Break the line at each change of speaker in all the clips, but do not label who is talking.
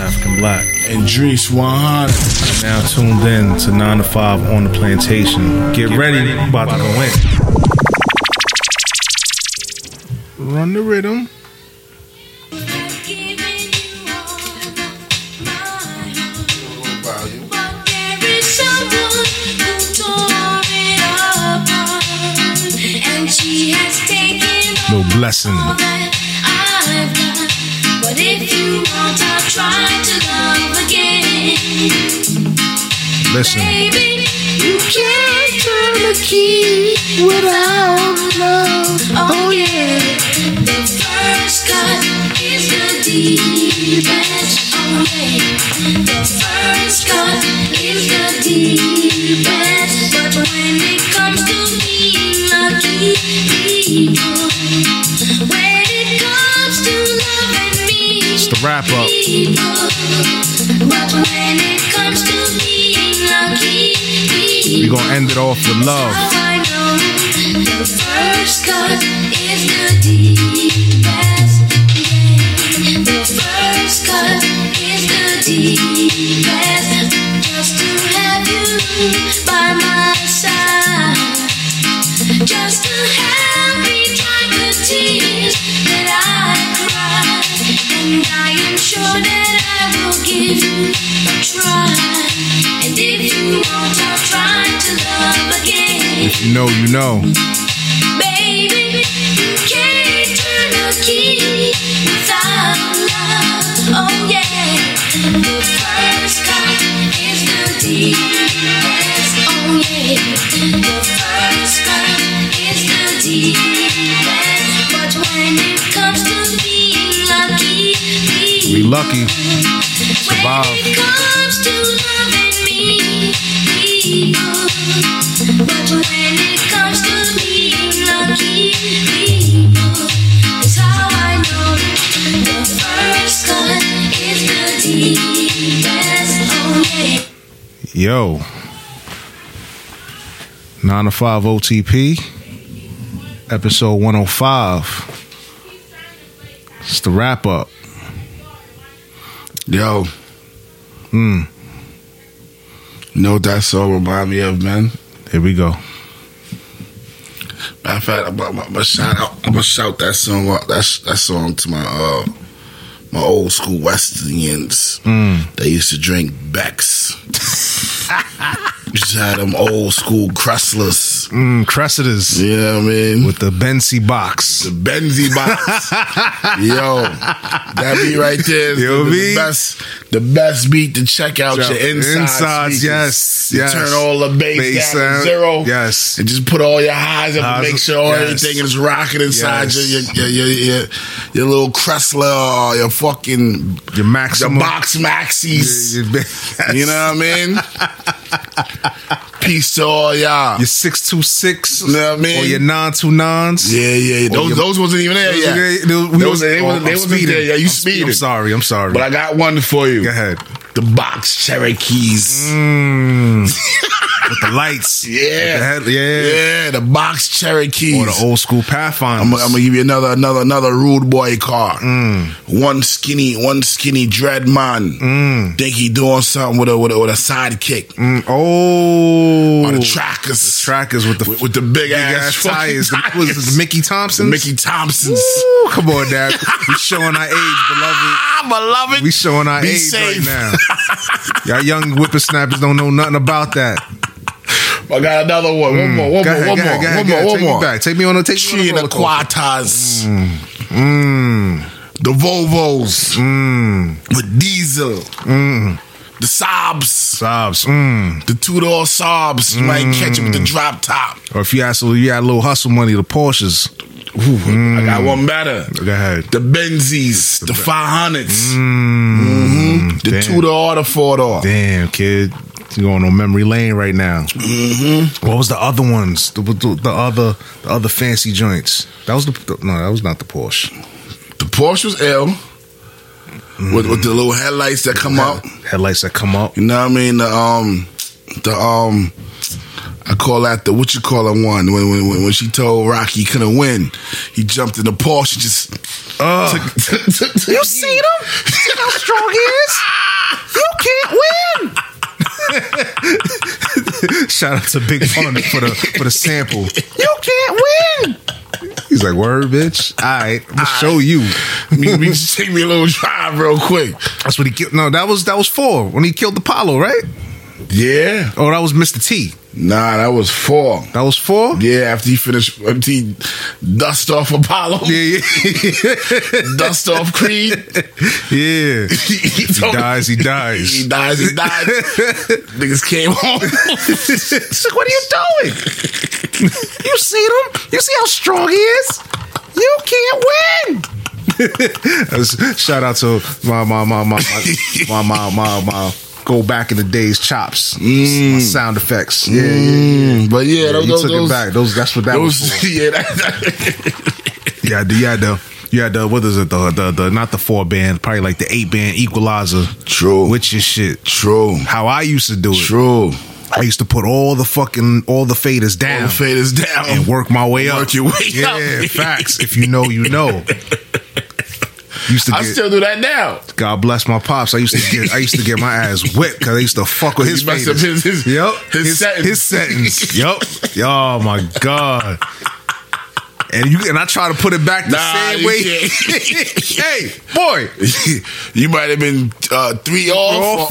African Black.
And Drees Wahana.
Now tuned in to 9 to 5 on the plantation. Get, ready, about to go in.
Run the rhythm.
She has taken
No blessing.
all that I've got. But if you want, I'll try to love again.
Listen.
Baby, you can't turn the key without love. Oh, yeah. The first cut is the deepest. Oh, yeah. The first cut is the deepest. But when it comes to being lucky, people, when it comes to loving me,
The wrap up.
we
We're gonna end it off with love.
The first cut is the deepest. The first cut is the deepest. Just to have you by my side. Just to help me dry the tears that I cry. And I am sure that I will give you a try. And if you want, I'll try to love again.
If you know, you know.
Baby, you can't turn a key without love. Oh, yeah. The first cut is the deepest. Oh, yeah. The first cut is the deepest. But when it comes to being lucky,
We lucky.
when
Survive.
it comes to loving me, people. But when it comes to being lucky, people, it's how I know the first cut is the deepest. Oh yeah.
Yo. 9 to 5 OTP. Episode 105. It's the wrap up.
Yo. Hmm.
Mm.
You know what that song remind me of, man?
Here we go.
Matter of fact, I'm, I'm, I'm gonna shout out. I'm gonna shout that song. Out, that sh- that song to my uh my old school Westernians. They used to drink Becks. Just had them old school Cresslers.
Mm, Cressidas
You know what I mean?
with the Bensi box.
the Benzy box. Yo, that beat right there is
You know what I
the, the
mean?
best, the best beat to check out
Check-
your inside
insides,
speakers.
yes,
You
yes.
Turn all the bass,
Bass
down to
down,
zero.
yes.
and just put all your highs up
Highs up,
and make sure
yes.
everything is rocking inside
Yes.
your, your, your, your your your little Cressler or your fucking
Your maximum.
your box maxis.
Your, your,
You know what I mean? Peace to all y'all.
your 626.
Know what I mean?
Or your 929s.
Yeah, yeah, yeah. Those,
your-
those wasn't even there yet.
Yeah, we
those,
was-
they
oh,
wasn't, they
I'm
wasn't there. Yeah, you
I'm-
speeding.
I'm sorry. I'm sorry.
But I got one for you.
Go ahead.
The box Cherokees.
With the lights.
Yeah.
With the head- yeah.
Yeah, the box Cherokees.
Or the old school Pathfinders.
I'm, gonna give you another another another rude boy car.
Mm.
One skinny, one skinny dread man. Think he doing something with a with a, with a sidekick
Mm, oh.
or the trackers, the
trackers with the
with, with the big, ass,
ass tires. The-
fucking
was
tires.
it Mickey Thompson?
Mickey Thompsons.
Ooh, come on, Dad. We showing our age, beloved.
Ah, beloved.
We showing our
Be
age
safe.
right now. Y'all young whippersnappers don't know nothing about that.
I got another one. One more. One
Mm. Go ahead,
more. One
go ahead,
more.
go ahead,
One
go
more.
ahead. Take
One more.
me back. Take me on a take
She
me
and
on a
the
roller coaster.
Quatas.
Mm.
The Volvos.
mm.
With Diesel. The Saabs.
Sobs. Mm.
The two door Saabs. You might catch it with the drop top.
Or if you actually you got a little hustle money, the Porsches. Mm.
I got one better.
Go ahead.
The Benzies. The 500s. hmm The
Mm. Damn.
two door, the four door.
Damn, kid. You going on memory lane right now.
Mm-hmm.
What was the other ones? The, the, the other the other fancy joints. That was the no, that was not the Porsche.
The Porsche was L. With, with the little headlights that come out.
Headlights that come up.
You know what I mean? The um, the um, I call that the what you call it one when when when, when she told Rocky he couldn't win, he jumped in the Porsche and just
Ugh.
took, took, took, took
You see them? See how strong he is? Shout out to Big Pun for the for the sample. You can't win. He's like, word, bitch. All right, I'm gonna show you.
you need to take me a little drive real quick.
That's what he killed. No, that was that was four when he killed Apollo, right?
Yeah.
Oh, that was Mr. T.
Nah, that was four.
That was four.
Yeah, after he finished, after he dust off Apollo,
yeah, yeah.
dust off Creed.
yeah.
He, he
He
told-
dies. Oh. He dies.
He dies, he dies. Niggas came home.
It's like, what are you doing? you see him? You see how strong he is? You can't win. Shout out to my my my my my my my, my, my go back in the days chops my sound effects. Yeah, Mm. yeah.
Mm, but yeah, those,
you
those,
took it back. Those that's what that was.
those- yeah, that, that-
For. Yeah, the, yeah, the yeah the what is it the, the the not the four band probably like the eight band equalizer.
True.
with your shit.
true,
How I used to do it.
true.
I used to put all the fucking all the faders down.
All the faders down.
and work my way up.
Work your way
yeah,
up.
facts. If you know, you know. Used to
I
get,
still do that now.
God bless my pops. I used to get I used to get my ass whipped because I used to fuck with his
He messed up
faders.
his- his-
yep.
his sentence.
His sentence. yep. Oh my god. And you and I try to put it back the
Nah,
same
you
way.
can't.
hey, boy.
you might have been uh, three off,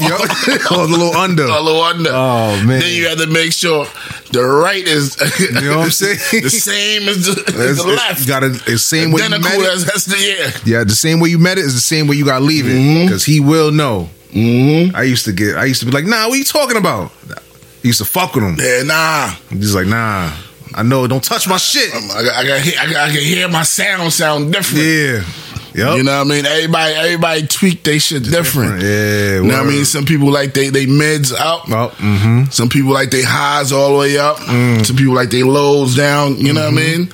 Off,
or-
yep. Or a little under.
a little under.
Oh, man.
Then you have to make sure the right is
You know what I'm saying?
the same as the, as
It's-
the
it's-
left.
You got to same way you met
Identical
it.
as that's the yeah.
Yeah, the same way you met it is the same way you gotta leave it because he will know. Mm-hmm. I used to get, I used to be like, nah, what you talking about? I used to fuck with him.
Yeah, nah.
He's like, nah, I know, don't touch my shit.
Um, I, got- I, got, I, got, I can hear my sound sound different.
Yeah, yep.
You know what I mean? Everybody, everybody tweak they shit different.
Yeah,
you know what I
word.
mean. Some people like they they mids up.
Oh, mm-hmm.
Some people like they highs all the way up. Some people like they lows down. You know what I mean?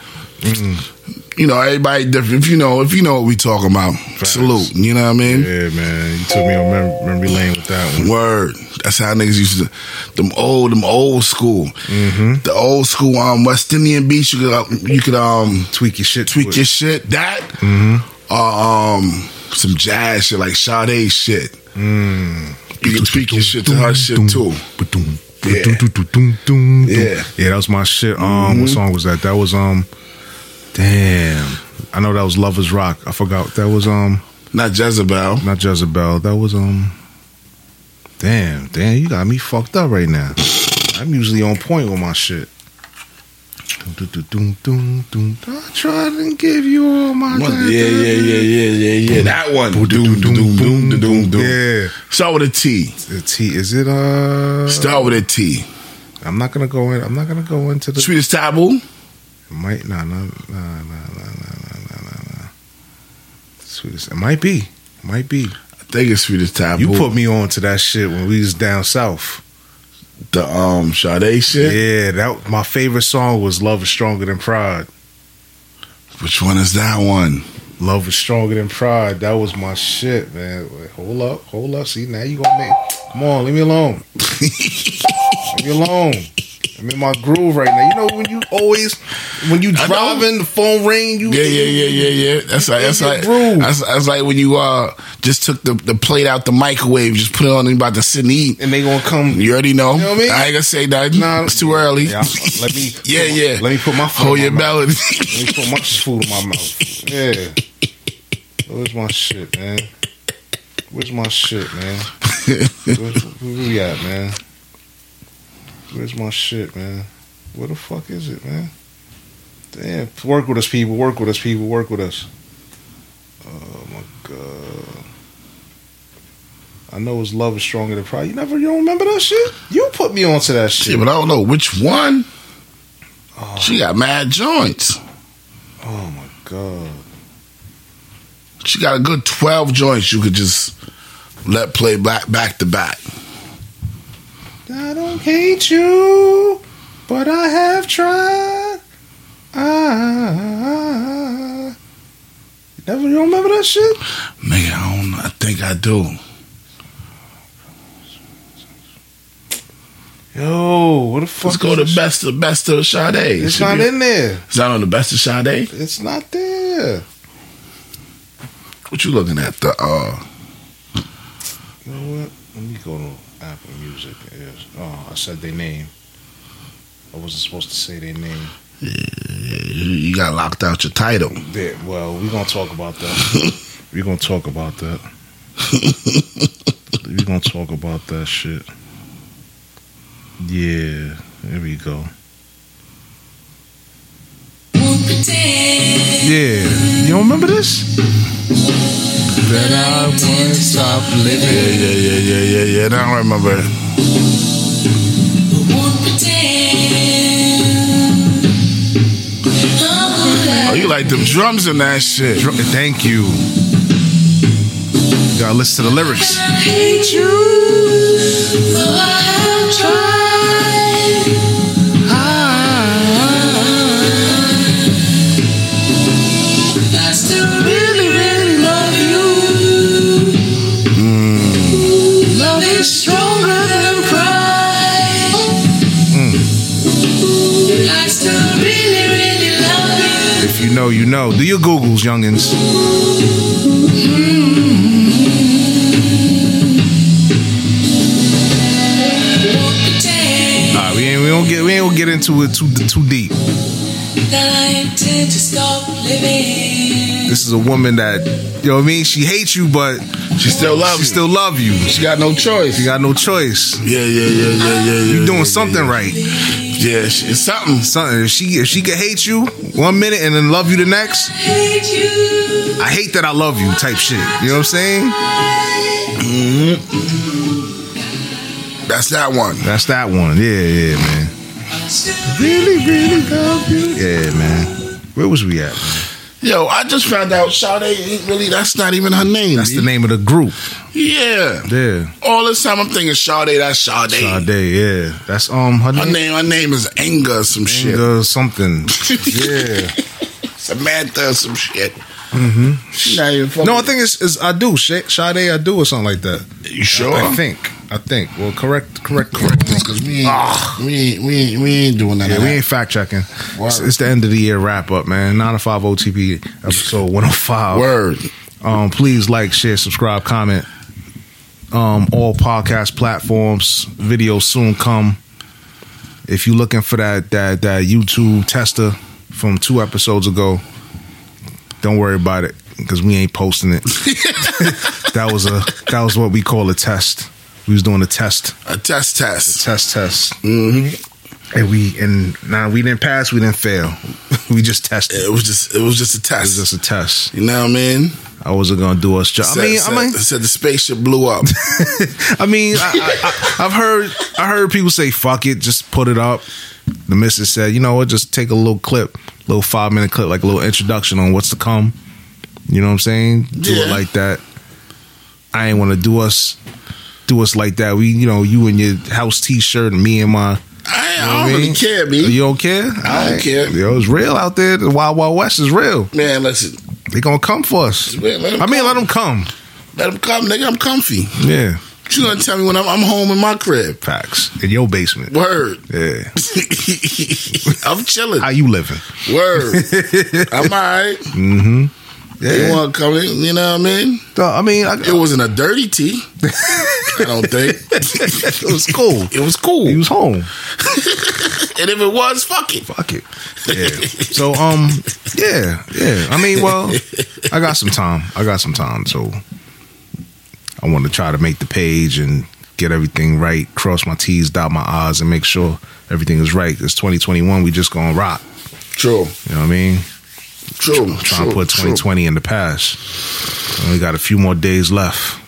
You know, everybody different. If you know, if you know what we talking about, salute. You know what I mean?
Yeah, man, you took me on mem- memory lane with that one.
Word. That's how niggas used to them old them old school. The old school um West Indian beats you could uh, you could um
Tweak your shit.
tweak
with-
your shit. That
Mm-hmm.
uh, um some jazz shit like Sade shit.
Mm.
You can tweak your shit to her shit too.
Ba-doom,
Yeah.
ba-doom-doom-doom-doom-doom.
Yeah. Mm-hmm.
yeah, that was my shit. Um, what song was that? That was um, damn. I know that was Lovers Rock. I forgot. That was um.
Not Jezebel.
Not Jezebel. That was um. Damn, damn, you got me fucked up right now. I'm usually on point with my shit. Dun, dun, dun, dun, dun, dun. I tried and give you all my.
Yeah, yeah, yeah, yeah, yeah, yeah. That one. Doom, doom, doom, doom, doom.
Yeah.
Start with a T.
The T is it? Uh,
Start with a T.
I'm not gonna go in. I'm not gonna go into the.
Sweetest taboo.
It might nah nah nah nah nah nah nah nah nah. nah. Sweetest. It might be. It might be.
I think it's sweetest taboo.
You put me on to that shit when we was down south.
the um Sade shit.
Yeah, that my favorite song was "Love Is Stronger Than Pride."
Which one is that one?
Love is stronger than pride. That was my shit, man. Wait, hold up, hold up. See, now you gonna make. Come on, leave me alone. leave me alone. I'm in my groove right now. You know when you always when you
I know.
driving, the phone ring. You
Yeah, yeah, yeah, yeah, yeah. That's like that's
In your
like
groove.
that's, that's like when you uh just took the, the plate out the microwave, just put it on, and you about to sit and eat.
And they gonna come.
You already know.
You know what I mean?
ain't gonna say that.
Nah.
it's too early.
Yeah, I'm- let me.
yeah, yeah.
Let me put my phone.
hold
in
your
my mouth.
belly.
Let me put my food in my mouth. Yeah. Where's my shit, man? Where's my shit, man? Where's, where we at, man? Where's my shit, man? Where the fuck is it, man? Damn, work with us, people. Work with us, people. Work with us. Oh my god. I know his love is stronger than pride. You never, you don't remember that shit? You put me onto that
yeah,
shit.
but I don't know which one. She got mad joints.
Oh my god.
She got a good twelve joints. You could just let play back back to back.
I don't hate you, but I have tried. I You never you don't remember that shit?
Nigga, I don't. know. I think I do.
Yo, what the fuck?
Let's go to
is this
best of best of Sade.
shit? It's not in there.
Is that on the best of Sade?
It's not there.
What you looking at? The uh
You know what? Let me go to Apple Music. Yes. Oh, I said their name.
I wasn't supposed to say their name.
You, you got locked out your title.
There, well, we're gonna talk about that. we're gonna talk about that. we're gonna talk about that shit. Yeah, there we go. Yeah, you don't remember this? That I once stopped
Yeah,
living.
yeah, yeah, yeah, yeah, yeah. Now I remember. Oh, you like them drums and that shit.
Dr- Thank you. You gotta listen to the lyrics.
Hate you, though I have tried. Ah. I still really, really love you. Love is stronger than pride. I still really, really love you.
If you know, you know. Do your Googles, youngins.
Won't pretend
All right, we ain't we don't get we ain't gonna get into it too too deep.
that I intend to stop living.
This is a woman that you know what I mean. She hates you, but
She still loves
she
you.
still love you.
She got no choice.
You got no choice.
yeah, yeah, yeah, yeah, yeah. yeah
You're
yeah,
doing something right.
Yeah, yeah she, it's something.
Something. If she if she could hate you one minute and then love you the next,
Hate you.
I hate that I love you type shit. You know what I'm saying?
That's that one.
That's that one. Yeah, yeah, man. Really, really love you. Yeah, man. Where was we at? man?
Yo, I just found out Sade ain't really. That's not even her name.
That's the
B.
name of the group.
Yeah.
Yeah.
All this time I'm thinking Sade. That's Sade.
Sade, yeah. That's um her
Her
name.
name. Her name is Anger. Or some shit.
Inga something. Yeah.
Samantha. Or some shit. Mm-hmm. She not even.
No, I
fucking-
think it's, it's I do Sade I do or something like that.
You sure?
I think. I think. Well, correct, correct, correct.
Cause we ain't, we ain't, we ain't, we ain't doing that.
Yeah, we ain't fact checking. It's, it's the end of the year wrap up, man. Nine to five OTP episode one hundred five.
Word.
Um, please like, share, subscribe, comment. Um, all podcast platforms. Video soon come. If you're looking for that that that YouTube tester from two episodes ago, don't worry about it because we ain't posting it. that was a that was what we call a test. We was doing a test,
A test test.
test, test,
Mm-hmm.
and we and now nah, we didn't pass, we didn't fail. we just tested.
It was just, it was just a
It was
test.
just a test.
you know what I mean?
I wasn't gonna do us job. I mean,
said,
I mean,
said, said the spaceship blew up.
I mean, I, I, I, I've heard I heard people say "fuck it," just put it up. The missus said, "You know what? Just take a little clip, little five minute clip, like a little introduction on what's to come." You know what I'm saying? Do it
Yeah.
like that. I ain't want to do us do us like that. We, you know, you in your house T-shirt, and me and my.
I,
you know
I
what
don't
mean?
really care, B.
You don't care?
I don't care.
Yo, it's real out there. The Wild Wild West is real.
Man, listen,
They gonna come for us.
Man, let 'em
I mean,
come.
let them come.
let him come, nigga. I'm comfy.
Yeah,
What you gonna tell me when I'm, I'm home in my crib?
facts in your basement.
Word.
Yeah,
I'm chilling.
how you living?
Word. I'm alright. You
Yeah.
want to come in? You know what I mean?
So, I mean, I,
It wasn't a dirty tea. I don't think
it was cool.
it was cool.
He was home.
and if it was, fuck it.
Fuck it. Yeah. So um, yeah, yeah. I mean, well, I got some time. I got some time. So I want to try to make the page and get everything right. Cross my T's, dot my I's, and make sure everything is right. It's 2021. We just gonna rock.
True.
You know what I mean?
True.
Trying
true,
to put
true.
2020 in the past. And we got a few more days left,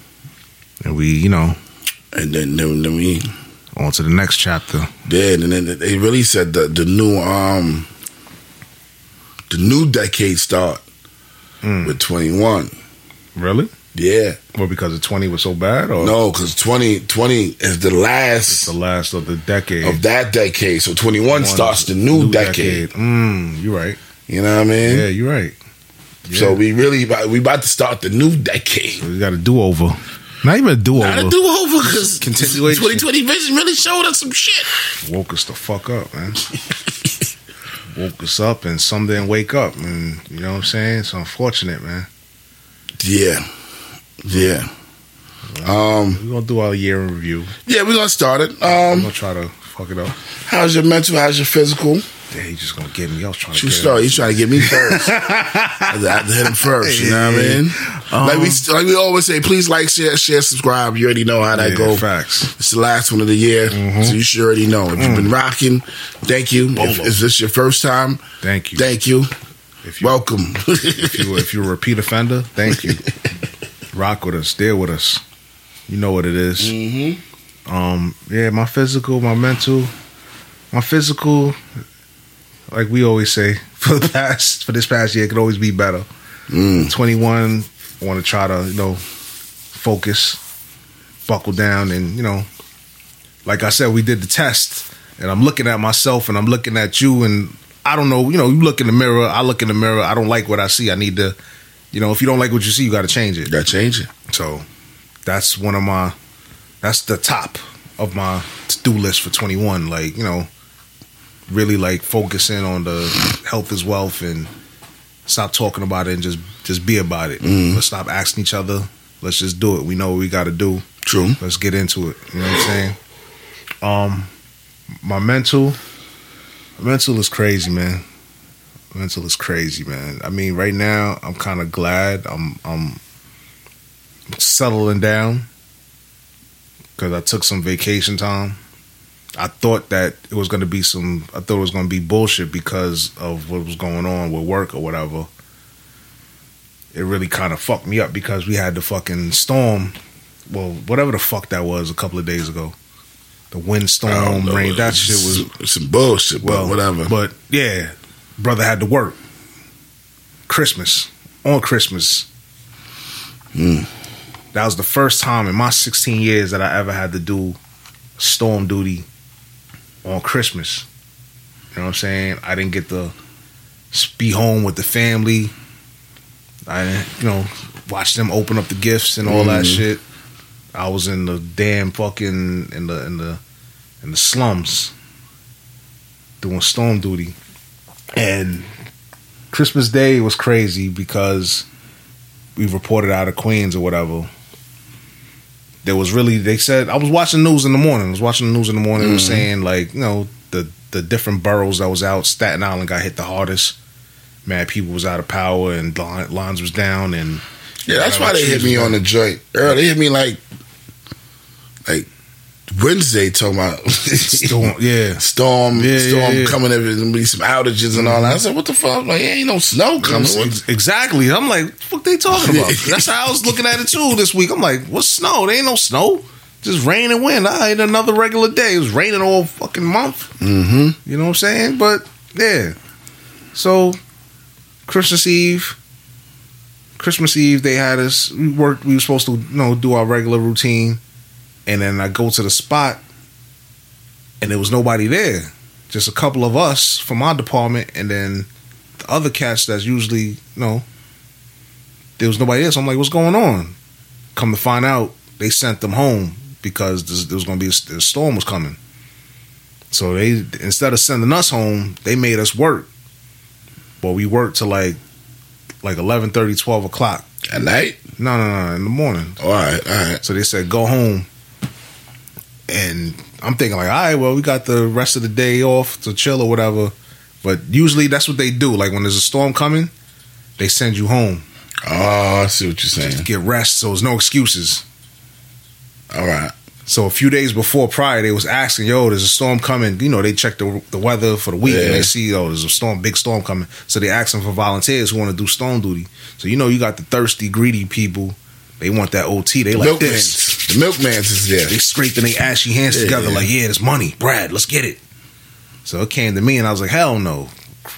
and we, you know,
And then, then, then we
on to the next chapter.
did, and then they really said the the new um the new decade start
Hmm.
with 21.
Really?
Yeah.
Well, because the 20 was so bad, or
No, because 20, 20 is the
Oh. It's
last
the last of the decade.
of that decade. So 21 starts the new, decade.
Mm, you're right.
You know what I mean?
Yeah, you're right. Yeah.
So we really about, we about to start the new decade.
We got a do over. Not even a do
Not a
over.
do over because
Continuation.
2020 vision really showed us some shit.
Woke us the fuck up, man. Woke us up, and some didn't wake up. And you know what I'm saying? It's unfortunate, man.
Yeah. Yeah. Um.
We're gonna do our year in review.
Yeah, we're gonna start it.
I'm
Um.
gonna try to fuck it up.
How's your mental? How's your physical?
Damn, he just gonna get me. I was trying
True
to get
story. You trying to get me first. I had to hit him first. You know what I mean? like we like we always say, please like, share, share, subscribe. You already know how that
Yeah,
go.
facts.
It's the last one of the year, so you should already know. If you've been rocking, thank you. If, is this your first time?
Thank you.
Thank you.
If you-
Welcome.
if you if you're a repeat offender, thank you. Rock with us, deal with us. You know what it is.
mm-hmm.
Um, yeah, my physical, my mental, my physical. Like we always say, for the past for this past year, it could always be better.
Mm.
21, I want to try to you know focus, buckle down, and you know, like I said, we did the test, and I'm looking at myself, and I'm looking at you, and I don't know, you know, you look in the mirror, I look in the mirror, I don't like what I see, I need to, you know, if you don't like what you see, you got to change it.
Got to change it.
So that's one of my that's the top of my to-do list for 21 like, you know, really like focusing on the health is wealth and stop talking about it and just just be about it. Let's stop asking each other. Let's just do it. We know what we got to do.
True.
Let's get into it. You know what I'm saying? Um my mental mental is crazy, man. Mental is crazy, man. I mean, right now I'm kind of glad I'm I'm settling down cuz I took some vacation time. I thought that it was going to be some I thought it was going to be bullshit because of what was going on with work or whatever. It really kind of fucked me up because we had the fucking storm well, whatever the fuck that was a couple of days ago. The
I don't
windstorm,
know.
rain, that shit was
It's some bullshit, but whatever.
but yeah, brother had to work. Christmas on Christmas. Mm. That was the first time in my 16 years that I ever had to do storm duty on Christmas. You know what I'm saying? I didn't get to s- be home with the family. I didn't, you know, watch them open up the gifts and all that
Mhm.
shit. I was in the damn fucking in the in the in the slums doing storm duty. And Christmas Day was crazy because we reported out of Queens or whatever. There was really they said I was watching news in the morning. I was watching the news in the morning. They were saying like you know the the different boroughs that was out. Staten Island got hit the hardest. Mad people was out of power and lin- lines was down and
yeah, that's
I
why
would
they hit
choose
me
one.
on the joint. Earl, they hit me like, like Wednesday. Talking about
storm. yeah,
storm,
Yeah, yeah,
storm
yeah.
coming in, and be some outages and all that. I said, what the fuck? Like, ain't no snow coming. What-
exactly. I'm like, what the fuck they talking about? That's how I was looking at it too this week. I'm like, what's snow? There ain't no snow. Just rain and wind. I ain't another regular day. It was raining all fucking month.
Mm-hmm.
You know what I'm saying? But yeah. So Christmas Eve, Christmas Eve, they had us. We worked. We were supposed to, you know, do our regular routine, and then I go to the spot, and there was nobody there. Just a couple of us from my department, and then the other cats that's usually, you know, there was nobody there. So I'm like, what's going on? Come to find out, they sent them home because this- there was going to be a, a storm was coming. So they instead of sending us home, they made us work. But we worked till like like 11, 12 o'clock.
At night?
No, no, no, in the morning.
All right, all right.
So they said go home. And I'm thinking like, all right, well, we got the rest of the day off to chill or whatever. But usually that's what they do. Like when there's a storm coming, they send you home
Oh, I see what you're
to
saying.
get rest. So there's no excuses.
All right.
So a few days before prior, they was asking, "Yo, there's a storm coming." You know, they check the the weather for the week and
Yeah.
they see, "Oh, there's a storm, big storm coming." So they asking for volunteers who want to do storm duty. So you know, you got the thirsty, greedy people. They want that OT. They like this.
Milkman's. The Milkman's is there.
They scraping their ashy hands
Yeah.
together like, "Yeah, there's money, Brad. Let's get it." So it came to me, and I was like, "Hell no,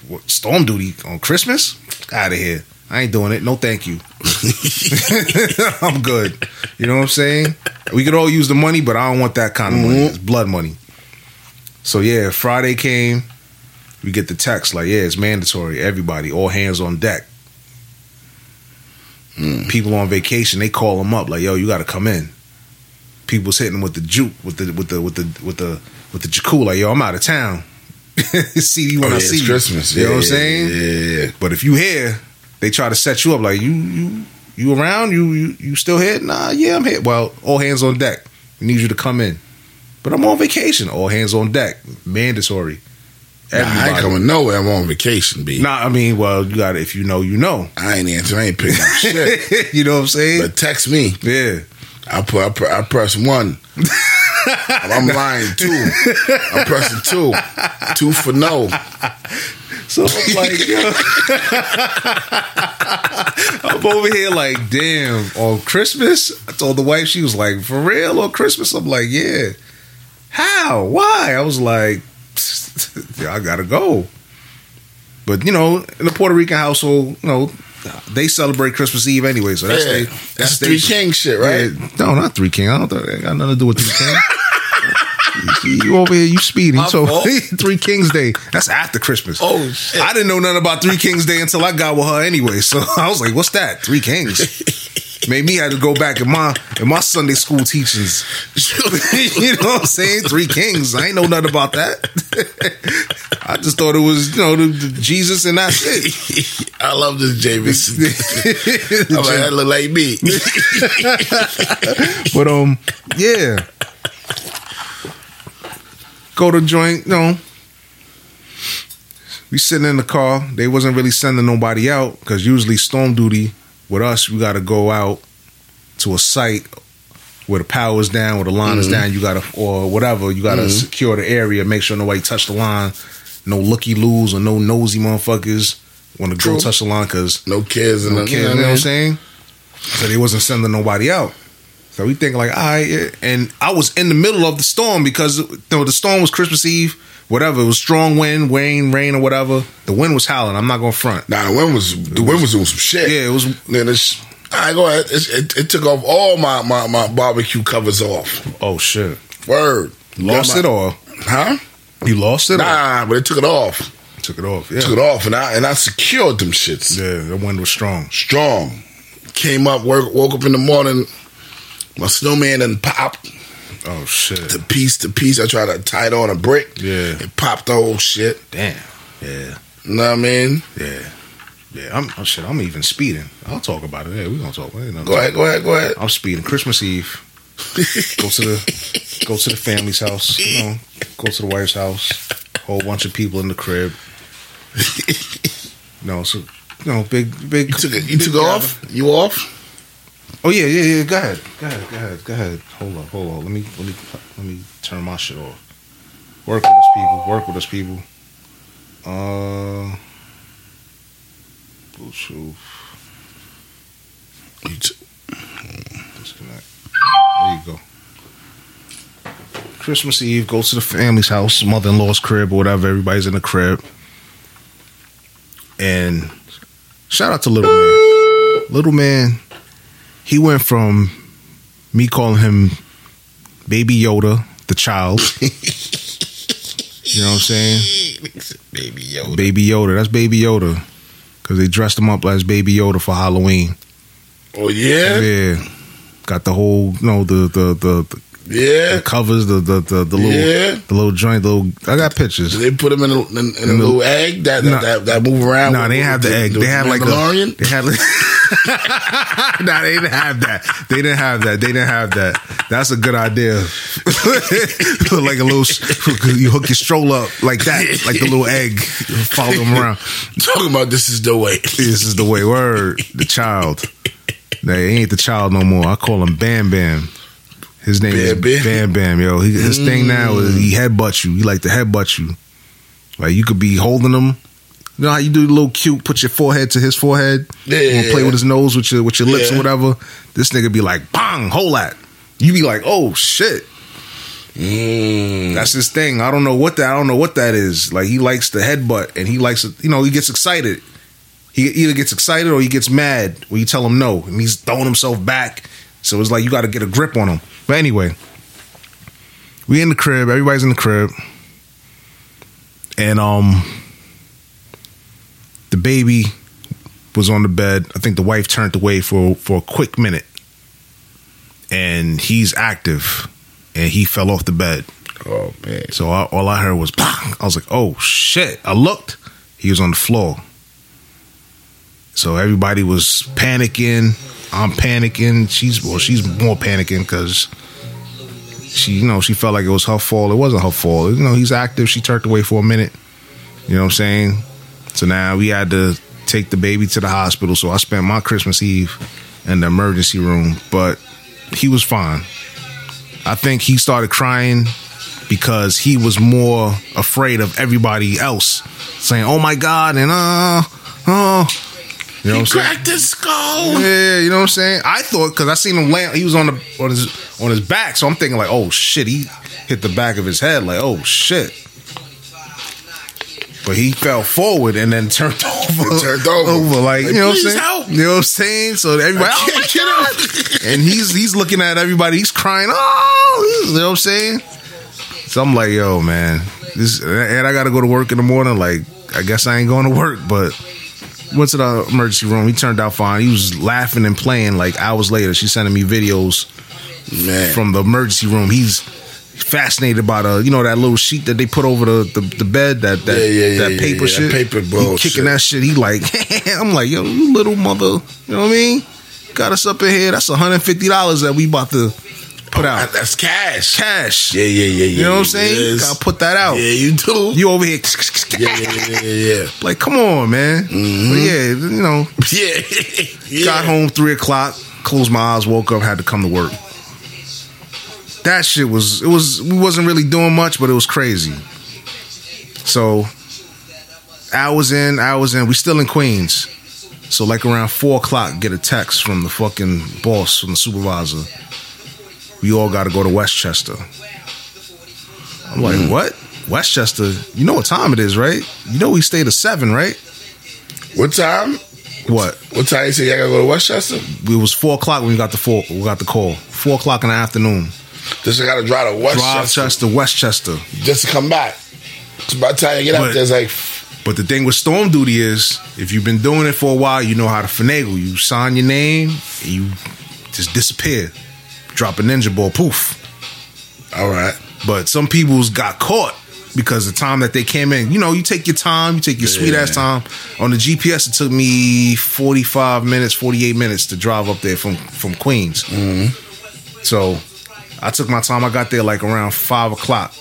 What, storm duty on Christmas? Out of here. I ain't doing it. No, thank you." I'm good. You know what I'm saying? We could all use the money, but I don't want that kind of money.
Mhm.
It's blood money. So yeah, Friday came. We get the text like, yeah, it's mandatory. Everybody, all hands on deck. People on vacation, they call them up like, yo, you got to come in. People's hitting them with the juke, with the with the with the with the with the jacool. Like, yo, I'm out of town. see you
Oh,
when
yeah,
I see
it's
you.
Christmas.
You know
Yeah,
what I'm saying?
Yeah, yeah, yeah.
But if you here, they try to set you up like you you you around you you you still here? Nah, yeah, I'm here. Well, all hands on deck. We need you to come in. But I'm on vacation. All hands on deck. Mandatory.
Nah, I ain't
Everybody.
coming nowhere. I'm on vacation, B.
Nah, I mean, well, you got to if you know, you know.
I ain't answering. I ain't picking up shit.
you know what I'm saying?
But text me.
yeah.
I put. I, pr- I press one. I'm lying. Two. I'm pressing two. Two for no.
So I'm like, yo. I'm over here like, damn, on Christmas? I told the wife, she was like, for real on Christmas? I'm like, yeah. How? Why? I was like, yeah, I gotta go. But you know, in the Puerto Rican household, you know, they celebrate Christmas Eve anyway, so that's
yeah.
they,
that's, three king shit, right?
Yeah, no, not three king. I don't think that got nothing to do with three king. You- you over here, you speeding. So
fault.
three Kings Day. That's after Christmas.
Oh, shit.
I didn't know nothing about Three Kings Day until I got with her anyway. So I was like, "What's that? Three Kings?" Made me had to go back in my in my Sunday school teachings. you know what I'm saying? Three Kings. I ain't know nothing about that. I just thought it was you know the, the Jesus and that's it.
I love this Jameson. I'm like, that look like me.
But um, yeah. Go to joint, you know. We sitting in the car. They wasn't really sending nobody out because usually storm duty with us, we got to go out to a site where the power's down, where the line is down. You got to or whatever. You got to secure the area, make sure nobody touch the line. No looky loos or no nosy motherfuckers want to go
True.
touch the line because
No kids and
no
no,
kids, you know what I'm saying? So they wasn't sending nobody out. So we think like, all right, yeah. and I was in the middle of the storm because you know, the storm was Christmas Eve, whatever. It was strong wind, rain, rain or whatever. The wind was howling. I'm not gonna front.
Nah, the wind was the wind was doing some shit.
Yeah, it was.
Then it's. I go ahead. It's, it, it took off all my, my, my barbecue covers off.
Oh shit!
Word.
Lost it
all.
all.
Huh?
You lost it. all?
Nah, but it took it off.
Took it off. Yeah.
Took it off, and I and I secured them shits.
Yeah, the wind was strong.
Strong. Came up, work, woke up in the morning. My snowman and popped
Oh shit!
to piece to piece. I tried to tie it on a brick.
Yeah.
It popped the whole shit.
Damn. Yeah.
You know what I mean?
Yeah. Yeah. I'm. Oh shit! I'm even speeding. I'll talk about it. Yeah, we gonna talk. Ain't nothing
Go ahead, go ahead, go ahead.
I'm speeding Christmas Eve. Go to the go to the family's house. You know, go to the wife's house. Whole bunch of people in the crib. No, so no big big.
You took it. You took off. You off?
Oh yeah, yeah, yeah. Go ahead, go ahead, go ahead, go ahead. Hold up, hold up. Let me let me let me turn my shit off. Work with us, people. Work with us, people. Uh, Bluetooth
You t-
disconnect. There you go. Christmas Eve, go to the family's house, mother in law's crib or whatever. Everybody's in the crib. And shout out to Little Man. Little Man, he went from me calling him Baby Yoda, the child. you know what I'm saying?
Baby yo.
Baby Yoda. That's Baby Yoda. Because they dressed him up as Baby Yoda for Halloween.
Oh yeah,
Yeah. Got the whole, you know, the, the, the, the
yeah.
the covers, the the the, the little
Yeah.
the little joint, the little. I got
Did
pictures.
they put him in a, in, in a
the-
little egg that
Nah.
that, that move around?
No, they didn't have the egg. They had like a.
Mandalorian.
They had. like- nah, they didn't have that. They didn't have that. They didn't have that. That's a good idea. like a little, you hook your stroll up like that, like the little egg, follow them around.
Talking about this is the way.
This is the way. Word, the child. They ain't the child no more. I call him Bam Bam. His name
Bam
is
Bam? Mm.
Bam Bam. Yo, he, his thing now is he headbutt you. He like to headbutt you. Like you could be holding him. You know how you do the little cute, put your forehead to his forehead.
Yeah,
You wanna
yeah,
play
yeah.
with his nose with your with your lips
Yeah.
or whatever. This nigga be like, bang, hold that. You be like, oh shit.
Mm.
That's his thing. I don't know what that. I don't know what that is. Like he likes the headbutt, and he likes it. You know, he gets excited. He either gets excited or he gets mad when you tell him no, and he's throwing himself back. So it's like you got to get a grip on him. But anyway, we in the crib. Everybody's in the crib, and um, the baby was on the bed. I think the wife turned away for for a quick minute, and he's active, and he fell off the bed.
Oh man.
So I, all I heard was, "Bang!" I was like, oh shit. I looked, he was on the floor. So everybody was panicking. I'm panicking. She's well, she's more panicking because she, you know, she felt like it was her fault. It wasn't her fault. You know, he's active. She turned away for a minute. You know what I'm saying? So now we had to take the baby to the hospital. So I spent my Christmas Eve in the emergency room, but he was fine. I think he started crying because he was more afraid of everybody else saying, "Oh my God!" and uh, oh, you know what I'm
He
saying?
cracked his skull.
Yeah, you know what I'm saying. I thought because I seen him land, he was on the on his on his back, so I'm thinking like, oh shit, he hit the back of his head, like oh shit. But he fell forward and then turned over,
turned over.
like,
Like,
you know what I'm
"Please
saying.
help."
You know what I'm saying. So everybody,
I
"Oh my
can't get up.
oh. and he's he's looking at everybody. He's crying. Oh, you know what I'm saying? So I'm like, yo, man, this. And I got to go to work in the morning. Like, I guess I ain't going to work. But went to the emergency room. He turned out fine. He was laughing and playing. Like hours later, she's sending me videos
Man,
from the emergency room. He's fascinated by the you know that little sheet that they put over the the, the bed that that,
Yeah, yeah,
that
yeah,
paper
yeah,
shit.
that paper
He
bullshit.
kicking that shit. He like I'm like yo, you little mother. You know what I mean? Got us up in here. That's 150 dollars that we about to put out
Uh, that's cash.
cash.
Yeah, yeah, yeah, yeah.
You know what I'm
yeah,
saying?
yes.
Gotta put that out.
Yeah, you do.
You over here.
yeah, yeah, yeah, yeah,
Like, come on, man.
Mm-hmm.
But yeah, you know,
yeah. yeah.
Got home three o'clock, closed my eyes, woke up, had to come to work. That shit was it was we wasn't really doing much, but it was crazy. So hours in, hours in, we still in Queens. So like around four o'clock, get a text from the fucking boss, from the supervisor. We all gotta go to Westchester. I'm like, what? Westchester, you know what time it is, right? You know we stayed at seven, right?
What time?
What?
What time you say y'all gotta go to Westchester?
it was four o'clock when we got the four, we got the call. Four o'clock in the afternoon.
Just gotta drive to
Drive
Westchester
Chester, Westchester.
just to come back. So by the time you get
But-
out there, it's like
But the thing with storm duty is, if you've been doing it for a while, you know how to finagle. You sign your name, and you just disappear. Drop a ninja ball, poof.
all right.
But some people's got caught because the time that they came in, you know, you take your time, you take your sweet ass time. On the GPS, it took me 45 minutes, 48 minutes to drive up there from, from Queens.
Mm-hmm.
So I took my time. I got there like around five o'clock.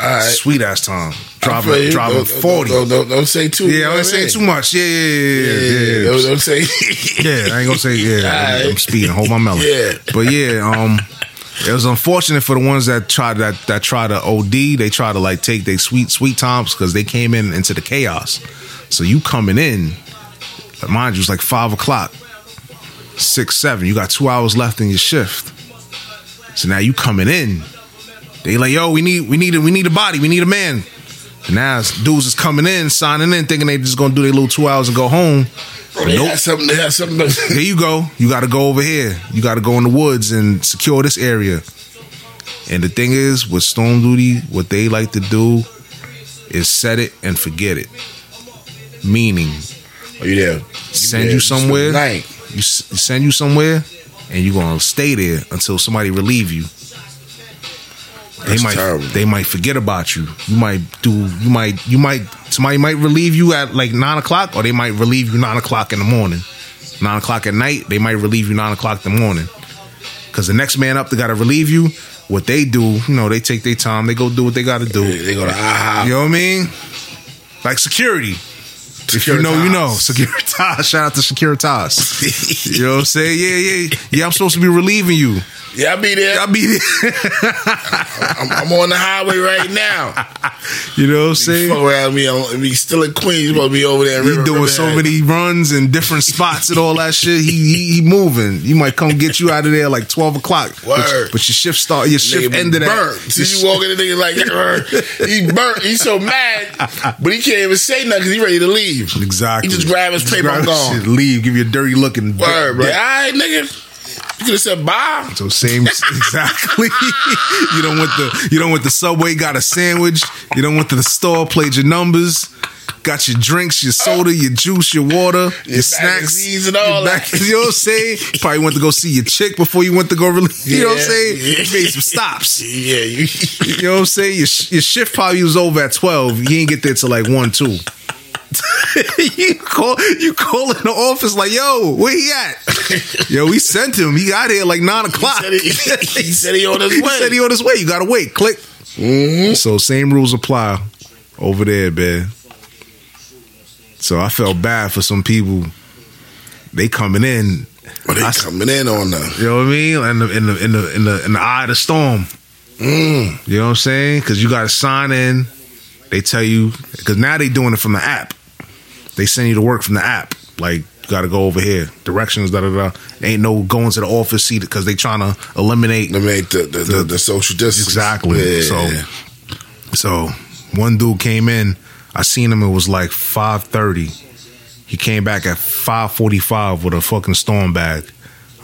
All right.
Sweet ass time.
I feel
Driving,
you.
driving
Don't- don't-
40.
Don't, don't, don't say too.
yeah, I ain't saying too much. Yeah, yeah,
Yeah,
yeah, yeah. yeah.
Don't, don't say.
Yeah, I ain't gonna say yeah.
All
I'm,
right.
I'm speeding. Hold my melon.
Yeah.
but yeah, um, it was unfortunate for the ones that tried that that try to OD. They try to like take their sweet sweet times because they came in into the chaos. So you coming in, mind you, it's like five o'clock, six seven. You got two hours left in your shift. So now you coming in. They like yo, we need we need a, we need a body. We need a man. And now dudes is coming in, signing in, thinking they just gonna do their little two hours and go home.
They
Nope.
had something. They had something.
Here you go. You got to go over here. You got to go in the woods and secure this area. And the thing is, with storm duty, what they like to do is set it and forget it. Meaning,
Are you there?
Send
there
you
just for the
somewhere?
Night.
you s- send you somewhere, and you're gonna stay there until somebody relieve you.
That's
they might
terrible.
they might forget about you. You might do. You might you might somebody might relieve you at like nine o'clock, or they might relieve you nine o'clock in the morning. Nine o'clock at night, they might relieve you nine o'clock in the morning. Cause the next man up, they gotta relieve you. What they do, you know, they take their time. They go do what they gotta do.
They they go to aha.
You know what I mean? Like security. If you know, you know. Securitas. Shout out to Securitas. you know what I'm saying? Yeah, yeah. Yeah, I'm supposed to be relieving you.
Yeah, I be there.
I
I'm,
be there.
I'm on the highway right now.
You know what I'm
Fuck
saying?
around me. I'm me still in Queens. You supposed to be over there.
He doing so many runs and different spots and all that shit. He, he he moving. You might come get you out of there like twelve o'clock. But-
Word.
But, your shift start. Your shift ended at
burnt. See you
your
walk in the nigga like "Urgh." he burnt. He's so mad, but he can't even say nothing because he ready to leave.
sh- exactly.
He just grab his paper.
grab
I'm
his
gone.
shit, leave. Give you a dirty look and
Word, bro.
Yeah.
All right, nigga. You could have said bye.
So same exactly. you don't want the you don't want the subway got a sandwich. You don't want the store played your numbers. Got your drinks, your soda, your juice, your water, your, snacks,
magazines and all
your
that.
You know what I'm saying? You Probably went to go see your chick before you went to go. Really, you know what I'm
Yeah,
saying?
yeah.
You made some stops.
Yeah, you.
You know what I'm saying? Your, sh- your shift probably was over at twelve. You ain't get there till like one two. you call you call in the office like, yo, where he at? yo, we sent him. He got here like nine o'clock.
said he- he said he on his
He
way. Mm-hmm.
said he on his way. You gotta wait. Click. So same rules apply over there, man. So I felt bad for some people. They coming in,
But they
I s-
coming in on the
you know what I mean? In the in the in the in the, in the eye of the storm.
mm,
You know what I'm saying? Because you got to sign in. They tell you because now they doing it from the app. They send you to work from the app. Like you got to go over here. Directions. Da da da. Ain't no going to the office seat because they trying to eliminate.
they made the the, the, the social distance
Exactly.
Yeah.
So, so one dude came in. I seen him. It was like five thirty. He came back at five forty five with a fucking storm bag.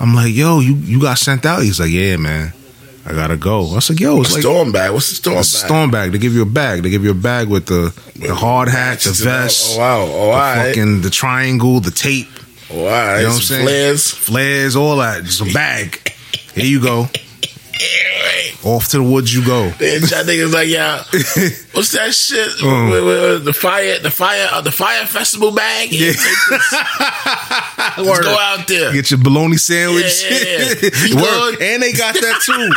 I'm like, yo, you you got sent out. He's like, yeah, man. I gotta go. I said, yo, it's like
storm bag. What's the storm
a
bag?
storm bag. They give you a bag. They give you a bag with the, the hard hat, the vest,
Oh wow. Oh, all right.
fucking the triangle, the tape,
Oh, all right.
You know what I'm
Some
saying?
flares.
flares, all that. Just a bag. Here you go. Off to the woods you go.
Then that nigga's like, yeah, what's that shit?
Mm.
Wait, wait, wait, The fire, the fire, uh, the fire festival bag. Yeah. Let's go out there.
Get your bologna sandwich.
Yeah, yeah, yeah.
Work. And they got that too.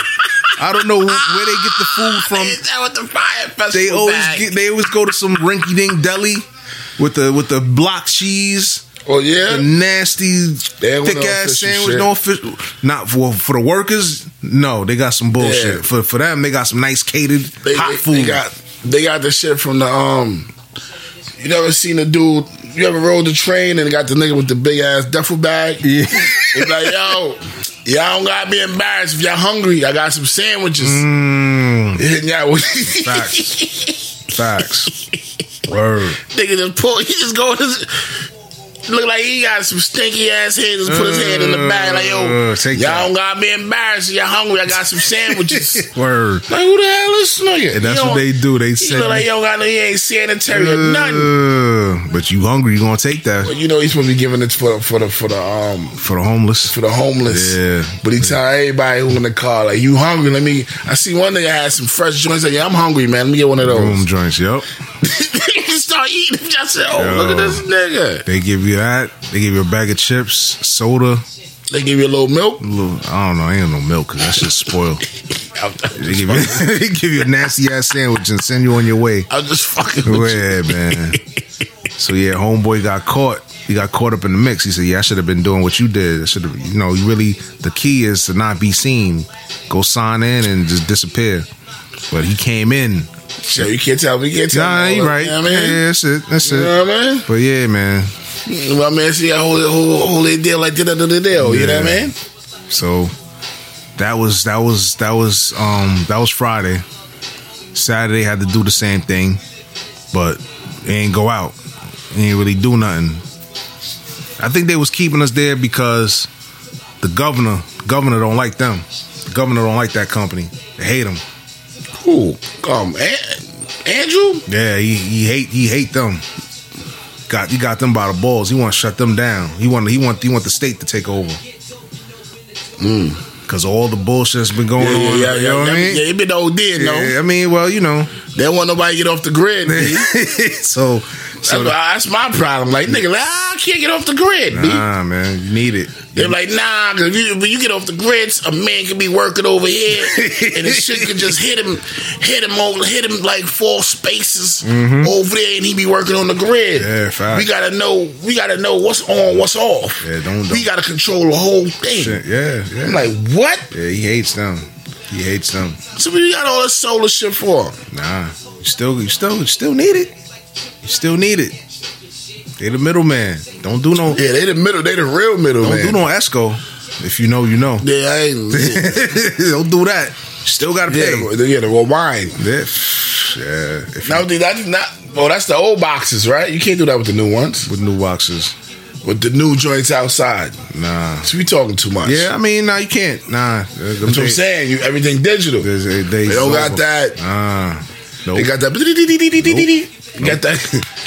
I don't know where they get the food from.
Is that what the fire festival
They always
bag?
get, they always go to some rinky dink deli with the with the block cheese.
oh yeah,
the nasty
They ain't
thick
want no
ass
official
sandwich.
shit.
No official. Not for for the workers. No, they got some bullshit.
Yeah.
For for them, they got some nice catered
they,
hot
they-
food.
They got they got the shit from the um. You never seen a dude? You ever rode the train and got the nigga with the big ass duffel bag?
yeah.
It's like, yo, y'all don't gotta be embarrassed if y'all hungry. I got some sandwiches.
Mm,
And y'all,
facts. facts. Word.
nigga just pull. He just go. look like he got some stinky ass head. Just put his hand in the bag. Like yo,
Uh, take
y'all
that.
don't gotta be embarrassed. if Y'all hungry? I got some sandwiches.
Word.
like who the hell is this nigga?
And that's
He
what
don't-
they do. They
He
send
look like
you-
yo, got no, he ain't sanitary or nothing.
uh, but you hungry? You gonna take that
But you know he's supposed to be giving it for for the for the um
for the homeless?
for the homeless.
Yeah.
But he tell everybody who in the car like you hungry? Let me. I see one nigga had some fresh joints. Like yeah, I'm hungry, man. Let me get one of
Boom
those.
joints. Yep.
Start eating. I said, oh
Yo.
look at this nigga.
They give you that. They give you a bag of chips, soda.
They give you a little milk.
A little, I don't know. Ain't no milk. 'cause that shit spoiled. They give, you, they give you a nasty ass sandwich and send you on your way.
I'm just fucking with you.
Yeah, man. So yeah, homeboy got caught. He got caught up in the mix. He said, "Yeah, I should have been doing what you did. I should have, you know, you really. The key is to not be seen. Go sign in and just disappear." But he came in.
So you can't tell me. You can't tell
Nah,
me.
you right.
You know what I
yeah,
mean?
that's it. That's
You
it.
know what I mean?
But yeah, man.
You know what I mean? See, I hold it, whole, whole deal like that, that, deal. You know what I
Yeah.
mean?
So that was that was that was um that was Friday. Saturday had to do the same thing, but it ain't go out. It ain't really do nothing. I think they was keeping us there because the governor governor don't like them. The governor don't like that company. They hate them.
Who? Um, An- Andrew?
Yeah, he, he hate he hate them. Got he got them by the balls. He want to shut them down. He want he want he want the state to take over. Cause all the bullshit's been going
Hmm. yeah,
on.
yeah, yeah.
you know what I mean?
Yeah, it been old then, though.
Yeah, I mean, well, you know.
They don't want nobody to get off the grid. B.
so, so
Mm-hmm. that's, that's my problem. Like, nigga, like, ah, I can't get off the grid, B.
nah, man, you need it.
They're like, nah, because you, when you get off the grids, a man can be working over here, and this shit could just hit him, hit him over, hit him like four spaces over there, and he be working on the grid.
Yeah, fact.
We gotta know, we gotta know what's on, what's off.
Yeah, don't- don't-
We gotta control the whole thing.
Shit, Yeah,
I'm
yeah.
like, what?
yeah, he hates them. He hates them.
So we got all this solar shit for?
Nah, you still, you still, you still need it. You still need it. They the middleman. Don't do no,
Yeah, they the middle, they the real middle
don't do
man.
no esco. If you know, you know.
yeah, I ain't. yeah,
don't do that. Still gotta pay.
yeah, the, yeah, the rewind.
Yeah, pff, yeah. If you
Now that's not. Well, that's the old boxes, right? You can't do that with the new ones.
with new boxes,
With the new joints outside.
nah.
So we talking too much.
Yeah, I mean, nah, you can't. Nah, that's
That's what I'm saying. You everything digital. They
They,
don't got that.
Ah, nope.
They got that. Got that.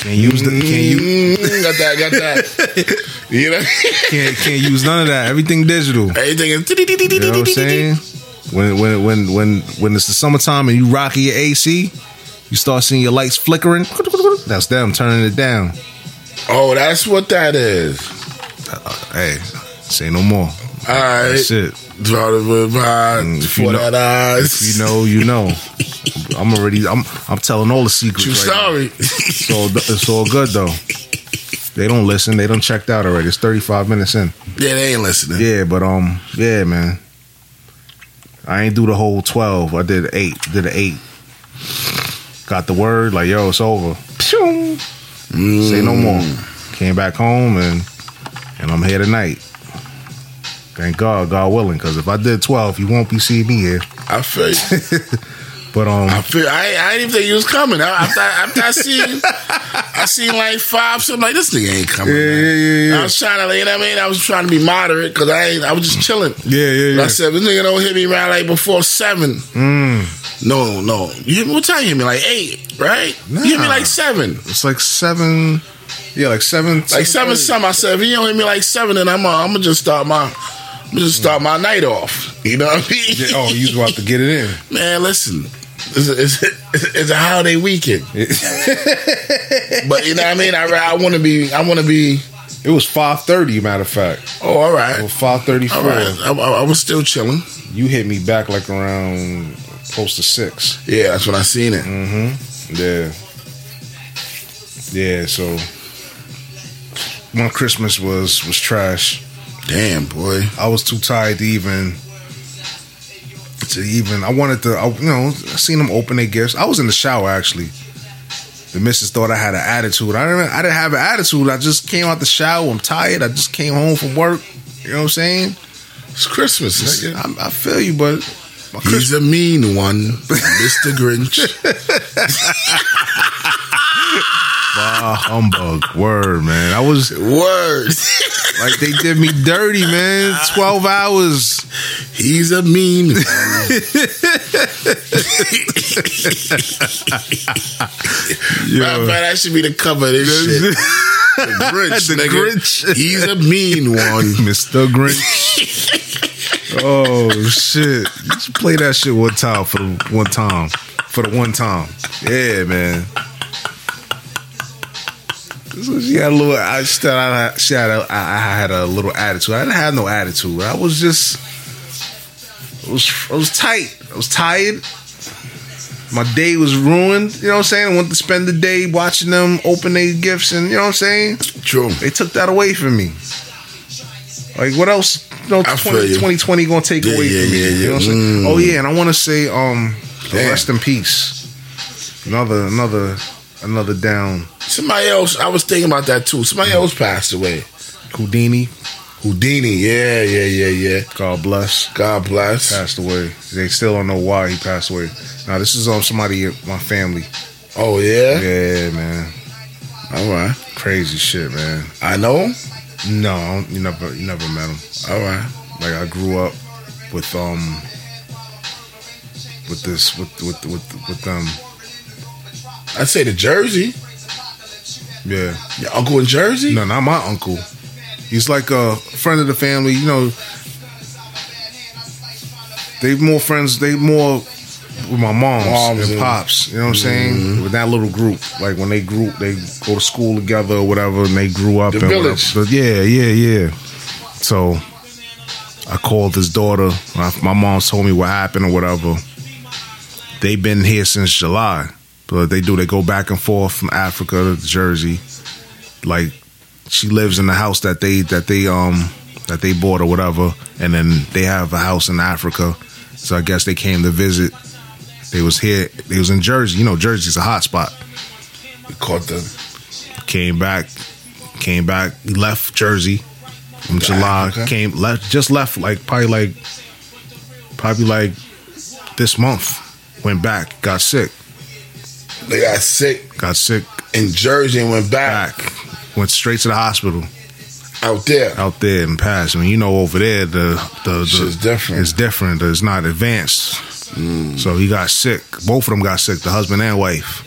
can't use the, can't you
Mm, Got that. Got that. You know.
can't can't use none of that. Everything digital. You
Everything
know what I'm saying?
is.
When when when when when it's the summertime and you rocking your AC, you start seeing your lights flickering. That's them turning it down.
Oh, that's what that is.
Hey, say no more.
All right.
That's it.
Draw the red
Mm,
line
if you
for
know-
that eyes.
You know, you know. I'm already. I'm. I'm telling all the secrets.
True
right now.
story.
It's all, it's all good though. They don't listen. They done checked out already. It's 35 minutes in.
yeah, they ain't listening.
Yeah, but um, yeah, man. I ain't do the whole 12. I did eight. Did an eight. Got the word like, yo, it's over. Pshing. Say no more. Came back home and and I'm here tonight. Thank God, God willing, because if I did 12, you won't be seeing me here.
I feel you.
But um,
I feel. I, I didn't even think you was coming. I, after, after I seen, I seen like five. So I'm like, this nigga ain't coming.
Yeah,
man.
yeah, yeah, yeah.
I was trying to, like, you know what I mean? I was trying to be moderate because I ain't. I was just chilling.
yeah, yeah,
And
yeah. Mm.
I said, this nigga don't hit me around like before seven. No, no. You hit me, what time you hit me? Like eight, right? You hit
Nah.
me like seven.
It's like seven. Yeah, like seven.
Like seven something. I said, if you don't hit me like seven, then I'm uh, I'm gonna just start my I'm gonna just start my night off. You know what I mean?
Yeah, oh, you was about to get it in.
Man, listen. It's a, it's, a, it's a holiday weekend, but you know what I mean. I, I want to be. I want to be.
It was five thirty. Matter of fact,
Oh, all right,
or five thirty
all
four.
right. I, I- I was still chilling.
You hit me back like around close to six.
Yeah, that's when I seen it.
Mm. Yeah, yeah. So my Christmas was was trash.
Damn, boy.
I was too tired to even to even. I wanted to. I, you know, I seen them open their gifts. I was in the shower actually. The missus thought I had an attitude. I didn't. I didn't have an attitude. I just came out the shower. I'm tired. I just came home from work. You know what I'm saying?
It's Christmas. It's-
I, I feel you, but my Christmas.
He's a mean one, Mr. Grinch.
Ah, humbug. Word, man. I was
Word.
like, they did me dirty, man. 12 hours.
He's a mean one. Matter of fact, that should be the cover of this shit. The Grinch,
The
nigga.
Grinch.
He's a mean one.
Mr. Grinch. oh, shit. Just play that shit one time for the one time. For the one time. Yeah, man. So she had a little. I she thought I, she had a, I, I had a little attitude. I didn't have no attitude. I was just. I was, I was tight. I was tired. My day was ruined. You know what I'm saying? I wanted to spend the day watching them open their gifts, and you know what I'm saying.
True.
They took that away from me. Like what else? No,
I
20,
feel you.
2020 gonna take
Yeah,
away
yeah,
from me.
yeah,
you know what I'm
yeah.
saying? Oh yeah, and I want to say, um,
Damn.
rest in peace. Another, another, another down.
Somebody else, I was thinking about that too.
Mm.
Somebody else passed away.
Houdini,
Houdini. Yeah, yeah, yeah, yeah.
God bless,
God bless.
passed away. They still don't know why he passed away. Now this is on somebody in my family.
Oh, yeah?
Yeah, man,
All right.
crazy shit, man.
I know. him.
No, I don't- you never, you never met him.
All right.
Like I grew up with um with this with with with with them.
I'd say the Jersey.
Yeah.
Your uncle in Jersey?
No, not my uncle. He's like a friend of the family. You know, they more friends. They more with my moms,
Moms
and
and-
pops. You know what I'm saying? With that little group, like when they grew, they go to school together or whatever, and they grew up.
The
and whatever.
village.
But yeah, yeah, yeah. So I called his daughter. My, my mom told me what happened or whatever. They've been here since July, but they do. They go back and forth from Africa to Jersey. Like she lives in the house that they that they um that they bought or whatever, and then they have a house in Africa. So I guess they came to visit. They was here. They was in Jersey. You know, Jersey's a hot spot.
We caught the
Came back. Came back. Left Jersey in July.
Africa?
Came left. Just left. Like probably like probably like this month. Went back. Got sick.
They got sick
Got sick.
in Jersey and went back,
Back. Went straight to the hospital.
out there.
out there and pass. I mean, you know, over there, the the, the
Shit's different. Mm.
It's different. It's not advanced. So he got sick. Both of them got sick. The husband and wife.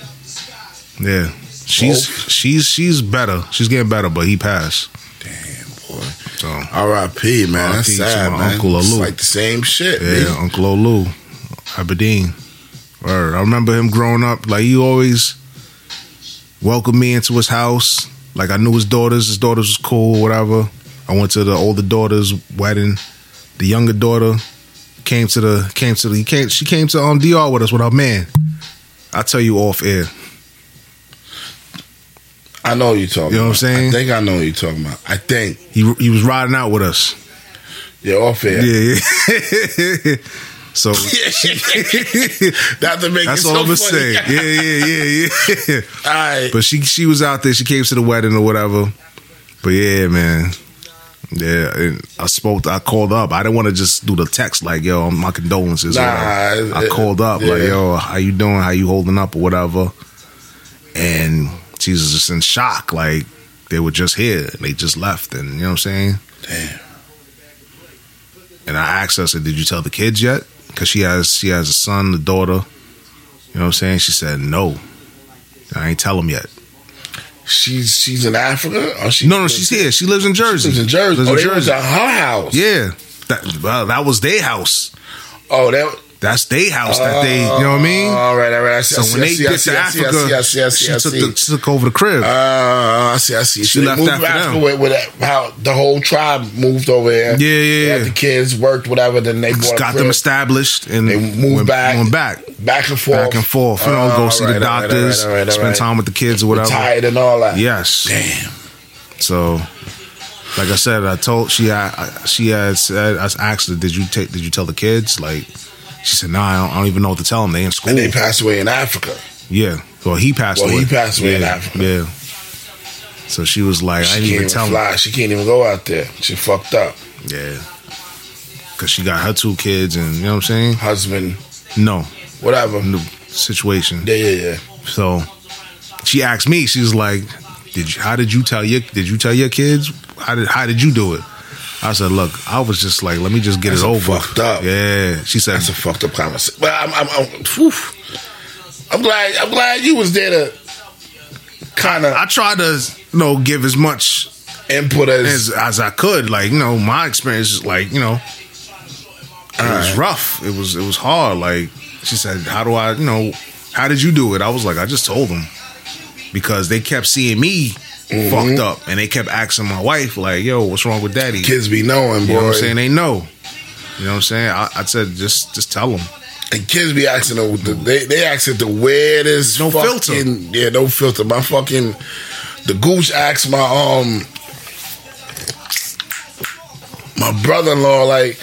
Yeah, she's
Both?
she's she's better. She's getting better, but he passed.
Damn, boy.
So
R.I.P. Man,
R.I.P.
that's
to
sad,
my
man.
Uncle
it's
Alou.
like the same shit.
yeah,
Yeah,
Uncle Olu, Aberdeen. Word. I remember him growing up. Like he always welcomed me into his house. Like I knew his daughters. His daughters was cool, whatever. I went to the older daughter's wedding. The younger daughter came to the came to the he came, she came to um DR with us with her man. I tell you off air.
I know what you're talking.
You know what I'm
about.
saying?
I think I know what you're talking about. I think
He he was riding out with us.
you're off air.
Yeah. yeah. so
That to make
that's
it
all
so
I'm gonna
funny.
say. Yeah, yeah, yeah, yeah.
All right.
But she she was out there. She came to the wedding or whatever. But yeah, man. Yeah, and I spoke. I called up. I didn't want to just do the text like, "Yo, my condolences." or
Nah,
whatever. I
it-
called up like,
yeah.
"Yo, how you doing? How you holding up or whatever?" And she was just in shock. Like they were just here and they just left, and you know what I'm saying.
Damn.
And I asked her, I said, "Did you tell the kids yet?" Because she has she has a son, a daughter. You know what I'm saying? She said, "No, I ain't tell them yet."
She's she's in Africa. Or she
No, no, she's here. She lives in Jersey.
She's in Jersey.
Lives
oh,
in
they was
Jersey.
at her house.
Yeah. That, well, that was their house.
Oh, that.
That's their house that they, you know what I mean?
All right, all right. I see.
Mm-hmm. So
I see,
when
I
they
see, I
get
see,
to
I see, I
Africa,
see, I see, I
she
see, I
took,
see.
the, took over the crib.
Uh, I see, I see.
She
So they
left
moved
after
Africa
them.
With, with how the whole tribe moved over
Yeah,
here.
yeah,
They had
yeah.
The kids worked, whatever. Then they bought a
Got
crib.
them established and
They moved
went-
back.
went back,
back and forth,
back and forth. You know, go
Oh,
see
all
the
right, all right, all
doctors,
right, all right, all
spend
right.
time with the kids or whatever.
Tired and all that.
Yes.
Damn.
So, like I said, I told she I, I she had said I asked her, "Did you take? Did you tell the kids?" Like she said, "Nah, I don't, I don't even know what to tell them. They in school."
And they passed away in Africa.
Yeah. Well, he passed
Well,
away.
he passed away
yeah.
in Africa.
Yeah. So she was like, I
She
didn't
can't
even
even
tell
fly.
him.
She can't even go out there. She fucked up.
Yeah. Because she got her two kids and, you know what I'm saying?
Husband,
No.
whatever.
New situation.
Yeah, yeah, yeah.
So she asked me, she was like, did you, how did you tell your, did you tell your kids? How did, how did you do it? I said, look, I was just like, let me just get
That's
it
a
over.
fucked up.
Yeah. She said,
That's a fucked up conversation. But I'm, I'm, I'm, whew. I'm glad. I'm glad you was there to kind
I
of
tried to, you know, give as much
input us.
as, as I could. Like, you know, my experience is like, you know, it was rough. It was it was hard. Like she said, how do I, you know, how did you do it? I was like, I just told them because they kept seeing me
Mm-hmm.
fucked up, and they kept asking my wife, like, yo, what's wrong with daddy?
Kids be knowing,
you know
boy.
what I'm saying? They know. You know what I'm saying? I, I said, just just tell them.
And kids be asking the, they they asking the weirdest
No
fucking,
filter.
Yeah, no filter. My fucking the gooch asked my um my brother in law like,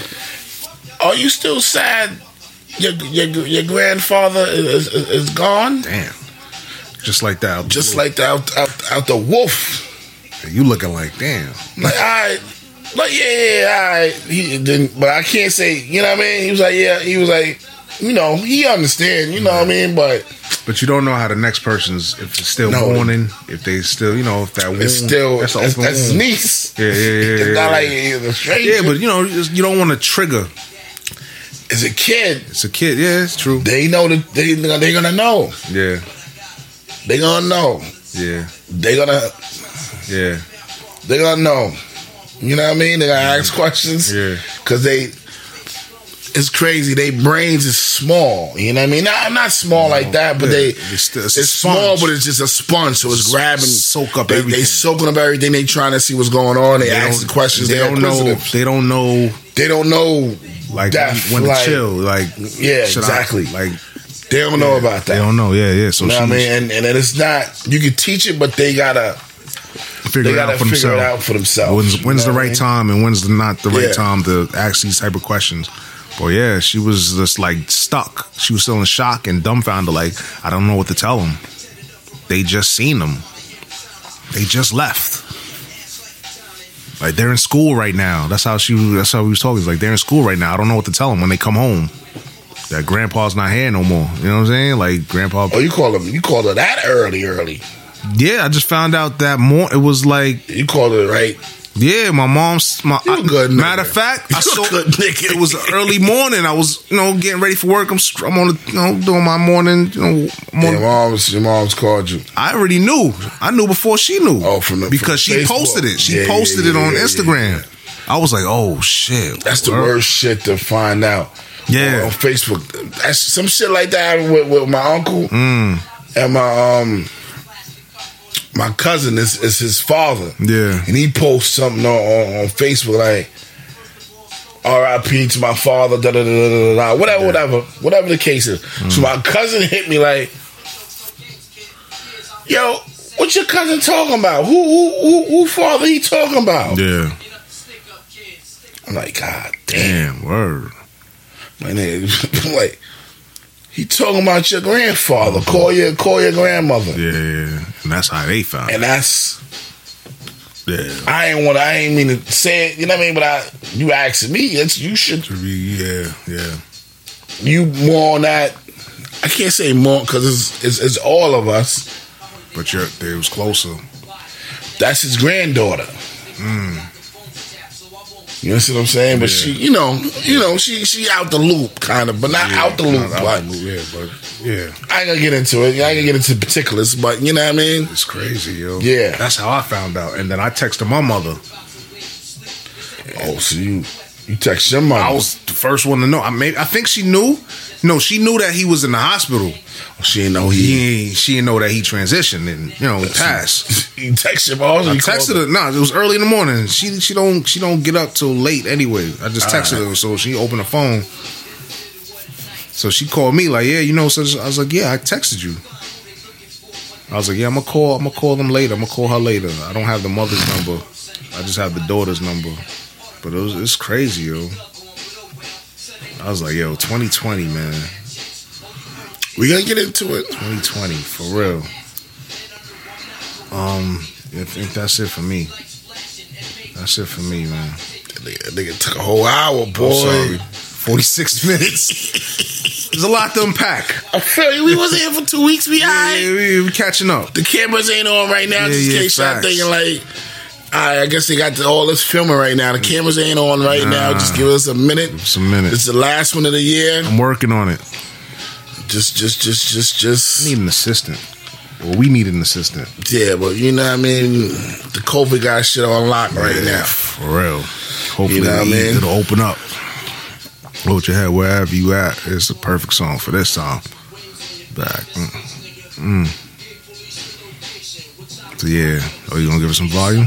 are you still sad? Your your, your grandfather is, is, is gone.
Damn. Just like that.
Just like the, out, out out the wolf.
you looking like, damn.
Like, all right. Like, yeah, yeah, yeah, all right. He didn't, but I can't say, you know what I mean? He was like, yeah, he was like, you know, he understand, you know what I mean? But
But you don't know how the next person's if it's still
No.
mourning, if they still, you know, if that wound,
it's still,
that's
that's,
an
that's,
open
his
wound.
niece.
Yeah, yeah, yeah,
It's
yeah,
not
yeah.
like he's a stranger.
Yeah, but you know, it's- you don't want to trigger.
it's a kid.
It's a kid. Yeah, it's true.
They know that they, they're going to know.
Yeah,
They're going to know.
yeah,
They're going to,
yeah.
they're going to know. You know what I mean? They're going to ask questions.
Mm-hmm. Yeah.
Because they, it's crazy. They brains is small. You know what I mean? Not, not small like that, but
Yeah,
they
it's
it's,
still- it's a
small,
sponge.
but it's just a sponge. So it's grabbing,
soak up
they,
everything.
They soaking up everything. They trying to see what's going on. They, asking
don't-
questions.
They
They,
don't know. They don't know
They don't know.
like
Death,
when, when to
like-
chill. Like
Yeah,
should I-
exactly.
like
They don't know about
they
that.
don't know. Yeah, yeah. So
you know what I
she
mean? And, and then it's not. You can teach it, but they gotta
figure
they
it
gotta
out for
figure
themselves.
it out for themselves.
When's,
You
when's
know
the
what I
right
mean?
time and when's the not the right
Yeah.
time to ask these type of questions? But yeah, she was just like stuck. She was still in shock and dumbfounded. Like I don't know what to tell them. They just seen them. They just left. Like they're in school right now. That's how she. That's how we was talking. It's Like they're in school right now. I don't know what to tell them when they come home. That grandpa's not here no more. You know what I'm saying? Like grandpa.
Oh, you call them? You called her that early? Early?
Yeah, I just found out that more. It was like
You called it right?
Yeah, my mom's my
You a good
I- matter
nigga.
of fact. I
You a
saw
good nigga.
it was early morning. I was you know getting ready for work. I'm str- I'm on the, you know doing my morning. You know,
Your
morning.
mom's your mom's called you.
I already knew. I knew before she knew.
Oh, from the- from
because she
Facebook.
posted it. She
Yeah, yeah,
posted
yeah,
it on
yeah, yeah,
Instagram. I was like, oh shit,
That's the Oh.
Word.
worst shit to find out.
Yeah.
on Facebook. That's some
Mm.
shit like that happened with, with my uncle and my um my cousin is, is his father.
Yeah.
And he posts something on, on, on Facebook like R.I.P. to my father, da da da da da da, da whatever, whatever, whatever the case is.
Hmm.
So my cousin hit me like, "Yo, what your cousin talking about? Who who who, who father he talking about?"
Yeah.
I'm like, "God damn,
Damn. Word.
my nigga!" I'm like, "He talking about your grandfather? Call your call your grandmother."
Yeah. yeah. And that's how they found. it.
And that's
Yeah.
I ain't want. I ain't mean to say it. You know what I mean? But I, you asking me, it's you should.
To be- Yeah. Yeah.
You more on that? I can't say more because it's, it's it's all of us.
But you're, they was closer.
That's his granddaughter. You understand what I'm saying? But she, you know, you know, she she out the loop kind of, but not out the loop.
not
like,
out the loop, yeah, but yeah,
I ain't gonna get into it. I ain't gonna get into particulars, but you know what I mean.
it's crazy, yo.
Yeah.
that's how I found out. And then I texted my mother.
Oh, so you you text your mom?
I was the first one to know. I may, I think she knew. No, she knew that he was in the hospital.
she ain't know he.
He, ain't- she didn't know that he transitioned and you know passed.
You text your mom.
I texted her. Nah, it was early in the morning. She she don't she don't get up till late anyway. I just texted her, so she opened the phone. So she called me like, yeah, you know. So I was like, yeah, I texted you. I was like, yeah, I'm gonna call. I'm gonna call them later. I'm gonna call her later. I don't have the mother's number. I just have the daughter's number. But it was, it's crazy, yo. I was like, yo, 2020, man,
We gonna get into it.
2020 for real. Um, I think that's it for me. That's it for me, man.
That nigga, took a whole hour,
I'm
boy.
sorry. 46 minutes. There's a lot to unpack.
I feel you. We wasn't here for two weeks. We
Yeah,
alright.
we, we catching up.
The cameras ain't on right now.
Yeah,
just in
yeah,
case y'all
facts.
thinking like, alright, I guess they got the, all this filming right now. The cameras ain't on right now.
Mm. Nah.
Just give us a minute.
It's a minute.
It's the last one of the year.
I'm working on it.
Just, just, just, just,
I
just.
need an assistant. Well, we need an assistant.
Yeah, but you know what I mean. The COVID got shit on lock right now.
For real. Hopefully
You know what I mean?
it'll open up. Hold your head wherever you at. It's the perfect song for this song. Back. Mm. Mm. So yeah. Oh, you gonna give us some volume?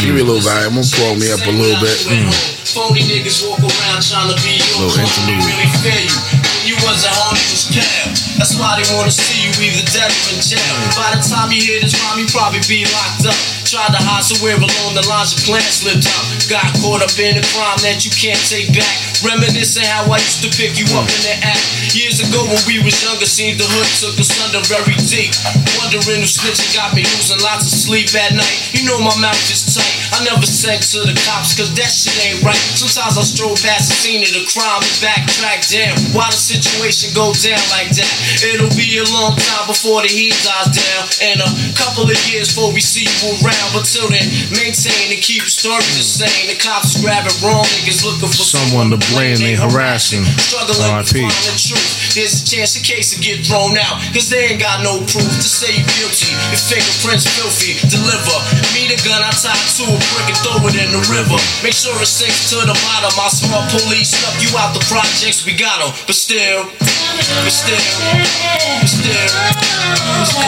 Give me a little vibe. I'm gonna pull me up a little bit.
Mm.
Phony niggas walk around trying to be your
Little
clone. They
interlude.
really fear you. When you was at home, you was down. That's why they wanna see you either dead or in jail.
Mm.
By the time you hear this rhyme, you probably be locked up. Tried to hide somewhere along the lines your plan slipped up. Got caught up in a crime that you can't take back. Reminiscing how I used to pick you up in the act. Years ago when we was younger, seemed the hood took us under very deep. Wondering who snitching got me losing lots of sleep at night. You know my mouth is tight. I never sent to the cops, cause that shit ain't right. Sometimes I stroll past the scene of the crime and backtrack. Damn, why the situation go down like that? It'll be a long time before the heat dies down, and a couple of years before we see you around. But till then, maintain and keep the story the same. The cops grabbing wrong niggas looking for
Hmm. Someone to blame, they harassing.
Struggling to
R.I.P.
find the truth. There's a chance the case will get thrown out, cause they ain't got no proof to say you guilty. Your fingerprints filthy, deliver. Me the gun, I tie to a brick and throw it in the river. Make sure it sinks to the bottom. My small police snuck you out the projects, we got 'em. But still, but still, but still.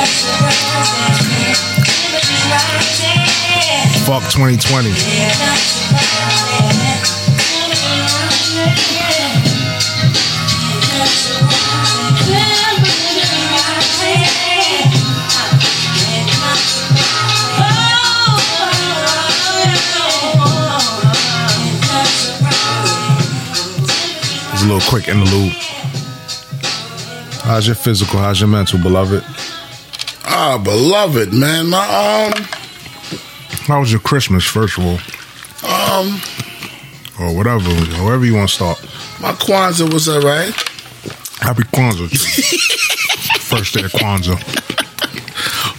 Fuck 2020. It's a little quick interlude. How's your physical? How's your mental, beloved?
Ah, beloved, man. My um,
How was your Christmas, first of all?
um,
Or whatever, however you want to start.
my Kwanzaa was alright.
Happy Kwanzaa. to you. first day of Kwanzaa.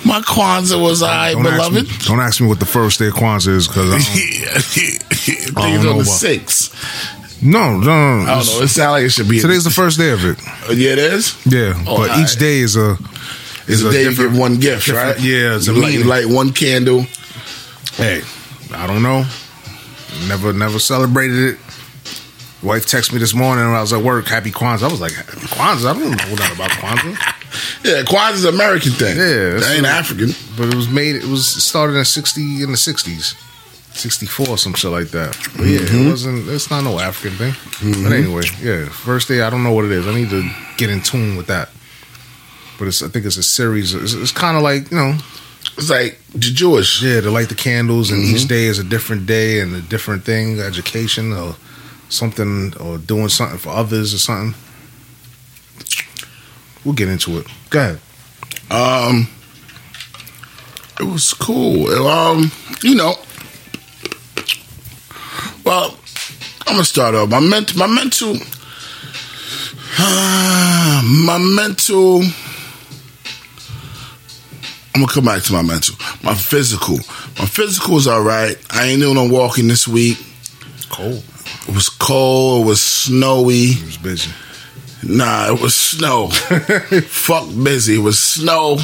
My Kwanzaa was alright,
Don't ask, me,
beloved.
don't ask me what the first day of Kwanzaa is because I don't.
Yeah, Things
I don't
on
know
the
about-
sixth.
No, no, no.
I
no.
don't know. Oh, It sounds like it should be
Today's the first day of it.
Yeah, it is.
Yeah.
Oh,
but
alright.
each day is a.
It's
is
a day you give one gift,
different-
right?
yeah, it's a
you light,
meaning.
light one candle.
Hey, I don't know. Never, never celebrated it. Wife texted me this morning when I was at work. Happy Kwanzaa. I was like, Happy Kwanzaa? I don't know that about Kwanzaa.
Yeah, quad is an American thing.
Yeah, that's
that ain't
what-
African.
But it was made. It was started in sixty in the sixties, sixty four, some shit like that. But yeah, it wasn't. It's not no African thing. But anyway, yeah. First day, I don't know what it is. I need to get in tune with that. But it's, I think it's a series. It's, it's kind of like you know,
It's like the Jewish. Mm-hmm.
yeah, to light the candles, and each day is a different day and a different thing, education or something, or doing something for others or something. We'll get into it. Go ahead.
Um, it was cool. Um, you know, well, I'm gonna start off my ment my mental, my mental. I'm gonna come back to my mental. My physical, my physical is all right. I ain't doing no walking this week.
Cold.
It was cold. It was snowy.
It was busy.
Nah, it was snow. Fuck busy. It was snow.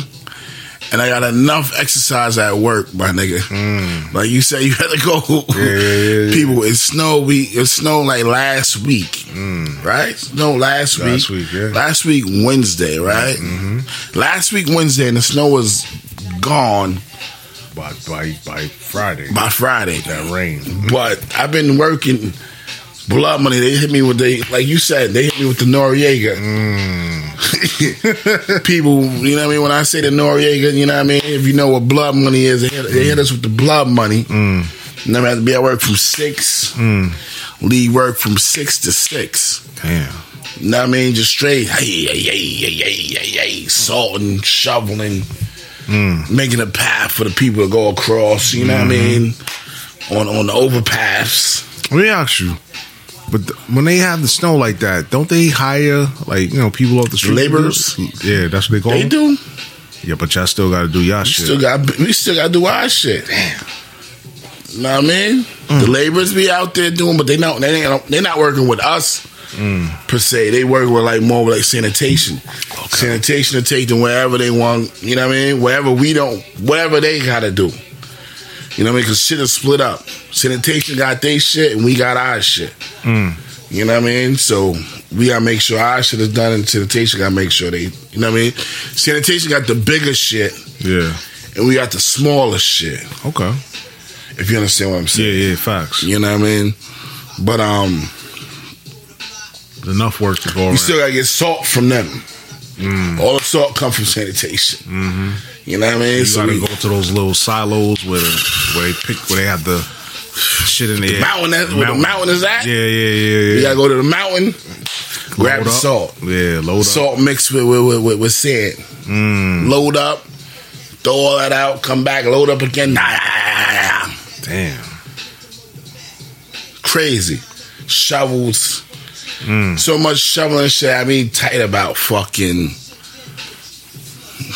And I got enough exercise at work, my nigga. Like you said, you had to go.
Mm. yeah, yeah.
People, it snowed week. It snowed like last week, right? No, last week.
Mm. Last week, yeah. Mm-hmm.
Last week Wednesday, right? Last week Wednesday, and the snow was gone
By by by Friday.
by Friday.
that rain.
But I've been working blood money. They hit me with they like you said, they hit me with the Noriega. People, you know what I mean? When I say the Noriega, you know what I mean? If you know what blood money is, they hit, they hit us with the blood money. And then I have to be at work from six. Leave work from six to six.
Damn.
You know what I mean? Just straight, hey, hey, hey, hey, hey, hey, hey, salting, shoveling, making a path for the people to go across. You know what I mean? On on the overpass.
Let me ask you. But th- when they have the snow like that, don't they hire like you know people off the street? to do
Laborers?
it? Yeah, that's what they call.
They
them?
do.
Yeah, but y'all still got to do y'all
We
shit.
still got we still got to do our shit. Damn. Know what I mean? The laborers be out there doing, but they not they ain't they not working with us per se. They work with like more with like sanitation. Sanitation to take them wherever they want. You know what I mean? Wherever we don't, whatever they gotta do. You know what I mean? Because shit is split up. Sanitation got their shit and we got our shit. You know what I mean? So we gotta make sure our shit is done, and sanitation gotta make sure they. You know what I mean? Sanitation got the bigger shit
yeah.
and we got the smallest shit.
Okay.
If you understand what I'm
Yeah,
saying,
yeah. Facts.
you know what I mean. But um,
Enough work to go around.
we still gotta get salt from them.
Mm.
All the salt come from sanitation. You know what I mean.
Mm-hmm. you
so
got to go
we,
to those little silos where the, where they pick where they have the shit in the, air.
mountain that- where the mountain is at?
Yeah, yeah, yeah. yeah.
we gotta go to the mountain, grab
Load
the
up.
salt,
Yeah, load up. Mm.
salt mixed with with, with, with, with sand. Load up, throw all that out, come back, load up again.
Damn.
crazy. Shovels. So much shoveling shit. I mean, tight about fucking.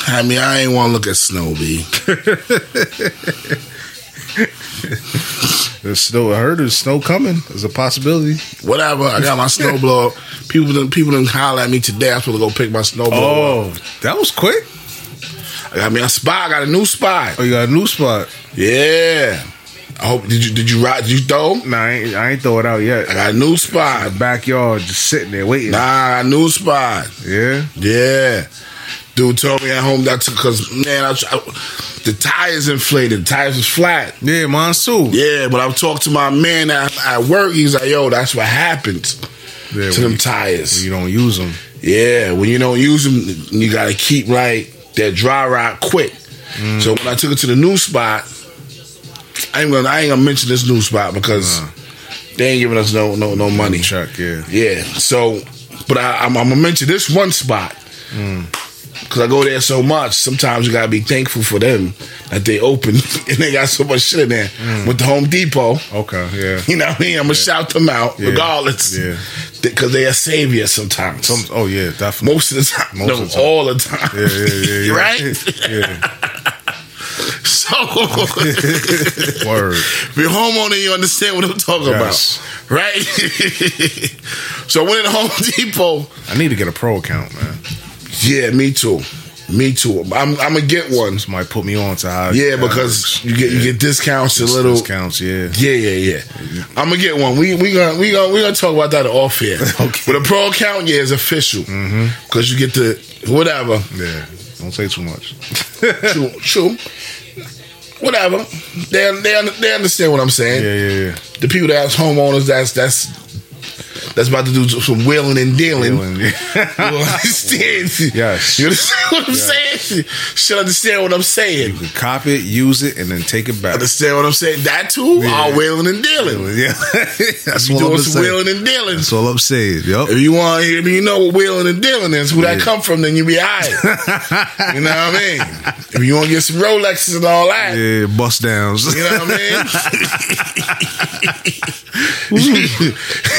I mean, I ain't want to look at snow, B.
There's snow. I heard there's snow coming. There's a possibility.
Whatever. I got my snow blower. People didn't people didn't holler at me today. I'm supposed to go pick my snow blower.
Oh, that was quick.
up. I got me a spy. I got a new spy.
Oh, you got a new spot.
Yeah. I hope did you did you ride? Did you throw?
Nah, I ain't, I ain't throw it out yet.
I got a new spy.
backyard just sitting there waiting.
Nah, I got a new spy.
Yeah.
Yeah. Dude told me at home that took cause man, I, was- I, the tires inflated. The tires was flat.
Yeah, mine's too.
Yeah, but I've talked to my man at, at work. He's like, yo, that's what happens
Yeah, when
to them
you,
tires.
when you don't use them.
yeah, when you don't use them, you gotta keep like that dry rot quick.
Mm.
So when I took it to the new spot, I ain't gonna I ain't gonna mention this new spot because they ain't giving us no no no money.
Chuck, yeah.
Yeah. So, but I, I'm, I'm gonna mention this one spot
Hmm.
because I go there so much. Sometimes you gotta be thankful for them that they open and they got so much shit in there with the Home Depot.
Hmm. Okay, yeah.
You know what I mean? I'm gonna shout them out
Yeah.
regardless,
Yeah.
because they are saviors sometimes.
Some- oh, yeah, definitely.
most of the time,
Most
no,
of the time.
all the time.
yeah, yeah, yeah, yeah.
right?
yeah.
So,
Word.
If you're a homeowner, you understand what I'm talking
Yes.
about, right? so I went to Home Depot.
I need to get a pro account, man.
Yeah, me too. Me too. I'm, I'm gonna get one.
Somebody put me on to how.
Yeah,
how it
because
works.
you get you
Yeah.
get discounts a
Dis-
little.
discounts. Yeah,
Yeah, yeah, yeah.
Mm-hmm.
I'm gonna get one. We we gonna we gonna we gonna talk about that off here.
Okay. Mm-hmm.
But a pro account, yeah, is official because you get the whatever.
yeah. Don't say too much.
true, true. Whatever. They, they they understand what I'm saying.
Yeah, yeah, yeah.
The people that's homeowners, that's that's that's about to do some wheeling and dealing.
Feeling- yeah.
You understand?
Yes.
You understand what I'm saying? Should understand what I'm saying.
You cop it, use it, and then take it back.
Understand what I'm saying? That too?
Yeah.
All wheeling and dealing.
Yeah, that's
You
all I'm
doing some
saying.
wheeling and dealing.
That's all I'm saying. Yup.
If you want to hear me, you know what wheeling and dealing is, who that come from, then you be all right. you know what I mean? If you want to get some Rolexes and all that,
Yeah, bust downs.
You know what I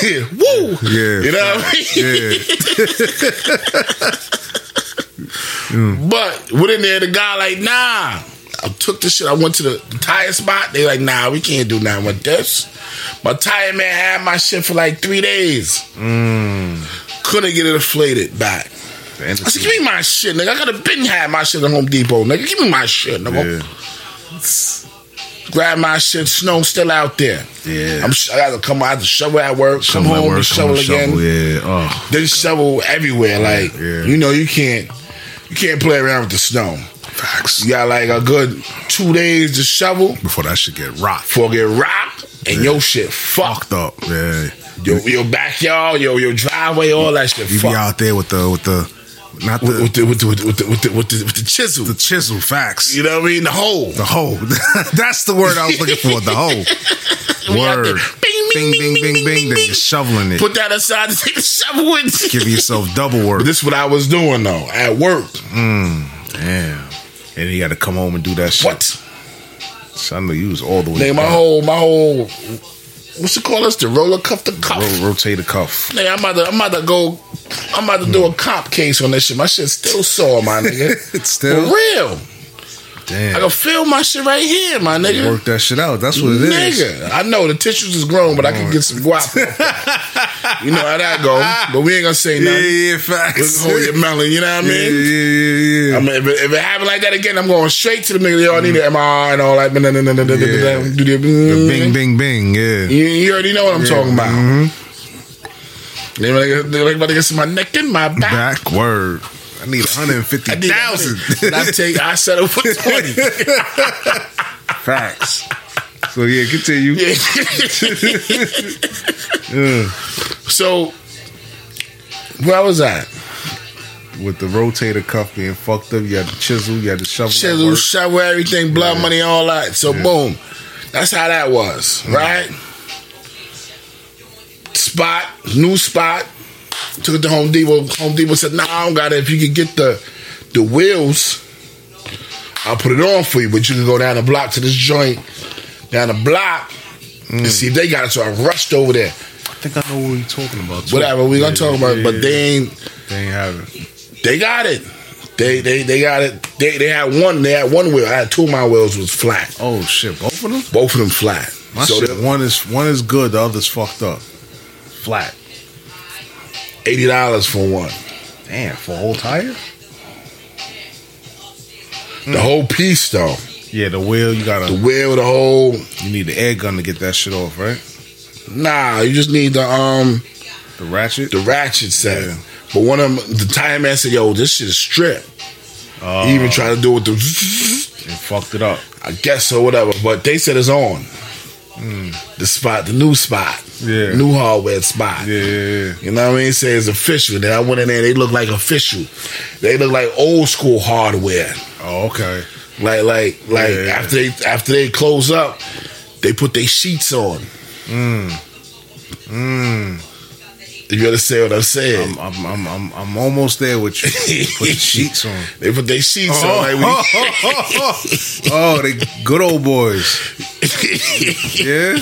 mean? Woo!
Yeah.
You know what I mean?
Yeah,
But went in there, the guy like, nah. I took the shit. I went to the, the tire spot. They like, nah, we can't do nothing with this. My tire man had my shit for like three days.
Mm.
Couldn't get it inflated back.
The end
I
of
said, give me my shit, nigga. I could have been had my shit at Home Depot, nigga. Give me my shit, nigga.
yeah.
Grab my shit. Snow still out there.
Yeah.
I'm, sh- I gotta come out to shovel at work. Come
at
home
work,
and
come
shovel
on,
again.
Yeah. Oh,
They shovel everywhere. Like
yeah.
you know, you can't you can't play around with the snow. You got like a good two days to shovel
before that shit get rocked,
before it get rocked and your shit fucked.
fucked up. Yeah.
Your, your backyard, your your driveway, all that shit
You be
fucked.
out there with the with the not the
With, with, the, with, the, with, the, with, the, with, the, with the chisel,
the chisel. Facts.
you know what I mean? The hole.
The hole. That's the word I was looking for. The hole.
We out there.
Word.
Bing,
Bing,
bing,
bing, bing,
bing,
bing.
bing,
Then
bing.
you're shoveling it.
Put that aside and take the shovel with you.
Give yourself double work.
But this is what I was doing though at work.
Damn. And you got to come home and do that shit.
What?
I know you was all the way.
Nigga, my
back.
whole my whole what's it called? It's the roller cuff the cuff.
Ro- rotate the cuff.
Nigga, I'm about to, I'm about to go, I'm about to do a cop case on this shit. My shit still sore, my nigga.
It's still-
For real. I
Damn.
can feel my shit right here, my nigga.
Work that shit out. That's what it is.
Nigga, I know the tissues is grown, but I can get some guap. you know how that go. But we ain't gonna say
Yeah,
nothing.
yeah, yeah,
Just
facts.
Hold your melon, you know what I
yeah, yeah,
mean?
yeah, yeah.
I mean, if it, if it happened like that again, I'm going straight to the nigga. They all need an MRI and all that. da- da- da- da- da- da- da-
Yeah.
do the-
The bing, bing, bing. Yeah. Mm-hmm.
You, you already know what I'm talking about. They like- they like about to get some my neck and my back.
Back word. I need 150
I did
thousand.
I take. I settled for twenty.
Facts. So yeah, continue. Yeah.
so where was I?
With the rotator cuff being fucked up, you had the chisel, you had the shovel. at
Chisel,
work.
shovel, everything, blood money, all that. So boom, that's how that was, right? Spot, new spot. Took it to Home Depot. Home Depot said, "Nah, I don't got it. If you could get the the wheels, I'll put it on for you. But you can go down the block to this joint, down the block, and see if they got it." So I rushed over there.
I think I know what you're talking about. too.
Whatever we gonna
Yeah,
talk about,
yeah,
it, but
yeah.
they ain't
they ain't have it.
They got it. They they they got it. They they had one. They had one wheel. I had two of my wheels was flat.
Oh shit, both of them.
Both of them flat.
My
so
shit,
they're
one is one is good, the other's fucked up, flat.
eighty dollars for one.
Damn, for a whole tire? Mm.
The whole piece though.
Yeah, the wheel you
The
gotta
wheel. The whole.
you need the air gun to get that shit off, right?
Nah. You just need the um
The ratchet.
the ratchet set.
Yeah.
But one of them, the tire man said, "Yo, this shit is stripped." he
Oh.
even tried to do it with the.
and fucked Uh, it up.
I guess or whatever. But they said it's on. The spot, the new spot,
Mm. Yeah.
new hardware spot.
Yeah, yeah, yeah.
You know what I mean? Say it's official. Then I went in there. They look like official. They look like old school hardware.
Oh, okay.
Like like like
Yeah.
after they after they close up, they put their sheets on.
Mm.
You understand what I'm saying?
I'm I'm I'm I'm, I'm almost there with you. Put the sheets on.
they put their sheets
Oh,
on.
oh,
Like
oh, oh, oh. Oh, the good old boys. Yeah.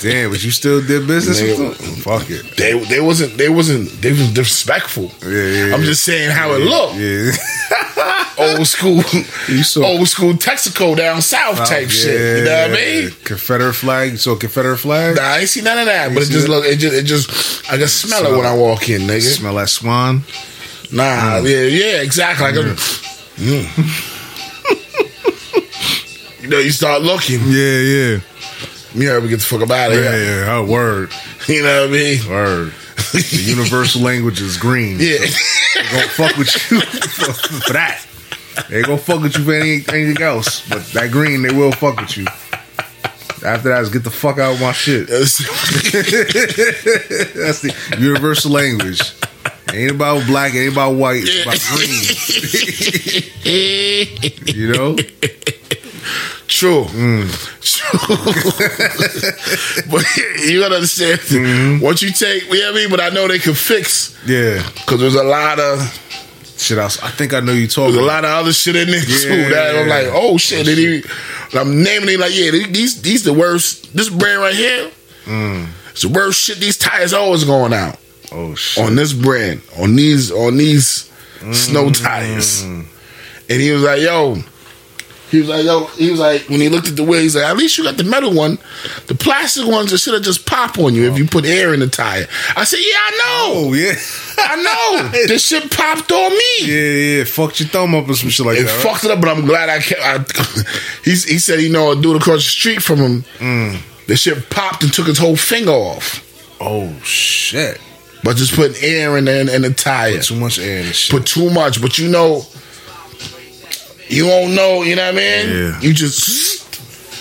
Damn, but you still did business with
Nigga.
them? Fuck it.
we, they they wasn't they wasn't they was disrespectful.
Yeah, yeah,
I'm
yeah.
just saying how it looked.
Yeah.
Old school,
You saw-
old school Texaco down south type
Yeah.
shit. You know what I mean?
Confederate flag. So Confederate flag.
Nah, I ain't see none of that. But it
see
just
that?
look, it just, it just, I can smell
Smell mm.
it when
it.
I walk in, nigga.
Smell that swan.
Nah, yeah, yeah, exactly. Like, a- Mm. you know, you start looking.
Yeah, yeah.
You ever get the fuck up out of
Yeah,
here?
yeah. Oh, word.
You know what I mean?
Word. The universal language is green.
Yeah,
They gonna fuck with you for, for that. They gonna fuck with you for any, anything else. But that green, they will fuck with you. After that, is get the fuck out of my shit. That's the universal language. Ain't about black, ain't about white, it's about green. you know?
true,
Mm.
true. but you gotta understand
Mm-hmm.
what you take. You know what I mean? But I know they can fix
Yeah.
because there's a lot of
Shit, I, was- I think I know you talking.
there's a lot of other shit in there
Yeah.
too. That I'm like, oh shit, did he? I'm naming it like, yeah, these these the worst. This brand right here, it's the worst shit. These tires always going out.
Oh shit.
on this brand, on these, on these snow tires. And he was like, yo, he was like, yo, he was like, when he looked at the wheel, he's like, at least you got the metal one. The plastic ones that should have just pop on you if you put air in the tire. I said, yeah, I know.
Oh yeah.
I know. this shit popped on me.
Yeah, yeah. Fucked your thumb up or some shit like
It
that. right?
fucked it up, but I'm glad I kept. I, he, he said he know a dude across the street from him.
Mm.
The shit popped and took his whole finger off,
Oh shit.
but just putting air in the, in the tire.
Too much air in the shit.
put too much, but you know, you won't know. You know what I mean?
Yeah.
You just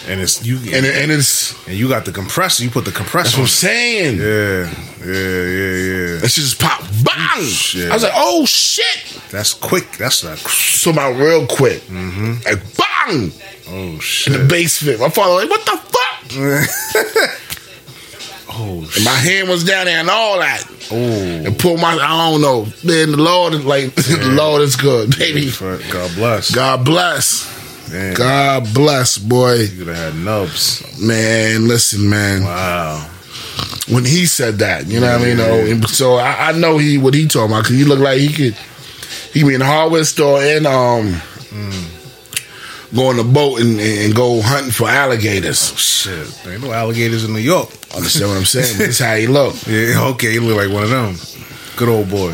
and it's you
and it- and it's
and you got the compressor. You put the
that's
compressor.
what I'm saying.
Yeah, yeah, yeah, yeah.
That shit just pop, bang!
Shit.
I was like, oh shit!
That's quick. That's like,
So my real quick,
Mm-hmm.
like bang
oh
in
shit.
the basement. My father like, what the fuck?
Oh
And
shit.
my hand was down there and all that,
Oh.
and pulled my. I don't know. Man, the Lord is like, the Lord is good, baby.
Fuck, God bless.
God bless.
Damn.
God bless, boy.
You could have had nubs.
Man, listen, man.
Wow.
when he said that. You know what I mean? Oh, and so I, I know he what he talking about because he looked like he could. He be in the hardware store and um, go on a boat and, and go hunting for alligators.
Shit. There ain't no alligators in New York.
Understand what I'm saying? That's how he look.
Yeah. Okay. You look like one of them. Good old boy.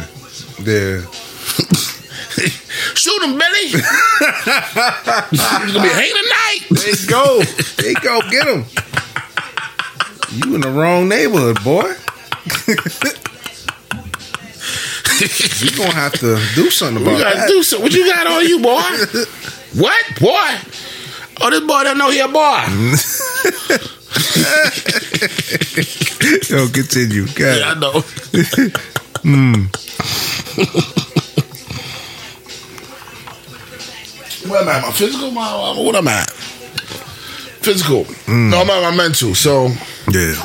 Yeah.
Shoot him, Billy. He's gonna be hanging tonight.
There you go. There you go. Get him. You in the wrong neighborhood, boy. you gonna have to do something
You
about
gotta
that.
do something. What you got on you, boy? What, boy? Oh, this boy don't know he a boy.
Yo, continue. God.
Yeah, I know. Where am I? My physical? My, what am I? at? Physical. No, I'm at my mental. So
Yeah.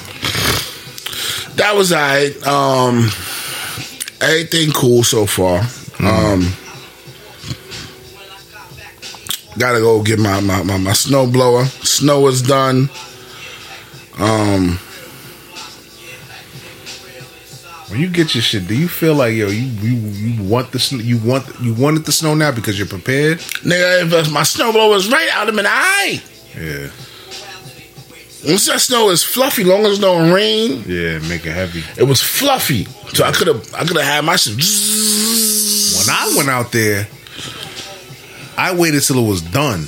that was all right. Um, everything cool so far. Um, gotta go get my, my, my, my snow blower. Snow is done.
When you get your shit, do you feel like yo, you you, you want the sn- you want you wanted the snow now because you're prepared?
Nigga, if that's- my snow blower is right, I'd have been all right.
Yeah,
Once that snow is fluffy, long as it don't rain,
yeah, make it heavy.
It was fluffy, so I could have I could have had my shit. When
When I went out there, I waited till it was done,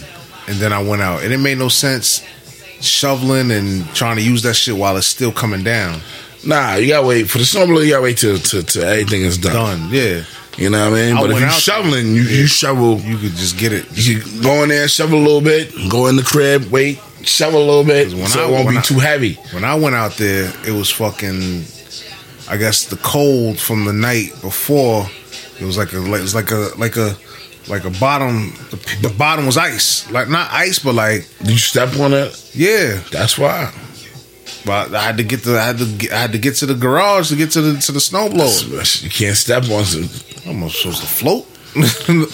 and then I went out, and it made no sense shoveling and trying to use that shit while it's still coming down.
nah, you gotta wait for the snowblower. You gotta wait till till, till everything is done.
Done, yeah.
You know what I mean?
I
but if
went
you
out
shoveling, you, you shovel.
You could just get it.
You go in there, shovel a little bit. Go in the crib, wait, shovel a little bit,
when
so
I-
it won't
when
be
I-
too heavy.
When I went out there, it was fucking. I guess the cold from the night before, it was like a like- it was like a like a like a bottom. The, the bottom was ice, like not ice, but like
Did you step on it?
yeah.
That's why.
But I had to get to I had to get, I had to get to the garage to get to the to the snowblower.
You can't step on some.
I'm supposed to float. I'm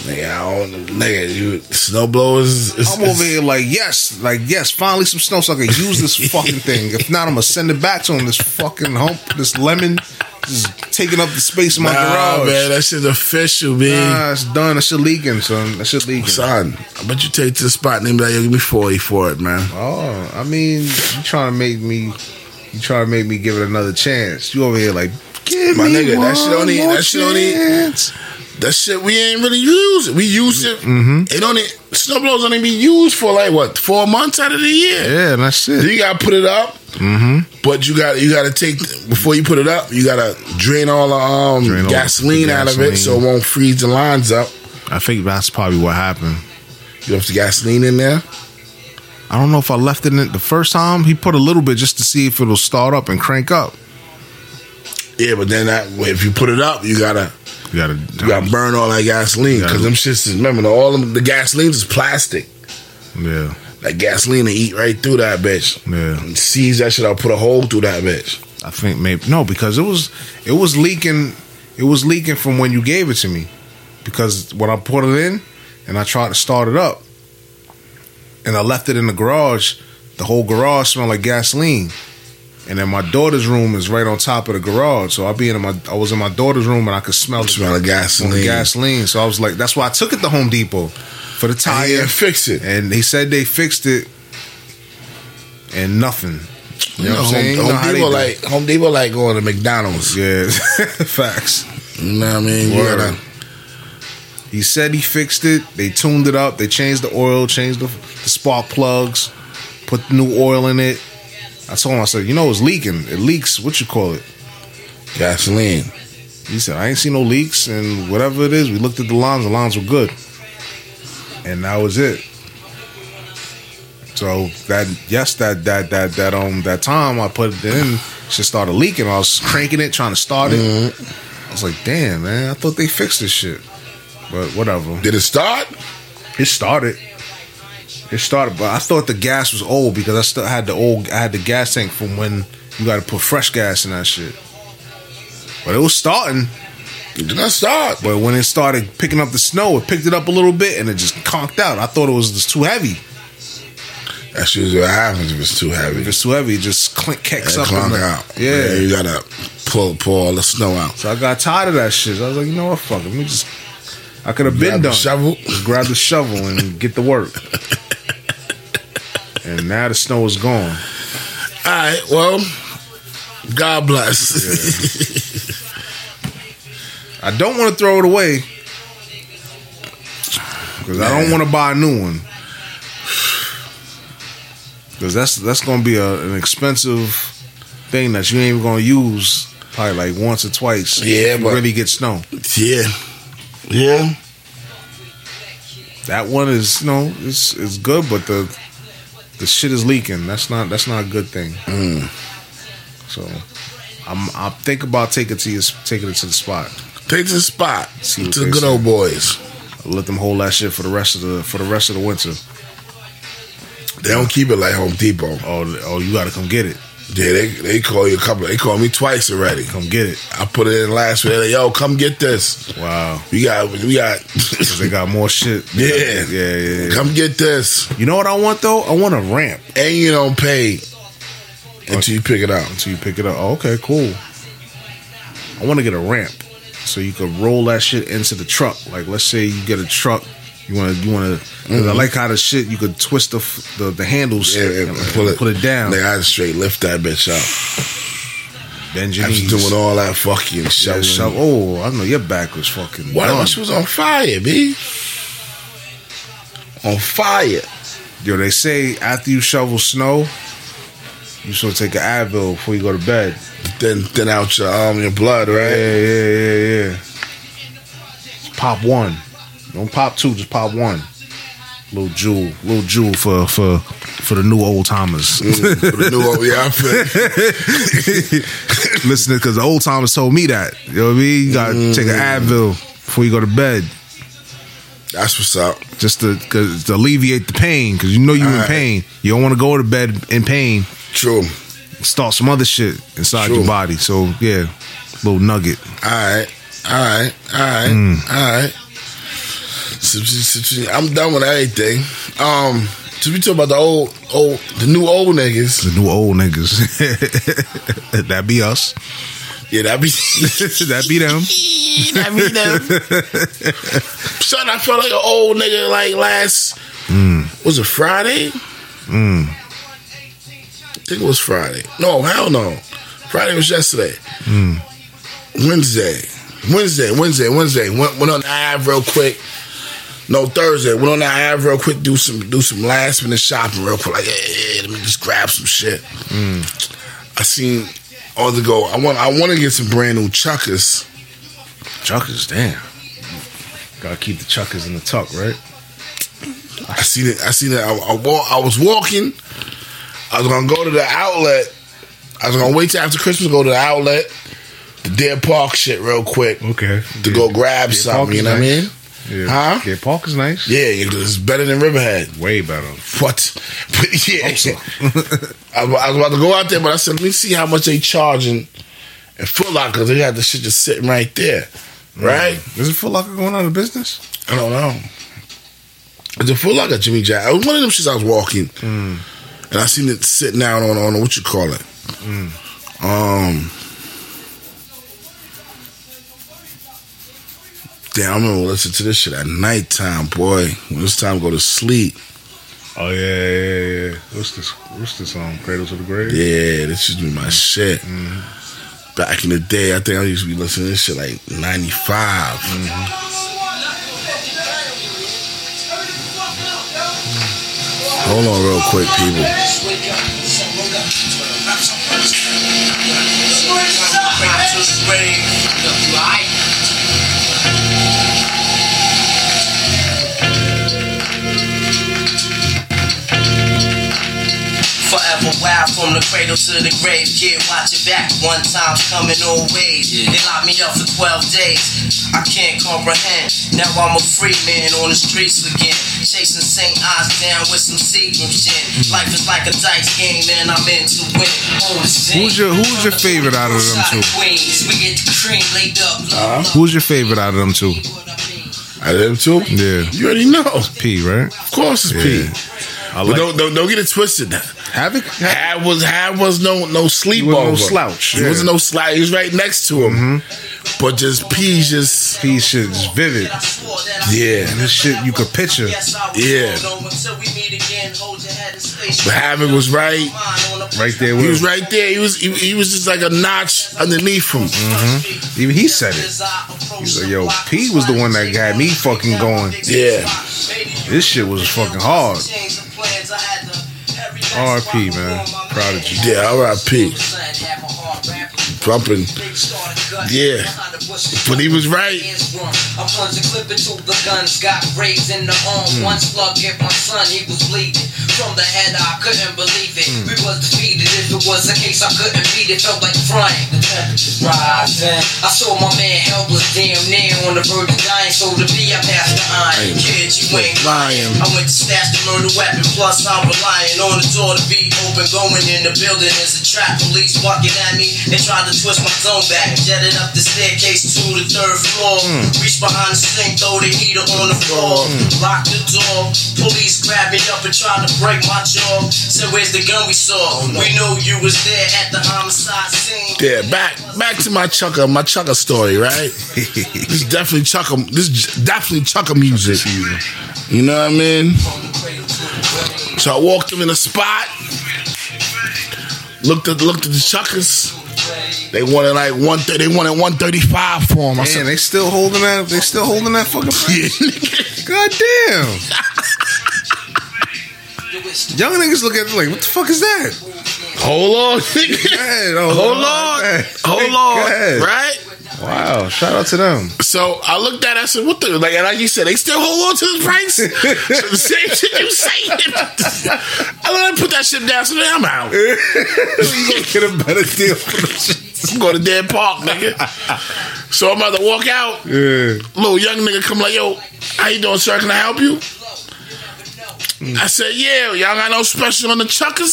Nigga, I don't, nigga you, snowblowers. is- is-
over here like yes, like yes. Finally, some snow so I can use this fucking thing. If not, I'm gonna send it back to him. This fucking hump, this lemon, is taking up the space in my
Nah,
garage.
man, that shit's official, man.
Nah, it's done. That shit leaking, son. That shit leaking.
Son, I bet you take to the spot and they be like, yo, give me 40 for it, man.
Oh, I mean, you trying to make me, you trying to make me give it another chance. You over here like, give
My
me
nigga, that
one
shit don't
more
even- that shit don't even-
chance.
That shit we ain't really use it. We use it.
Mm-hmm.
It only snow blows only be used for like what four months out of the year.
Yeah, Mm-hmm. that's
Then
it.
You gotta put it up. But you got you gotta take before you put it up. You gotta drain all the um,
Drain all the
gasoline out of it so it
gasoline.
won't freeze the lines up.
I think that's probably what happened.
You have the gasoline in there.
I don't know if I left it in the first time. He put a little bit just to see if it'll start up and crank up.
Yeah, but then that if you put it up, you gotta
You gotta,
you gotta burn all that gasoline
Gotta-
because them shits. Is, remember, all them, the gasoline is plastic.
Yeah,
That gasoline will eat right through that bitch.
yeah.
And seize that shit. I'll put a hole through that bitch.
I think maybe no because it was it was leaking it was leaking from when you gave it to me because when I put it in and I tried to start it up and I left it in the garage the whole garage smelled like gasoline and then my daughter's room is right on top of the garage so I be in my I was in my daughter's room and I could smell the
Smell of
smell the
gasoline.
gasoline so I was like that's why I took it to Home Depot for the
I
tire
fix it.
and they said they fixed it and nothing you know, what I'm
Home,
saying You
Home
know how they
Depot
do.
like Home Depot like going to McDonald's.
Yeah, facts.
You know what I mean? You
Word.
gotta,
He said he fixed it. They tuned it up. They changed the oil, changed the, the spark plugs, put new oil in it. I told him, I said, you know, it's leaking. It leaks. What you call it?
gasoline.
He said, I ain't seen no leaks and whatever it is. We looked at the lines. The lines were good, and that was it. So that yes, that that that that um that time I put it in, shit started leaking. I was cranking it, trying to start it. I was like, damn man, I thought they fixed this shit, but whatever.
Did it start?
It started. It started, but I thought the gas was old because I still had the old. I had the gas tank from when you got to put fresh gas in that shit. But it was starting.
It did not start.
But when it started picking up the snow, it picked it up a little bit and it just conked out. I thought it was just too heavy.
That's usually what happens if it's too heavy.
If it's too heavy, it just clink kicks
That
up. in
clunk
the-
out.
Yeah.
You gotta pull pull all the snow out.
So I got tired of that shit. I was like, you know what, fuck it. Let me just. I could have been
Grab the
done.
shovel.
Just grab the shovel and get to work. and now the snow is gone.
All right. Well, God bless.
I don't want to throw it away because I don't want to buy a new one because that's that's going to be a, an expensive thing that you ain't even going to use probably like once or twice. if
Yeah,
you
but-
really get snow.
yeah. Yeah.
That one is you know it's it's good, but the the shit is leaking. That's not that's not a good thing.
Mm.
So I'm I'm think about taking it to your, taking it to the spot.
Take the spot
See what
to the
they
good
say.
old boys.
Let them hold that shit for the rest of the for the rest of the winter.
They don't keep it like Home Depot.
Oh, oh, you gotta come get it.
Yeah, they, they call you a couple. They called me twice already.
Come get it.
I put it in last week. They're Like, Yo, come get this.
Wow.
We got we got.
'Cause they got more shit.
yeah.
yeah, yeah, yeah.
Come get this,
You know what I want though? I want a ramp
and you don't pay until you pick it up.
until you pick it up. Oh, okay, cool. I want to get a ramp so you could roll that shit into the truck. Like, let's say you get a truck. You want to, you want to. I like how the shit you could twist the f- the, the handles
Mm-hmm. Yeah, yeah,
and, put, it, down.
Like, I straight lift that bitch up.
Bend your
After
knees.
doing all that fucking shoveling.
Yeah, shove- oh, I know your back was fucking.
Why
done.
that bitch was on fire, B? On fire.
Yo, they say after you shovel snow, you should take an Advil before you go to bed.
Then then out your um your blood,
Yeah,
right?
yeah, yeah, yeah. Just pop one. Don't pop two. Just pop one. Little jewel, little jewel for for for the new old timers.
For the new old- yeah, I feel it.
Listen, because the old timers told me that. You know what I mean? You gotta take an Advil before you go to bed,
That's what's up.
just to, cause, to alleviate the pain. Because you know you're in
Alright.
pain. You don't want to go to bed in pain.
True.
Start some other shit inside
True.
your body. So yeah, little nugget.
Alright. Alright. Alright. Alright. Sip, sip, sip, sip. I'm done with everything. Um so we talk about the old old the new old niggas.
The new old niggas. that be us.
Yeah, that be
that be them.
that be them. Son, I felt like an old nigga like last was it Friday? I think it was Friday. No, hell no. Friday was yesterday. Wednesday. Wednesday, Wednesday, Wednesday. Went, went on the Ave real quick. No Thursday. Went on the Ave real quick. Do some do some last minute shopping real quick. Like yeah, yeah, yeah, let me just grab some shit. I seen all the go. I want I want to get some brand new chuckers.
Chuckers, damn. Gotta keep the chuckers in the tuck, right?
I seen it. I seen it. I, I, walk, I was walking. I was gonna go to the outlet. I was gonna wait till after Christmas to go to the outlet, the Deer Park shit real quick.
Okay.
To go grab
Deer Park
something. You
is
know what I
nice.
mean?
Yeah.
Huh?
Yeah, Park is nice.
Yeah, it's better than Riverhead.
Way better.
What? But yeah, I, was- I was about to go out there, but I said, let me see how much they charging in Foot Locker 'cause they had the shit just sitting right there, right?
Mm. Is it Foot Locker going out of business?
I don't know. It's a Foot Locker, Jimmy Jack. It was one of them shits I was walking, and I seen it sitting down on on what you call it, um. Damn, I'm gonna listen to this shit at nighttime, boy. When it's time to go to sleep.
Oh yeah, yeah, yeah, yeah. What's this? What's this song? Cradle to the Grave.
Yeah, this should be my shit. Back in the day, I think I used to be listening to this shit like 95. Hold on, real quick, people.
Forever wild from the cradle to the grave. Kid, watch it back. One time's coming always. They locked me up for 12 days. I can't comprehend. Now I'm a free man on the streets again. Chasing St. Eyes down with some Seagram
Mm.
shit. Life is like a dice game, man. I'm in to win. On the scene.
Who's your Who's your favorite out of them two? Uh-huh.
Queens, we get the cream laid up.
Who's your favorite out of them two?
I did them too?
Yeah.
You already know. Of
P, right?
course it's
Yeah.
P.
I
But don't, don't don't get it twisted now.
Havoc.
Had was had was no no sleep
He wasn't no
over.
slouch,
He
yeah. Mm-hmm.
wasn't no slouch. He was right next to him. But just P just
P shit is vivid.
Yeah.
And this shit you could picture.
Yeah.
But
But Havoc was right.
Right there with
He was right there. He was he, he was just like a notch underneath him. Mm-hmm.
Even he said it.
He's like, yo, P was the one that got me fucking going.
Yeah.
This shit was fucking hard.
R.I.P., man. Proud of you.
Yeah, R.I.P. Pumping. Yeah. But he was right.
I plunged a clip into the guns, got raised in the arm. One slug hit my son, he was bleeding. From the head, I couldn't believe it. We was defeated. If it was a case, I couldn't beat it. Felt like flying. The temperature's rising. I saw my man helpless, damn near on the verge of dying. So to be, I passed the iron. Kid, you ain't
Lying.
I went to stash the murder weapon, plus I'm relying on the door to be open. Going in the building is a trap. Police walking at me, they tried to twist my zone back. Jetted up the staircase to the third floor. Reached behind the sink, throw the heater on the floor. Locked the door. Police grabbed me up and tried to break my jaw. Said, Where's the gun we saw? We knew you was there at the homicide scene.
Yeah, back back to my chucker, my chucker story, right? this definitely chucker. This j- definitely chucker music. You know what I mean? So I walked him in a spot. Looked at looked at the chuckers. They wanted like one. thir- They wanted one thirty five for him. I
Man,
said,
they still holding that. They still holding that fucking. Price.
yeah, nigga.
God damn. Young niggas look at it like, what the fuck is that?
hold on, nigga.
Hey, oh,
Hold
hey,
on,
hey,
hold
hey.
on, right?
Wow, shout out to them.
So I looked at, it, I said, "What the?" Like, and like you said, they still hold on to this price. so the same shit you saying. I let them put that shit down. So then I'm out.
you gonna get a better deal for them shit.
I'm going to Dead Park, nigga. So I'm about to walk out.
Yeah.
Little young nigga come like, "Yo, how you doing, sir? Can I help you?" I said, "Yeah, y'all got no special on the chuckers."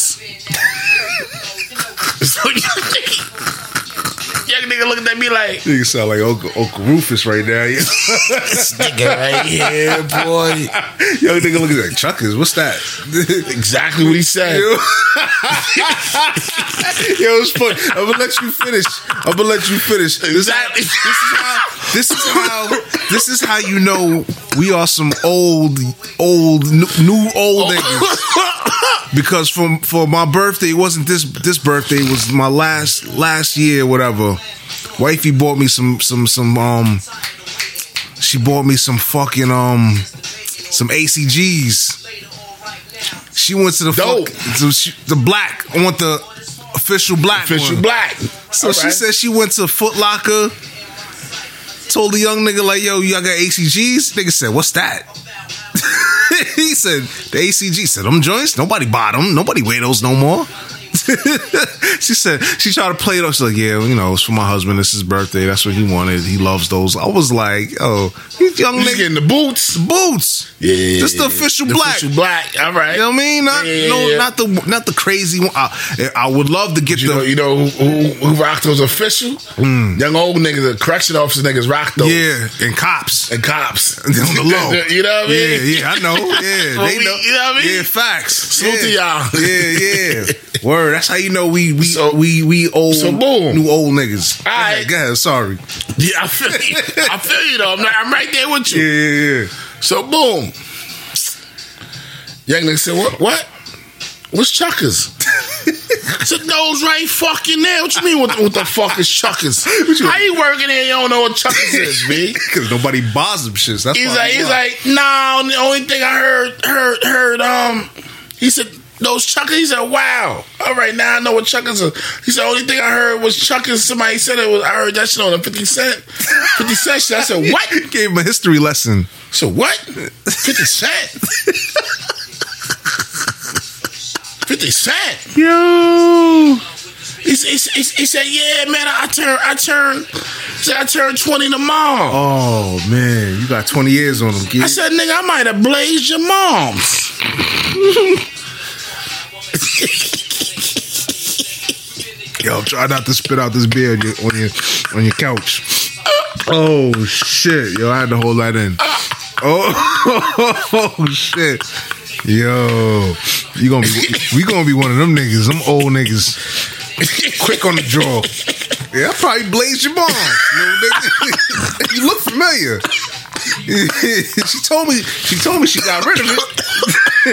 so young nigga, young nigga looking at me like.
You sound like Uncle, Uncle Rufus right now. Yeah.
This nigga right here, boy.
Young nigga looking like Chuckers. What's that?
Exactly what he said.
Yo, Yo, it's funny. I'm gonna let you finish. I'm gonna let you finish. This,
Exactly.
this is how. This is how. This is how you know we are some old, old, new, new old niggas. Because from for my birthday, it wasn't this this birthday. It was my last last year, whatever. Wifey bought me some some some um she bought me some fucking um some ACGs. She went to the
Dope.
fuck- to sh- the black. I want the official black
Official
one.
black.
So she
Alright.
said she went to Foot Locker, told the young nigga, like, yo, y'all got ACGs? Nigga said, what's that? he said, the ACG said, them joints, nobody bought them. Nobody wear those no more. she said, she tried to play it off. She's like, yeah, you know, it's for my husband. It's his birthday. That's what he wanted. He loves those. I was like, oh, these young
He's
nigga
getting the boots.
boots.
Yeah.
Just the official black.
Official black. All right.
You know what I mean? Not,
Yeah, yeah,
no,
yeah.
not the not the crazy one. I, I would love to get
You
the
know, you know who, who, who rocked those official? Young old niggas, the correction officer niggas rocked those.
Hmm. yeah and cops.
And cops.
on the low.
you know what I mean?
Yeah, yeah, I know. Yeah,
Well,
they
we-
know.
you know what I mean?
Yeah, facts.
Salute to
yeah.
y'all.
Yeah, yeah. Word. That's how you know we we
So-
we we old
so boom.
new old niggas.
All right.
Go ahead, sorry.
Yeah, I feel you. I feel you though. I'm, not, I'm right there with
Yeah,
you.
yeah, yeah.
So boom. Young nigga said, What what? What's chuckers? it's a nose right fucking there. What you mean what, what the fuck is chuckers? How you working there? You don't know what chuckers is, B.
Because nobody buys them shits. That's
He's
why
like,
they
he's
buy.
like, nah. The only thing I heard, heard, heard. Um, he said those chuckers. He said, wow. All right, now I know what chuckers are. He said, only thing I heard was chuckers. Somebody said it was. I heard that shit on the fifty cent, fifty cent. Shit. I said, what? I
Gave him a history lesson.
said, what? Fifty cent. Fifty cent.
Yo.
He, s- he, s- he, s- he said, yeah, man. I, I turned, I turned, he said, I turned twenty tomorrow.
Oh man, you got twenty years on them.
I
Kid.
said, nigga, I might have blazed your mom's.
Yo, try not to spit out this beer on your on your, on your couch. Oh shit, yo, I had to hold that in. Oh, shit, yo, you gonna be we gonna be one of them niggas, them old niggas, quick on the draw. Yeah, I probably blazed your bomb, little nigga. you look familiar. she told me she told me she got rid of it.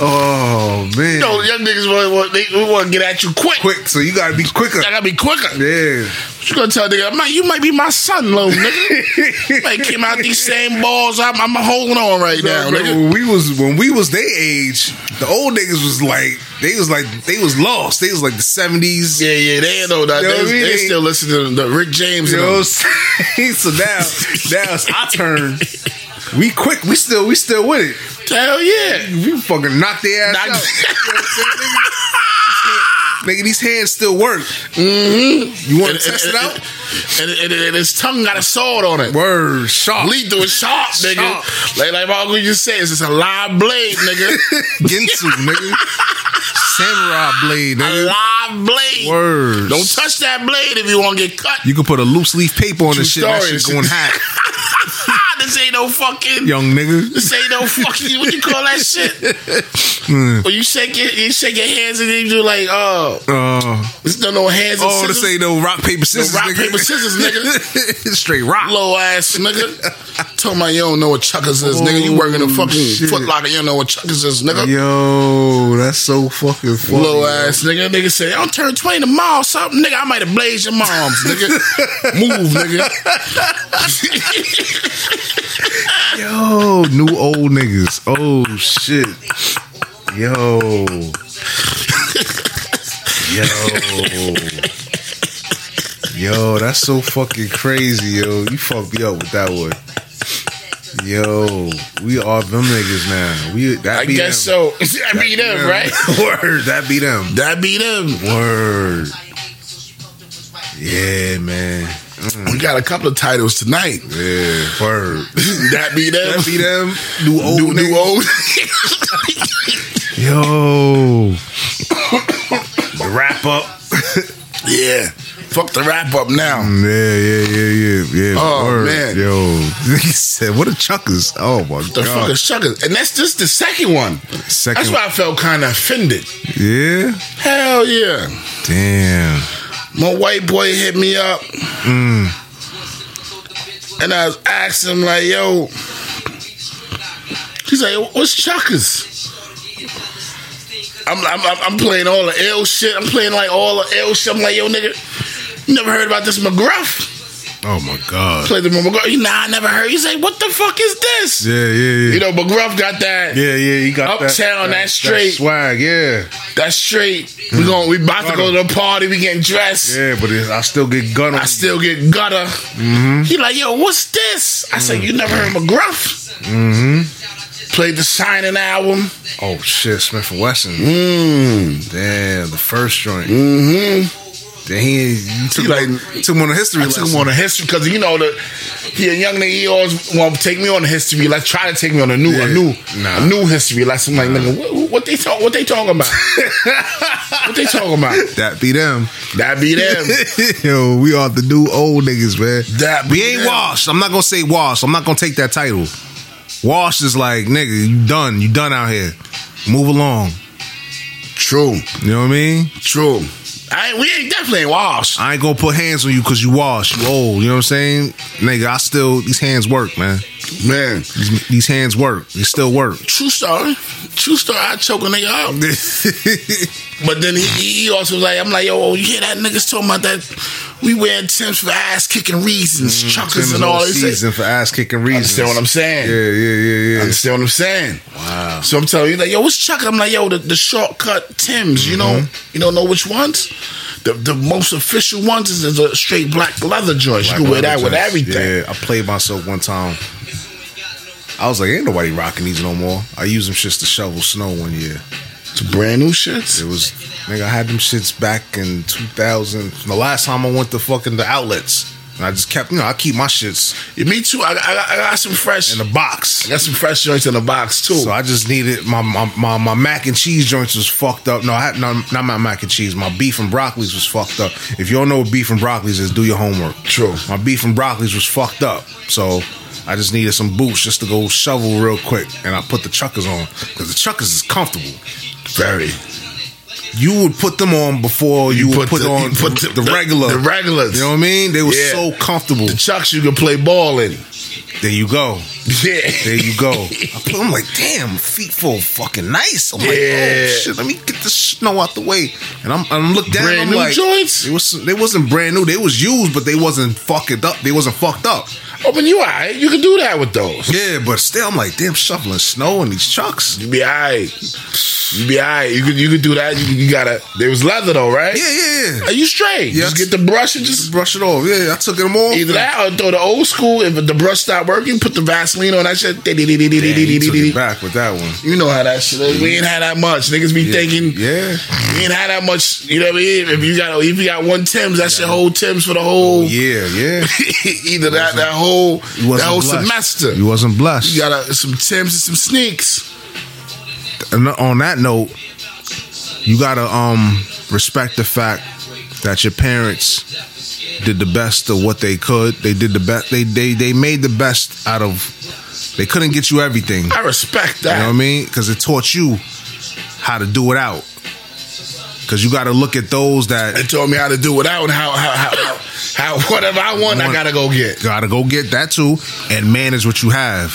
oh man,
No, young niggas want, want they want to get at you quick.
quick, so you gotta be quicker.
I gotta be quicker.
Yeah.
You gonna tell a nigga, "Man, you might be my son, little nigga. you might came out these same balls. I'm, I'm holding on right now,
Bro,
nigga.
when we was when we was their age, the old niggas was like they was like they was lost. They was like the seventies.
Yeah, yeah, they ain't know that.
You know
They,
what I mean?
they still listen to the Rick James.
You
and
know what I'm
them.
saying? So now now it's our turn. We quick. We still we still with it.
Hell yeah.
We fucking knock their ass
Knock-
out. You know what I'm saying, nigga? Nigga, these hands still work. You want
And,
to test it out?
and, and, and his tongue got a sword on it.
Word sharp.
Lethal and sharp, nigga.
Sharp.
Like like Marco just said, it's just a live blade, nigga.
Ginsu, nigga. Samurai blade,
a
nigga.
live blade.
Word.
Don't touch that blade if you want to get cut.
You can put a loose leaf paper on this shit.
True
That
story.
shit going hot,
Ah, this ain't no fucking.
young nigga.
This ain't no fucking. What you call that shit?
Hmm.
When you shake your you shake your hands and then you do like, oh,
Uh,
this no no hands and
oh, this
scissors.
ain't no rock paper scissors.
rock,
nigga.
paper, scissors,
nigga. Straight rock.
Low ass nigga. Tell my you don't know what chuckers is, nigga. You working in
Oh,
fucking
shit.
Foot Locker, you don't know what chuckers is, nigga.
Yo, that's so fucking funny.
Low
yo.
ass nigga, nigga say, I'll turn 20 tomorrow, something, nigga. I might have blazed your moms, nigga. Move, nigga.
Yo, new old niggas. Oh shit. Yo. Yo. Yo, that's so fucking crazy, yo. You fucked me up with that one. Yo, we are them niggas now. We that
I
be
guess
them.
so. That be them, right?
Word, that be them.
That be them.
Word. Yeah, man.
We got a couple of titles tonight.
Yeah, word.
That be them.
That be them. New old
New,
niggas.
new old.
Yo. the wrap up.
yeah. Fuck the wrap up now.
Yeah, yeah, yeah, yeah, yeah.
Oh, man.
Yo. He said, what a chuckers. Oh, my
The
God.
fucking suckers. And that's just the second one.
Second-
That's why I felt kind of offended.
Yeah?
Hell yeah.
Damn.
My white boy hit me up.
Hmm.
And I was asking him, like, yo. He's like, what's chuckers? I I'm, I'm, I'm, I'm playing all the ill shit. I'm playing like all the ill shit. I'm like, yo, nigga, you never heard about this McGruff?
Oh my god.
Played the McGruff. He, Nah, I never heard. He say, what the fuck is this?
Yeah, yeah,
You
yeah.
know, McGruff got that.
Yeah, yeah, he got that-
Uptown,
that,
that straight.
swag, yeah,
That's straight. We going we about to go to the party. We getting dressed.
Mm. yeah. But it's, I still get gun on.
I still get gutter.
Mm-hmm.
He like, yo, what's this? I
Mm.
said, you never heard McGruff? Mm-hmm.
Mm-hmm.
Played the signing album.
oh shit, Smith and Wesson.
Mm.
Damn, the first joint.
Mm-hmm.
Then he, you took,
He
like,
like-
took him on a history
I took him
lesson.
on a history because you know the he a young nigga. He always want to take me on a history. Like try to take me on a new,
Yeah.
a new,
Nah.
a new history. Like I'm like, nigga, what, what they talk? What they talking about? what they talking about?
that be them.
That be them.
Yo, we are the new old niggas, man.
That
we
be
ain't
them.
washed. I'm not gonna say washed. I'm not gonna take that title. Washed is like, nigga, you done. You done out here. Move along.
True,
You know what I mean?
true. I ain't, we ain't definitely ain't washed.
I ain't gonna put hands on you because you washed. You old. You know what I'm saying? Nigga, I still these hands work, man.
man.
These, these hands work. They still work.
True story. True story. I choke a nigga out. But then he, he also was like, I'm like, yo, oh, you hear that niggas talking about that? We wearing Tim's for ass kicking reasons, chuckers and all this.
Mm, season for ass kicking reasons.
Understand what I'm saying?
Yeah, yeah, yeah, yeah.
Understand what I'm saying? Wow. So I'm telling you, like, yo, what's chucking? I'm like, yo, the, the shortcut Tim's, you know,
Mm-hmm.
you don't know which ones? The the most official ones is, is a straight black leather joint. you can wear that with
Yeah,
everything.
I played myself one time. I was like, ain't nobody rocking these no more. I used them shits to shovel snow one year.
It's brand new shits.
It was, nigga, I had them shits back in 2000. The last time I went to fucking the outlets. And I just kept, you know, I keep my shits
Yeah, me too. I, I, got- I got some fresh.
in the box.
I got some fresh joints in the box too.
So I just needed my my, my my mac and cheese joints was fucked up. No, I had, no, not my mac and cheese. My beef and broccolis was fucked up. If you don't know what beef and broccolis is, do your homework.
True.
My beef and broccolis was fucked up. So I just needed some boots just to go shovel real quick, and I put the chuckers on because the chuckers is comfortable.
Very.
You would put them on before you, would put,
the-
on
you put
the,
the- the-
regular
the regulars.
You know what I mean? They were
Yeah.
so comfortable.
The chucks you can play ball in.
There you go.
Yeah.
There you go. I put, I'm like, damn, feet feel fucking nice. I'm like, oh
Yeah.
shit, let me get the snow out the way. And I'm, I'm look down.
Brand
I'm
new
like,
joints?
They, was, they wasn't brand new. They was used, but they wasn't fucked up. They wasn't fucked up.
Oh, but you alright. You can do that with those.
Yeah, but still, I'm like, damn, shoveling snow in these chucks.
You be alright. You be alright. You could you could do that. You, you gotta. There was leather though, right?
Yeah, yeah, yeah.
Are you straight?
Yes.
Just get the brush and
Just
just
brush it off. Yeah, I took them off.
either that or throw the old school. If the brush stop working, put the Vaseline on that shit.
Damn, you took it back with that one.
You know how that shit is. We ain't had that much. Niggas be thinking
Yeah.
we ain't had that much. You know what I mean? If you got if you got one Tim's, that's your whole Tim's for the whole.
Yeah, yeah.
either that that whole
You
that
wasn't
whole
blessed.
semester.
You wasn't blessed.
You got uh, some Tims and some sneaks.
And on that note, you gotta um respect the fact that your parents did the best of what they could. They did the best. They they they made the best out of. They couldn't get you everything.
I respect
You know
that.
what I mean? Because it taught you how to do it out. Because you gotta look at those
They
that
told me how to do without and how how how, how whatever I want, I
Want-
gotta go get.
gotta go get that too and manage what you have.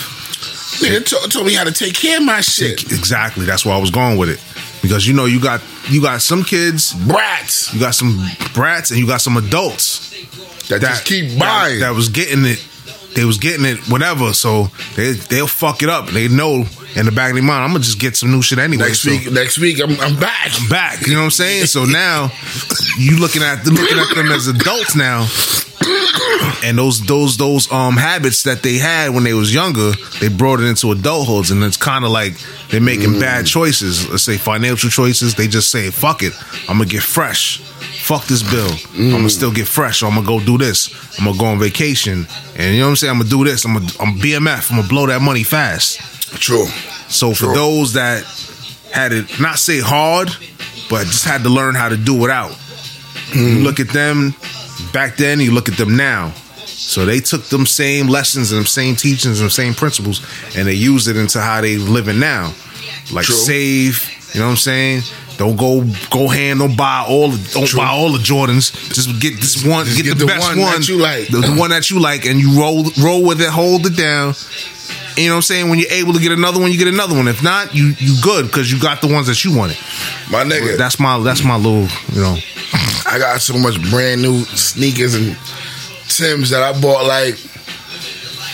Nigga to- told me how to take care of my shit.
Exactly. That's where I was going with it. Because you know you got you got some kids,
Brats
you got some brats, and you got some adults.
that, just keep buying.
That, that was getting it. They was getting it, whatever. So they they'll fuck it up. They know in the back of their mind, I'm gonna just get some new shit anyway.
next
so
week, next week, I'm, I'm back.
back, you know what I'm saying? So now you looking at looking at them as adults now, and those those those um habits that they had when they was younger, they brought it into adulthood, and it's kind of like they're making bad choices. Let's say financial choices. They just say, "Fuck it, I'm gonna get fresh." Fuck this bill. I'm gonna still get fresh. Or I'm gonna go do this. I'm gonna go on vacation, and you know what I'm saying. I'm gonna do this. I'm gonna I'm BMF. I'm gonna blow that money fast.
True.
So for those that had it, not say hard, but just had to learn how to do it out.
Hmm.
You look at them back then, you look at them now. So they took them same lessons and them same teachings and them same principles, and they used it into how they living now. Like
True.
save, you know what I'm saying? Don't go go ham. Don't buy all. The, don't buy all the Jordans. Just get this one. Get,
get
the,
the
best
one
one,
that you like.
The, the one that you like, and you roll roll with it. Hold it down You know what I'm saying? When you're able to get another one, you get another one. If not, you you good because you got the ones that you wanted.
My nigga,
That's my that's my little you know.
I got so much brand new sneakers and Tim's that I bought like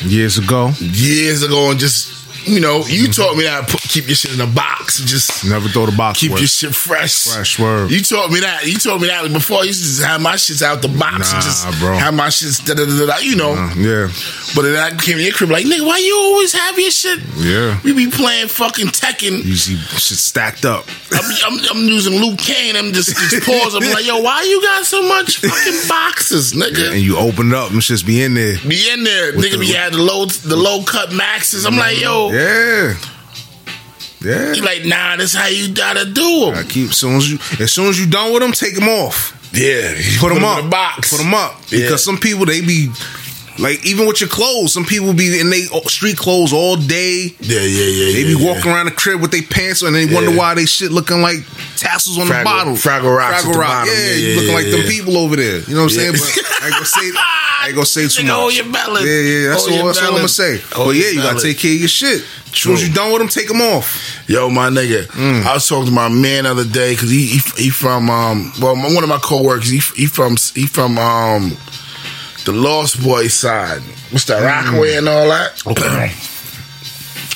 Years ago,
years ago and just, you know, you taught me how to put, keep your shit in a box and just
never throw the box.
keep
away.
your shit fresh.
Fresh, word.
You taught me that. You told me that before. You used to just have my shits out the box and
Nah,
just
bro.
have my shits da da da da, da. You know.
Uh, yeah,
But then I came to your crib like, nigga, why you always have your shit?
yeah.
We be playing fucking Tekken.
You see shit stacked up.
I'm, I'm, I'm using Luke Kane. I'm just, just pausing. I'm like, yo, why you got so much fucking boxes, nigga?
And you open it up and shits be in there.
be in there. nigga
the-
be had the low the low cut maxes. I'm like, yo,
Yeah. Yeah.
he like, nah, that's how you gotta do
I
them.
keep as soon as you as soon as you done with them, take them off.
Yeah,
Put, them, up.
in the box.
Put them up
Yeah.
because some people they be like even with your clothes. Some people be in they street clothes all day.
Yeah, yeah, yeah.
They be
yeah, yeah.
walking around the crib with their pants on, and they wonder
Yeah.
why they shit looking like tassels on
Fraggle-
the bottle.
Fraggle Rocks at the
Yeah,
bottom. Yeah,
you
yeah,
looking
yeah,
like them
yeah.
people over there. You know what I'm
Yeah.
saying? But I ain't gonna say, I ain't gonna say too
Nigga,
much.
hold your melon.
Yeah, yeah, that's,
Hold
all,
your
that's all I'm
melon.
gonna say.
Hold
but yeah,
your
you gotta
melon.
take care of your shit. As soon as
True.
you done with them, take them off.
Yo, my nigga,
Mm.
I was talking to my man the other day because he, he he from um well my- one of my coworkers he he from he from um the Lost Boys side. What's
Mm.
that Rockaway and all that? Okay,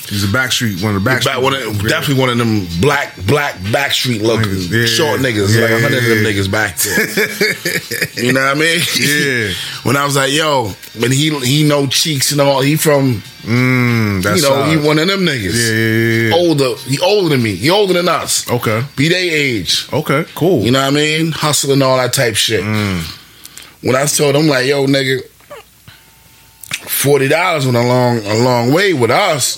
He's a backstreet, one of the backstreet.
back one of,
Yeah.
definitely one of them black black backstreet looking
Niggas, yeah.
short niggas like
Yeah,
a hundred of
yeah.
them niggas back there. you know what I mean?
Yeah.
when I was like, yo, when he he know cheeks and all, he from
Mm, that's
you know
solid.
he one of them niggas.
Yeah, yeah, yeah, yeah.
Older, he older than me. He older than us.
Okay.
Be they age.
Okay, cool.
You know what I mean? Hustling all that type shit.
Mm.
When I told him like, yo, nigga, forty dollars went a long a long way with us.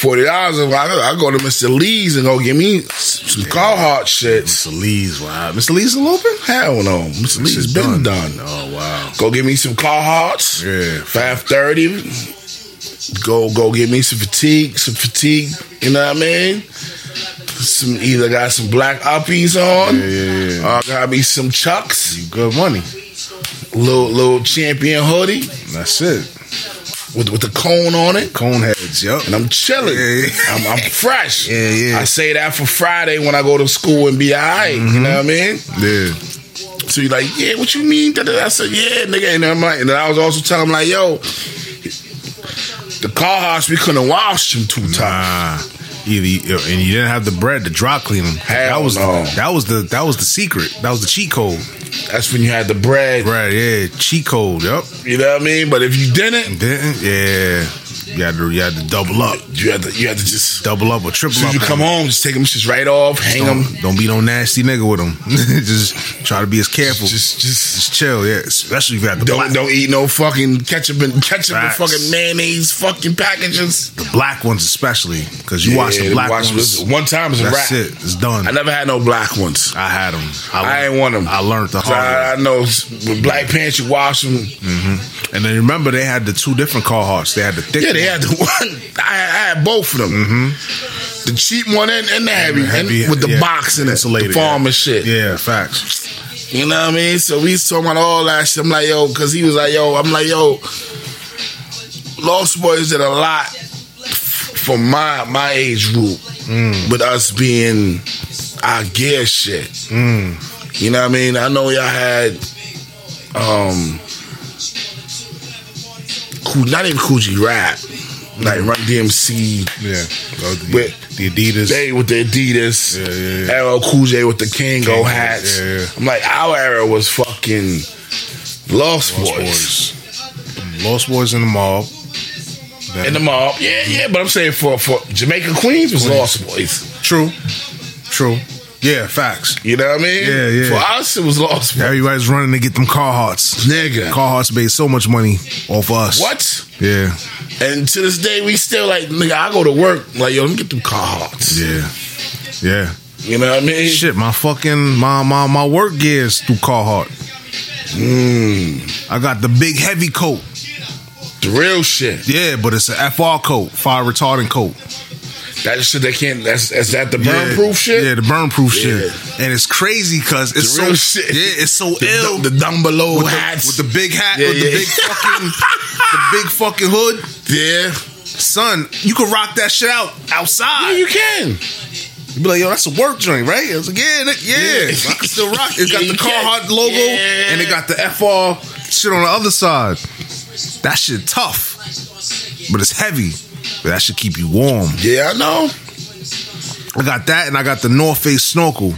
Forty dollars, I, I go to Mister Lee's and go get me some Carhartt shits.
Mr. Lee's wild. Mr. Lee's a little bit.
Hell no, Mister Lee's
shit's
been
done.
done.
Oh wow.
Go get me some Carhartts.
Yeah.
five thirty. Go go get me some fatigue, some fatigue. You know what I mean? Some either got some black uppies on,
Yeah, yeah, yeah.
or got me some chucks.
Good money.
little little champion hoodie
That's it.
with with the cone on it,
Coneheads. Yup.
and I'm chilling.
Yeah, yeah.
I'm, I'm fresh.
Yeah, yeah.
I say that for Friday when I go to school and be alright. You know what I mean?
Mm-hmm. Yeah.
So you're like, yeah, what you mean? Da, da, da. I said, yeah, nigga. And I'm like, and I was also telling him like, yo, the car house we couldn't wash them two times.
Nah. Either you- and you didn't have the bread to dry clean them.
Hell
that was
no.
that was the that was the secret. That was the cheat code.
That's when you had the bread.
Right? Yeah. Cheat code. Yup.
You know what I mean? But if you didn't,
Didn't? Yeah. You had to you had to double up,
you had to you had to just.
double up or triple
As soon
up.
as you
on
come
them.
home, just take them shits right off, hang them,
Don't, don't be no nasty nigga with them. just try to be as careful. Just,
just just
chill. Yeah. Especially if you had the
Don't
black,
don't eat no fucking ketchup and ketchup
Facts.
and fucking mayonnaise fucking packages.
the black ones, especially because you watch the black
watch-
ones.
One time is a
That's
wrap.
it. It's done.
I never had no black ones.
I had them.
I
learned-
ain't want 'em.
I learned the
So I, I
hard way.
know s- with black pants you wash them.
And then remember, they had the two different Carhartts. They had the thick.
Yeah, they
one.
had the one. I, I had both of them. The cheap one and, and the heavy,
Mm-hmm. the heavy-
and with the
yeah,
box in it,
insulated,
the farm
yeah.
and shit.
Yeah, facts.
You know what I mean? So we was talking about all that shit. I'm like, yo, because he was like, yo, I'm like, yo, Lost Boys did a lot for my my age group with us being our gear shit. You know what I mean? I know y'all had um Cool- not even Coogee Rap, like Run DMC.
Yeah. Oh, The,
With-
the Adidas.
They with the Adidas,
Yeah, yeah, yeah.
LL Cool J with the Kango
Kango,
hats.
yeah, yeah.
I'm like, our era was fucking Lost,
Lost
Boys.
Boys. Mm, Lost Boys in the mob.
in the mob. Yeah, yeah, but I'm saying for for Jamaica Queens was
Queens.
Lost Boys.
True. True. Yeah, facts.
You know what I mean?
Yeah, yeah.
For us, it was Lost Boys.
Everybody's running to get them Carhartts.
Nigga.
Carhartts made so much money off us.
What?
Yeah.
And to this day, we still like, nigga, I go to work, like, yo, let me get them Carhartts.
Yeah. Yeah.
You know what I mean?
Shit, my fucking my my my work gears through Carhartt.
Mm.
I got the big heavy coat.
The real shit.
Yeah, but it's an FR coat, fire retardant coat.
That shit they can't, that's, is that the
Yeah.
burn proof shit?
Yeah, the burn proof
Yeah.
shit. And it's crazy because it's
The
so
real shit.
Yeah, it's so
The,
ill.
dum- the down below
with, the,
hats.
with the big hat,
Yeah,
with the
yeah.
big fucking the big fucking hood.
yeah.
son, you can rock that shit out outside.
You can.
You be like, yo, that's a work joint, right? It's like, yeah, nigga, yeah,
Yeah.
I can still rock. It's got the
Yeah, you can.
Carhartt logo
Yeah.
and it got the FR shit on the other side. That shit tough, but it's heavy. But that should keep you warm.
Yeah, I know.
I got that, and I got the North Face snorkel.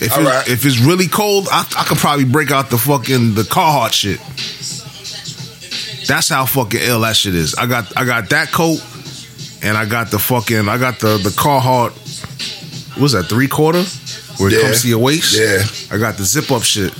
If,
All
it-
right.
if it's really cold, I, I could probably break out the fucking the Carhartt shit. That's how fucking ill that shit is. I got I got that coat, and I got the fucking I got the the Carhartt. What was that three quarter? Where it
Yeah.
comes to your waist.
Yeah.
I got the zip up shit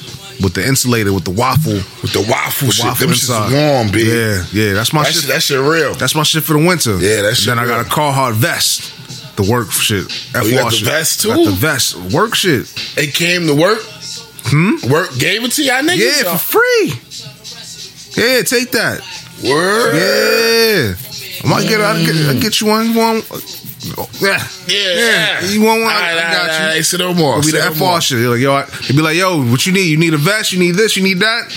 with the insulator with the waffle.
With the waffle shit.
waffle
Them shit's
inside.
warm, big.
Yeah, yeah. That's my
That
shit.
shit, that shit real.
That's my shit for the winter.
Yeah, that shit
Then I got a
real.
Carhartt vest. The work shit. FR
you got the
shit.
vest, too?
Got the vest. Work shit.
It came to work. Hmm? Work gave it to y'all niggas?
Yeah, for free. Yeah, take that.
Word.
Yeah. I might get I get, I get you one. one. Yeah.
Yeah. yeah.
You want one?
All
I,
right,
I
all right, all
got
right.
you.
Say no more.
It'll be
Say
the
no
FR
more.
shit. You're like, yo, I, it'd be like, yo, what you need? You need a vest? You need this? You need that?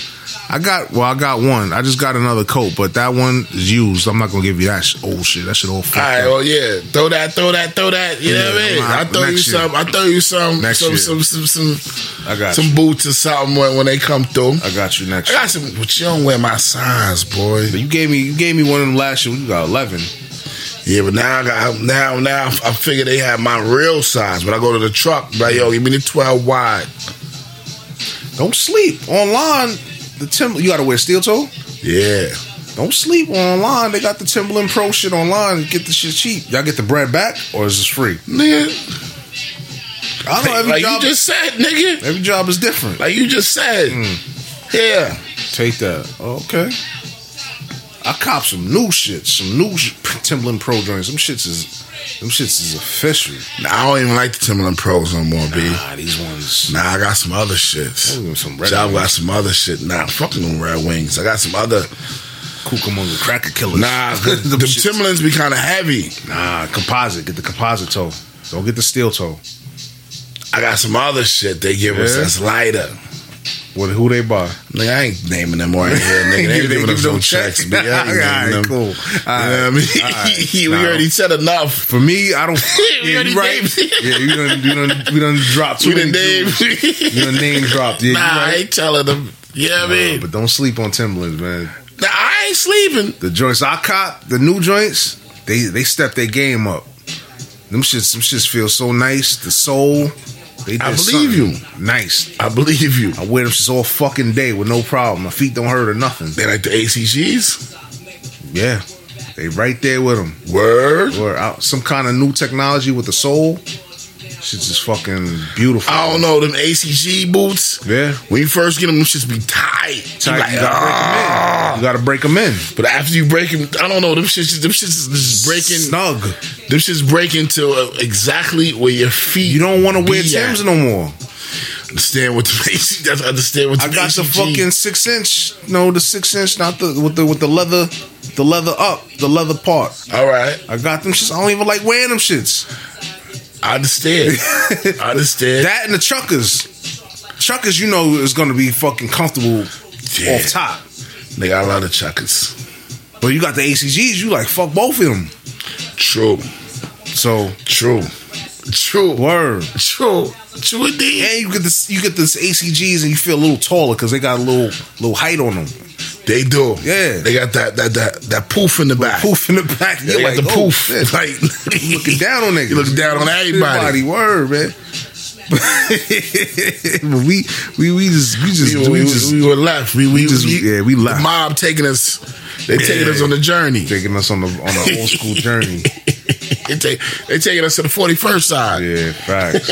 I got, well, I got one. I just got another coat, but that one is used. I'm not going to give you that sh- old shit. That shit all fucked
All right,
up.
well, yeah, throw that, throw that, throw that. You know what I
Yeah,
mean?
I'm
I
out.
throw you
Next year.
some, I throw you some,
Next
some,
year.
some, some, some,
I got
some
you.
boots or something when, when they come through.
I got you next
I got some, but you don't wear my size, boy.
But you gave me you gave me one of them last year. You got eleven.
Yeah, but now I got now now I figure they have my real size. But I go to the truck, like yo, give me the twelve wide.
Don't sleep online. The Tim you got to wear steel toe.
Yeah,
Don't sleep online. They got the Timberland Pro shit online. Get the shit cheap. Y'all get the bread back or is this free?
nigga,
I know every
like you
job.
just said, nigga,
every job is different.
like you just said.
Mm.
Yeah,
Take that. Okay. I cop some new shit. Some new sh- Timberland Pro joints. Them shits is them shits is official.
Nah, I don't even like the Timberland Pros no more, b.
Nah, these ones.
Nah, I got some other shits.
Ooh, some Red
Y'all got
Wings.
some other shit. Nah, fucking them Red Wings. I got some other.
Cucamonga cracker killers.
Nah, the,
Them
the
shits-
Timberlands be kind of heavy.
Nah, composite. Get the composite toe. Don't get the steel toe.
I got some other shit they give us
Yeah?
that's lighter.
What? Who they buy?
Nigga, I ain't naming them right here. Nigga, they ain't giving us no checks. B. I ain't naming them. Uh,
cool. All
You
right.
know what I mean?
All right.
we
Nah.
already said enough.
For me, I don't.
We
yeah,
already
you right.
named-
yeah, you done, you done, we done dropped. Too
We done
many
name.
jewels. You done name dropped. Yeah,
nah,
you
I
right.
ain't telling them. Yeah, I mean,
Nah, but don't sleep on Timberlands, man.
nah, I ain't sleeping.
The joints I cop, the new joints, they they step their game up. Them shits, them shits feel so nice. The soul. They
I
did
believe
something Nice.
I believe you.
I wear them shits all fucking day with no problem. My feet don't hurt or nothing.
They like the ACGs.
Yeah, they right there with them.
Word.
or out some kind of new technology with the soul. Shit's just fucking beautiful.
I don't know them ACG boots.
Yeah.
When you first get them, them just be tight.
Tight,
Like,
you, gotta
ah.
break them in. You gotta break them in.
But after you break them, I don't know them shits. Them shits is breaking.
snug.
Them shits breaking to uh, exactly where your feet.
You don't want to wear
be at.
Tim's no more.
Understand what the AC? That's understand what the
I got the
ACG
fucking six inch. No, the six inch, not the with the with the leather, the leather up, the leather part.
All right,
I got them shits. I don't even like wearing them shits.
I understand. I understand.
That and the chuckers. Chuckers, you know, is gonna be fucking comfortable
Yeah.
off top.
They got a lot of chuckers.
But you got the ACGs, you like fuck both of them.
True,
So
true, true,
word.
true, true indeed.
And you get this, you get this ACGs, and you feel a little taller because they got a little little height on them.
They do.
Yeah.
they got that that that that poof in the back.
Poof in the back,
They
you're like
got the
oh,
poof.
shit.
Like
You looking down on niggas.
You look down on everybody.
Word, man. but we we we just we just
We,
we,
we-
just
we were left. We, we,
just-
we-
yeah, we left.
The mob taking us. They taking
Yeah.
us on the journey.
taking us on the on the old school journey.
They, take, they taking us to the forty first side.
Yeah, facts.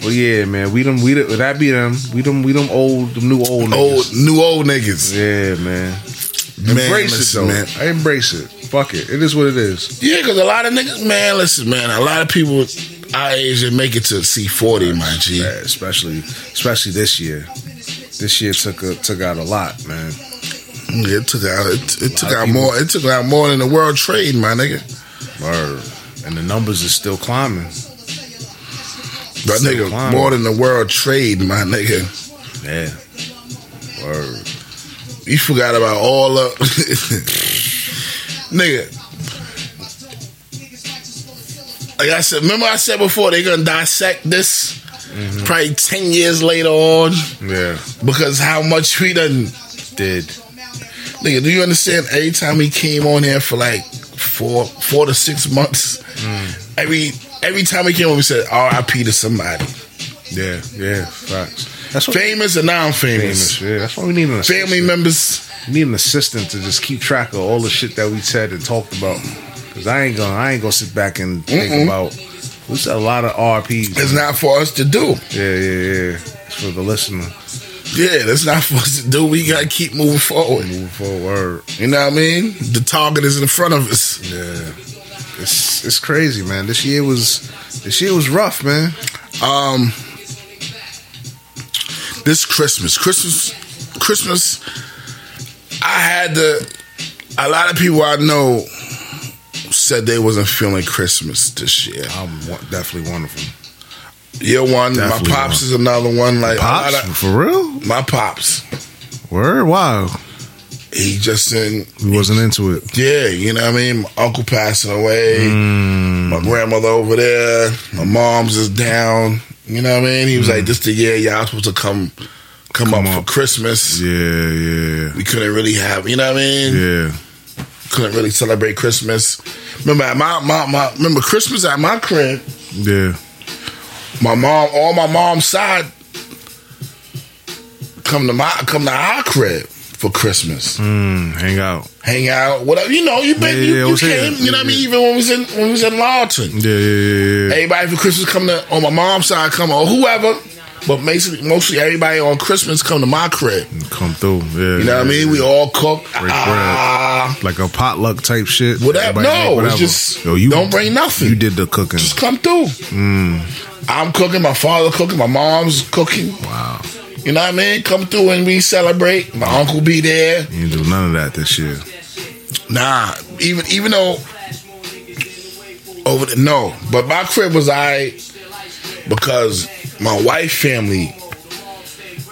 Well, yeah, man. We them we them, that be them. We them we them old them new old niggas.
Old new old niggas.
Yeah, man.
Man,
embrace
listen,
it though.
man.
I embrace it. Fuck it. It is what it is.
Yeah, because a lot of niggas, man, listen, man, a lot of people our age they make it to C forty, my G.
Yeah, especially especially this year. This year took a, took out a lot, man.
Yeah, It took out, it, it took
of
out
people-
more, it took out more than the world trade, my nigga.
Word. And the numbers is still climbing.
But
Still
nigga,
climbing.
more than the world trade, my nigga.
Yeah. Word.
You forgot about all of. nigga. Like I said, remember I said before they gonna dissect this probably ten years later on
Yeah.
because how much we done
Did.
Nigga, do you understand? Every time he came on here for like four, four to six months, every every time he came on, we said R.I.P. to somebody,
Yeah. Yeah. Facts. That's what
famous and
famous.
non-famous,
Yeah. That's why we need an assistant.
family members.
We need an assistant to just keep track of all the shit that we said and talked about. Cause I ain't gonna, I ain't gonna sit back and think
Mm-mm.
about. We said a lot of RPs.
It's not for us to do.
Yeah, yeah, yeah. It's for the listener
Yeah, that's not for us to do. We gotta keep moving forward.
moving forward.
You know what I mean? The target is in front of us.
Yeah, it's it's crazy, man. This year was this year was rough, man.
Um, this Christmas, Christmas, Christmas, I had to. A lot of people I know said they wasn't feeling Christmas this year.
I'm wa- definitely wonderful.
You're one.
Definitely
my pops
one.
is another one. Like A lot
Pops,
of,
for real?
my pops,
Word? Wow.
he just didn't.
We wasn't into it.
Yeah, you know what I mean. My uncle passing away.
Mm.
My grandmother over there. My mom's is down. You know what I mean. He was
Mm.
like, "This the year y'all supposed to come, come, up, for Christmas."
Yeah, yeah,
we couldn't really have, you know what I mean?
yeah.
Couldn't really celebrate Christmas. Remember at my, my my remember Christmas at my crib,
Yeah.
my mom, all my mom's side come to my come to our crib for Christmas.
Mm, hang out.
Hang out, whatever you know, you been
Yeah,
you,
yeah,
you
I was
came,
here.
you know what I mean, even when we was in when we was in Lawton.
Yeah, yeah, yeah, yeah.
Everybody for Christmas come to on my mom's side come or whoever. But basically, mostly everybody on Christmas come to my crib.
Come through. Yeah.
You know what I mean? We all cook.
bread.
Ah,
like a potluck type shit.
Whatever.
Everybody make
No, it's just don't bring nothing.
You did the cooking.
just come through. I'm cooking, my father cooking, my mom's cooking.
wow.
You know what I mean? Come through and we celebrate. My uncle be there.
You didn't do none of that this year.
Nah, even even though over the no, but my crib was I because my wife family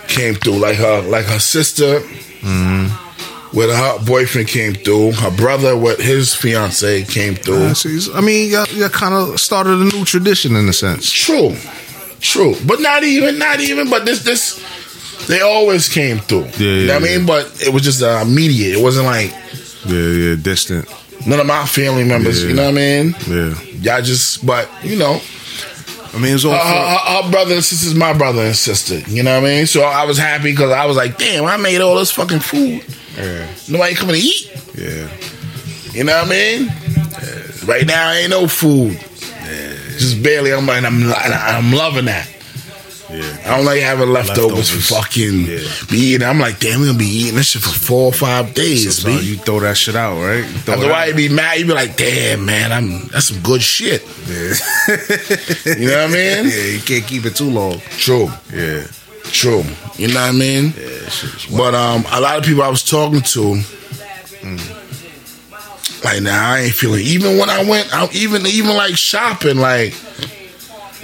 came through like her like her sister
Mm-hmm.
with her boyfriend came through, her brother with his fiance came through.
I see. I mean, y'all, y'all kind of started a new tradition in a sense.
True, true, but not even, not even. But this, this, they always came through.
Yeah,
you know what
yeah,
I mean. But it was just uh, immediate. It wasn't like
Yeah, yeah, distant.
none of my family members.
Yeah.
You know what I mean?
Yeah.
Y'all just, but you know,
I mean, it's all.
uh,
for-
our, our brother and sister is my brother and sister. You know what I mean? So I was happy because I was like, damn, I made all this fucking food. Nobody coming to eat.
yeah.
You know what I mean? Right now, ain't no food. Just barely. I'm like, I'm, I'm loving that.
Yeah.
I don't like having leftovers,
Leftovers.
for fucking
Yeah.
be eating. I'm like, damn, we gonna be eating this shit for four or five days,
So
B.
you throw that shit out, right? You throw it out.
Otherwise, you be mad. You be like, damn, man, I'm that's some good shit. you know what I mean?
Yeah, you can't keep it too long.
True,
Yeah.
true. You know what I mean?
Yeah,
But um, a lot of people I was talking to, mm, like now I ain't feeling. Even when I went, out, even even like shopping, like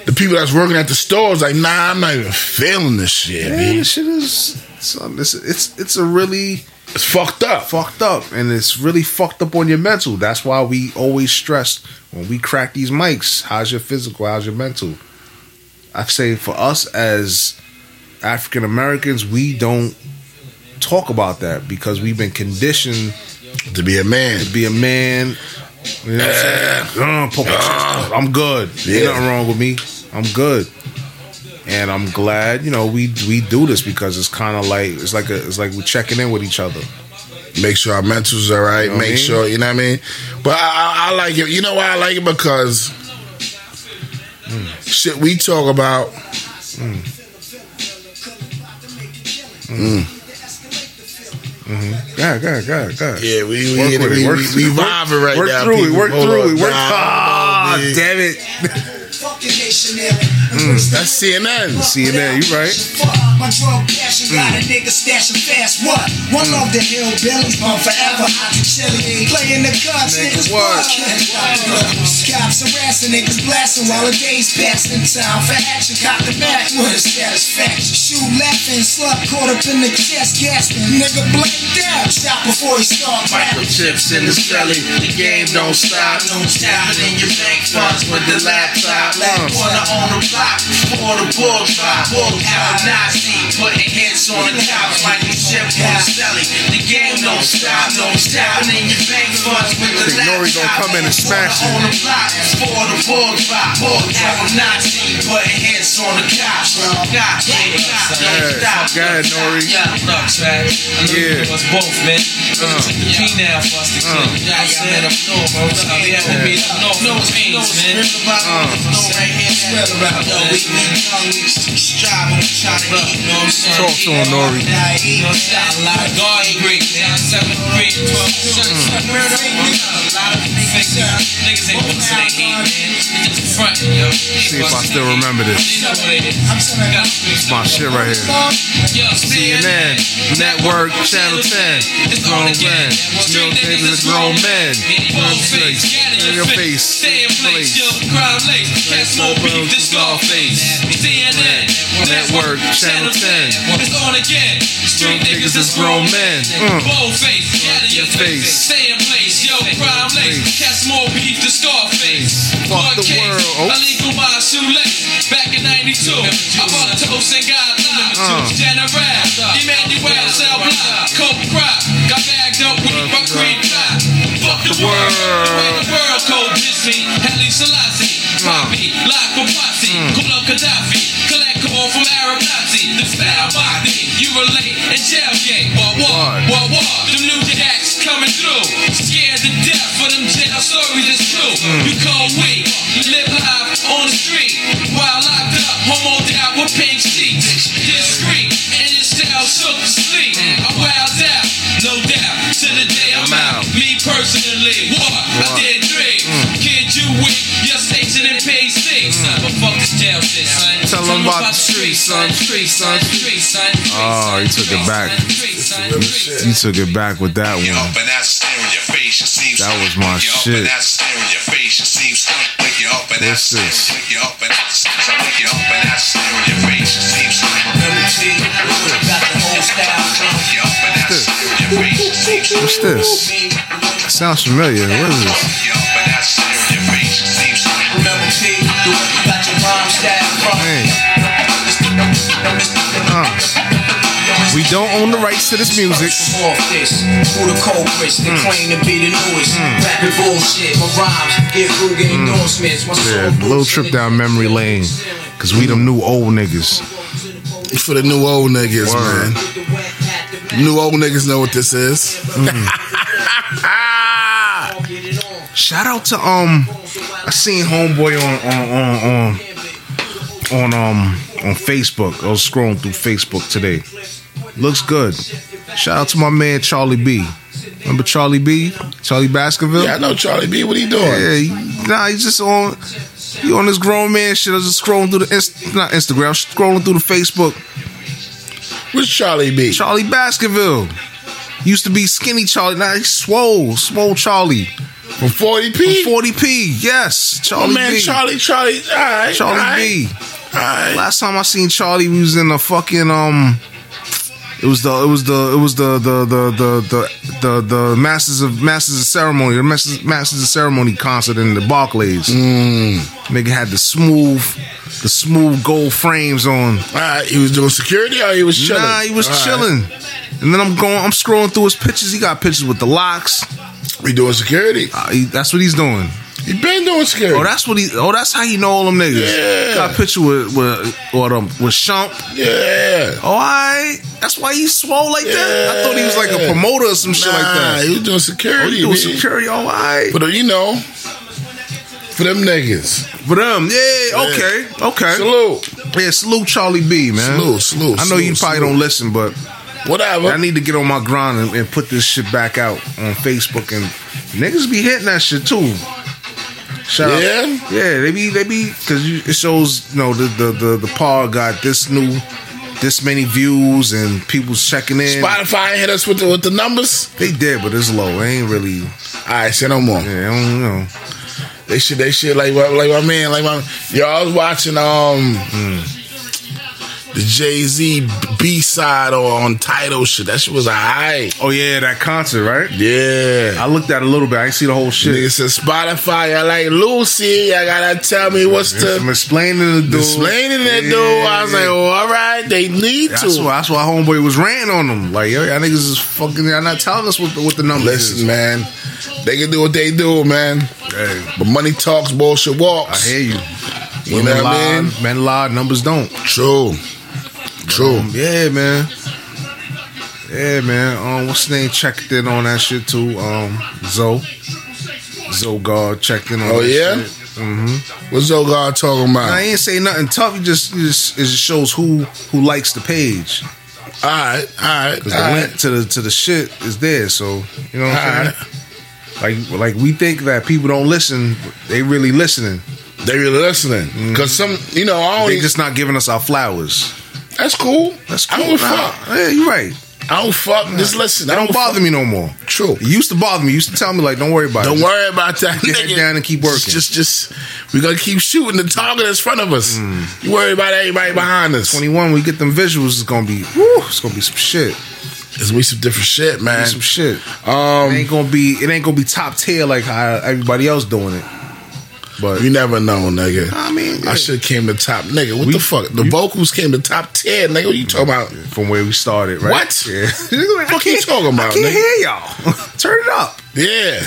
the people that's working at the stores, like nah, I'm not even feeling this shit.
Yeah,
man.
this shit is. Son, this, it's it's a really
It's fucked up.
fucked up, and it's really fucked up on your mental. That's why we always stress when we crack these mics. How's your physical? How's your mental? I say for us as African Americans, we don't talk about that because we've been conditioned
To be a man,
to be a man. You know what I'm saying? Uh, put my chest out. I'm good. There's
Yeah.
nothing wrong with me. I'm good. And I'm glad, you know, we we do this because it's kind of like it's like a, it's like we're checking in with each other.
make sure our mental's all right.
You know what
make
I mean?
sure you know what I mean. But I, I, I like it. You know why I like it because
Hmm.
shit we talk about.
God, God, God, God.
Yeah, we
Work
we we,
with it.
we,
Work-
we vibing right
work
now.
through it.
people.
Work
Hold
through it.
up.
Work.
Nah,
Ah,
hold on, man.
damn it.
Fucking nation, yeah.
Mm, That's CNN.
CNN, you right.
My drug passion got a nigga stashing fast. What? One of the hillbillies, on forever hot and chili. Playing the cards, niggas
what?
what? Cops harassing, niggas blasting while the days passing. Time for action, cop the back with a satisfaction. Shoot laughing, slut caught up in the chest, gasping. Nigga blanked out, shot before he start rapping.
Microchips in his belly. The game don't stop.
Don't stop it in your bank funds with the laptop. Black water on the block, pour the bull drop. Bull out Nazi, putting hits on the couch like you ship on Stelly. The game don't stop, don't stop it in your bank funds with the
Think
laptop.
Nori gonna come in and smash it.
Water on the block, pour the bull drop. Bull out Nazi, putting hits on the couch. God, yeah, don't
Hey,
stop.
go ahead, Nori.
Yeah, look, man. I know you
Yeah.
was both, man. It took the P now for us
Uh.
to click. You know what I'm saying? Up north, bro. Look, I'm here with me. Up north, no pains, man.
Uh.
No right here, spread around. Yo, we we young, we striving, we trying to eat. You know what I'm saying?
Talk to him, Nori.
You know what I'm saying? A lot of garden grapes, man. Seven, three, twelve, six, seven, eight, nine. A lot of niggas out- niggas ain't gonna say they hate, man. They just frontin', yo.
See if I still remember this.
You know what it is. Gotta fix
It's my shit right here.
it. Yo,
CNN, Network, Channel 10, Grown Men, Mill Davis, Grown Men. In your face, place. Network, Channel 10.
It's on again. Street niggas is grown men.
Mm.
Bold face, get out of your
Face.
face. Stay in place, yo, crime lace. Catch more beef than Scarface.
Fuck the
Hard case.
world. Oh.
Illegal by a shoelace. Back in 92, I bought toast and got live.
Uh.
General, Emmanuel, Sal Block, Coke Crop. Got bagged up with my green dot. Fuck the world. The way the world cold Disney. Halle Selassie.
Uh.
Poppy, Lock for Posse.
Mm.
Kulo Gaddafi. Collect call from Arab Nazi. The style body. You relate and jail gang. Wah, wah,
Word.
wah, wah. Them new jacks coming through. Scared to death for them jail stories. It's true. You call weak. You live life on the street. While locked up, homo down with pink sheets. Discreet. And your style shook to sleep. I wowed out. No doubt. To the day I'm out. Me personally. What? I did three.
Mm.
Kid, you weak. Your station and pay six. Son, but fuck this jail shit, son.
Tell 'em about the street, son.
Street, son. Street, son.
Oh, he took it back. You took it back with that
you
one.
up and that's stare in your face, it seems
That was my
you
shit.
up and that's stare in your face, it seems Wake you up and that's
What's
stare,
this?
wake you up and that's I wake you up and that's stare in your face, it seems Wake you up and that's stare in your face, it seems
What's this? Sounds familiar. What is this?
Wake you up and that's stare in your face, it seems
Remember T, the way you got your rhyme style from.
Hey. Uh. We don't own the rights to this music.
First off this, who the culprits
Mm.
that claim to be the newest? Rapping bullshit, my rhymes get Rugen endorsements. My
Mm. Yeah,
soul
little
boots
trip
in the-
down memory lane. Cause we them new old niggas.
For the new old niggas,
Word.
man. New old niggas know what this is.
Ah! Shout out to um I seen homeboy on on on on on um on Facebook. I was scrolling through Facebook today. Looks good. Shout out to my man Charlie B. Remember Charlie B? Charlie Baskerville?
Yeah, I know Charlie B. What he doing?
Yeah, he, nah, he's just on. He on this grown man shit. I was just scrolling through the inst- not Instagram, scrolling through the Facebook.
What's Charlie B?
Charlie Baskerville used to be skinny Charlie. Now he's swole, swole Charlie.
From 40p.
Forty P, yes,
Oh
Charlie
man,
B.
Charlie, Charlie, all right,
Charlie
all right,
B.
all right.
Last time I seen Charlie, we was in the fucking um. It was the it was the it was the the the the the the, the Masters of Masters of Ceremony or Masters, Masters of Ceremony concert in the Barclays.
Mm.
Nigga had the smooth the smooth gold frames on.
All right, he was doing security or he was chilling?
Nah, he was
All right.
chilling. And then I'm going I'm scrolling through his pictures. He got pictures with the locks.
He doing security.
Uh, he- that's what he's doing.
He been doing security.
Oh, that's what he. Oh, that's how he know all them niggas.
Yeah.
Got a picture with with or them with Shump.
yeah.
Oh, all right. That's why he swole like that. I thought he was like a
Yeah.
promoter or some shit like
Nah,
that.
he was doing
Oh,
security.
he doing
man.
security. All right.
But uh, you know, for them niggas,
For them, yeah. Okay. Okay.
salute,
Yeah, salute Charlie B, man.
salute, salute.
I know you
salute,
probably
salute.
don't listen, but
Whatever.
I need to get on my grind and, and put this shit back out on Facebook and niggas be hitting that shit too. Shout out-
Yeah?
yeah. They be they be because it shows you know the the the, the pod got this new. This many views and people checking in.
Spotify hit us with the, with the numbers.
They did, but it's low. It ain't really.
All right, say no more.
Yeah, I don't know.
They should, they should like, what- like my man, like my. Yo, I was watching um the Jay Z B side on title shit. That shit was alright.
Oh yeah, that concert, right?
Yeah.
I looked at it a little bit. I ain't see the whole shit.
Nigga said Spotify. I like Lucy. I gotta tell me what's
I'm
the
explaining the dude.
explaining that
Yeah,
dude. I was
yeah.
like, oh, all right, they need
That's
to.
why, that's why homeboy was ranting on them. Like, yo, y'all niggas is fucking, y'all not telling us what the, what the numbers
Listen,
is.
man, they can do what they do, man.
Hey,
But money talks, bullshit
I
walks.
hear you.
You
Women
know what I
lie,
mean?
Men lie, numbers don't. Um,
True, true.
Yeah, man. Yeah, man. Um, what's his name? Checked in on that shit too. Um, Zoe. Zoe God checked in on
Oh
that
yeah.
shit.
What's old guy talking
I
about?
ain't say nothing tough. It just, it just it just shows who who likes the page
All right, all right, all
because the
right.
link to the to the shit is there. So you know what I'm
Alright.
saying. Like like we think that people don't listen, they really listening.
They really listening because some, you know, I
Mm. They
only
just not giving us our flowers.
that's cool.
That's
I
cool.
don't
nah.
fuck.
Yeah, you're right.
I don't fuck. Just listen.
That
I
don't bother me no more.
True.
It used to bother me. It used to tell me like, don't worry about it.
Don't worry about that.
Get your
nigga.
head down and keep working.
Just, just, just- we gonna keep shooting the target that's in front of us. You worry about everybody behind us.
Mm. Twenty one, we get them visuals. It's gonna be, whew, it's gonna be some shit.
It's we some different shit,
Be
man.
some shit. It
Um,
ain't gonna be. It ain't gonna be top tier like how everybody else doing it. But
you never know, nigga.
I mean, yeah.
I should have came to top, nigga. What the fuck? The vocals came to top ten, nigga. What you talking about?
from where we started, right?
What?
Yeah.
Fuck you talking about,
I can't
nigga?
hear y'all. Turn it up.
Yeah,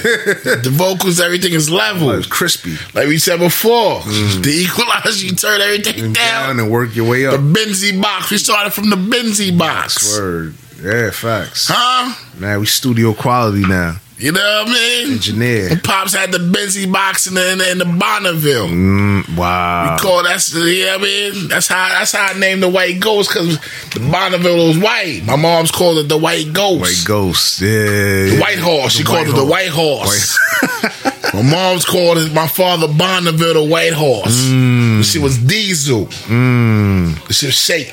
the vocals, everything is
It
level.
was crispy.
Like we said before, the equalizer, you turn everything
And
down.
Mm, down and work your way
The
up.
Benzie box. We started from the Benzie box.
Word. Yeah, facts.
Huh?
Man, we studio quality now.
You know what I mean?
Engineer.
And Pops had the Benzie box and the, and the, and the Bonneville.
Mm, wow.
Call that's you know what I mean. That's how that's how I named the white ghost because the Bonneville was white. My mom's called it the white ghost.
White Ghost. Yeah.
The White Horse. She called it the White Horse. my mom's called it my father Bonneville the White Horse. She was Diesel.
Mm.
She was shake.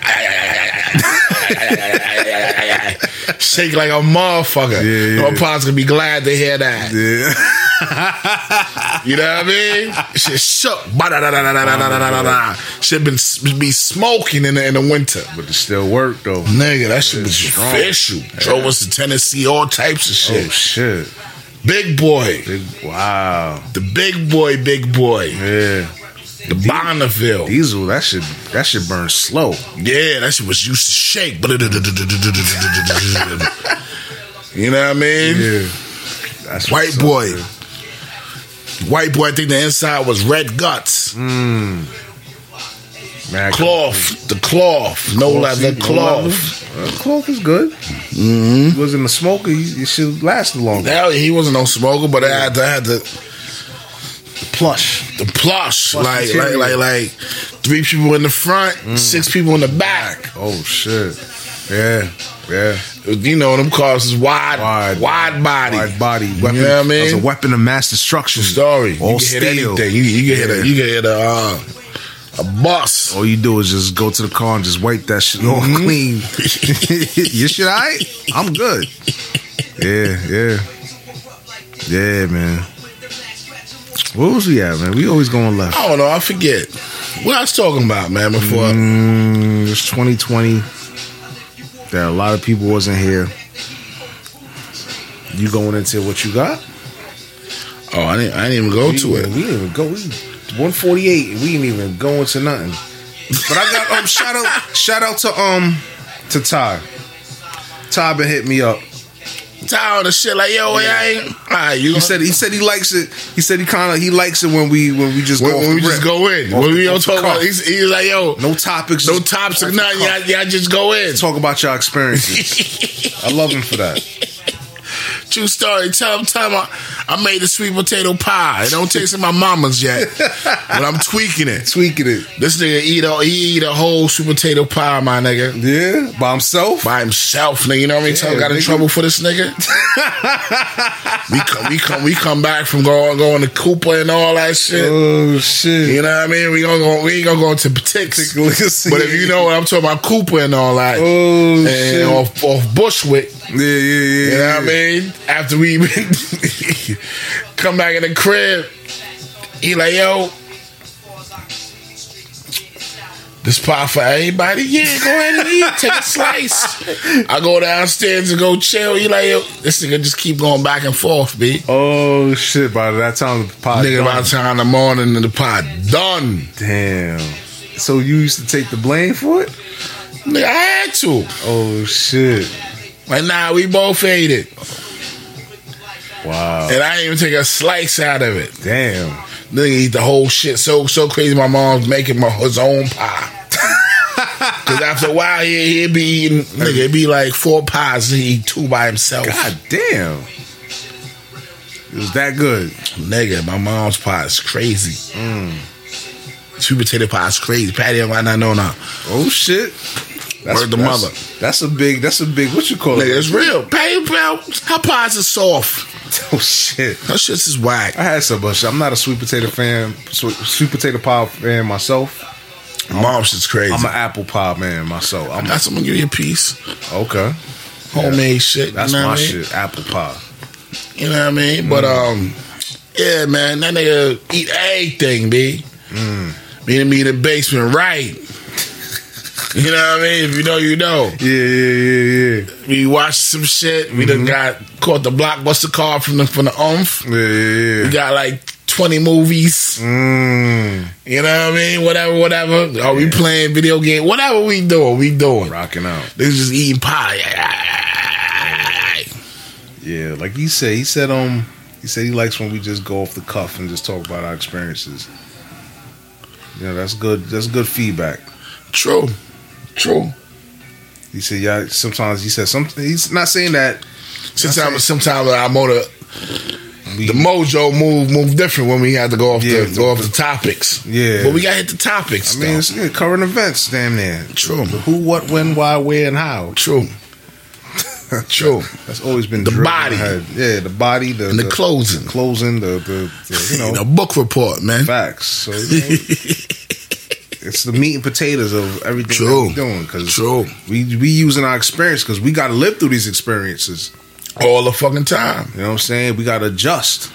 shake like a motherfucker.
Yeah, yeah.
My pops gonna be glad to hear that.
Yeah.
You know what I mean? Shit shook. Ba-da-da-da-da-da-da-da-da-da. Shit been s- be smoking in the, in the winter.
But it still worked though.
Nigga, that shit was
strong.
official. Drove us to Tennessee, all types of
Oh
shit.
shit.
Big boy.
Big, wow.
The big boy, big boy.
Yeah.
The Bonneville.
Diesel, that should that should burn slow.
Yeah, that shit was used to shake. you know what I mean?
That's
White
what's up,
boy.
man.
White boy, I think the inside was red guts.
Mm. Man, I
Cloth. The cloth. No
see,
leather
no
cloth.
leather. Uh, cloth is good. Mm-hmm. Wasn't a smoker. You, it should last longer.
Now he wasn't no smoker, but I had to, I had to
Plush.
the plush,
Plush
like, like
material. Mm.
like like three people in the front, six people in the back.
Oh shit. Yeah. Yeah.
You know them cars is wide,
Wide.
wide, body,
Wide body. Weapon.
You know what I
That's
mean?
a weapon of mass destruction.
story.
All
you can hit
steel.
anything. You, you can hit
Yeah.
a you can hit a uh, a bus.
All you do is just go to the car and just wipe that shit off
Mm-hmm.
clean. you shit all right? I'm good. Yeah, yeah. Yeah, man. What was we at, man? We always going left.
I don't know. I forget what I was talking about, man. Before
Mm, it's 2020. That a lot of people wasn't here. You going into what you got?
oh, I didn't, I didn't even go to
we,
it.
We didn't even go. We 148. We didn't even go into nothing. But I got um shout out shout out to um to Ty. Ty been hit me up.
Tired of shit. Like
Oh,
yo, I ain't. All right, you
He said he said he likes it. He said he kind of he likes it when we when we just
when,
go off
when we
the
just
rip.
go in.
Off
When
the-
we
off
don't
the
talk
cuff.
about. He's, he's like yo,
no topics,
no
just
tops
off
or
the
nothing.
cuff.
Y'all, y'all just go in.
Talk about your experiences. I love him for that.
True story. Tell him, tell him. I, I made a sweet potato pie. It don't taste of my mama's yet, but I'm tweaking it.
tweaking it.
This nigga eat a he eat a whole sweet potato pie, my nigga,
Yeah, by himself.
by himself, nigga. You know how many times I got in
nigga.
trouble for this nigga? we come, we come, we come back from going going to Cooper and all that shit.
oh shit!
You know what I mean? We gonna go, we ain't gonna go into partics.
Take a look and see.
But if you know what I'm talking about, Cooper and all that,
Oh,
and
shit.
off off Bushwick.
Yeah, yeah, yeah.
You know what I
yeah.
mean? After we come back in the crib, he like, yo, this pie for everybody? Yeah, go ahead and eat. Take a slice. I go downstairs and go chill. He like, yo, this nigga just keep going back and forth, B.
Oh shit! By that time, the pot
Nigga, by
done.
the time in the morning, the pot done.
Damn. So you used to take the blame for it?
Nigga, I had to.
Oh shit!
Like, nah, we both ate it.
Wow.
And I didn't even take a slice out of it.
Damn.
Nigga eat the whole shit so so crazy. My mom's making my, his own pie. Cause after a while, he would be eating. Nigga, it'd be like four pies and he eat two by himself.
God damn. It was that good.
Nigga, my mom's pie is crazy.
Mm.
Sweet potato pie is crazy. Patty, I not know now.
Oh shit.
Word to
that's,
mother.
That's a big. That's a big. What you call
Nigga,
it?
it's real. Patty, pal, her pies are soft.
Oh shit.
Her shit's is whack.
I had some, but I'm not a sweet potato fan. Sweet, sweet potato pie fan myself.
Mom's shit's crazy.
I'm an apple pie man myself. I'm
That's I'm gonna give you a piece.
okay.
Homemade shit.
That's
you know
my
what I mean?
shit. Mm. Apple pie.
You know what I mean? But um, yeah, man, that nigga eat everything, b.
Mm.
Me and me in the basement, right? you know what I mean? If you know, you know.
Yeah, yeah, yeah,
We watched some shit. We
Mm-hmm.
done got caught the blockbuster card from the from the umph.
yeah, yeah, yeah.
We got like twenty movies.
Mm,
You know what I mean? Whatever, whatever. Are we playing video game? Whatever we doing, we doing.
rocking out.
They just eating pie.
Yeah, like he said. He said um. He said he likes when we just go off the cuff and just talk about our experiences. Yeah, that's good. That's good feedback.
True, true.
He said, "Yeah." Sometimes he said something. He's not saying that.
Sometimes, sometimes our motor, the mojo move move different when we had to go off
Yeah.
the go off the topics.
Yeah.
but we got to hit the topics.
I mean,
though.
it's yeah, current events, damn near.
True.
The who, what, when, why, where, and how.
true, true.
That's always been
The
drilled in
body.
my head. Yeah, the body. The,
And the closing.
Closing. The the, the you know
You know, book report, man.
facts. So you know, it's the meat and potatoes of everything
True.
that we doing because
True.
we we using our experience because we got to live through these experiences.
All the fucking time.
You know what I'm saying? We got to adjust.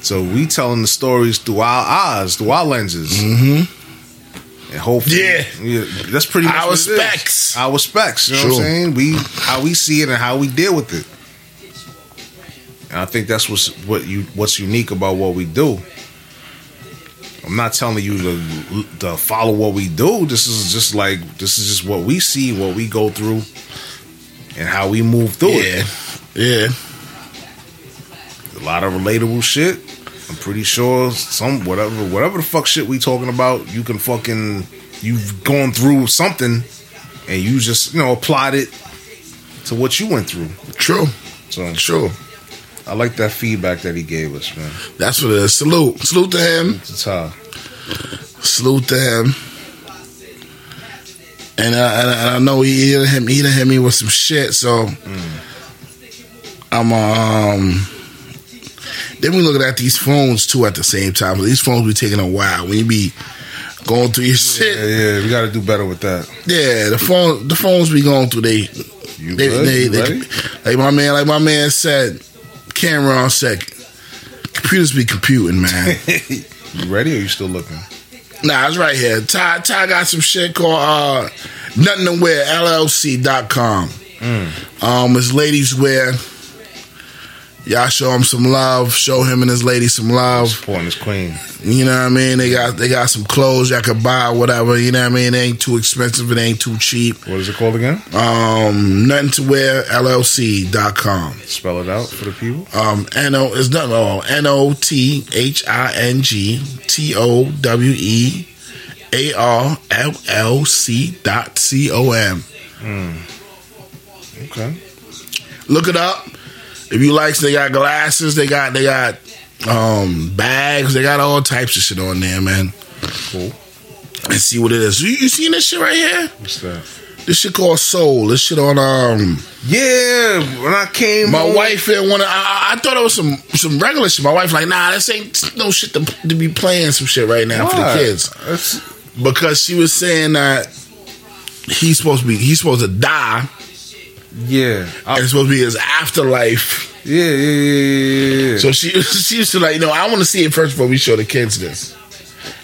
So we telling the stories through our eyes, through our lenses. Mm-hmm. And hopefully,
Mm-hmm. Yeah.
that's pretty much
Our
what it is.
specs.
Our specs. You know what I'm
True.
saying? We how we see it and how we deal with it. And I think that's what's what you what's unique about what we do. I'm not telling you to, to follow what we do. This is just like this is just what we see, what we go through, and how we move through it
Yeah, yeah.
a lot of relatable shit. I'm pretty sure some whatever whatever the fuck shit we talking about, you can fucking you've gone through something and you just you know applied it to what you went through.
True,
So
true.
I like that feedback that he gave us, man.
That's what it is. Salute, salute to him.
It's high.
Salute to him. And I, and I, and I know he he done hit me, he done hit me with some shit. So I'm um. Then we looking at these phones too at the same time. These phones be taking a while when you be going through your
Yeah,
shit.
yeah, we got to do better with that.
Yeah, the phone the phones be going through they.
You
They,
good?
they,
You
they-
ready?
like my man, like my man said, camera on second. Computers be computing, man.
You ready? Or you still looking?
Nah, it's right here. Ty, Ty got some shit called uh, Nothing to Wear, LLC.com. Um, it's ladies wear. Y'all show him some love. Show him and his lady some love.
Supporting his queen.
You know what I mean? They got they got some clothes y'all could buy, whatever. You know what I mean? It ain't too expensive. It ain't too cheap.
What is it called again?
Um, nothing to wear, LLC.com.
Spell it out for the people.
Um, N O is not oh, N O T H I N G T O W E A R L L C dot C O M.
Okay.
Look it up. If you like, they got glasses. They got they got um bags. They got all types of shit on there, man.
Cool.
And see what it is. You, you seen this shit right here?
What's that?
This shit called Soul. This shit on um.
Yeah, when I came,
My
home-
wife didn't want to. I, I- I thought it was some some regular shit. My wife like, nah, this ain't no shit to, to be playing some shit right now for
Why?
the kids
That's,
because she was saying that he's supposed to be he's supposed to die
yeah. I-
and it's supposed to be his afterlife.
yeah, yeah, yeah, yeah, yeah.
So she she used to like, no, I want to see it first before we show the kids this.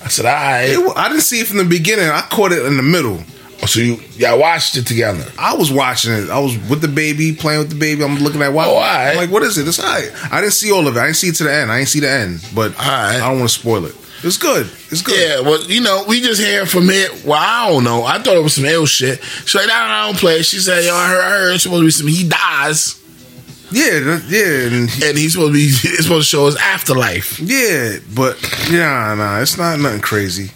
I said, all
It
right.
wa- I didn't see it from the beginning. I caught it in the middle.
So you y'all watched it together.
I was watching it. I was with the baby, playing with the baby. I'm looking at why.
Oh, all right.
I'm like, what is it? It's all right. I didn't see all of it. I didn't see it to the end. I didn't see the end, but
All right.
I don't want to spoil it. It's good. It's good.
Yeah, well, you know, we just hearing from it. Well, I don't know. I thought it was some ill shit. She like, nah, I don't play. it." She said, yo, I heard, I heard it's supposed to be some. He dies.
yeah, that- yeah, and
and he's supposed to be it's supposed to show his afterlife.
yeah. But yeah, nah, it's not nothing crazy.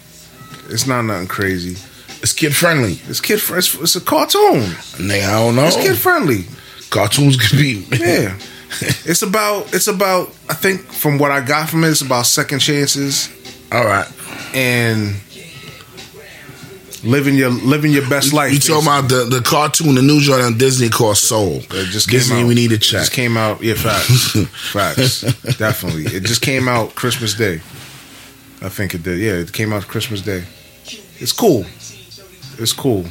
It's not nothing crazy.
It's kid friendly.
It's kid. fr- It's, it's a cartoon.
Nigga, I don't know.
It's kid friendly.
Cartoons could be
Yeah. it's about. It's about. I think from what I got from it, it's about second chances.
All right.
and living your living your best life.
You talking about the, the cartoon, the new joint on Disney called Soul.
It just came
Disney,
out.
we need to
It
check.
Just came out. Yeah, facts, facts, definitely. It just came out Christmas Day. I think it did. Yeah, it came out Christmas Day. It's cool. It's cool.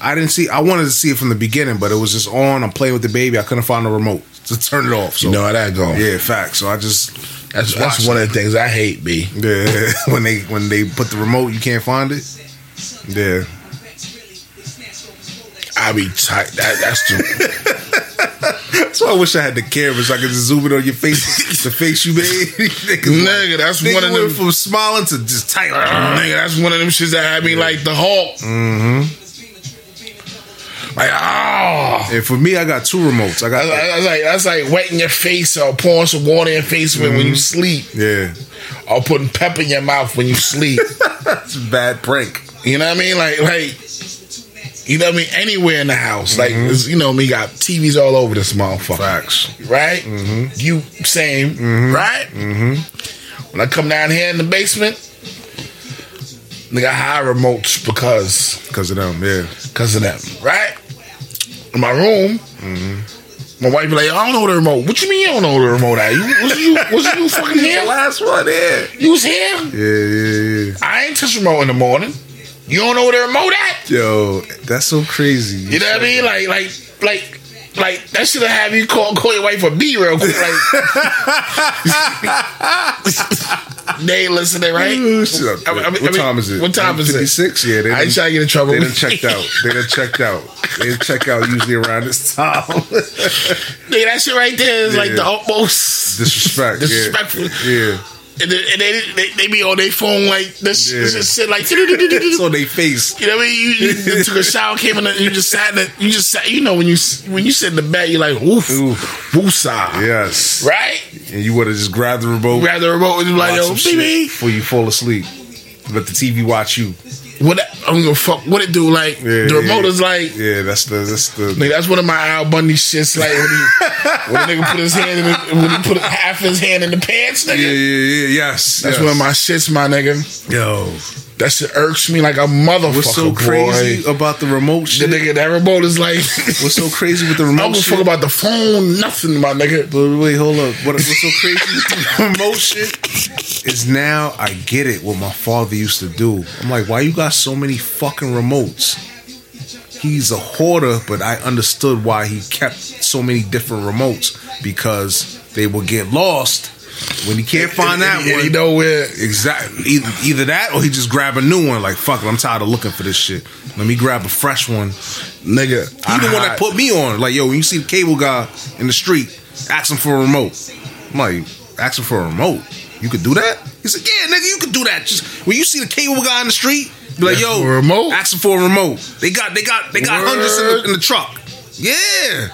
I didn't see. I wanted to see it from the beginning, but it was just on. I'm playing with the baby. I couldn't find the remote to turn it off. So
you know how that go.
yeah, facts. So I just
that's
just
that's
watched
one
it.
of the things I hate, B.
Yeah, when they when they put the remote, you can't find it. Yeah,
I be tight. That, that's the
So I wish I had the camera so I could just zoom it on your face, the face you made. Nigga,
nigga. That's
nigga
one of
went
them.
from smiling to just tight.
nigga, that's one of them shits that had me like the Hulk.
Mm-hmm.
Like ah.
And for me, I got two remotes. I
That's like,
got
that's like that's like wetting your face or pouring some water in your face when when you
Mm-hmm.
sleep.
yeah,
or putting pep in your mouth when you sleep.
that's a bad prank.
you know what I mean? Like like you know what I mean? Anywhere in the house, like it's- you know me, got TVs all over this motherfucker,
Facts.
right? You same, right? When I come down here in the basement, nigga, I high remotes because
Because of them, yeah.
because of them, right? In my room. My wife be like, I don't know the remote. What you mean you don't know the remote? At? You was you was you fucking here?
last one, yeah.
You was here?
Yeah, yeah, yeah.
I ain't touch remote in the morning. You don't know where the remote at.
Yo, that's so crazy.
You know what I mean? Like, like, like, like that should have you call call your wife a B real quick. Like, they ain't listening, right?
Ooh, shit.
I mean- I mean-
what time is it?
what time is it?
56? Yeah, they
I ain't
done-
trying to get in trouble.
They done checked out. They done checked out. They done check out usually around this time.
Nigga, that shit right there is like
Yeah.
the utmost.
Disrespect. yeah.
Disrespectful.
Yeah.
And they, and they, they, they be on their phone like this.
Yeah.
This is shit like.
It's on their face.
You know what I mean? You, you took a shower, came in, the, you just sat in the, you just sat, you know, when you when you sit in the bed, you're like, oof,
Oof.
woosah.
Yes.
Right?
and you would have just grabbed the remote,
Grab the remote and be like,
watch
yo,
some shit
baby,
before you fall asleep. Let the TV watch you.
what, I'm gonna fuck, what it do? Like,
Yeah,
the remote
yeah.
is like,
Yeah, that's the that's the
Nigga, that's one of my Al Bundy shits. Like when, he, when a nigga put his hand in, the, when he put half his hand in the pants, nigga.
yeah yeah yeah yes.
That's
yes.
one of my shits, my nigga.
yo.
That shit irks me like a motherfucker.
What's so
boy.
crazy about the remote
The
shit?
nigga, that remote is like.
What's so crazy with the
I don't
remote
give a fuck
shit?
about the phone, nothing, my nigga.
But wait, hold up. What, what's so crazy with the remote shit is now I get it. What my father used to do. I'm like, why you got so many fucking remotes? He's a hoarder, but I understood why he kept so many different remotes because they will get lost when he can't find that
And
one.
You know where
Exactly. Either, either that or he just grab a new one. Like, fuck it, I'm tired of looking for this shit. Let me grab a fresh one.
nigga.
He the one that put me on. Like, yo, when you see the cable guy in the street, ask him for a remote. I'm like, ask him for a remote. You could do that? He said, yeah, nigga, you could do that. Just when you see the cable guy in the street, be like,
Ask
yo,
for a remote?
Ask him for a remote. They got, they got, they got hundreds in the, in the truck. Yeah.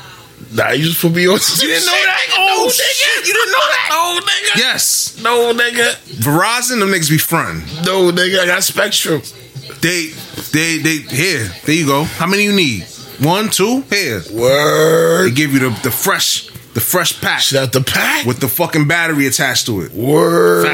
Nah, you just put me on.
You didn't know that?
Oh,
No,
nigga.
shit, you didn't know that?
Oh, nigga.
Yes.
No, nigga.
Verizon, them niggas be frontin'.
No, nigga. I got Spectrum.
They, they, they. Here, there you go. How many you need? One, two, here. They
Word.
give you the, the fresh, the fresh pack
Shit out the pack.
with the fucking battery attached to it.
Word.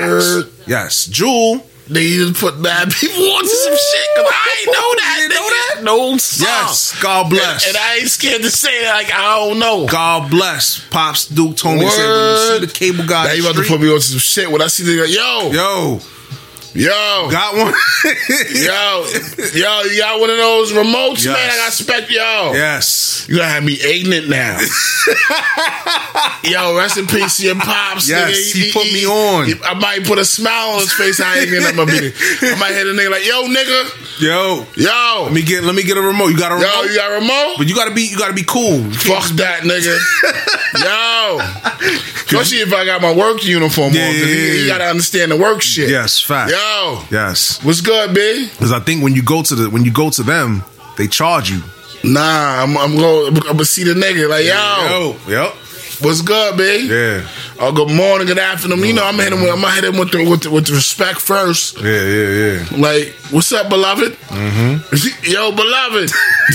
Facts. Yes, Jewel.
They just put bad people onto some shit because I ain't know that.
You didn't
nigga. know that? No, son.
Yes, God bless.
And, and I ain't scared to say that. Like I don't know.
God bless. Pops Duke told me he said, when you see
Word.
the cable guy.
now
in
you
the
about to
street,
put me on some shit when I see the yo, yo,
Yo,
yo,
got one.
yo, yo, you got one of those remotes,
Yes.
man. I got spec, yo.
Yes.
You gotta have me ignorant now. yo, rest in peace to your pops.
Yes,
nigga.
he put me on.
he- I might put a smile on his face. I ain't gonna be. I might hit a nigga like, yo, nigga,
Yo,
yo,
let me get let me get a remote. You got a remote,
yo, you got a remote?
but you gotta be you gotta be cool. You can't-
Fuck that nigga. Yo. Especially if I got my work uniform
Yeah,
on. 'cause
yeah,
you-
yeah,
You
yeah.
gotta understand the work shit.
Yes, fact.
Yo.
Yes,
What's good, B?
because I think when you go to the when you go to them, they charge you.
Nah, I'm, I'm going I'm gonna see the nigga. Like, yo,
Yep.
what's good, B?
Yeah.
Oh, good morning, good afternoon. You know, I'm gonna hit him with I'm gonna hit him with the with the, with the respect first.
Yeah. Yeah. Yeah.
Like, what's up, beloved? Mm-hmm. Yo, beloved.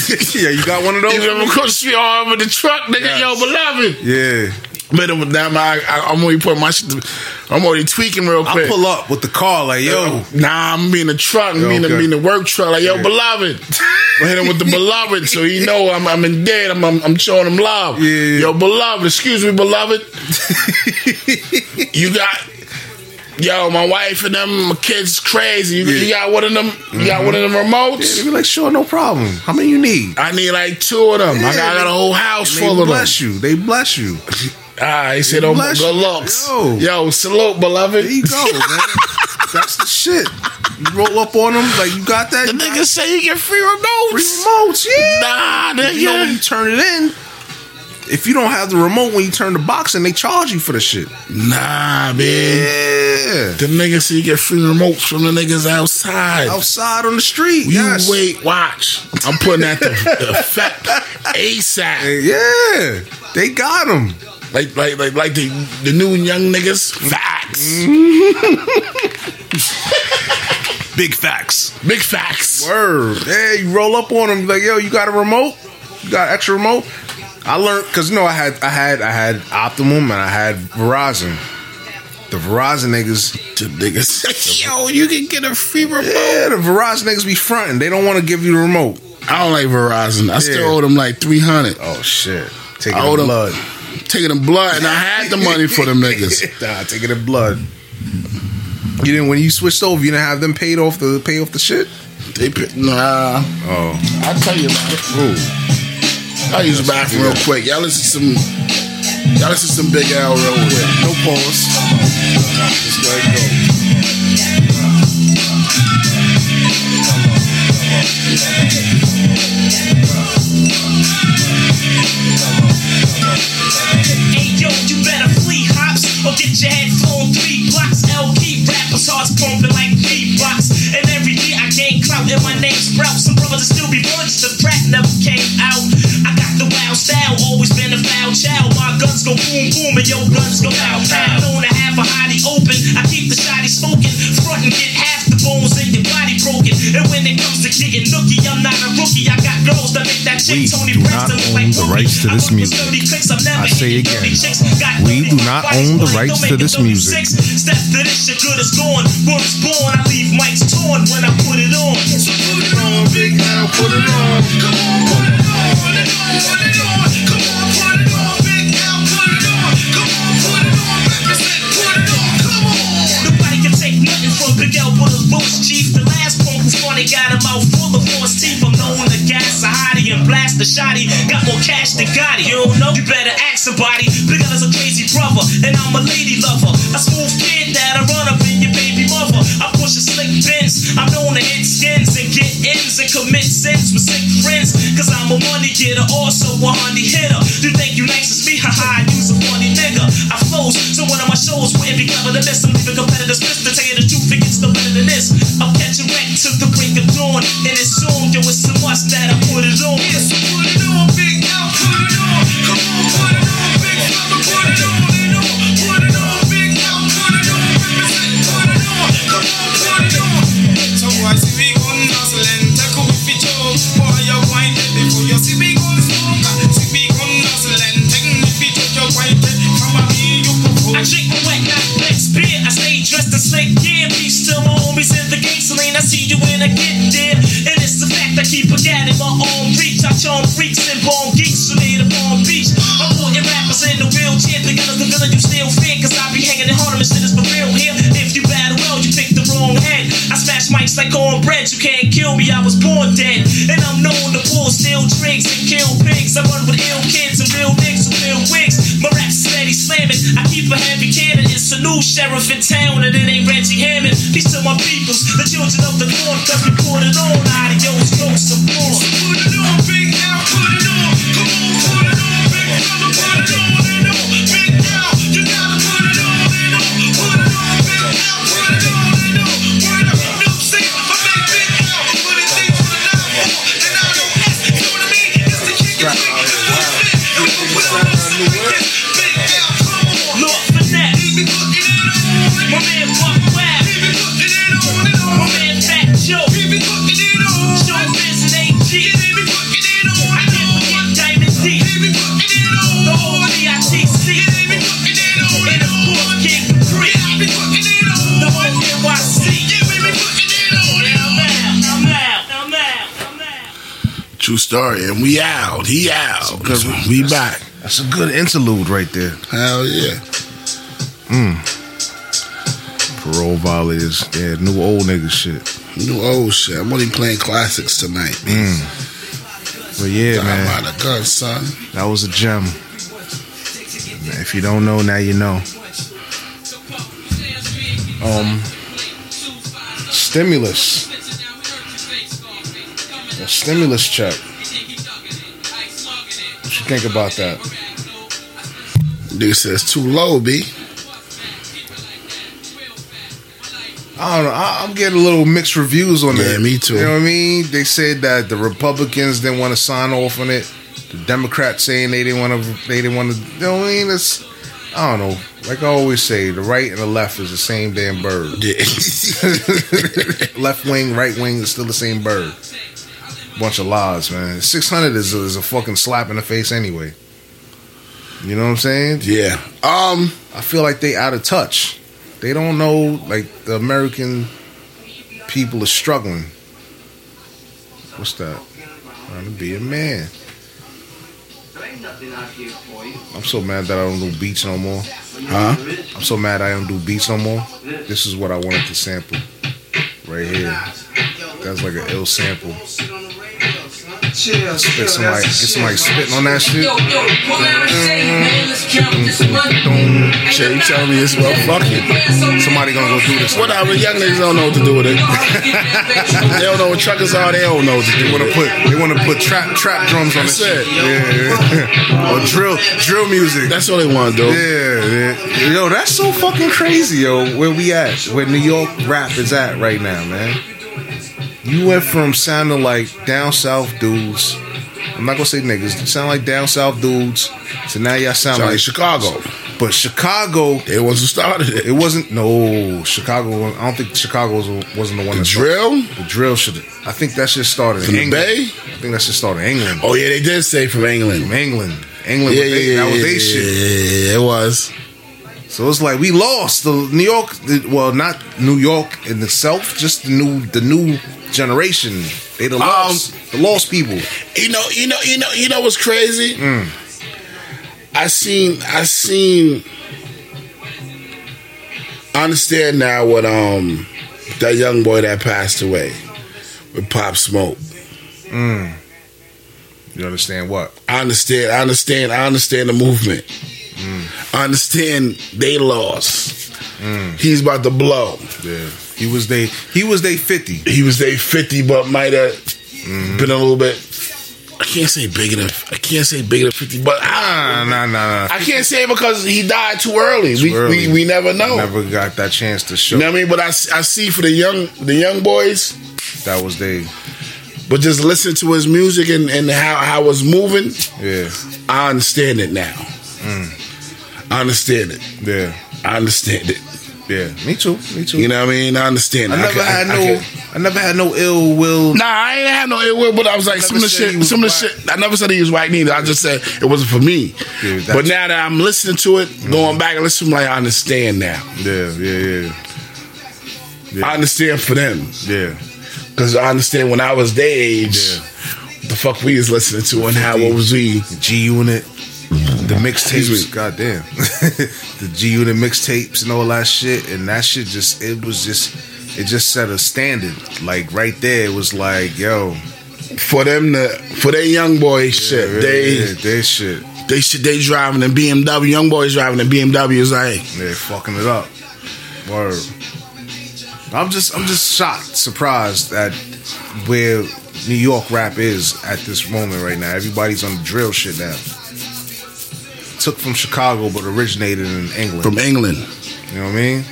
yeah. You got one of
You know, of
those.
course, we all over oh, the truck, nigga.
Yes.
Yo, beloved.
Yeah.
But um, now my, I, I'm already putting my shit. to- I'm already tweaking real
I
quick.
pull up with the car like yo.
Nah, I'm being a truck. I'm being,
okay.
a, being a work truck. Like, yo, beloved. I hit him with the beloved, so he know I'm, I'm in debt. I'm, I'm, I'm showing him love.
Yeah, yeah, yeah.
Yo, beloved. Excuse me, beloved. you got. Yo, my wife and them my kids crazy. You, you got one of them. You got one of them
Mm-hmm.
remotes.
You be like sure, no problem. How many you need?
I need like two of them. I, got, I got a whole house
They
full of them.
bless you. They bless you.
Ah, he said, "Oh,
Bless
good
you.
looks."
Yo.
Yo. salute, beloved.
There you go, man. That's the shit. You roll up on them like you got that.
The
you got
nigga say you get free remotes.
free remotes. Yeah.
Nah, nigga.
You know when you turn it in, if you don't have the remote when you turn the box in, they charge you for the shit.
Nah, man.
Yeah.
The nigga say you get free remotes from the niggas outside.
Outside on the street.
You
yes.
wait, watch. I'm putting that the, the effect ASAP.
Yeah. They got them.
Like, like, like, like the the new young niggas. Facts,
Mm-hmm. Big facts.
big facts.
Word. Yeah, you roll up on them. Like, yo, you got a remote? You got extra remote? I learned because you know I had I had I had Optimum and I had Verizon. The Verizon niggas,
The niggas. Yo, you can get a free remote.
yeah, the Verizon niggas be fronting. They don't want to give you the remote.
I don't like Verizon. I
Yeah.
still owe them like three hundred.
Oh shit, taking
I owe
the
them
blood.
Taking them blood, and I had the money for them niggas.
nah, taking the blood. You didn't when you switched over. You didn't have them paid off the pay off the shit.
They put, nah.
Oh,
I tell you, man. I use the bathroom real quick. Y'all listen to some. Y'all listen to some Big Al real quick. No pause. Just let it go.
Hey yo, you better flee hops or get your head flown three blocks. LP rappers hearts pumping like beatbox. And every year I gain clout and my name sprouts. Some brothers that still be bunched. The rap never came out. I got the wild style, always been a foul child. My guns go boom boom and your guns go out. I'm known to have a hottie open. I keep the shotty smoking. Front and get half the bones in your body broken. And when it comes to getting nookie, I'm not a rookie. I got girls that make that
We
chick Tony
do not
Braxton look
own
like
the
Whoopi.
rights to
I
this
work with
music.
30 clicks, I'm never
I say
hitting
again,
30 chicks. Got
we
30
do not
bodies,
own the
but I
rights
don't
to
make
this
it 36.
music.
Step to this, your good is gone. Word is born, I leave mics torn when I put it on. So put it on, big now, put it on. Come on, put it on, put it on, put it on. Come on, put it on, big now, put it on. Come on, put it on, represent, put it on. Come on. Nobody can take nothing from Big L with his boots, chief. The last punk who funny got a mouth full of force teeth. I'm known to gas a hottie and blast the shotty. Got more cash than Gotti. You don't know? You better ask somebody. Big L is a crazy brother, and I'm a lady lover. A smooth kid that I run up in your baby mother. I push a slick bends. I'm known to hit skins and get ends and commit sins with sick friends. Cause I'm a money getter, also a honey hitter. You think you nice as me? Haha, you's a funny nigga. I flows, so one of my shows wouldn't be clever to miss. I'm leaving competitors pissed to tell you the truth, it gets no better than this. I'm catching wreck to the break of dawn, and it's soon, yo, it's a must that I put it on. Yes, I put it on, big now, put it on. Come on, put it on, big fella, put it on, and on. Put it on, big now, put it on, represent, put it on. Come on, put it on.
So why see we gun hustling? Take a whiffy choke. Boy, you wind it before you see we gun
dead. You can't kill me, I was born dead. And I'm known to pull steel tricks and kill pigs. I run with ill kids and real niggas with real wigs. My rap's steady slamming. I keep a heavy cannon. It's a new sheriff in town, and it ain't Reggie Hammond. These to my peoples, the children of the corn. Cause we put it on. Adios, no support. Put it on, big now, put it on. Come on, put it on, big brother, put it on and on. Big now, you gotta put it on and on. Put it on, big now, put it on and on. Word up, no sin. I make big now, put it deep for the nine more. And I don't ask, you know what I mean? It's the kick and the kick, it's what it is. And we gon' put it on so we can. Big now, come on. Look for that. He be cooking it on and on. My man Buck Wild. He be cooking it on and on. My man Fat Joe. He be cooking it on. Show business ain't cheap. He be cooking it on and on. I can't forget Diamond D. He be cooking it on. The whole DITC. He be cooking it on and of course King Capri. Yeah, I be cooking it on. The whole NYC. Yeah, we be cooking it on and on. I'm out. I'm out. I'm out.
True story. And we out. He out. Because we back.
That's a good interlude right there.
Hell yeah.
Parole violators. Yeah, new old nigga shit.
New old shit. I'm only playing classics tonight. Man.
But yeah, man.
I'm out of gun, son.
That was a gem. If you don't know, now you know. Um, stimulus. A stimulus check. What you think about that?
Dude says too low, B.
I don't know. I, I'm getting a little mixed reviews on
Yeah,
that.
me too.
You know what I mean? They said that the Republicans didn't want to sign off on it. The Democrats saying they didn't want to. They didn't want to. You know what I mean? It's. I don't know. Like I always say, the right and the left is the same damn bird. left wing, right wing is still the same bird. Bunch of lies, man. Six hundred is a, is a fucking slap in the face anyway. You know what I'm saying?
yeah. Um.
I feel like they out of touch. They don't know like the American people are struggling. What's that? Trying to be a man. I'm so mad that I don't do beats no more.
Huh?
I'm so mad I don't do beats no more. This is what I wanted to sample. Right here. That's like an ill sample.
Chill,
Get
chill,
somebody,
that's
get
the
somebody
shit.
spitting on that shit.
Yo, yo, pull out a shade, man. Let's count this money.
Shit, you telling me it's well, fuck it.
Somebody gonna go do this.
Whatever. Young niggas don't know what to do with it. They don't know what truckers are. They don't know what to do.
They wanna put they wanna put trap trap drums on
That's
that
it.
shit. Yeah. or drill drill music.
That's what they want to do.
yeah, man. Yo, that's so fucking crazy, yo. Where we at? Where New York rap is at right now, man. You went from sounding like down south dudes. I'm not gonna say niggas. You sound like down south dudes. So now y'all sound
Sound
like,
like Chicago.
But Chicago,
They the ones who started it.
it wasn't. No, Chicago. I don't think Chicago was, wasn't the one that started-
Drill
The drill should. I think that shit started
in
in
the
England.
Bay.
I think that shit started in England.
Oh yeah, they did say from England.
From England. England.
Yeah,
was
yeah,
they,
yeah,
that was
yeah,
they
yeah,
shit.
yeah, yeah, it was.
So it's like we lost the New York, well, not New York in itself, just the new the new generation. They the lost, the lost people.
You know, you know, you know, you know what's crazy? I seen, I seen. I understand now what um that young boy that passed away with Pop Smoke.
You understand what?
I understand. I understand. I understand the movement. I understand they lost. He's about to blow.
Yeah, he was they he was they fifty.
He was day fifty, but might have been a little bit. I can't say bigger than. I can't say bigger than fifty, but
Nah,
I,
nah, nah. nah.
I can't say because he died too early. we,
early.
we we never know.
Never got that chance to show
You know what I mean? But I, s- I see for the young the young boys,
that was they.
but just listen to his music and, and how how it's moving.
Yeah, Mm.
I understand it now. I understand it.
yeah,
I understand it.
yeah. Me too. Me too.
You know what I mean? I understand.
I
it.
never
ca-
had
I
no.
ca-
I never had no ill will.
Nah, I ain't had no ill will, but I was like, some of the
said he
shit,
was
some of the
black.
shit, I never said he was white neither. I just said it wasn't for
Yeah,
me.
that's- Mm.
but now that I'm listening to it, going back and listening, I'm like, I understand now.
Yeah, yeah,
I understand for them.
yeah, yeah.
Because I understand when I was their age,
Yeah.
the fuck we was listening to and how it was we.
G Unit, the
Excuse
mixtapes.
me.
Goddamn, the G Unit mixtapes and all that shit, and that shit just it was just it just set a standard. Like right there, it was like, yo,
For them to for their young boy shit, they
yeah, this shit,
they shit they driving a BMW. Young boys driving a BMW is like
they're fucking it up. Word. I'm just, I'm just shocked, surprised at where New York rap is at this moment right now. Everybody's on the drill shit now. Took from Chicago, but originated in England.
from England.
you know what I mean?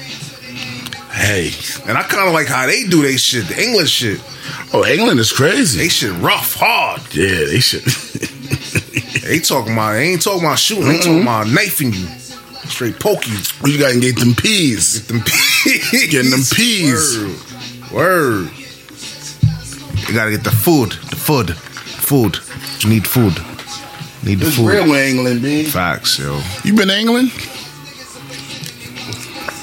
Hey,
And I kind of like how they do they shit, the English shit.
oh England is
They
crazy.
shit rough, hard.
yeah, they should.
They talking about, they ain't talking about shooting, they talking
Mm-hmm.
about knifing you. Straight poke you.
you gotta get them peas.
Them peas.
Getting them peas.
Word. Word. You gotta get the food. The food. Food. You need food. Need the
It's
food.
real in England, B.
Facts, yo.
You been to England?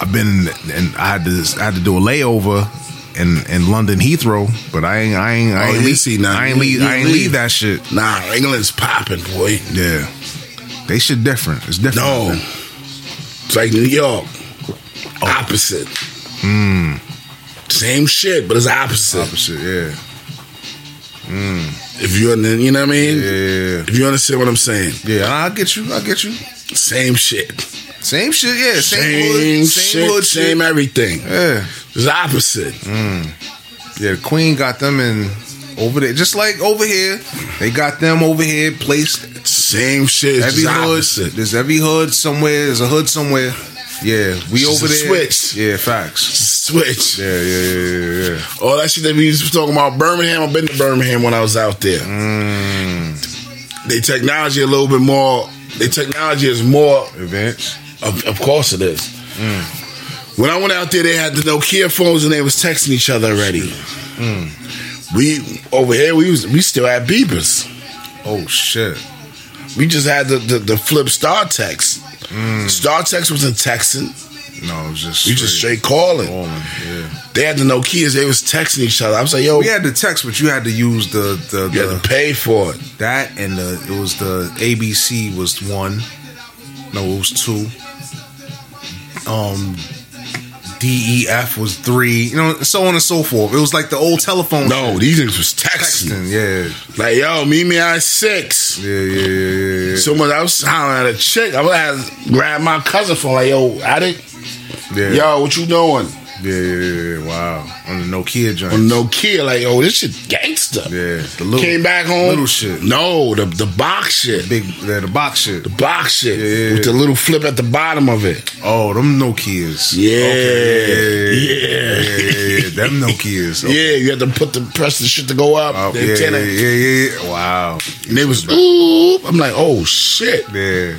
I've been and I had to I had to do a layover in in London Heathrow, but I ain't I ain't I
Oh,
ain't
you
leave
see now.
I ain't
You-
leave
you
I ain't
leave.
leave that shit.
Nah, England's popping, boy.
Yeah. They shit different. It's different.
No, it's like New York, opposite. Same shit, but it's Hmm. opposite.
Opposite, yeah.
If you're, in the, you know what I mean.
Yeah.
If you understand what I'm saying,
Yeah, I get you. I get you.
same shit,
Same shit, yeah. Same,
same,
hood, same
shit,
hood
same
shit.
everything.
Yeah.
It's opposite.
Yeah, the Queen got them in over there. Just like over here, they got them over here placed
Same shit. It's
every
just
hood.
opposite.
There's every hood somewhere. There's a hood somewhere. Yeah, we
It's
over
a
there.
switch.
Yeah, facts.
Switch.
Yeah, yeah, yeah, yeah, yeah.
All that shit that we used to talking about Birmingham. I've been to Birmingham when I was out there.
Mm.
They technology a little bit more. They technology is more.
Events.
Of, of course it is.
Mm.
When I went out there, they had the Nokia phones and they was texting each other already.
Mm.
We over here, we was we still had beepers.
Oh shit.
We just had the the, the flip star text.
Mm.
Star text wasn't texting.
No, it was just
We just
straight
straight calling.
Rolling. Yeah.
They had the Nokias. They was texting each other. I was like, yo,
We had the text, but you had to use the the,
you had
the
to pay for it.
that and the it was the ABC was one. No, it was two. Um DEF was three, you know, so on and so forth. It was like the old telephone
No, these niggas was texting.
texting. Yeah.
Like, yo, meet me at six.
Yeah, yeah, yeah, yeah.
So much I was hollering at a chick. I would have grabbed my cousin phone. Like, yo, I did.
Yeah, yeah,
Yo, what you doing?
yeah, yeah, yeah. Wow. On the Nokia joint.
on no kid. Like, oh, this shit gangster.
Yeah. The little
Came back home.
Little shit.
No, the the box shit.
Big yeah, the box shit.
Box shit
Yeah.
with the little flip at the bottom of it.
Oh, them Nokias.
Yeah.
Okay, yeah, yeah,
Yeah.
yeah, yeah, yeah. Them Nokias. Okay.
Yeah, you had to put the press the shit to go up.
Oh,
the
yeah, yeah,
antenna.
yeah, yeah, yeah. Wow.
And they was oop. I'm like, oh shit.
Yeah.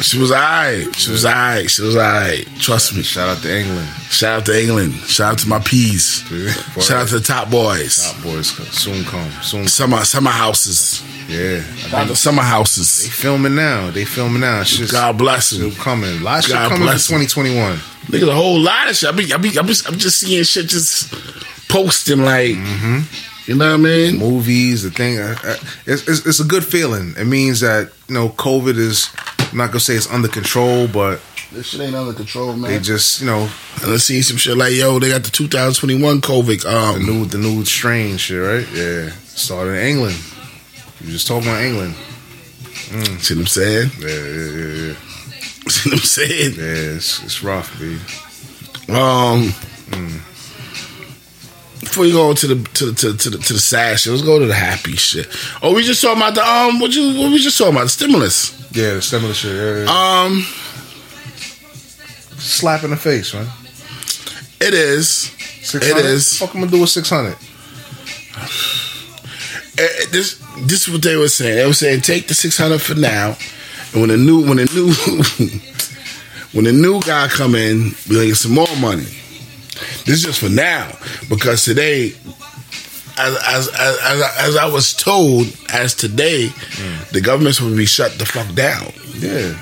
She was alright. She was alright. She was alright. Trust me.
Shout out to England.
Shout out to England. Shout out to my peas.
Yeah.
Shout out to the top boys.
Top boys co- soon come. Soon.
Summer summer houses.
Yeah.
Shout out to summer houses.
Filming now. They filming now. Shit's
God bless them.
still coming. A lot of shit
God
coming for
bless 'em.
2021.
Nigga, a whole lot of shit. I be, I be, I'm just, I'm just seeing shit just posting like, you know what I mean?
Movies, the thing. uh, uh, It's, it's, it's a good feeling. It means that, you know, COVID is, I'm not going to say it's under control, but
This shit ain't under control,
they
man.
just, you know,
and I seen some shit like, yo, they got the 2021 COVID.
the
Um,
new the new strain shit, right? Yeah. Started in England. You just talking about England.
see what I'm saying?
Yeah, yeah, yeah, yeah.
See what I'm saying?
Yeah, it's, it's rough, B.
Um, before you go to the to the to the, to the, to the sad shit, let's go to the happy shit. Oh, we just talking about the um, what you what we just talking about? The stimulus.
Yeah, the stimulus shit. Yeah, yeah.
Um,
Slap in the face, man.
it is.
600?
It is.
Fuck, I'm gonna do with 600.
Eh, eh, this this is what they were saying. They were saying take the six hundred for now, and when the new when the new when the new guy come in, we gonna get some more money. This is just for now because today, as as as, as, I, as I was told, as today, the governments would be shut the fuck down.
Yeah,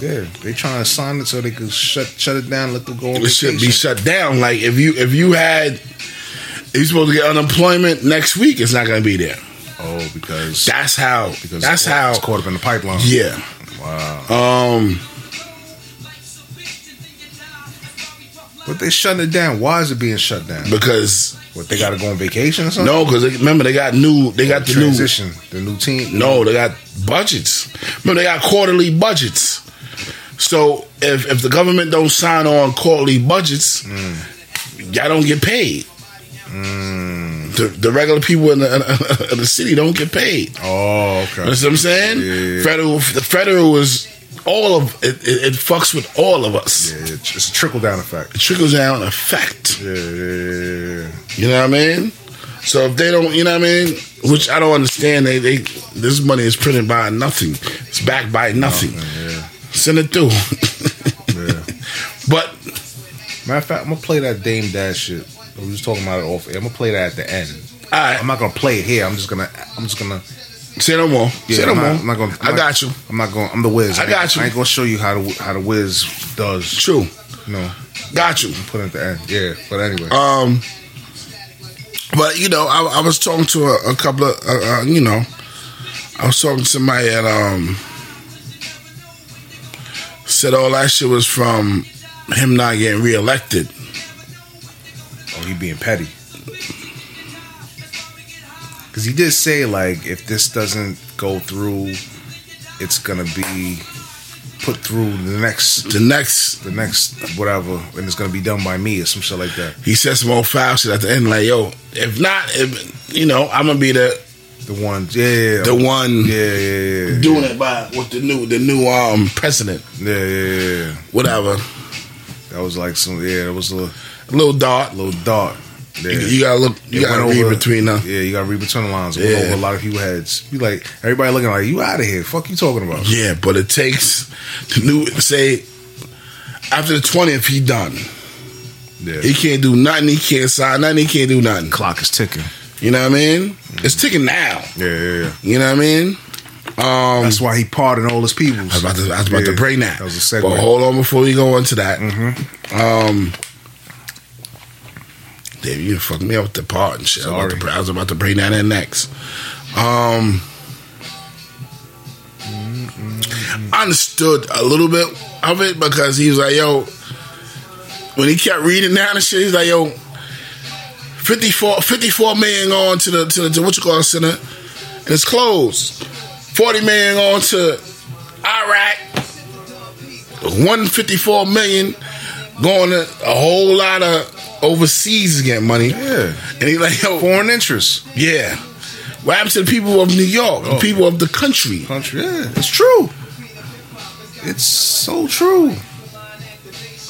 yeah. They trying to sign it so they could shut shut it down. Let them go on
It should be
vacation.
shut down. Like if you if you had. if You're supposed to get unemployment next week. It's not going to be there.
Oh, because
That's how.
because
that's
it's caught-
how.
it's caught up in the pipeline.
Yeah.
Wow.
Um.
But they shutting it down. Why is it being shut down?
because
What they got to go on vacation or something?
no, because remember they got new, they got the new
transition, the new team.
No, they got budgets. Remember, they got quarterly budgets. So if if the government don't sign on quarterly budgets, y'all don't get paid. The, the regular people in the, in the city don't get paid.
Oh, okay.
You know what I'm saying?
Yeah.
Federal, the federal is all of it, it. It fucks with all of us.
Yeah, it's a trickle down effect.
It trickles down effect.
Yeah, yeah, yeah.
You know what I mean? So if they don't, you know what I mean? Which I don't understand. They, they this money is printed by nothing. It's backed by nothing. Send it through.
Oh, yeah.
but
Matter of fact, I'm gonna play that Dame Dash shit. We was talking about it off. air. I'm gonna play that at the end.
I
I'm not gonna play it here. I'm just gonna. I'm just gonna.
say no more.
Yeah,
say no
I'm,
more.
not, I'm not gonna. I'm
I
not-
got you.
I'm not gonna. I'm the Wiz.
I
ain't-
got you.
I ain't gonna show you how the how the Wiz does.
True.
No,
Got you.
put it at the end. Yeah, but anyway.
Um, but you know, I, I was talking to a, a couple of, uh, uh, you know, I was talking to somebody that um said all that shit was from him not getting reelected.
Oh, he being petty. Cause he did say like if this doesn't go through, it's gonna be put through the next
The next
the next whatever, and it's gonna be done by me or some shit like that.
he said some old foul shit at the end, like, yo, if not, if, you know, I'm gonna be the
The one, yeah, yeah,
the one
yeah, yeah, yeah,
doing it by with the new the new um president,
yeah, yeah, yeah, yeah.
whatever.
That was like some, yeah, that was a little,
Little dart,
little dark. Yeah.
you, you gotta look, you
It
gotta
went
read
over-
between them.
Yeah, you gotta read between the lines. It went
Yeah.
over a lot of people heads. You like everybody looking like you out of here. Fuck you talking about?
Yeah, but it takes the new say after the twentieth, he done.
Yeah,
He can't do nothing. He can't sign nothing. He can't do nothing.
clock is ticking.
You know what I mean? It's ticking now.
Yeah, yeah, yeah.
You know what I mean? Um,
That's why he pardoned all his people.
I was about to, I was about to bring that.
That was a segue. Mm-hmm.
But hold on before we go into that. Um, damn, you fucked me up with the part and shit. I was, about to,
Sorry.
br- I was about to bring that in next. Um, I understood a little bit of it because he was like, yo, when he kept reading down and shit, he's like, yo, 54, 54 million going to the, to the, to what you call it, center, and it's closed. 40 million going to Iraq. 154 million going to a whole lot of overseas to get money.
Yeah.
And he's like, yo,
Foreign interests, Oh.
yeah. What happened to the people of New York, the people of the country?
country. Yeah, it's true. It's so true.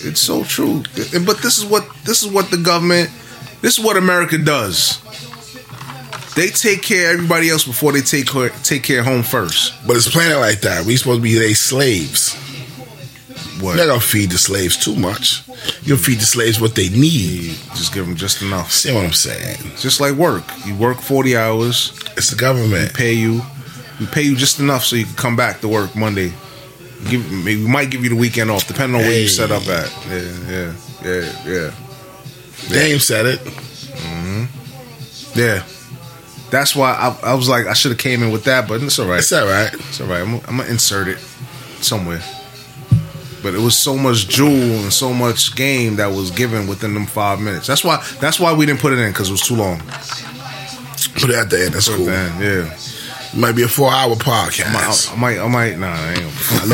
It's so true. Th- But this is what this is what the government. This is what America does. They take care of everybody else before they take care, take care of home first.
But it's planet like that. We supposed to be their slaves.
What?
You're not gonna feed the slaves too much. You'll feed the slaves what they need.
Just give them just enough.
See what I'm saying?
Just like work. You work forty hours.
It's the government.
pay you. We pay you just enough so you can come back to work Monday. Give, maybe we might give you the weekend off, depending on where
Hey.
you set up at. Yeah, yeah, yeah, yeah,
Dame said it.
yeah. That's why I, I was like, I should have came in with that, but it's all right.
It's all right.
It's all right. I'm, I'm gonna insert it somewhere. But it was so much jewel and so much game that was given within them five minutes. That's why. That's why we didn't put it in because it was too long.
Put it out there. That's cool.
Damn, yeah.
Might be a four hour
I,
podcast.
I might. I might. Nah, I ain't. Gonna,
I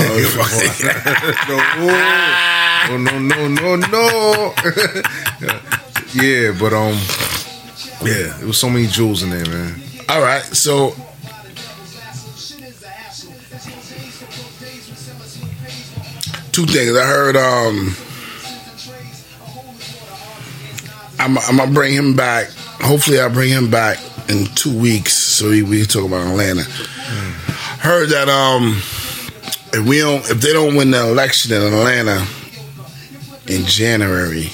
know. Fuck it.
no, no, no, no, no. yeah, but um, yeah, it was so many jewels in there, man.
all right. So two things. I heard um I'm I'm gonna bring him back. Hopefully I bring him back in two weeks so we, we can talk about Atlanta. Heard that um if we don't if they don't win the election in Atlanta in January,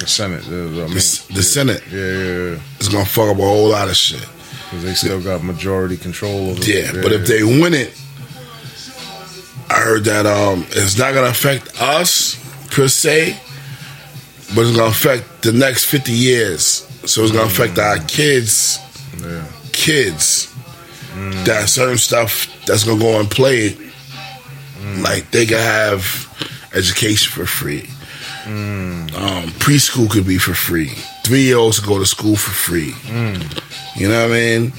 The Senate, the, I mean,
the, s- the Senate
Mm. yeah, yeah, yeah,
is gonna fuck up a whole lot of shit.
'Cause they still got majority control over.
Yeah, but if they win it, I heard that um, it's not gonna affect us per se, but it's gonna affect the next fifty years. So it's gonna affect our kids,
yeah,
kids. That certain stuff that's gonna go
Mm.
and play, like they can have education for free.
Mm.
Um, preschool could be for free. Three year olds go to school for free.
Mm.
You know what I mean?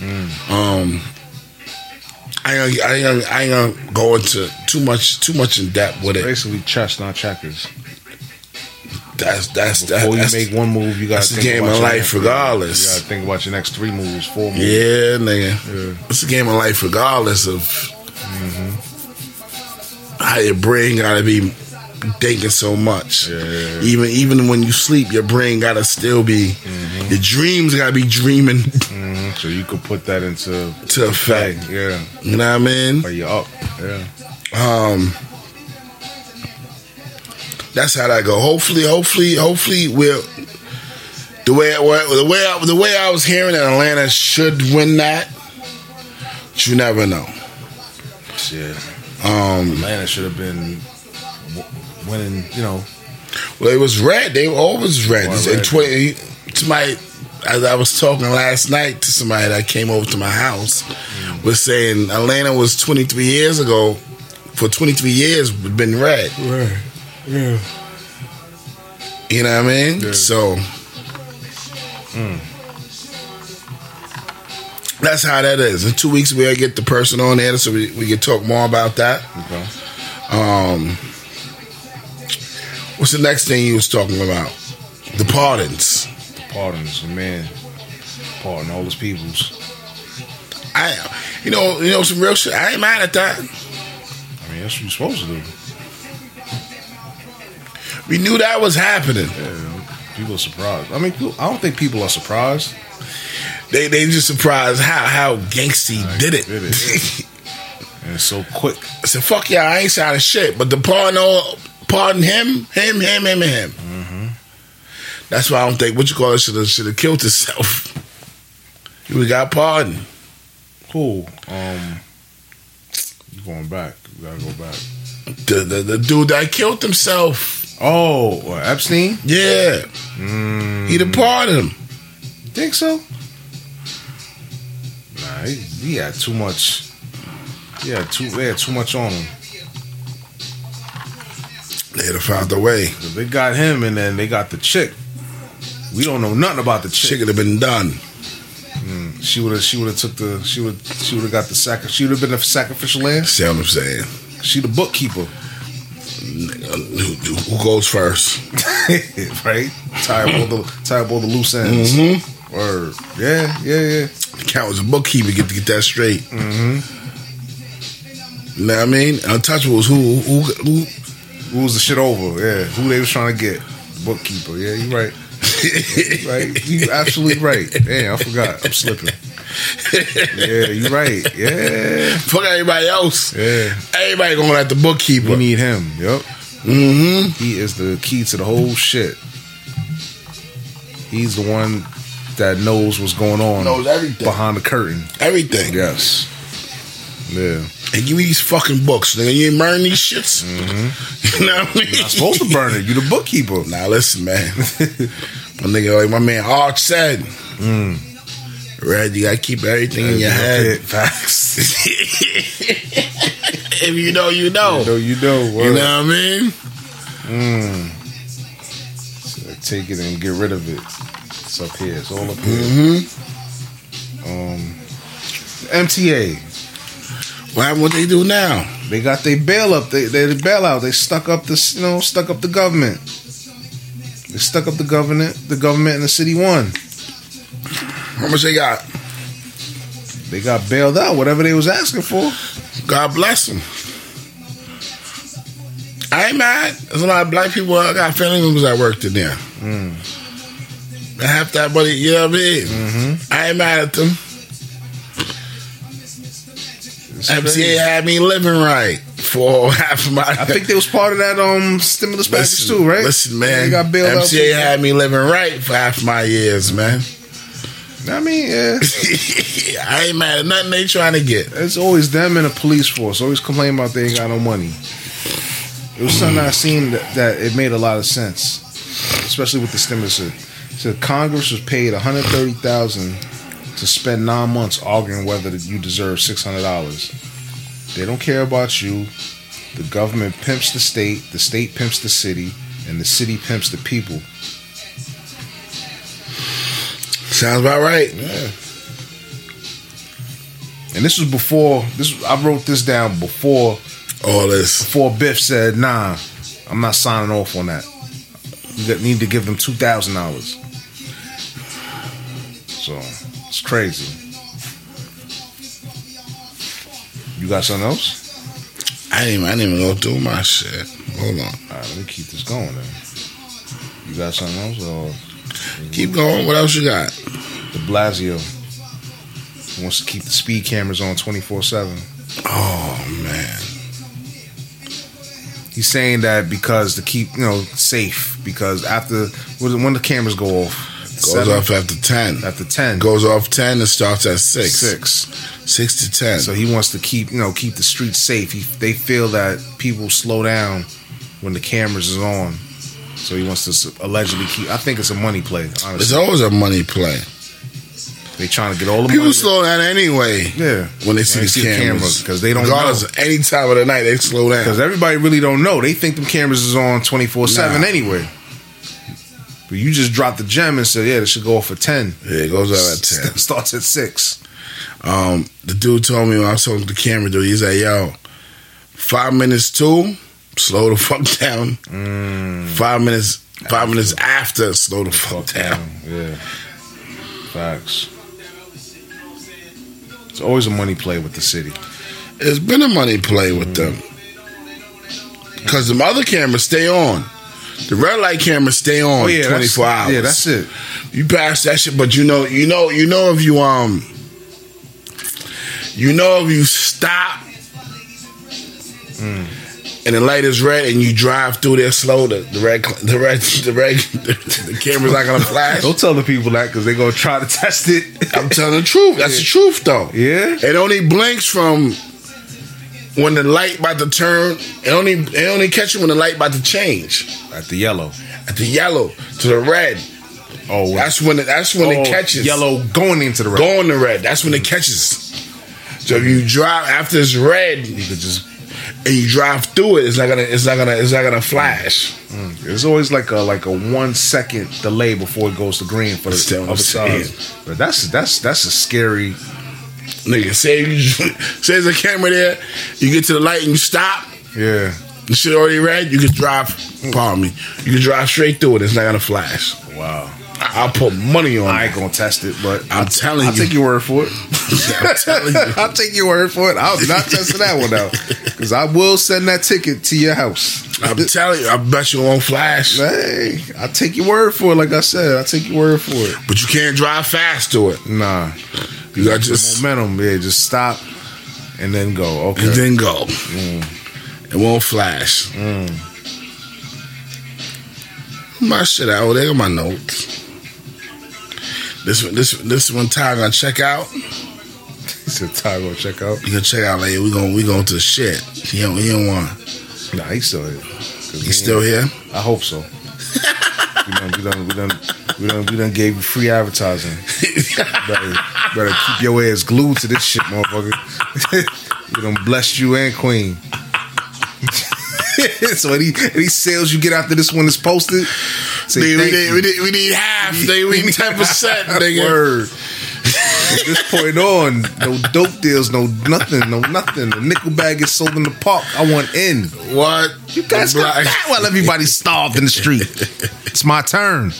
Um, I ain't, gonna- I ain't, gonna- I ain't gonna go into too much too much in depth with it.
Basically, chess, not checkers.
That's that's that's,
Before you
that's
make one move, you got
that's
to
the
think
game
about
of
your
life
next-
regardless.
You got to think about your next three moves, four moves.
Yeah, nigga. It's a game of life, regardless of how your brain gotta be thinking so much. Even even when you sleep, your brain gotta still be. Your dreams gotta be dreaming
Mhm, So you could put that into
to effect.
yeah,
You know what I mean?
but you're up. Yeah,
Um, that's how that go. Hopefully, hopefully, hopefully, we'll. The way the way I, the way I was hearing that Atlanta should win that, but you never know.
shit.
Um,
Atlanta should have been w- winning. You know,
well, it was red. They were always red.
Why
In
red?
twenty, to my, as I was talking last night to somebody that came over to my house,
Mm.
was saying Atlanta was twenty three years ago. For twenty three years, been red.
right? Yeah.
You know what I mean? So
Mm.
that's how that is. In two weeks, we'll get the person on there so we, we can talk more about that.
Okay.
Um, what's the next thing you was talking about? The pardons.
Pardons, man. Pardon all those peoples.
I, you know, you know some real shit. I ain't mad at that.
I mean, that's what you're supposed to do.
We knew that was happening.
Yeah, people are surprised. I mean, people, I don't think people are surprised.
They they just surprised how how gangsty did it.
did it. And it's so quick.
I said, "Fuck yeah, I ain't sounding shit." But the pardon, all, pardon him, him, him, him, and him.
Mm-hmm.
That's why I don't think what you call it should have should have killed itself. We got pardoned.
Cool. Um, you going back? You gotta go back.
The, the the dude that killed himself.
Oh, uh, Epstein?
Yeah,
Mm.
he'd have pardoned him.
Think so? Nah, he, he had too much. He had too, they had too much on him.
They'd have found a way.
'Cause They got him, and then they got the chick. We don't know nothing about the chick.
Shit could have been done.
She would have. She would have took the. She would. She would have got the sac. She would have been the sacrificial lamb.
See what I'm saying? uh,
She the bookkeeper,
Who, who goes first?
right? Tie up all the tie up all the loose ends. Word. Yeah. Yeah. Yeah.
The count was a bookkeeper. Get to get that straight. Mm-hmm. You know what I mean? Untouchables. Who who who?
Who was the shit over? Yeah, who they was trying to get? Bookkeeper. Yeah, you right. You right. You absolutely right. Damn, I forgot. I'm slipping. Yeah, you right. Yeah.
Fuck everybody else.
Yeah.
Everybody going at the bookkeeper.
We need him. Yep.
mm-hmm.
He is the key to the whole shit. He's the one that knows what's going on
Knows everything.
behind the curtain.
Everything.
Yes. Yeah.
And give me these fucking books, nigga. You ain't burn these shits. You know what I mean?
Mm-hmm. Not supposed to burn it. You the bookkeeper.
Nah, listen, man. my nigga, like my man Arch said. Red, you gotta keep Mm. everything in your head.
Facts.
if you know, you know.
No, you know.
Oh. You
word.
know what I mean?
take it and get rid of it. It's up here. It's all up here.
Mm-hmm.
Um, MTA.
What happened? What they do now?
They got their bail up. They they the bailout. They stuck up this you know stuck up the government. They stuck up the government. The government in the city one.
How much they got?
They got bailed out. Whatever they was asking for.
God bless them. I ain't mad. There's a lot of black people. I got family members that worked in there.
Mm.
I have that money. You know what I mean?
Mm-hmm.
I ain't mad at them. MCA had me living right for half of my.
I think they was part of that um stimulus package too, right?
Listen, man.
They got bailed
MCA
out.
had me living right for half my years, man.
I mean, yeah.
I ain't mad at nothing they trying to get.
It's always them and the police force. Always complain about they ain't got no money. It was something I seen that, that it made a lot of sense, especially with the stimulus. It said Congress was paid one hundred thirty thousand to spend nine months arguing whether that you deserve six hundred dollars. They don't care about you. The government pimps the state. The state pimps the city. and the city pimps the people.
Sounds about right.
And this was before this. I wrote this down before
All this.
before Biff said, "Nah, I'm not signing off on that. You got- need to give them two thousand dollars." So it's crazy. You got something else?
I didn't. I didn't even go through my shit. Hold on.
All right, let me keep this going. Then you got something else, Uh, or
Keep going. What else you got?
De Blasio wants to keep the speed cameras on twenty four seven.
Oh man.
He's saying that because to keep you know safe because after when when the cameras go off,
Goes
seven,
off after ten.
after ten
Goes off ten and starts at six.
six.
Six to ten.
So he wants to keep you know keep the streets safe. He, they feel that people slow down when the cameras is on. So he wants to s- allegedly keep. I think it's a money play.
it's
Honestly,
always a money play.
they trying to get all the
People
money.
slow down anyway.
yeah,
When they see,
When they
the,
see the
cameras.
cameras, 'cause they don't
Regardless,
know.
any time of the night, they slow down.
because everybody really don't know. They think them cameras is on twenty four seven
Nah.
anyway. But you just dropped the gem and said, "Yeah, this should go off for 10.
yeah, it goes off at ten.
Starts at six.
Um, the dude told me when I was talking to the camera dude, he's like, yo, five minutes to, slow the fuck down. Five minutes, five minutes Mm. after, slow the fuck, down.
Yeah. Facts. It's always a money play with the city.
It's been a money play with
Mm-hmm.
them. Cause the other cameras stay on. The red light cameras stay on twenty four
that's-
hours.
Oh, Yeah, that's it.
You pass that shit, but you know, you know, you know if you um, you know if you stop
Mm.
and the light is red and you drive through there slow, the, the red, the red, the red, the, camera's not gonna flash.
Don't tell the people that because they're gonna try to test it.
I'm telling the truth. That's the truth, though.
Yeah?
It only blinks from when the light about to turn. It only it only catch you when the light about to change
At the yellow.
at the yellow to the red.
Oh,
That's when it, that's when
oh,
it catches.
Yellow Mm-hmm. going into the red.
going to red. That's when it catches. So if you drive after it's red, you could just and you drive through it. It's not gonna. It's not gonna. It's not gonna flash.
It's always like a like a one second delay before it goes to green for
That's what
the
I'm
other
saying.
side. But that's that's that's a scary.
Nigga, say you say there's a camera there. You get to the light and you stop.
Yeah.
The shit already red. You can drive. Pardon me. You can drive straight through it. It's not gonna flash.
Wow.
I- I'll put money on.
I
it.
ain't gonna test it, but
I'm telling
I'll
you.
take your word for it.
I'm telling you.
I'll take your word for it. I'll not testing that one out because I will send that ticket to your house.
I'm telling you. I bet you it won't flash.
Hey, I take your word for it. Like I said, I take your word for it.
But you can't drive fast to it.
Nah,
You got just
momentum. Yeah, just stop and then go. Okay,
and then go.
Mm.
It won't flash. My shit out. They got my notes. This one, this this one time I check out.
he said Tyro, check out.
You can check out later. We going we going to the shit. He don't he don't want.
Nah, he still here. 'Cause we
He's still here.
ain't- I hope so. we done, we done, we done, we done, we done gave you free advertising. better, better keep your ass glued to this shit, motherfucker. we done blessed you and Queen. so any any sales you get after this one is posted, say
Nigga, we,
thank
need,
you.
we, need, we need half. nigga. We need ten percent, nigga.
Word. From this point on, no dope deals, no nothing, no nothing. The nickel bag is sold in the park. I want in.
What? You
That's not that while everybody's starved in the street. It's my turn.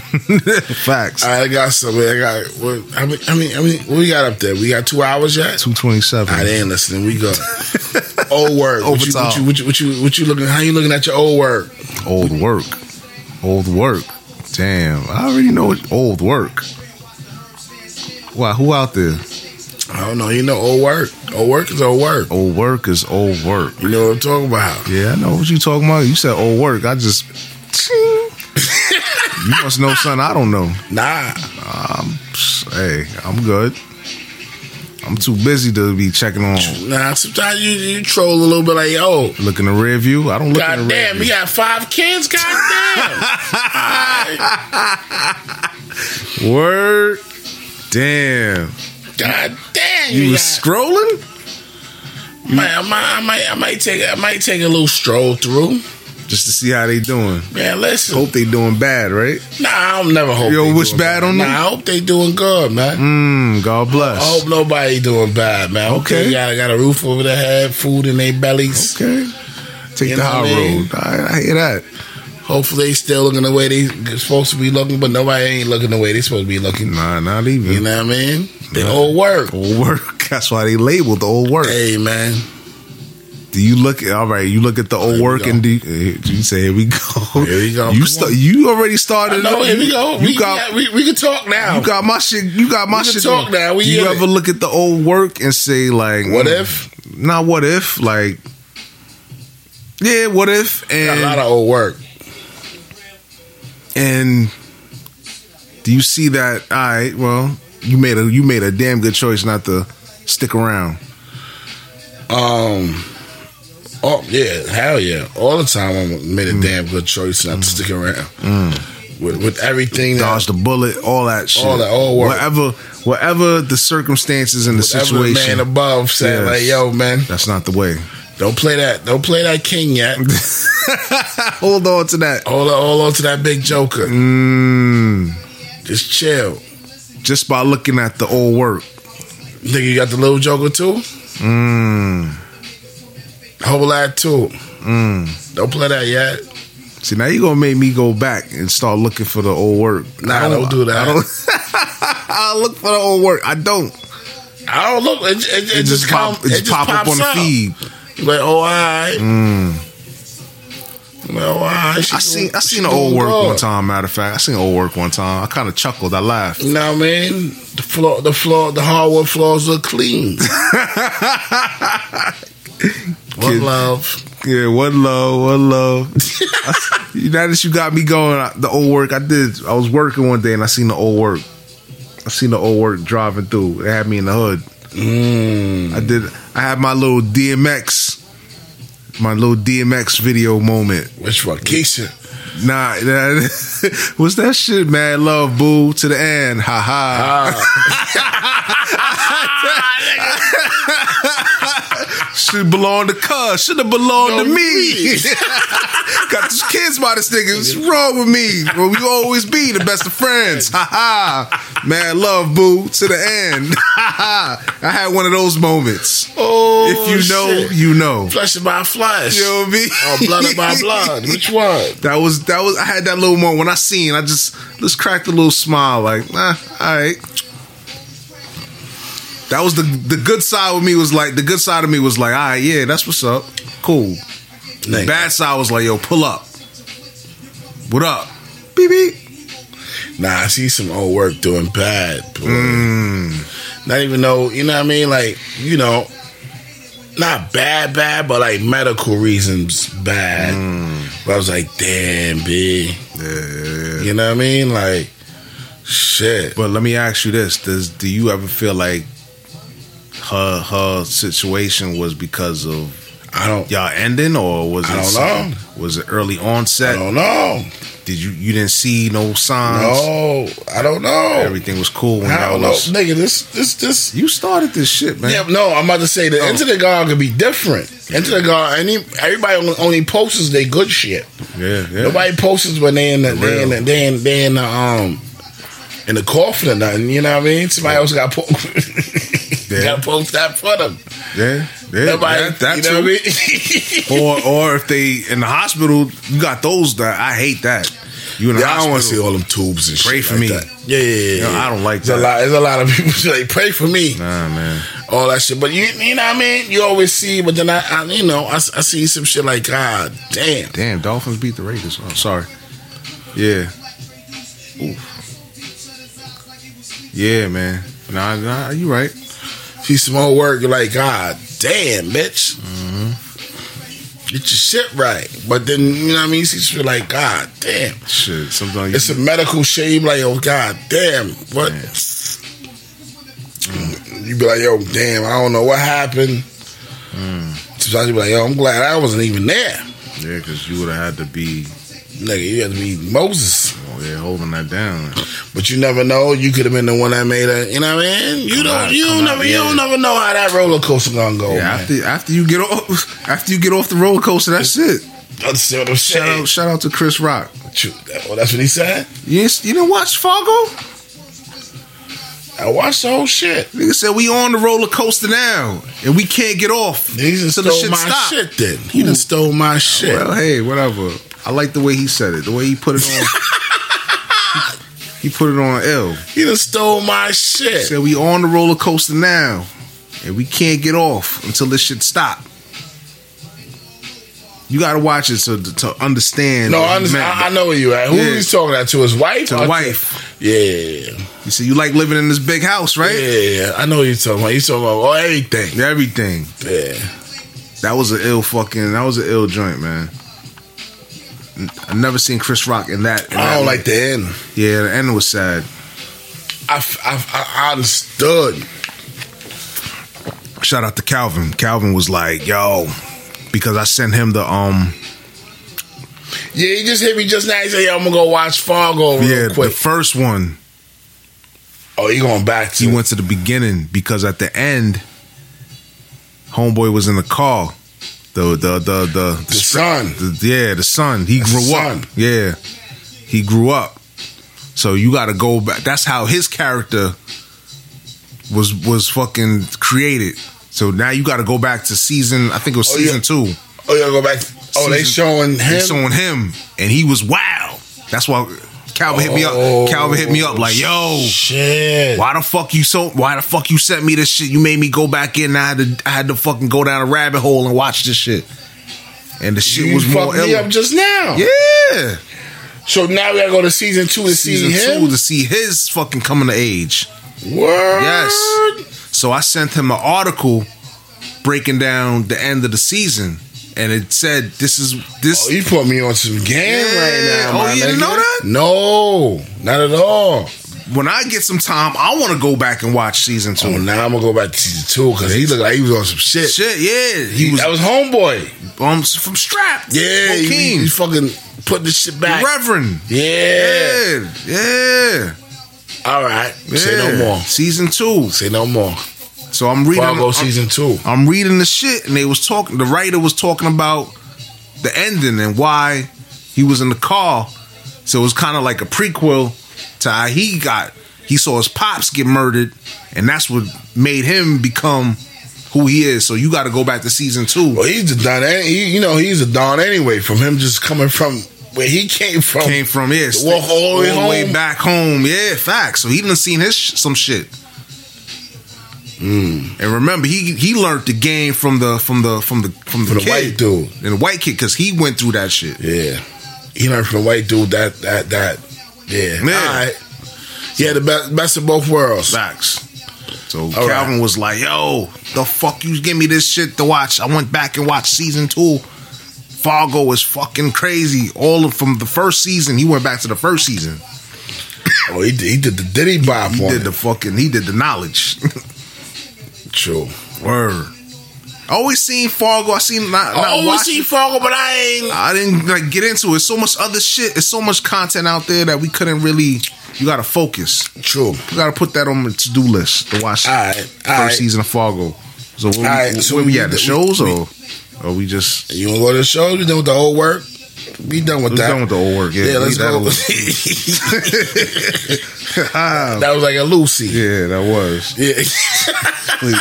Facts.
I got something. I got. What, I mean, I mean, I mean, what we got up there? We got two hours yet.
Two twenty seven.
I ain't listening. We go. old work. What you, what, you, what, you, what you what you looking? How you looking at your old work?
Old work. Old work. Damn. I already know it's old work. Why? Who out there?
I don't know. You know, old work. Old work is old work.
Old work is old work.
You know what I'm talking about?
Yeah, I know what you talking about. You said old work. I just. you must know something I don't know.
Nah.
Psh, Hey, I'm good. I'm too busy to be checking on,
Nah. Sometimes you, you troll a little bit like, yo,
looking in the rear view. I don't look in the rear
goddamn,
view.
you got five kids. Goddamn.
Word. Damn.
goddamn.
You
You
was
got,
scrolling?
might, I, might, I might I might take a- I might take a little stroll through.
just to see how they doing.
Man, listen.
Hope they doing bad, right?
Nah, I'm never hope.
You
they
wish
doing
bad on them?
Nah, I hope they doing good, man.
Mm, God bless.
I hope nobody doing bad, man. I hope
Okay.
they got, got a roof over their head, food in their bellies.
okay, take
oh,
the
You know
high
what I mean?
road. I, I hear that.
Hopefully, they still looking the way they supposed to be looking, but nobody ain't looking the way they supposed to be looking.
Nah, not even.
You know what I mean? They all work.
Old work. That's why they labeled the old work.
Hey, man.
Do you look? All right, you look at the old
we
work
go.
and do eh, you say, "Here we go."
Here we go.
You
Come
sta-
on.
You already started.
No,
it.
here we go.
You
we,
got.
we, we can talk now.
you got my shit. You got my
We can
shit.
talk
on.
now. We
Do you
in
ever
it.
look at the old work and say like,
What
mm,
if?
Not what if. Like, yeah, what if?
Got
And
a lot of old work.
and do you see that? All right. Well, you made a you made a damn good choice not to stick around.
Um. Oh yeah, hell yeah! All the time, I made a
Mm.
damn good choice not to stick around with, with everything. That,
dodge the bullet, all that shit.
All that, all work.
Whatever, whatever the circumstances and the
whatever the
situation.
man above said,
Yes.
like, "Yo, man,
that's not the way.
don't play that, don't play that king yet.
Hold on to that.
hold on, hold on to that big joker.
Mm,
Just chill.
just by looking at the old work.
Think you got the little joker too? Mm. Whole lot too.
Mm.
Don't play that yet.
See, now you're gonna make me go back and start looking for the old work.
Nah, don't do that.
I don't. I look for the old work. I don't.
I don't look. It, it, it,
It,
just,
just
come.
pop. It just pop up
pops
on the feed.
Like, oh, all right. Like, oh, all right. She
I
doing-
seen. I
she
seen the
doing
old work
good.
one time. Matter of fact, I seen old work one time. I kind of chuckled. I laughed.
You know what I mean? The floor, the floor, the hardwood floors look clean. One
Kid.
love.
Yeah, one love, one love. you now that you got me going, I- the old work I did. I was working one day and I seen the old work. I seen the old work driving through. It had me in the hood. I did. I had my little DMX, my little DMX video moment.
Which one? Keisha.
Nah, that, what's that shit, man? Love, boo, to the end. Ha ha.
Ah,
Should belong to cuz. Should have belonged to
Ah. No,
me. Got these kids by this nigga. What's wrong with me? Well, we always be the best of friends. Ha ha. Man, love, boo, to the end. Ha ha. I had one of those moments.
oh,
if you know,
shit.
you know.
flesh by flesh,
You know what I mean?
or blood by blood. Which one?
That was that was I had that little moment when I seen I just just cracked a little smile like nah all right. That was the the good side with me was like the good side of me was like all right yeah that's what's up cool. The
Nigga.
bad side was like yo pull up. What up? Beep beep.
Nah, I see some old work doing bad. boy.
Mm.
Not even though, you know what I mean? Like, you know, not bad, bad, but like medical reasons bad. But I was like, damn, B.
Mm. Yeah.
You know what I mean? Like, shit.
But let me ask you this: Does do you ever feel like her her situation was because of
I don't,
y'all ending or was it
I don't
something-
know.
was it early onset?
I don't know.
Did you you didn't see no signs?
No, I don't know.
Everything was cool when
I
y'all
don't know.
was.
Nigga, this, this, this,
You started this shit, man.
Yeah, no, I'm about to say
Oh.
the Into the Guard could be different. Into the Guard, any everybody only- only posts their good shit.
Yeah, yeah.
Nobody posts when they in the they in the,
Real.
they in, they in the um in the coffin or nothing. You know what I mean? Somebody else got po-
Yeah.
got post that for them.
yeah, yeah.
Nobody,
that, that
you know
too.
what I mean?
or or if they in the hospital, you got those that I hate that. You in the
Yeah, I
hospital?
don't want to see all them tubes and
Pray
shit
for
like
me.
that. Yeah, yeah, yeah.
Yo,
yeah.
I don't like
There's
that.
A lot, there's a lot of people who say, pray for me.
Nah, man.
all that shit. But you, you know what I mean? You always see, but then I, I you know, I, s- I see some shit like, God damn.
Damn, Dolphins beat the Raiders. Oh, sorry. Yeah. Oof. Yeah, man. Nah, nah, you right.
See some old work, you're like, God damn, bitch. Get your shit right. But then, you know what I mean? You see some shit like, God damn.
Shit, sometimes you
It's a medical shame, like, oh, God damn. What? Mm. You be like, yo, damn, I don't know what happened.
Mm.
Sometimes you be like, yo, I'm glad I wasn't even there.
yeah, because you would have had to be
Nigga, you had to be Moses.
oh, yeah, holding that down.
But you never know. You could have been the one that made it. You know what I mean? You
Come
don't.
out,
you
come
don't
out,
never. You
yeah.
don't never know how that roller coaster gonna go.
Yeah,
Oh, man.
after after you get off after you get off the roller coaster, that's it.
understand what I'm
Shout
saying?
out, shout out to Chris Rock.
Shoot, that- Oh, that's what he said?
Yes, you didn't watch Fargo?
I watched the whole shit.
Nigga said we on the roller coaster now, and we can't get off.
He just
till
stole my shit then. He done stole my shit.
Well, hey, whatever. I like the way he said it. The way he put it on. he put it on L.
he done stole my shit.
Said we on the roller coaster now, and we can't get off until this shit stop. You gotta watch it to to understand.
No,
what he
I, understand.
meant.
I, I know where you at. Who
Yeah.
he's talking at? To his wife?
To
Or
the wife.
Yeah, yeah, yeah.
You said you like living in this big house,
yeah,
right?
yeah, yeah. I know what you talking about. You talking about oh, everything.
Everything.
Yeah.
That was an ill fucking. That was an ill joint, man. N- I never seen Chris Rock in that. in
I
that
don't
light.
Oh, like the end.
Yeah, the end was sad.
I, f- I f- I- I understood.
Shout out to Calvin. Calvin was like, "Yo," because I sent him the um.
Yeah, he just hit me just now. He said, "Yeah, I'm gonna go watch Fargo real
Yeah, the
quick."
first one.
oh, he going back to
He went to the beginning because at the end, homeboy was in the car. The the the the,
the son.
the- yeah the son. He
That's
grew
the
up.
son.
Yeah, he grew up. So you got to go back. That's how his character was was fucking created. So now you got to go back to season. I think it was
Oh, yeah.
season two.
Oh, yeah, go back. Oh, they
Season-
showing him.
They showing him, and he was wow. That's why Calvin hit me
Oh,
up. Calvin hit me up like, "Yo,
shit.
why the fuck you so? Why the fuck you sent me this shit? You made me go back in. I had to, I had to fucking go down a rabbit hole and watch this shit. And the shit
You
was more
fucked me
ill.
up just now.
yeah,
So now we gotta go to season two to
season
see him.
two to see his fucking coming to age.
Word.
Yes. So I sent him an article breaking down the end of the season, and it said this is this.
Oh, you put me on some game
Yeah.
right now.
Oh,
my
you didn't
nigga.
know that?
No, not at all.
when I get some time, I want to go back and watch season two.
Oh, now I'm gonna go back to season two because he looked like he was on some shit.
Shit, yeah, he
He
was
that was homeboy.
um from Strap.
Yeah, he, he,
Mokeem,
fucking put this shit back.
Reverend.
Yeah.
Yeah, yeah.
All right. Say
Yeah.
no more.
Season two.
Say no more.
So I'm reading.
Fargo
I'm,
season two.
I'm reading the shit, and they was talking. The writer was talking about the ending and why he was in the car. So it was kind of like a prequel to how he got. He saw his pops get murdered, and that's what made him become who he is. So you got to go back to season two.
Well, he's a don. any- He, you know, he's a don anyway. From him just coming from where he came from.
Came from yeah,
To walk all the way home.
back home. Yeah, facts. So he done seen his sh- some shit.
Hmm.
And remember, he he learned the game from the from the from the from the,
From the
kid.
white dude.
and the white kid because he went through that shit.
Yeah, he learned from the white dude. That that that. Yeah.
Yeah.
All right. Yeah, the best best of both worlds.
Facts. So
right.
Calvin was like, "Yo, the fuck you give me this shit to watch?" I went back and watched season two. Fargo was fucking crazy. All of from the first season, he went back to the first season.
Oh, he did, he did the Diddy bop
He
on
did
it.
the fucking. He did the knowledge.
True.
Word. I always seen Fargo. I seen not, not
I always
watch-
see Fargo, but I ain't.
I didn't like get into it. So much other shit. It's so much content out there that we couldn't really. You got to focus.
True. All
You got to put that on the to do list to watch
right.
the
All
first
right.
season of Fargo. So where, we,
Alright, so
where we
we-
at the
we-
shows or or we just
You wanna go to the show? You done with the old work? We done with
we
that.
done with the old work? Yeah,
Yeah,
leave
let's
that
go.
alone.
that was like a Lucy.
yeah, that was.
Yeah,
Please,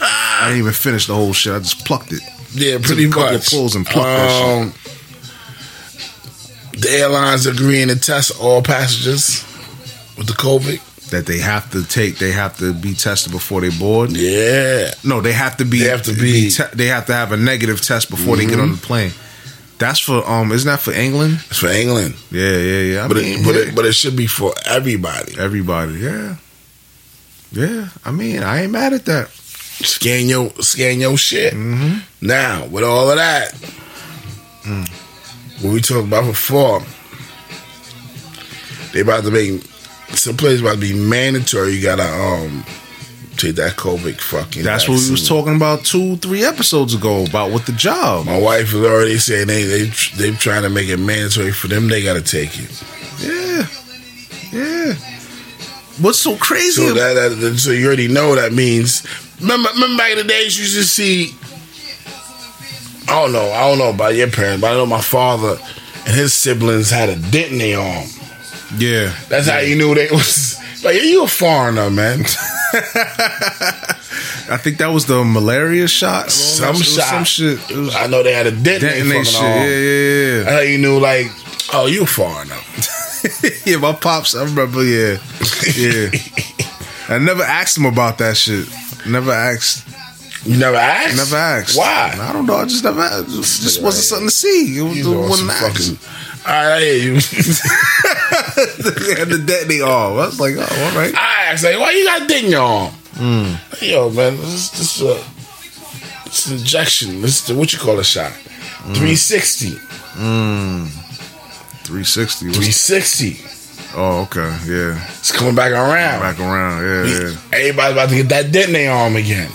I didn't even finish the whole shit. I just plucked it.
yeah, pretty
a couple
much.
of pulls and plucked that shit.
Um, the airlines agreeing to test all passengers with the COVID.
That they have to take. They have to be tested before they board.
Yeah,
No, they have to be.
They have to be- Mm-hmm.
te- they have to have a negative test before they get on the plane. That's for um. Isn't that for England?
it's for England,
Yeah, yeah, yeah. I
but
mean,
it, but
yeah,
it, but it should be for everybody.
everybody, yeah, yeah. I mean, I ain't mad at that.
Scan your scan your shit.
Mm-hmm.
Now with all of that,
Mm.
what we talked about before, they about to make some places about to be mandatory. You gotta um take that COVID fucking.
That's what we
vaccine.
was talking about two, three episodes ago about with the job.
My wife is already saying they they they trying to make it mandatory for them. They got to take it.
Yeah, yeah. What's so crazy?
So
about
that, that- that- so you already know that means. Remember, remember back in the days, you used to see I don't know. I don't know about your parents, but I know my father and his siblings had a dent in their arm.
Yeah.
That's how you knew they was like, yeah, you a foreigner, man.
I think that was the malaria shot.
Some
It was
shot.
Some shit. It was
I know they had a dent in their
detonate
fucking
shit.
arm.
Yeah, yeah, yeah.
That's how you knew, like, oh, you a foreigner.
yeah, my pops. I remember. Yeah, yeah. I never asked him about that shit. Never asked.
You never asked?
Never asked.
Why?
I don't know. I just never. Asked. It was- just wasn't something to see. It was
He's
the
on
one
some
asked.
fucking. All right, I hear you.
and the detonate arm. I was like, oh, all right.
I asked, like, why you got a dent in your arm?
Hmm.
Yo, man, this is this, uh, this an injection. This is the, what you call a shot.
Hmm.
360.
Three sixty.
360.
Oh, okay. Yeah.
It's coming back around.
Back around. Yeah, yeah.
Everybody's about to get that dent in their arm again.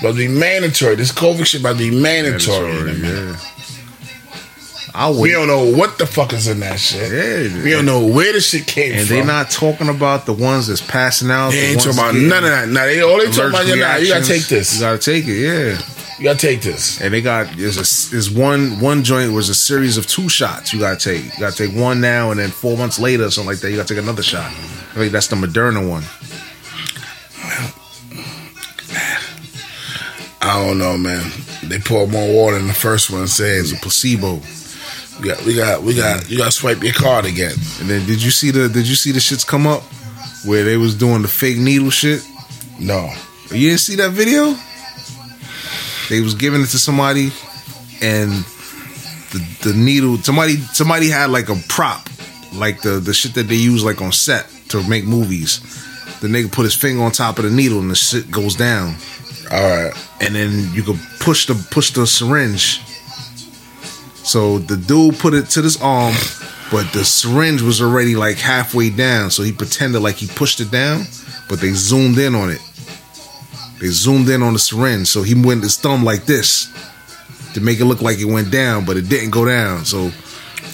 About to be mandatory. This COVID shit about to be mandatory. in a minute.
Yeah. I
We
wait.
don't know what the fuck is in that shit.
Yeah.
We don't know where the shit came
And
from.
they not talking about the ones that's passing out.
They
the
ain't
ones
talking about
getting
none of that. Now they all they talking
allergic
about. Now you gotta
reactions.
take this.
You gotta take it. Yeah.
You gotta take this.
and they got is a, is one one joint was a series of two shots you gotta take. You gotta take one now, and then four months later, or something like that, you gotta take another shot. I think that's the Moderna one.
I don't know, man. They poured more water in the first one, saying
It's a placebo.
we got, we got, we got, you gotta swipe your card again.
And then did you see the did you see the shits come up where they was doing the fake needle shit?
No,
You didn't see that video? They was giving it to somebody, and the, the needle. Somebody somebody had like a prop, like the the shit that they use like on set to make movies. The nigga put his finger on top of the needle, and the shit goes down.
all right.
And then you could push the push the syringe. So the dude put it to this arm, but the syringe was already like halfway down. So he pretended like he pushed it down, but they zoomed in on it. They zoomed in on the syringe, so he went his thumb like this to make it look like it went down, but it didn't go down. So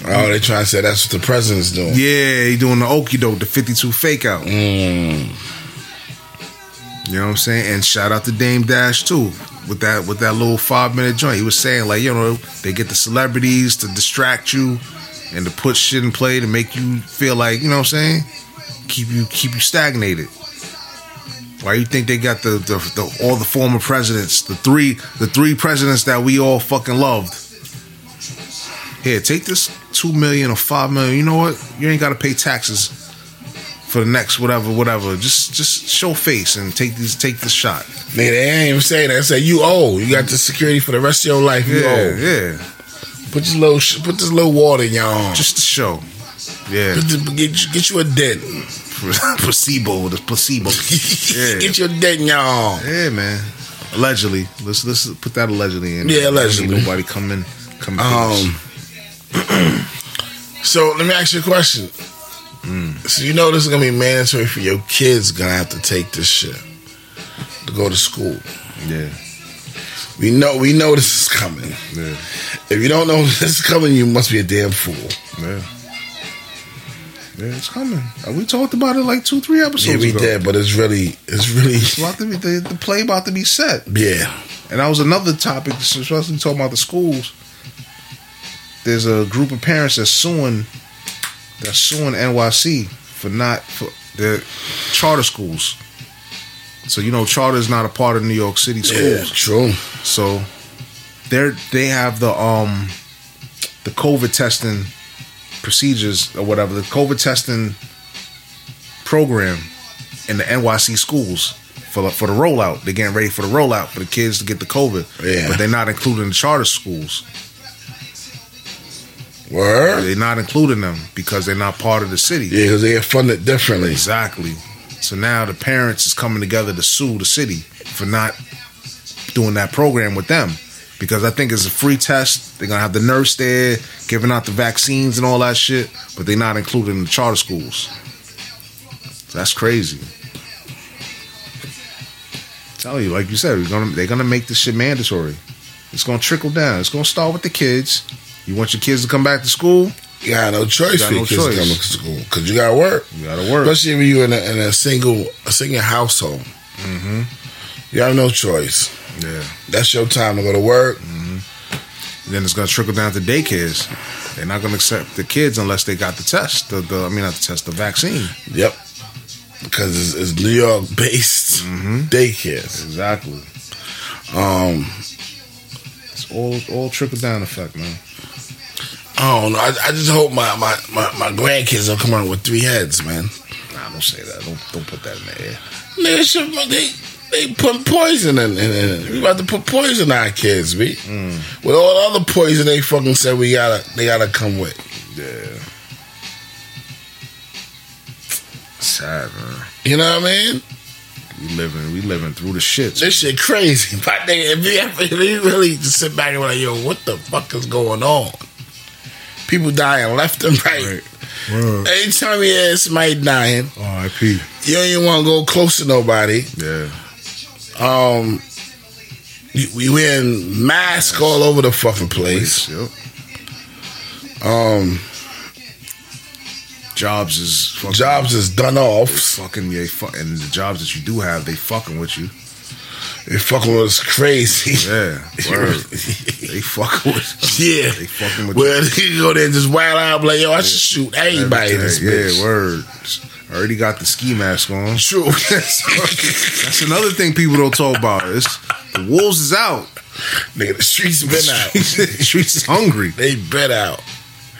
Oh, they trying to say that's what the president's doing.
yeah, he doing the okie doke, the fifty two fake out. You know what I'm saying? And shout out to Dame Dash too with that with that little five minute joint. He was saying like you know they get the celebrities to distract you and to put shit in play to make you feel like you know what I'm saying keep you keep you stagnated. Why you think they got the, the, the all the former presidents, the three the three presidents that we all fucking loved? Here, take this two million or five million. You know what? You ain't gotta pay taxes for the next whatever, whatever. Just just show face and take these take this shot.
Nigga, they ain't even saying that. They say you owe. You got the security for the rest of your life. You
Yeah,
owe.
yeah.
Put this little, sh- put this little water in your arm.
Just
Just
to show. Yeah.
put the- get, you- get you a dent.
placebo, the placebo. Yeah.
get you a dent in your arm.
Yeah, man. Allegedly. Let's let's put that allegedly in.
Yeah, allegedly.
Ain't Nobody coming coming.
Um. so let me ask you a question.
Hmm.
So you know this is gonna be mandatory for your kids. Gonna have to take this shit to go to school.
yeah,
We know we know this is coming.
yeah,
If you don't know this is coming, you must be a damn fool.
yeah. Yeah, it's coming. Uh, We talked about it like two, three episodes
Yeah, we
ago.
did, but it's really, it's really,
It's About to be, the, the play about to be set.
yeah.
And that was another topic, especially talking about the schools. There's a group of parents that's suing, that's suing NYC for not for the charter schools. So you know, charter is not a part of New York City
Yeah,
schools.
true.
So they're they have the um the COVID testing procedures or whatever the COVID testing program in the NYC schools for the, for the rollout. They're getting ready for the rollout for the kids to get the COVID,
Yeah.
but they're not including the charter schools.
Word.
They're not including them because they're not part of the city.
Yeah, because they get funded differently.
Exactly. So now the parents is coming together to sue the city for not doing that program with them. Because I think it's a free test. They're gonna have the nurse there giving out the vaccines and all that shit, but they're not included in the charter schools. So that's crazy. Tell you, like you said, we're gonna, they're gonna make this shit mandatory. It's gonna trickle down. It's gonna start with the kids. You want your kids to come back to school?
You got no choice
got
for your
no
kids
choice.
to come to school because you got to work.
You gotta work.
Especially if you're in a, in a single a single
Mm-hmm.
household. You have no choice.
Yeah. Mm.
That's your time to go to work. Mm-hmm.
Then it's gonna trickle down to daycares. They're not gonna accept the kids unless they got the test. The, the I mean, not the test, the vaccine.
Yep. Because it's, it's New York based
Mm-hmm.
daycares.
Exactly.
Um,
It's all all trickle down effect, man.
I don't know. I, I just hope my, my, my, my grandkids don't come out with three heads, man.
Nah, don't say that. Don't don't put that in the air.
Nigga, shit, but they they put poison in, in, in. We about to put poison in our kids, B. With all the other poison they fucking said we gotta they gotta come with.
Yeah. Sad, man.
You know what I mean?
We living we living through the shits.
This shit crazy. My nigga, if you, if you really just sit back and be like, yo, what the fuck is going on? People dying left and right.
Word.
Anytime you hear somebody dying,
R.I.P.
you don't even want to go close to nobody.
Yeah.
Um, you- we wearing masks all over the fucking place.
Yep.
Um,
Jobs is fucking,
jobs is done off.
fucking yeah, fu- and the jobs that you do have, they fucking with you.
They fucking with us crazy.
Yeah. Word. they fucking with
Yeah.
They fucking with
Well, you go there and just wild out, be like, yo, I should shoot anybody in this
Yeah,
bitch.
word. Already got the ski mask on.
True.
That's another thing people don't talk about. It's the wolves is out.
Nigga, the streets been out.
Streets is hungry.
They been out.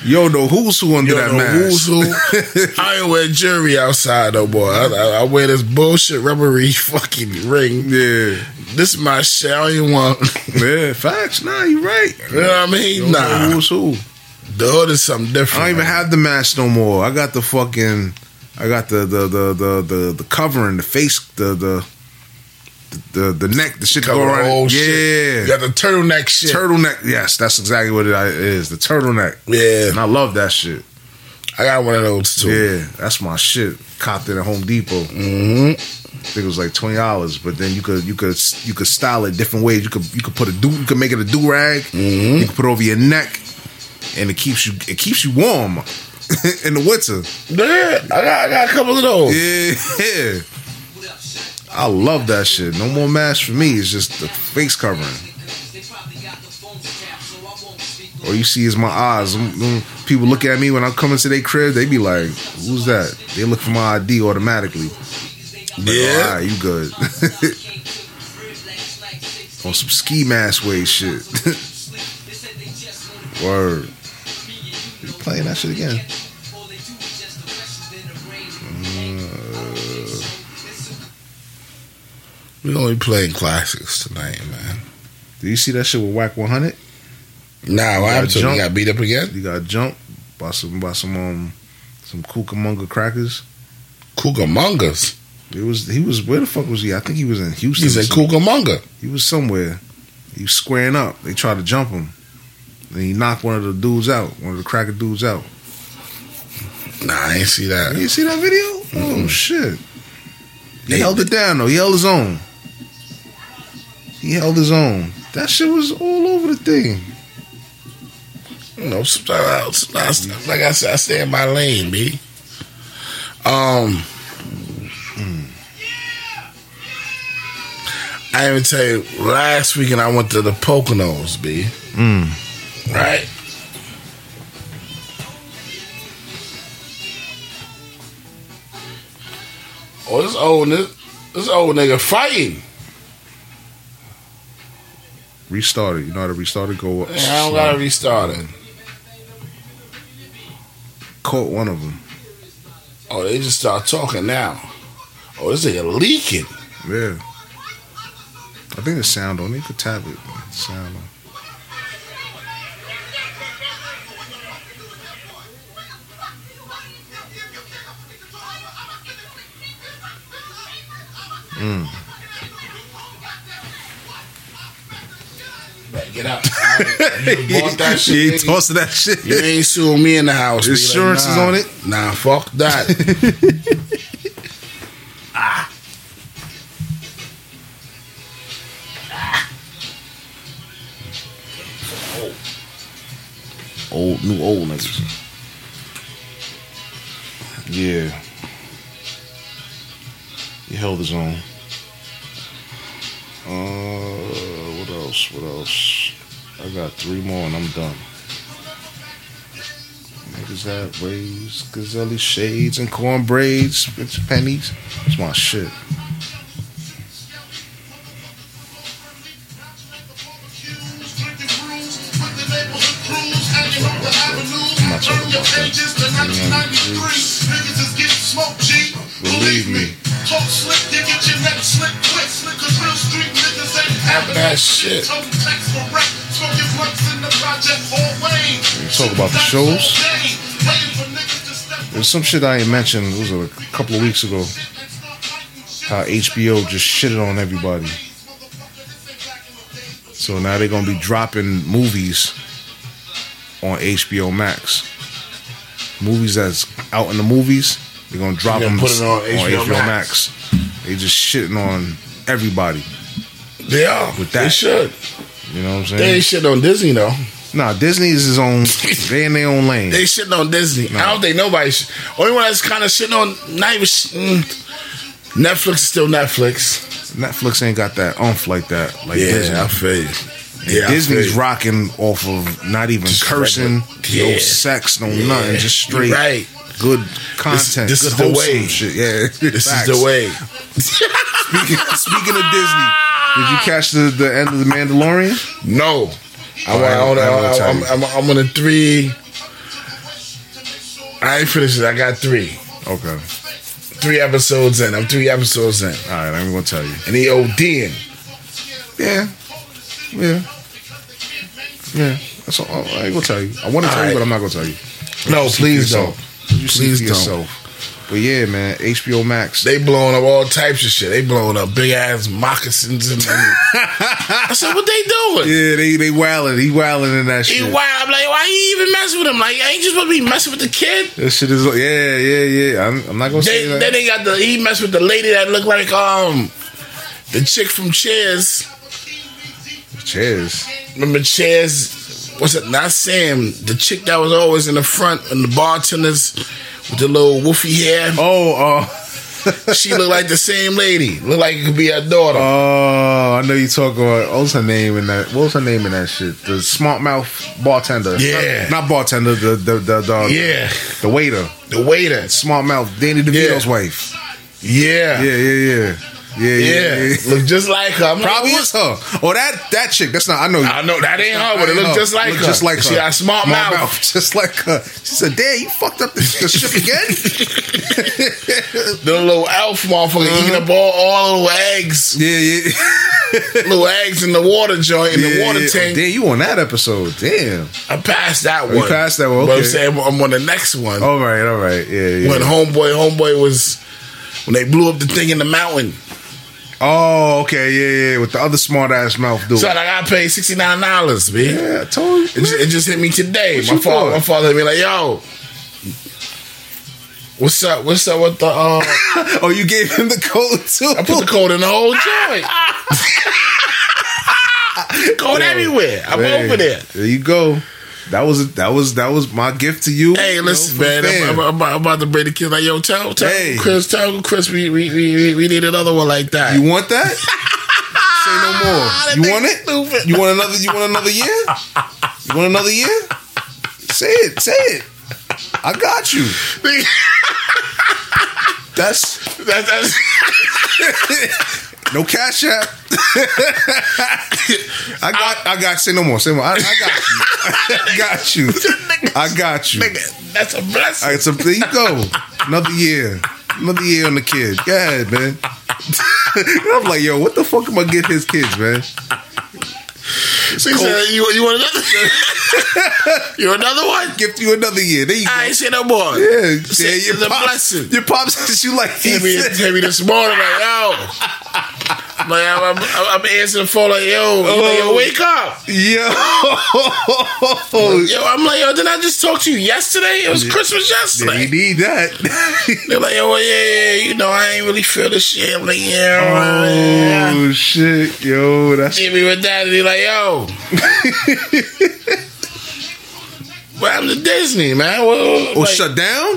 You don't know who's who under
You
that
don't know who's
mask.
who. I ain't wear jewelry outside no more. I, I, I wear this bullshit rubbery fucking ring.
Yeah.
This is my shit. I don't even want.
Yeah, facts. Nah, you right.
You know what I mean?
You don't know
nah.
who's who.
The order's something different.
I don't even have the mask no more. I got the fucking, I got the the the the the, the covering, the face, the the the the neck, the shit
Cover
go
the
around.
whole
yeah,
shit. You got the turtleneck shit.
turtleneck. Yes, that's exactly what it is. The turtleneck, and
yeah.
I love that shit.
I got one of those too.
Yeah, that's my shit. Copped it at Home Depot.
hmm
I think it was like twenty dollars, but then you could you could you could style it different ways. You could you could put a do you could make it a do rag. You could put it over your neck, and it keeps you it keeps you warm in the winter.
Yeah. I got, I got a couple of those.
Yeah. Oh. I love that shit. No more mask for me. It's just the face covering. All you see is my eyes. Them- them people look at me when I come into their crib. They be like, "Who's that?" They look for my ID automatically.
Yeah.
All right, you good? On some ski mask way shit. Word. You playing that shit again?
We gonna be playing classics tonight, man.
Do you see that shit with Whack 100?
Nah, what happened to him?
jump.
He got beat up again?
You got jumped by some by some um some kookamonga crackers.
Kookamongas.
It was he was where the fuck was he? I think he was in Houston.
He's
or
a
something.
Kookamonga.
He was somewhere. He was squaring up. They tried to jump him. And he knocked one of the dudes out, one of the cracker dudes out.
Nah, I ain't see that.
You see that video? Oh shit. He
They-
held it down though. He held his own. He held his own. That shit was all over the thing.
You know, sometimes, sometimes, like I said, I stay in my lane, B. Um, I even tell you, last weekend I went to the Poconos, B. Right? Oh, this old ni- this old nigga fighting.
Restart it. You know how to restart it? Go up.
Man, I don't gotta restart it.
Caught one of them.
Oh, they just start talking now. Oh, this nigga leaking.
Yeah. I think the sound on. You could tap it. Sound on.
Get out. You bought that shit.
She ain't
nigga.
tossing that shit.
you ain't suing me in the house. be like,
Insurance is
nah.
on it?
Nah, fuck that. Ah. Ah. Old, new old niggas.
Yeah. He held his own. Uh, what else? What else? Uh, I got three more and I'm done. Niggas have waves, gazelle shades, and corn braids, bitch pennies. That's my shit.
I'm not talking about that.
Believe me.
Have that shit. You
talk about the shows? There's some shit I ain't mentioned. It was a couple of weeks ago. How HBO just shitted on everybody. So now they're gonna be dropping movies on HBO Max. Movies that's out in the movies, they're gonna drop
They're
them
gonna put it on HBO Max.
They just shitting on everybody.
They are.
With
They
that.
should.
You know what I'm
They
saying?
ain't shit on Disney though.
nah, Disney is his own. They in their own lane.
They shitting on Disney. I don't think nobody. Sh- Only one that's kind of shitting on not even sh- mm. Netflix is still Netflix.
Netflix ain't got that umph like that. Like
yeah,
Disney.
I feel you. Yeah, I
Disney's
feel you.
rocking off of not even
Just
cursing,
regular-
no
yeah.
sex, no
Yeah.
nothing, just
You
straight
right.
good content.
this
good
is the
wholesome
way.
Shit. Yeah,
This is the way.
Speaking, speaking of Disney, did you catch the, the end of the Mandalorian?
No, I'm,
Alright,
on,
I'm gonna
I'm,
tell
I'm,
you.
I'm, I'm on a three. I ain't finished it. I got three,
Okay, all
three episodes in. I'm three episodes in,
right, I'm gonna tell you.
and he ODing.
Yeah, yeah, yeah. That's all. I ain't gonna tell you. I want to tell you,
Alright.
but I'm not gonna tell you.
No, please
for
don't.
yourself. You see
Please
for
don't.
yourself. But yeah, man, HBO Max.
They blowing up all types of shit. They blowing up big ass moccasins. And I said, what they doing?
yeah, they they wilding. He wilding in that
He
shit.
wild. I'm like, why you even messing with him? Like, ain't you supposed to be messing with the kid?
That shit is yeah, yeah, yeah. I'm, I'm not gonna
They,
say that.
then they got the he messed with the lady that looked like um the chick from Cheers.
Cheers.
Remember Cheers? Was it not Sam? The chick that was always in the front and the bartenders with the little woofy hair.
Oh,
She looked like the same lady. Looked like it could be her daughter.
uh, oh, I know you talk about. What's her name in that? What's her name in that shit? The smart mouth bartender.
Yeah.
not, not bartender. The the the the,
yeah,
the waiter.
the waiter.
Smart mouth. Danny DeVito's wife.
Yeah.
Yeah,
Yeah.
yeah, yeah, yeah, yeah. yeah.
Look just like her. I'm like,
Probably
what?
is her. Oh, that that chick. That's not. I know.
I know that ain't her, but it
I know.
looked just like
Look
her.
Just like her.
she got a smart, mouth.
Just like her. She said, "Damn, you fucked up the, the ship again."
The little elf motherfucker eating
Mm-hmm.
up all, all the little eggs,
yeah, yeah.
little eggs in the water joint in the
Yeah,
water
yeah.
tank.
Damn, you on that episode? Damn.
I passed that one.
you passed that one,
But I'm
okay.
saying I'm on the next one.
All right, all right. Yeah, yeah.
When homeboy, homeboy was when they blew up the thing in the mountain.
oh, okay. Yeah, yeah. With the other smart ass mouth dude.
So I got paid sixty nine dollars, man.
yeah, I told
It,
you.
just, it just hit me today.
What
my
you
father,
doing?
my father, be like, yo. What's up? What's up with the? Uh,
oh, you gave him the code too.
I put the code in the whole joint. code everywhere. I'm
Man,
over there.
There you go. That was that was that was my gift to you.
Hey,
you know,
listen,
for the
man. I'm,
fam.
I'm- I'm about- I'm about to bring the kids. Like, yo, tell, tell
Hey.
Chris, tell Chris, we, we, we, we- we need another one like that. Ah,
you want that? Say no more. You want it?
Stupid.
You want another? You want another year? You want another year? Say it. Say it. I got you. That's
that, that's,
No cash app. I got. I, got. Say no more. Say no more. I, I got you. I got you. I got you.
nigga, that's a blessing.
All right, so there you go. Another year. Another year on the kid. Yeah, man. I'm like, yo, what the fuck am I getting his kids, man?
She said, you, you want another? you want another one?
Gift you another year. There you go.
I ain't say no more.
yeah, yeah,
Say
your
it's a
pops,
blessing.
Your pops says you like
Hit me, hit me this morning, like, yo. I'm Like, I'm, I'm, I'm answering the phone, like, yo, you like,
Oh.
yo, wake up.
yo.
Yo, I'm like, yo, didn't I just talk to you yesterday? It was Christmas yesterday.
You need that.
They're like, oh yeah, yeah, you know, I ain't really feel the shit. I'm like, yeah, alright, yeah.
Oh shit, yo, that's
Hit me with that, and he like, yo. what happened to Disney, man? Well,
oh
like,
shut down.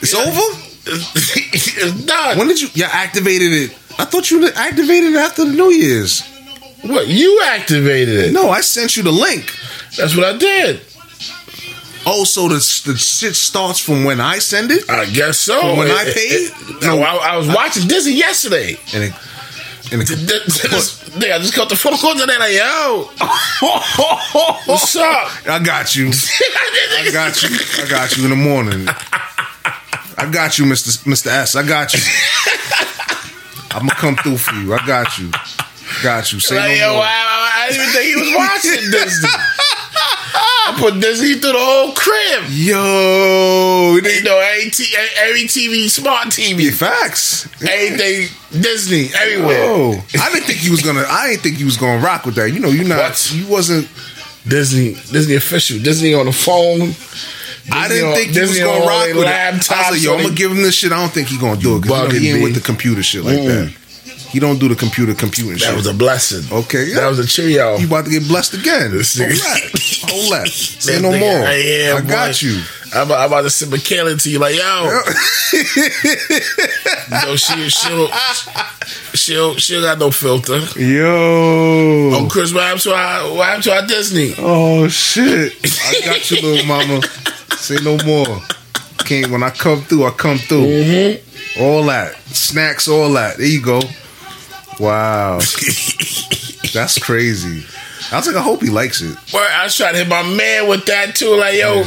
It's over.
it's done.
When did you? Yeah, activated it. I thought you activated it after the New Year's.
what you activated it?
No, I sent you the link.
That's what I did.
Oh, so the the shit starts from when I send it,
I guess so.
From when
It-
I
it-
paid?
it- no, I, I was watching Disney yesterday.
and it, and it,
Th- th- this- Nigga, I just got the phone call today. Like, yo, what's up?
I got you. I got you. I got you in the morning. I got you, Mister Mister S. I got you. I'm gonna come through for you. I got you. Got you. Say
Like,
no
yo, I,
more.
I- I didn't even think he was watching Disney. I put Disney through the whole crib.
Yo, it
You
ain't
know, every, t- every TV, smart
be
TV,
facts.
everything Disney, everywhere.
Whoa. I didn't think you was gonna. I didn't think you was gonna rock with that. You know, you not.
What?
You wasn't.
Disney, Disney official, Disney on the phone.
I
Disney
didn't
on-
think he was
Disney on
gonna
all
rock
they
with it. I
laptops,
said,
so
yo, I'm gonna
they-
give him this shit. I don't think he gonna do it because
Bugging
he ain't
me.
with the computer shit like
Mm.
that. He don't do the computer computing shit.
That was a blessing.
Okay, yeah.
That was a cheerio.
you about to get blessed again.
This
Hold
nigga-
that. Hold that. Say
That
no
nigga,
more.
I, am,
I got
boy.
you.
I'm, about- I'm about to send Michaela to you, like, yo. yo, she, she'll, she'll, she'll got no filter.
Yo.
Oh, Chris, what happened to our, what happened to our Disney?
Oh shit. I got you, little mama. Say no more. Can't when I come through, I come through.
Mm-hmm.
All that. Snacks, all that. There you go. Wow. That's crazy. I was like, I hope he likes it.
Boy, I was trying to hit my man with that, too. Like, yo,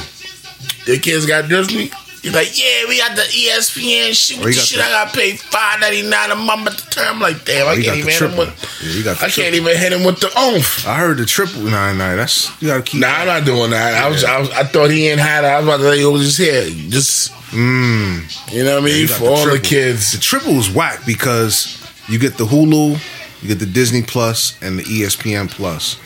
the kids got Disney? He's like, yeah, we got the E ESPN shit.
Oh,
What
you
the
got
shit?
the-
I got paid five ninety nine a month at the term. Like, damn, I
you Oh, got
can't
the
even hit him
triple.
with.
Yeah, you got the
I can't
triple.
even hit him with the oomph.
I heard the triple nine nine. That's you gotta keep
Nah, I'm not doing that. I was, I was, I thought he ain't had it. I was about to let you was just here. Just, mm, you know what I mean?
You got
For all the
triple. The
kids.
triple is whack because you get the Hulu, you get the Disney Plus, and the E ESPN Plus.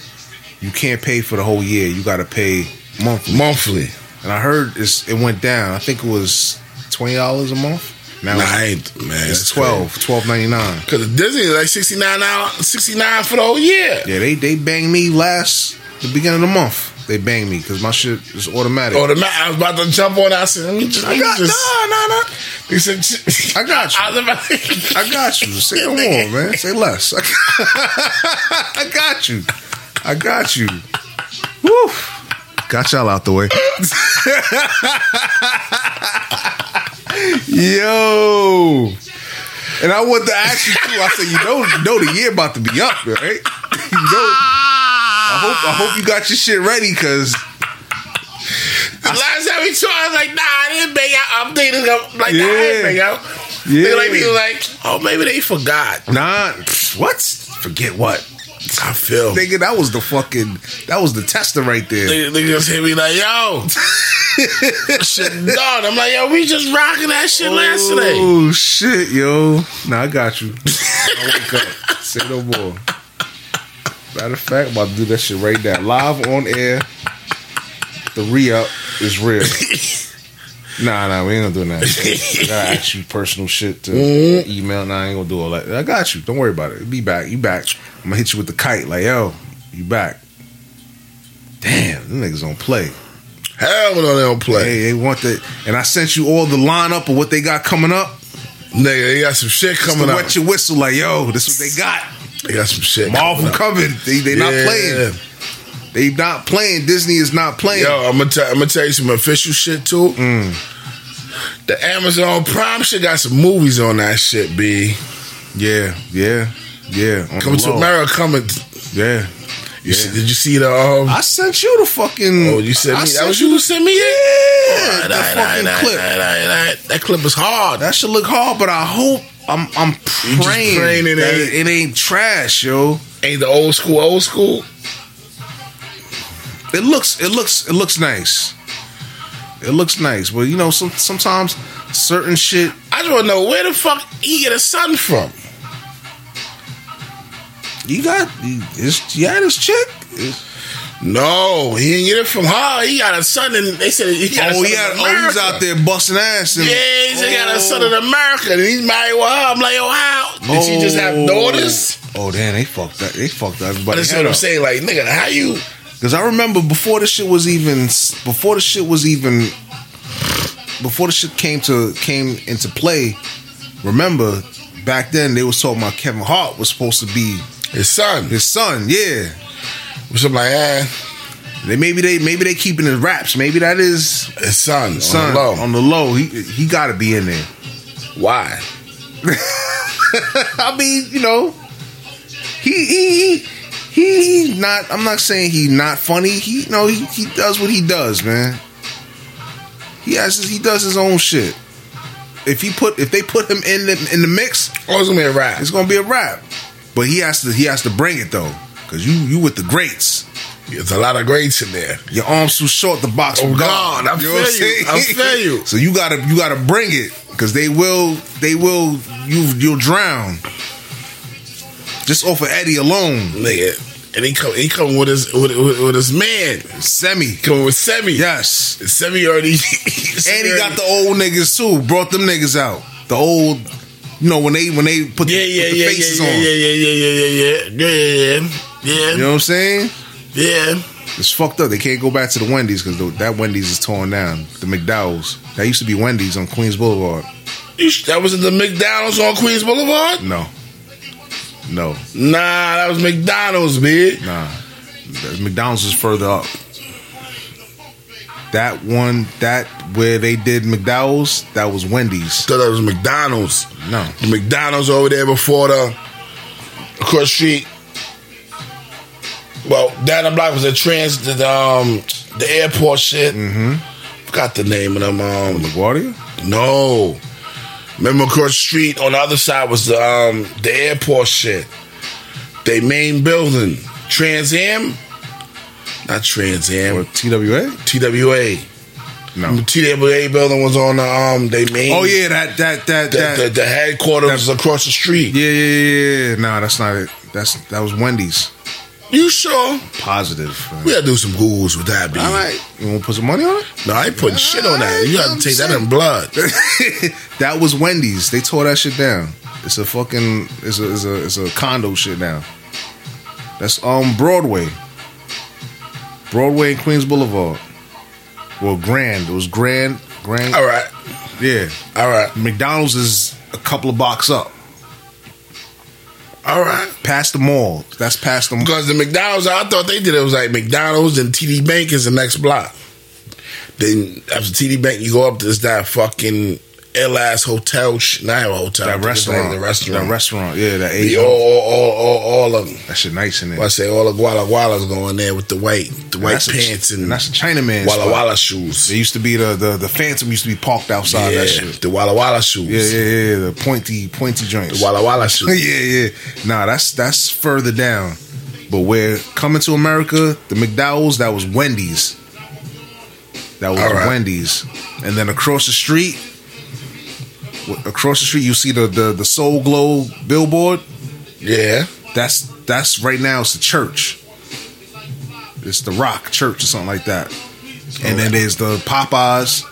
You can't pay for the whole year. You got to pay monthly.
Monthly.
And I heard it's, it went down. I think it was twenty dollars a month. Now
Nah,
it's-
I ain't, man.
it's twelve, twelve ninety nine.
Because Disney is like 69 hour, 69 for the whole year.
Yeah, they they banged me last the beginning of the month. They banged me because my shit is automatic.
Or Oh, the ma- I was about to jump on. I said, let me just. Let
I
me
got
just
nah, nah, nah.
He said, "Ch-
I got you.
I was about to.
I got you. Say no more, man. Say less. I got you. I got you. Woo. Got y'all out the way. Yo. And I want to ask you too. I said, you know, you know the year about to be up, right? You know. I hope I hope you got your shit ready, cause
Last time we saw, I was like, nah, I didn't bang out. I'm thinking, I'm like, nah, I
Yeah.
didn't bang out.
Yeah.
They like, they like, oh, maybe they forgot.
nah. pff, What? Forget what?
I feel. They,
Nigga, that was the fucking that was the tester right there.
they, just hit me like, yo, shit done. I'm like, yo, we just rocking that shit last night.
Oh shit, yo. Nah, I got you. I wake up. Say no more. Matter of fact, I'm about to do that shit right now. Live on air. The re up is real. nah, nah, we ain't gonna do that. I gotta ask you personal shit to
Mm-hmm.
email. Nah, I ain't gonna do all that. I got you. Don't worry about it. Be back. You back. I'm gonna hit you with the kite. Like, yo, you back. Damn, them niggas don't play.
Hell no, they don't play.
Hey, they want the and I sent you all the lineup of what they got coming up.
Nigga, they got some shit coming
to
up.
wet your whistle like, yo, this what they got.
They got some shit.
Marvel
coming up.
coming. They they not
Yeah.
playing. They not playing. Disney is not playing.
Yo, I'm gonna tell I'm gonna tell you some official shit too. The Amazon Prime shit got some movies on that shit, B.
Yeah, yeah, yeah. on
Coming
the
to
low.
America, coming.
Yeah.
You see, did you see the? Um,
I sent you the fucking.
oh, you sent
I
me.
sent
that was you who sent me. Yeah,
the fucking clip.
That clip is hard.
That should look hard, but I hope I'm I'm
You just
praying,
praying it
that it
ain't-
ain't trash, yo.
Ain't the old school, old school.
It looks it looks it looks nice. It looks nice, but you know, some sometimes certain shit
I just want to know where the fuck he get a son from.
you got. You, it's, yeah, this chick. It's,
No, he didn't get it from her. He got a son, and they said he got. a
Oh,
son
he
in
had, oh, he's
America.
out there busting ass. And,
Yeah, he just got
Oh.
a son in America, and he's married with her. I'm like, yo, how did she just have
Oh.
daughters?
Oh, damn, they fucked that. They fucked that.
But that's what I'm saying. Like, nigga, how you?
Because I remember before the shit was even, before the shit was even, before the shit came to came into play. Remember, back then they was talking about Kevin Hart was supposed to be
His son.
his son. Yeah,
So I'm like, eh.
They maybe they maybe they keeping his raps. Maybe that is
His son,
son
son, on the low.
on the low. He he got to be in there.
Why?
I mean, you know, he he he. He not. I'm not saying he not funny. He no. He, he does what he does, man. He has. His, he does his own shit. If he put. If they put him in the in the mix,
Oh, it's gonna be a rap.
it's gonna be a rap. But he has to. He has to bring it though, because you you with the greats.
There's a lot of grades in there.
Your arms too um, short. The box.
Oh,
will go.
God, I
know what
feel you.
I'm
I
saying?
feel you.
So you gotta you gotta bring it because they will they will you you'll drown. Just off of Eddie alone,
Nigga. And he come he come with his with, with, with his man.
semi.
Coming with Semi.
Yes,
Semi already
and
And
he got the old niggas too. Brought them niggas out. The old, you know when they when they put the,
Yeah, yeah,
put the
yeah,
faces
yeah, yeah,
on.
yeah, yeah, yeah, yeah, yeah, yeah, yeah, yeah,
You
yeah,
know what I'm saying?
yeah, yeah.
It's fucked up. They can't go back to the Wendy's because that Wendy's is torn down. The McDowell's that used to be Wendy's on Queens Boulevard.
You sh- That was at the McDonald's on Queens Boulevard.
No, no,
Nah, that was McDonald's, bitch.
Nah, The McDonald's is further up. That one, that where they did McDowell's, that was Wendy's.
Thought that was McDonald's.
No,
The McDonald's over there before the across the street. Well, down the block was the trans the, the, um the airport shit. Mm-hmm. Forgot the name of them. Um,
LaGuardia.
no, remember across the street on the other side was the um the airport shit. They main building Trans Am, not Trans
Or
Am,
TWA?
TWA.
No.
The TWA building was on the um they main.
Oh yeah, that that that
the,
that.
the, the headquarters was across the street.
yeah, yeah, yeah, yeah. Nah, that's not it. That's that was Wendy's.
You sure?
Positive.
We gotta do some Googles with that, B.
All right, you want to put some money on it?
No, I ain't putting shit on that. You gotta
I'm
take that
saying.
in blood.
that was Wendy's. They tore that shit down. It's a fucking. It's a. It's a. It's a condo shit now. That's um Broadway. Broadway and Queens Boulevard. Well, Grand. It was Grand. Grand.
All right,
Yeah.
all right,
McDonald's is a couple of blocks up.
all right.
Past the mall. That's past the mall.
Because the McDonald's, I thought they did it was like McDonald's and TD Bank is the next block. Then after TD Bank, you go up to this that fucking ill ass hotel, sh- not a hotel, I
That
think it's like
restaurant.
the restaurant,
That restaurant. Yeah. That
The-
Asian.
all, all, all, all, all of them.
that shit nice in there.
I say all the Guala Gualas going there with the white, the white
That's a-
pants and,
that's a Chinaman.
Walla
spot.
Walla shoes.
It used to be the, the the Phantom used to be parked outside
yeah,
that shit.
the Walla Walla shoes.
Yeah, yeah, yeah. The pointy, pointy joints.
The Walla Walla shoes.
yeah, yeah. Nah, that's that's further down. But where coming to America, the McDowell's that was Wendy's. That was
All right.
Wendy's, and then across the street, wh- across the street, you see the the, the Soul Glow billboard.
yeah.
That's that's right now. It's the church. It's the Rock Church or something like that. And then there's the Popeyes,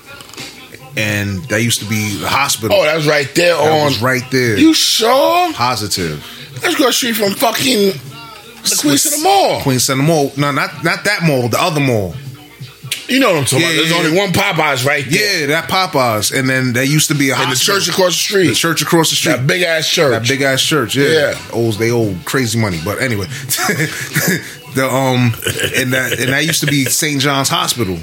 and that used to be the hospital.
Oh, that was right there
that
on.
was right there.
You sure?
Positive.
That's across the street from fucking the Queens of the Mall.
Oh. Queen Center Mall. No, not not that mall. The other mall.
You know what I'm talking
Yeah,
about. There's
yeah,
only
yeah.
one Popeyes right there.
Yeah, that Popeyes, and then there used to be a
And the
hospital.
church across the street.
The church across the street.
That big ass church.
That big ass church, yeah.
Yeah.
Owes they owe crazy money, but anyway, the um and that and that used to be St. John's Hospital,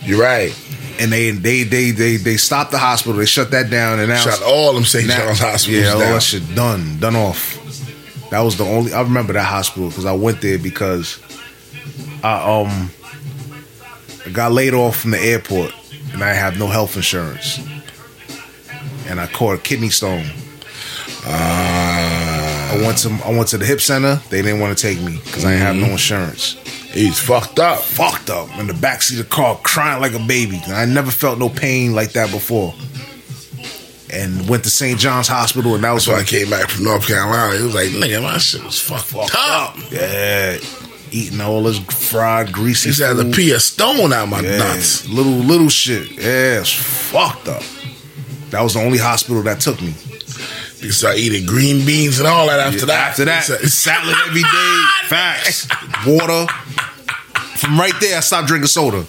You're right.
and they they they they they stopped the hospital, they shut that down, and now
Shot all them St.
now-
John's hospitals
yeah, all
down.
that shit done, done off. That was the only I remember that hospital because I went there because I um I got laid off from the airport and I have no health insurance, and I caught a kidney stone.
Ah,
I went to I went to the hip center. They didn't want to take me because I didn't have no
Mm-hmm.
insurance.
he's fucked up.
Fucked up in the backseat of the car, crying like a baby. And I never felt no pain like that before. And went to St. John's Hospital, and that was
So I
like,
came back from North Carolina. He was like, nigga, my shit was fucked, up.
yeah, eating all this fried, greasy.
He's had to
food.
pee a stone out my
Yeah,
nuts.
little little shit. Yeah, it's fucked up. That was the only hospital that took me.
He started eating green beans and all that after that.
After that,
He said, Ah,
salad every day, facts, water. From right there, I stopped drinking soda.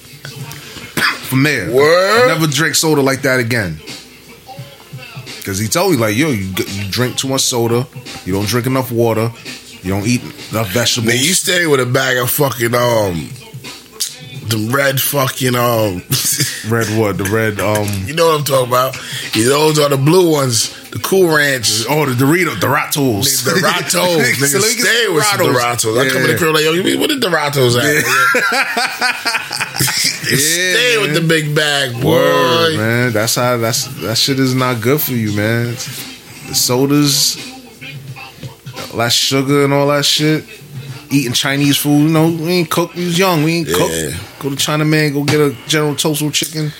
From there,
Word?
I never drink soda like that again. Because he told me like, yo, you, you drink too much soda, you don't drink enough water, You don't eat enough vegetables.
Man, you stay with a bag of fucking um, the red fucking um,
red what? The red um.
you know what I'm talking about? Yeah, those are the blue ones, the Cool Ranch,
Oh, the Dorito, Doritos,
the Doritos. Nigga,
So you can
stay with some Doritos. I come in the
Yeah.
crib like, yo, you mean, what the Doritos at? nigga? stay with the big bag, boy.
Word, man. That's how that's that shit is not good for you, man. The sodas, all that sugar and all that shit. Eating Chinese food, you know, we ain't cook. We was young, we ain't cook.
Yeah.
Go to China Man, go get a General Tso's with chicken.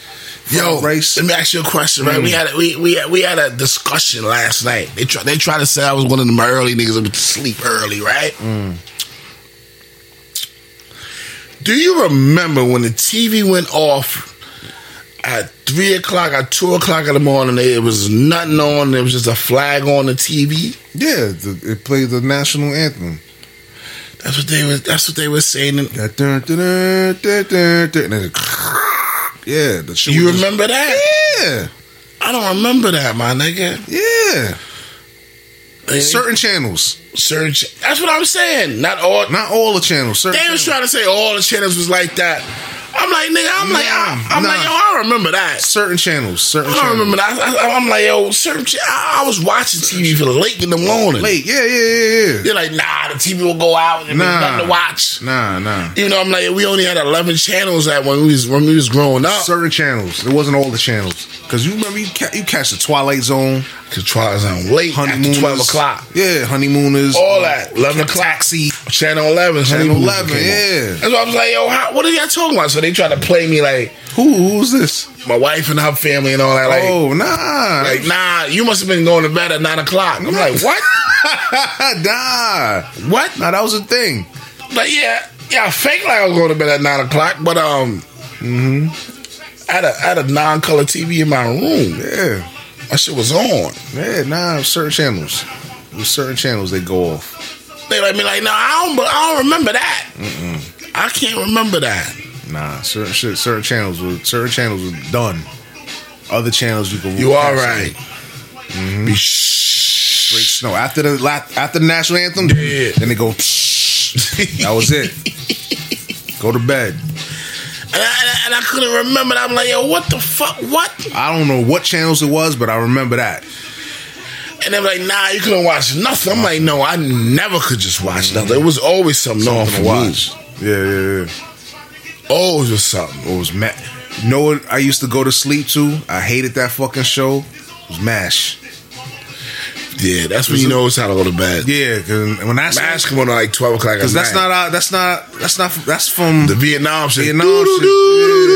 Yo,
rice.
let me ask you a question, right? We had a, we we had, we had a discussion last night. They try they try to say I was one of them early niggas that would sleep early, right? Do you remember when the TV went off at three o'clock, at two o'clock in the morning? It was nothing on. There was just a flag on the TV.
Yeah, the, it played the national anthem.
That's what they was. That's what they were saying. And
That dun, dun, dun, dun, dun, dun, and then yeah, the shit.
you
was just-
remember that?
Yeah,
I don't remember that, my nigga.
yeah.
They-
Certain channels,
search. That's what I'm saying. Not all.
not all the channels. Certain
They
channels.
was trying to say all the channels was like that. I'm like, nigga, I'm like, I,
Nah,
I'm like,
nah.
yo, I remember that.
certain channels. Certain
I
channels.
don't remember that. I, I, am like, yo, certain ch- I, I was watching TV for late in the morning.
Late. Yeah, yeah, yeah, yeah.
They're like, nah, the TV will go out and
Nah.
there's nothing to watch.
Nah, nah.
You know, I'm like, we only had 11 channels at when we was when we was growing up.
Certain channels. It wasn't all the channels. Cause you remember you, ca- you catch the Twilight Zone,
Cause trials on late after
honeymooners,
12 o'clock.
Yeah, honeymooners.
All that. 11 o'clock.
Taxi.
Channel 11.
Channel
Honeymoon
11,
came on.
yeah.
That's why I was like, yo, how, what are y'all talking about? So they try to play me like
Who? Who's this?
my wife and her family and all that. Like,
oh, nah.
Like, nah, you must have been going to bed at nine o'clock. I'm like, what?
nah.
What?
Nah, that was a thing.
Like, yeah, yeah, I fake like I was going to bed at nine o'clock, but um, I had a I had a non-color TV in my room.
Yeah.
That shit was on.
Yeah, nah. Certain channels. There's certain channels they go off.
They like me like, no, I don't, I don't remember that. I can't remember that.
Nah, certain shit. Certain channels were certain channels were done. Other channels you can.
You all
catch.
right? Be
Great
sh-
snow. After the la- after the national anthem,
Yeah.
then they go. that was it. Go to bed.
And I, and I couldn't remember. that. I'm like, yo, what the fuck? What?
I don't know what channels it was, but I remember that.
And they're like, nah, you couldn't watch nothing. I'm like, no, I never could just watch nothing. It was always Mm. something, on for
Something to
watch.
watch. Yeah, yeah, yeah.
Always was something.
It was Matt. You know what I used to go to sleep to? I hated that fucking show. It was Mash.
Yeah, that's when you know it's how to go to bed. Yeah.
Yeah, because when that's
Mask come on at like 12 o'clock at
because that's
night.
not our, that's not that's not that's from
The Vietnam shit.
Vietnam
Doo-doo-doo,
shit.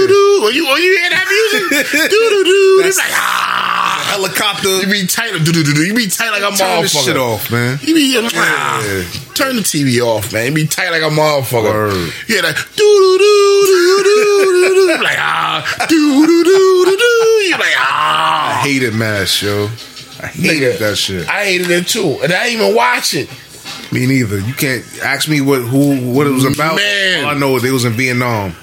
doo-doo-doo. When you, when you hear that music, doo-doo-doo. It's
That's-
like, ah.
helicopter.
You be tight. doo-doo-doo-doo. You be tight like a
Turn this
motherfucker.
shit off, man.
You be like, ah,
Yeah.
turn the TV off, man. You be tight like a motherfucker.
Word.
Yeah, like doo doo doo doo doo doo doo. Like ah, doo doo doo doo doo. You like
I
ah.
hated Mash, yo. I hated
Nigga,
that shit.
I hated it too, and I didn't even watch it.
me neither. You can't ask me what who what it was about.
Man.
All I know is it was in Vietnam.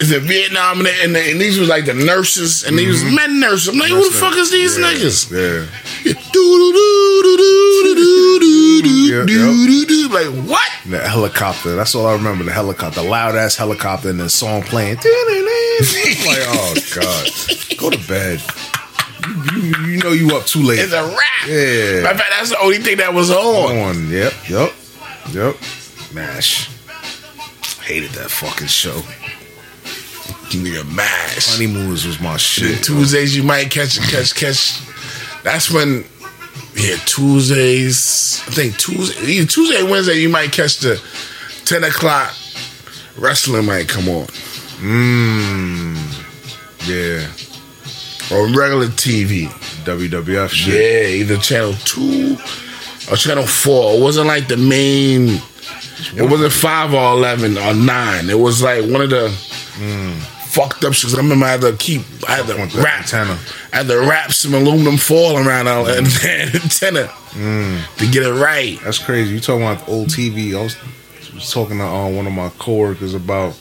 It's in Vietnam, and, they- and, they- and these was like the nurses, and these was men nurses. I'm like, who the
That's
fuck
it.
is these
Mm-hmm. Yeah,
niggas?
Yeah.
Doo doo doo doo doo doo doo
Yeah,
doo
yeah.
doo doo. Like what?
The helicopter. That's all I remember. The helicopter. Loud ass helicopter and the song playing. like, oh God. Go to bed. You, you, you know you up too late.
It's a rap.
Yeah.
Matter of fact, that's the only thing that was on.
on. Yep. Yep. Yep. Mash. Hated that fucking show.
Nigga, mash.
Honeymoons was my shit.
Tuesdays you might catch catch catch. That's when yeah Tuesdays. I think Tuesday either Tuesday or Wednesday you might catch the ten o'clock wrestling might come on
Yeah.
on regular TV.
WWF
Yeah,
shit.
either channel two or channel four. It wasn't like the main. It wasn't five or eleven or nine. It was like one of the. Fucked up shit. 'Cause I remember I had to keep, I had
With
to
the
wrap,
antenna.
I had to wrap some aluminum foil around our and antenna to get it right.
That's crazy. You talking about old TV? I was, was talking to uh, one of my coworkers about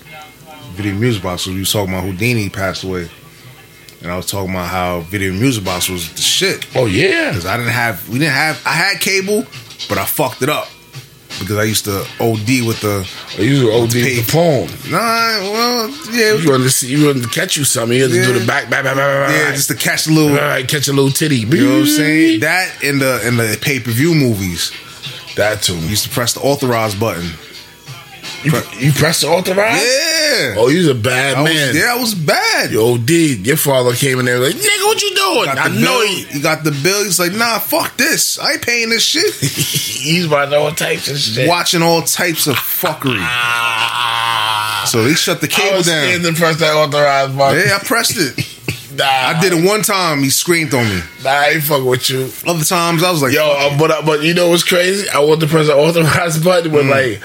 video music boxes. We was talking about Houdini passed away, and I was talking about how video music box was the shit
Oh yeah,
because I didn't have, we didn't have, I had cable, but I fucked it up. because I used to OD with the.
I usually OD
Pay.
the poem.
Nah, well, yeah,
If you want to see, you want to catch you something, you have to do
Yeah.
the back, back, back, back, back,
yeah,
back.
just to catch a little.
All right, catch a little
You
titty.
know what I'm saying? That in the in the pay per view movies,
That too. You,
used to press the authorize button.
you press the authorize?
Yeah,
Oh, you's a bad
I
man.
was, yeah, I was bad.
Yo, D, your father came in there like, nigga, what you doing?
Got
I
the
know
bill.
you.
You got the bill. He's like, nah, fuck this. I ain't paying this shit.
He's about all types of shit.
Watching all types of fuckery.
Ah.
So they shut the
I
cable
was
down.
standing press that authorized button.
Yeah, I pressed it.
Nah,
I did it one time. He screamed on me.
Nah, I ain't fucking with you.
Other times I was like, oh,
Yo, uh, but uh, but you know what's crazy? I want to press the authorized button with like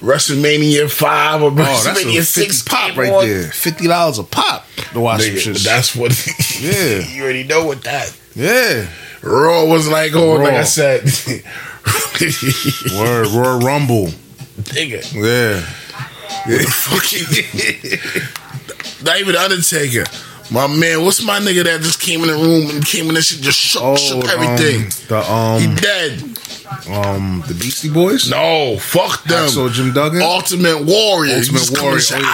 WrestleMania five or
oh, that's a
WrestleMania
50
six
pop
came
right
on.
there. Fifty dollars a pop to watch some
Nigga,
shit.
that's what.
Yeah.
you already know what that
yeah.
Raw was like. Oh, like
Raw.
I said,
Word, Royal Rumble.
nigga,
Yeah.
fucking not even Undertaker. My man, what's my nigga that just came in the room and came in and shit just shook, shook
um,
everything.
the
he
um
dead.
um the Beastie Boys.
No, fuck them.
Axel Jim Duggan.
Ultimate Warrior.
Ultimate
Just come and
Warrior,
say,
oh, yeah.
"Ah."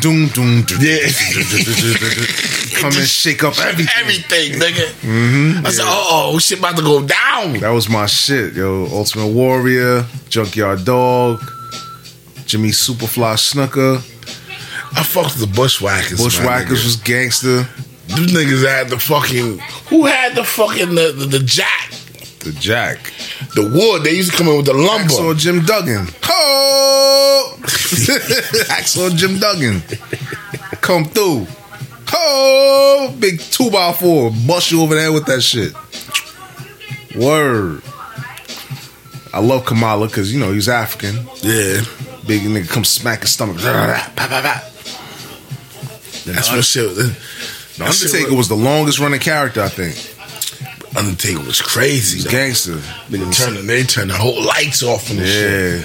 Doom, doom, doom,
Yeah.
Come and shake up everything.
Everything, nigga. I said, uh oh, shit about to go down.
That was my shit, yo. Ultimate Warrior, Junkyard Dog, Jimmy Superfly Snooker,
I fucked the Bushwhackers. my
Bushwhackers
nigga.
was gangster,
Them niggas had the fucking. Who had the fucking. The, the, the jack?
the Jack.
The wood. They used to come in with the lumber.
Axel Jim Duggan. Ho! Axel Jim Duggan. Come through. Ho! Big two by four. Bust you over there with that shit. Word. I love Kamala because, you know, he's African.
yeah.
Big nigga come smack his stomach.
That's what shit. that- that shit
Undertaker was the longest running character, I think.
Undertaker was crazy. though.
Gangster.
Nigga turn the, they turn the whole lights off and shit.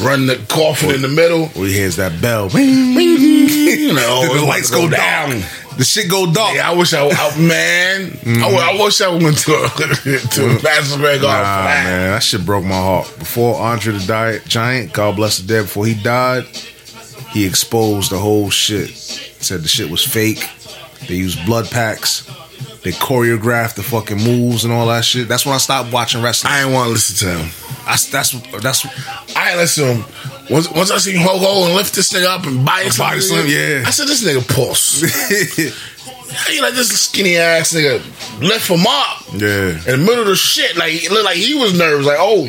Yeah.
Run the coffin in the middle.
Well, he hears that bell. Bing.
you know,
The
it's about
lights
to
go down. The shit go dark. Mm-hmm.
Yeah, I wish I, I man. I, wa- I wish I went to a, to a Madison Square Garden for
Nah,
that.
man, that shit broke my heart. Before Andre the Diet Giant, God bless the dead, before he died, he exposed the whole shit. Said the shit was fake. They used blood packs. They choreographed the fucking moves and all that shit. That's when I stopped watching wrestling.
I ain't want to listen to him.
I, that's that's
I ain't listen to him. Once, once I seen Hulk Hogan lift this nigga up and body
Body slam, yeah.
I said this nigga pulse. How you like this skinny ass nigga lift him up
yeah.
in the middle of the shit? Like it looked like he was nervous. Like oh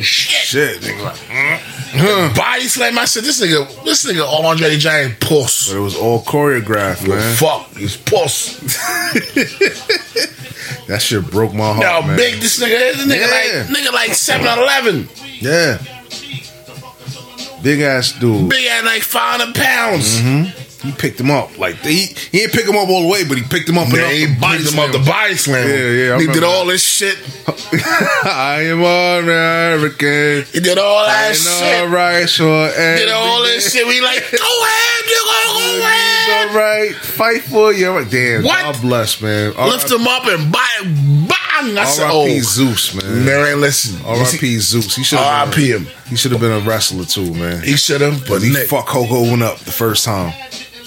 Shit,
shit,
nigga. Like,
body slam. I said this nigga, this nigga Andre the Giant pulse.
but it was all choreographed, man.
Fuck, he's pulse.
That shit broke my heart,
Now
man.
big this nigga is. This nigga
Yeah.
like nigga like seven out of eleven.
yeah, big ass dude.
Big at like five hundred pounds.
Mm-hmm. He picked him up like he, he didn't pick him up all the way, but he picked him up
Yeah, he
and up
picked him up the body slam.
Yeah, yeah, I
He
remember
did all this shit.
I am American.
He did all that
That's
shit.
all right, sure.
Did all this shit. We like, go ahead, nigga, go
All
ahead.
right, fight for you. Damn,
What?
God bless, man.
Lift him up and bang, bang. I said,
R.I.P.
oh,
Zeus, man.
man, listen.
R.I.P. Zeus. He should have
R.I.P. him.
He should have been a wrestler too, man.
He should have, but
But he
Nick.
fuck Hulk Hogan up the first time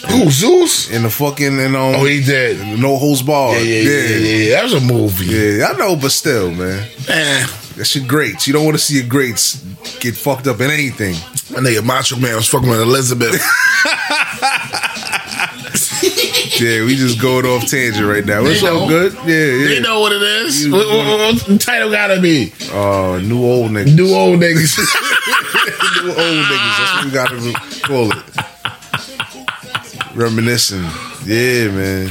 Who, Zeus?
in the fucking and um
Oh, he did. Yeah,
no holds barred.
yeah, yeah, yeah, yeah. That was a movie.
Yeah, I know, but still, man,
Man,
that shit greats. You don't want to see your greats get fucked up in anything.
my nigga Macho Man was fucking with Elizabeth.
Yeah, we just going off tangent right now. It's all
know.
good. Yeah, yeah.
they know what it is. What, what, what- what the title gotta be?
Uh, new old niggas.
New old niggas.
new old niggas. That's what we gotta call it. Reminiscing. Yeah, man.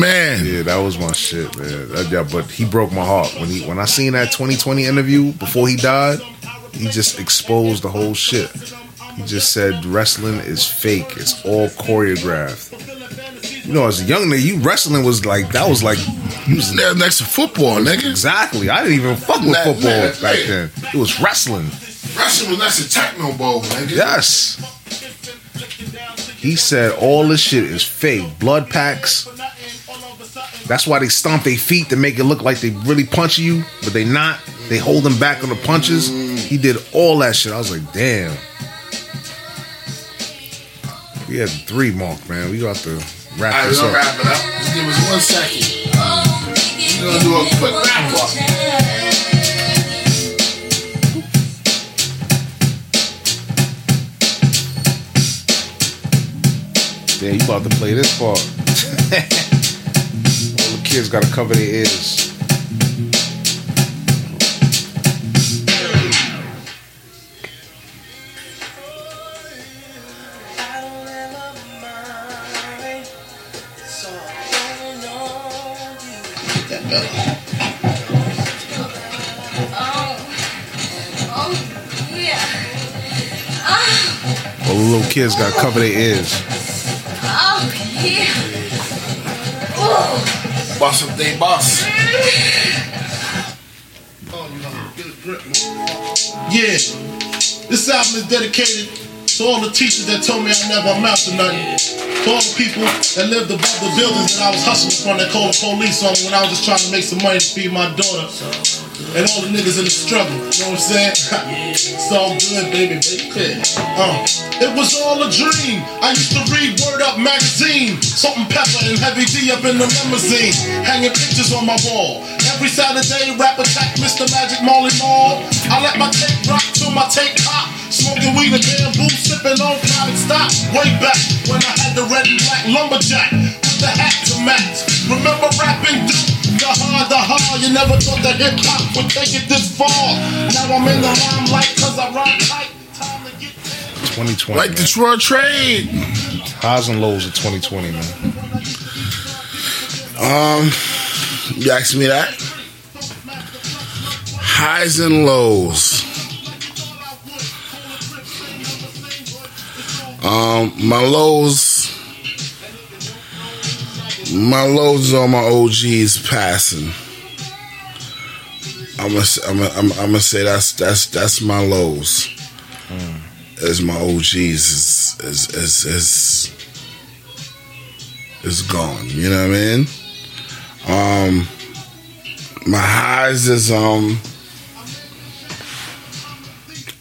Man.
Yeah, that was my shit, man. That- yeah, but he broke my heart when he when I seen that 2020 interview before he died. He just exposed the whole shit. He just said wrestling is fake. It's all choreographed. You know, as a young nigga, you wrestling was like that was like you was
They're next to football, nigga.
Exactly. I didn't even fuck with
Nah,
football
nah,
back
nah.
then. It was wrestling.
Wrestling was next to Techno Bowl, nigga.
Yes. He said all this shit is fake. Blood packs. That's why they stomp their feet to make it look like they really punch you, but they not. They hold them back on the punches.
He did all that shit. I was like, damn. We had three mark, man. We got to wrap
All right,
this
we're gonna
up.
wrap it up. Just give us one second. We're gonna do a quick wrap up.
Damn, you about to play this part. All the kids gotta cover their ears. All the little kids gotta cover their ears.
Boss up day, boss.
Yeah. This album is dedicated to all the teachers that told me I never amount to nothing. To all the people that lived above the buildings that I was hustling from that called the police on me when I was just trying to make some money to feed my daughter. And all the niggas in the struggle, you know what I'm saying? it's all good, baby, baby. Uh, it was all a dream. I used to read Word Up magazine, Salt and Pepper and Heavy D up in the limousine, hanging pictures on my wall. Every Saturday, rap attack Mr. Magic Molly Mall. I let my tape rock till my tape pop. Smoking weed and bamboo, sipping on chronic stock. Way back when I had the red and black lumberjack with the hat to match. Remember rapping Duke? The hard, the hard. You never thought that hip hop would take it this far. Now I'm in the limelight cause I rhyme tight. Time to get paid.
2020.
Like
man.
Detroit trade.
highs and lows of 2020, man.
Um, you asked me that. Highs and lows. Um, my lows. My lows on my OGs passing. I'm gonna I'm gonna, I'm gonna say that's that's that's my lows. As my OGs is is is is is gone. You know what I mean? Um, my highs is um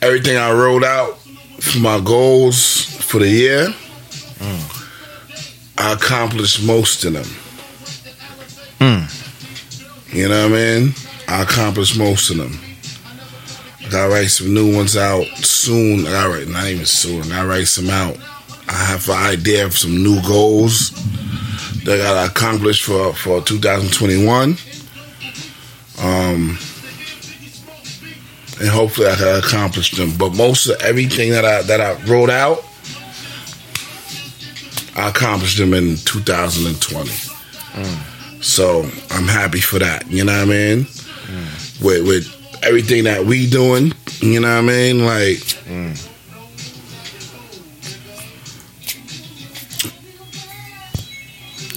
everything I wrote out for my goals for the year. I accomplished most of them. You know what I mean? I accomplished most of them. I gotta write some new ones out soon. I gotta write not even soon. I write some out. I have an idea of some new goals that I gotta accomplish for for 2021. Um, and hopefully I can accomplish them. But most of everything that I that I wrote out, I accomplished them in 2020. So I'm happy for that. You know what I mean? With with everything that we doing, you know what I mean? Like. mm.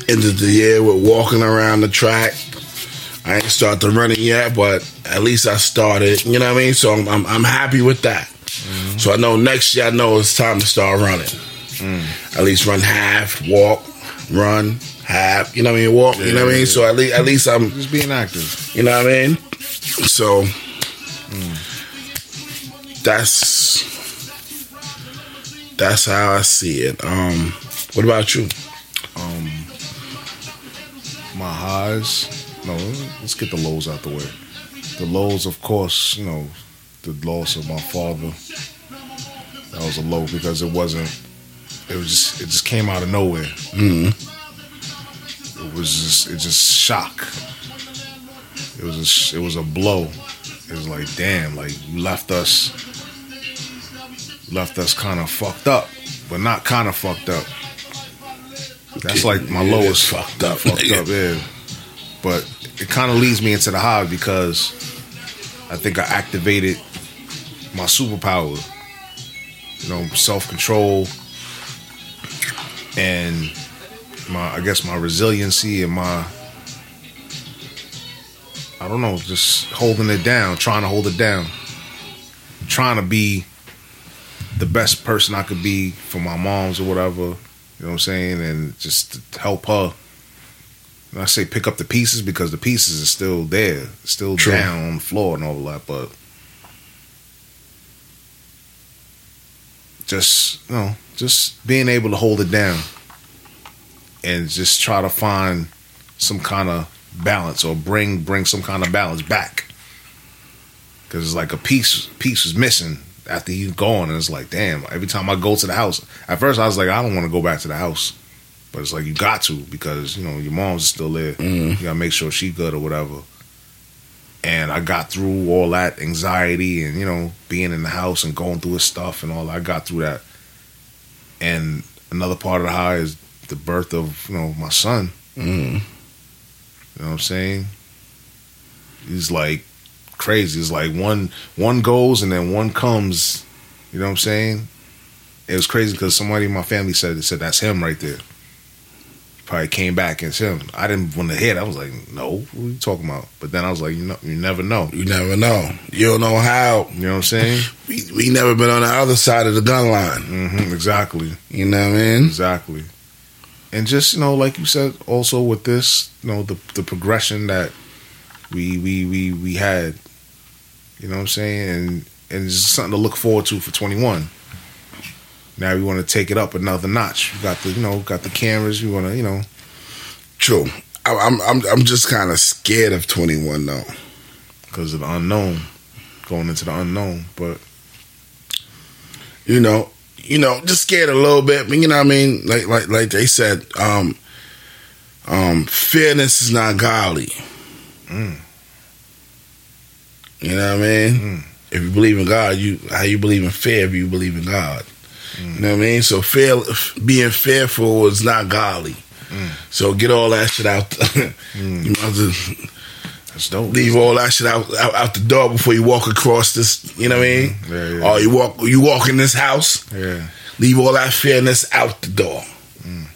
end of the year with walking around the track. I ain't start to running yet, but at least I started. You know what I mean? So I'm I'm, I'm happy with that. So I know next year I know it's time to start running. At least run half, walk, run half. You know what I mean? Walk. you know what I mean? So at least at least I'm
Just being active.
you know what I mean? So that's that's how I see it. Um, what about you?
My highs. No, let's get the lows out the way. The lows, of course, you know, the loss of my father. That was a low because it wasn't. It was just. It just came out of nowhere. It was just. It just shock. It was. A, sh- it was a blow. It was like, damn, like you left us. Left us kind of fucked up, but not kind of fucked up. That's like my
Yeah,
lowest
fucked up,
Fucked
nigga.
up, yeah. But it kind of leads me into the high because I think I activated my superpower. You know, self control and my I guess my resiliency and my I don't know, just holding it down, trying to hold it down. Trying to be the best person I could be for my moms or whatever. You know what I'm saying? And just to help her. And I say pick up the pieces because the pieces are still there, still
True.
down on the floor and all that, but just you know, just being able to hold it down and just try to find some kind of balance or bring bring some kind of balance back. Cause it's like a piece piece is missing after he's gone, and it's like, damn. Every time I go to the house, at first I was like, I don't want to go back to the house, but it's like you got to because you know your mom's still there. You gotta make sure she good or whatever. And I got through all that anxiety and you know being in the house and going through his stuff and all. I got through that. And another part of the high is the birth of you know my son.
Mm.
You know what I'm saying? He's like crazy. It's like one one goes and then one comes. You know what I'm saying? It was crazy because somebody in my family said said that's him right there. Probably came back and it's him. I didn't want to hit. I was like, no, what are you talking about? But then I was like, you know, you never know.
You never know. You don't know how.
You know what I'm saying?
We, we never been on the other side of the gun line.
hmm exactly.
You know what I mean?
Exactly. And just you know, like you said, also with this, you know, the the progression that we we we we had, you know what I'm saying, and and it's something to look forward to for 21. Now we want to take it up another notch. We got the you know got the cameras. We want to you know
True. I, I'm I'm I'm just kind of scared of 21 though.
because of the unknown, going into the unknown. But
you know, you know, just scared a little bit. But you know what I mean? Like like like they said, um um fairness is not godly.
Mm.
You know what I mean?
Mm.
If you believe in God, you how you believe in fear if you believe in God.
Mm.
You know what I mean? So fear being fearful is not godly.
Mm.
So get all that shit out. You must have-
that's dope.
leave all that shit out, out out the door before you walk across this. You know what I mean?
Mm-hmm. Yeah, yeah.
Or you walk you walk in this house.
Yeah.
Leave all that fairness out the door.
Mm.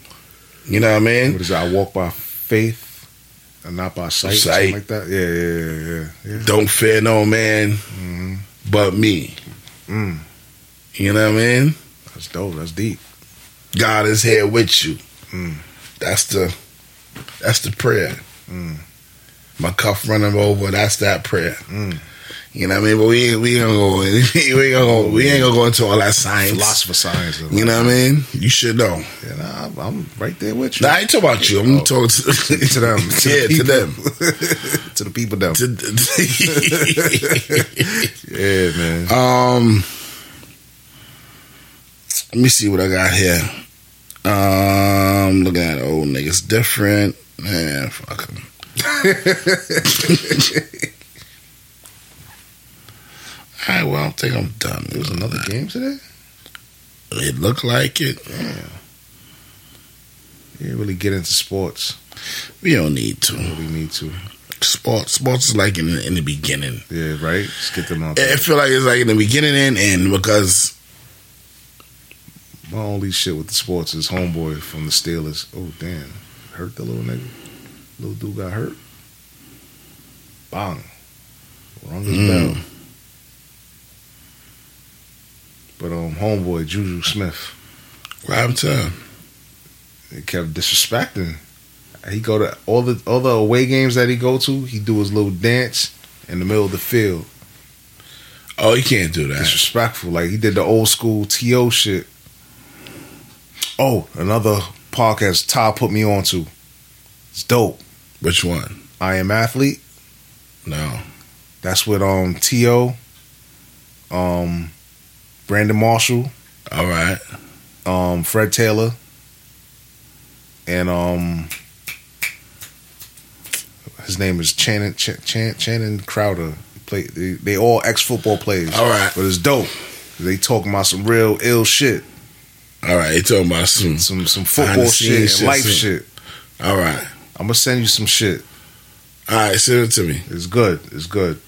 You know what I
What
mean?
is it? I walk by faith and not by sight.
Sight.
Something like that. Yeah. Yeah. Yeah. Yeah.
Don't fear no man
yeah. hmm
but me.
Mm.
You know what I mean?
That's dope. That's deep.
God is here with you.
Mm.
That's the that's the prayer.
Mm.
My cuff running over. That's that prayer.
Mm.
You know what I mean? But we ain't we ain't gonna go we ain't gonna go, we ain't gonna go into all that science.
Philosopher science.
You know what I mean? You should know.
Yeah, nah, I'm- I'm right there with you.
Nah, I ain't talking about you. I'm talking to,
Oh. to them. To
yeah,
the
to
people.
them.
to the people down.
To-
yeah, man.
Um, let me see what I got here. Um, looking at old niggas different. Man, fuck 'em. All right, well, I think I'm done. It was another game.
Games today?
It looked like it.
You didn't really get into sports.
We don't need to.
Really need to.
Sports, sports is like in, in the beginning.
Yeah, right. Just get them out.
I
There.
feel like it's like in the beginning and end because
My only shit with the sports is homeboy from the Steelers. Oh damn, hurt the little nigga. Little dude got hurt. Bang. Wrong as
Mm.
bell. But um, homeboy Juju Smith.
what happened to him?
They kept disrespecting. He go to all the all the away games that he go to. He do his little dance in the middle of the field.
Oh, you can't do that.
Disrespectful, like he did the old school to shit. Oh, another podcast Todd put me on to. It's dope.
Which one?
I am athlete.
No.
That's with um to, um, Brandon Marshall,
All right.
um, Fred Taylor, and um, his name is Channing Ch- Chan- Channing Crowder. He Play they, they all ex football players,
All right.
but it's dope. They talking about some real ill shit,
All right. You talking about some?
some some football
Hmm. the
shit,
scenes
and
shit,
life
some-
shit.
All right.
I'm gonna send you some shit.
All right. Send it to me.
It's good. It's good.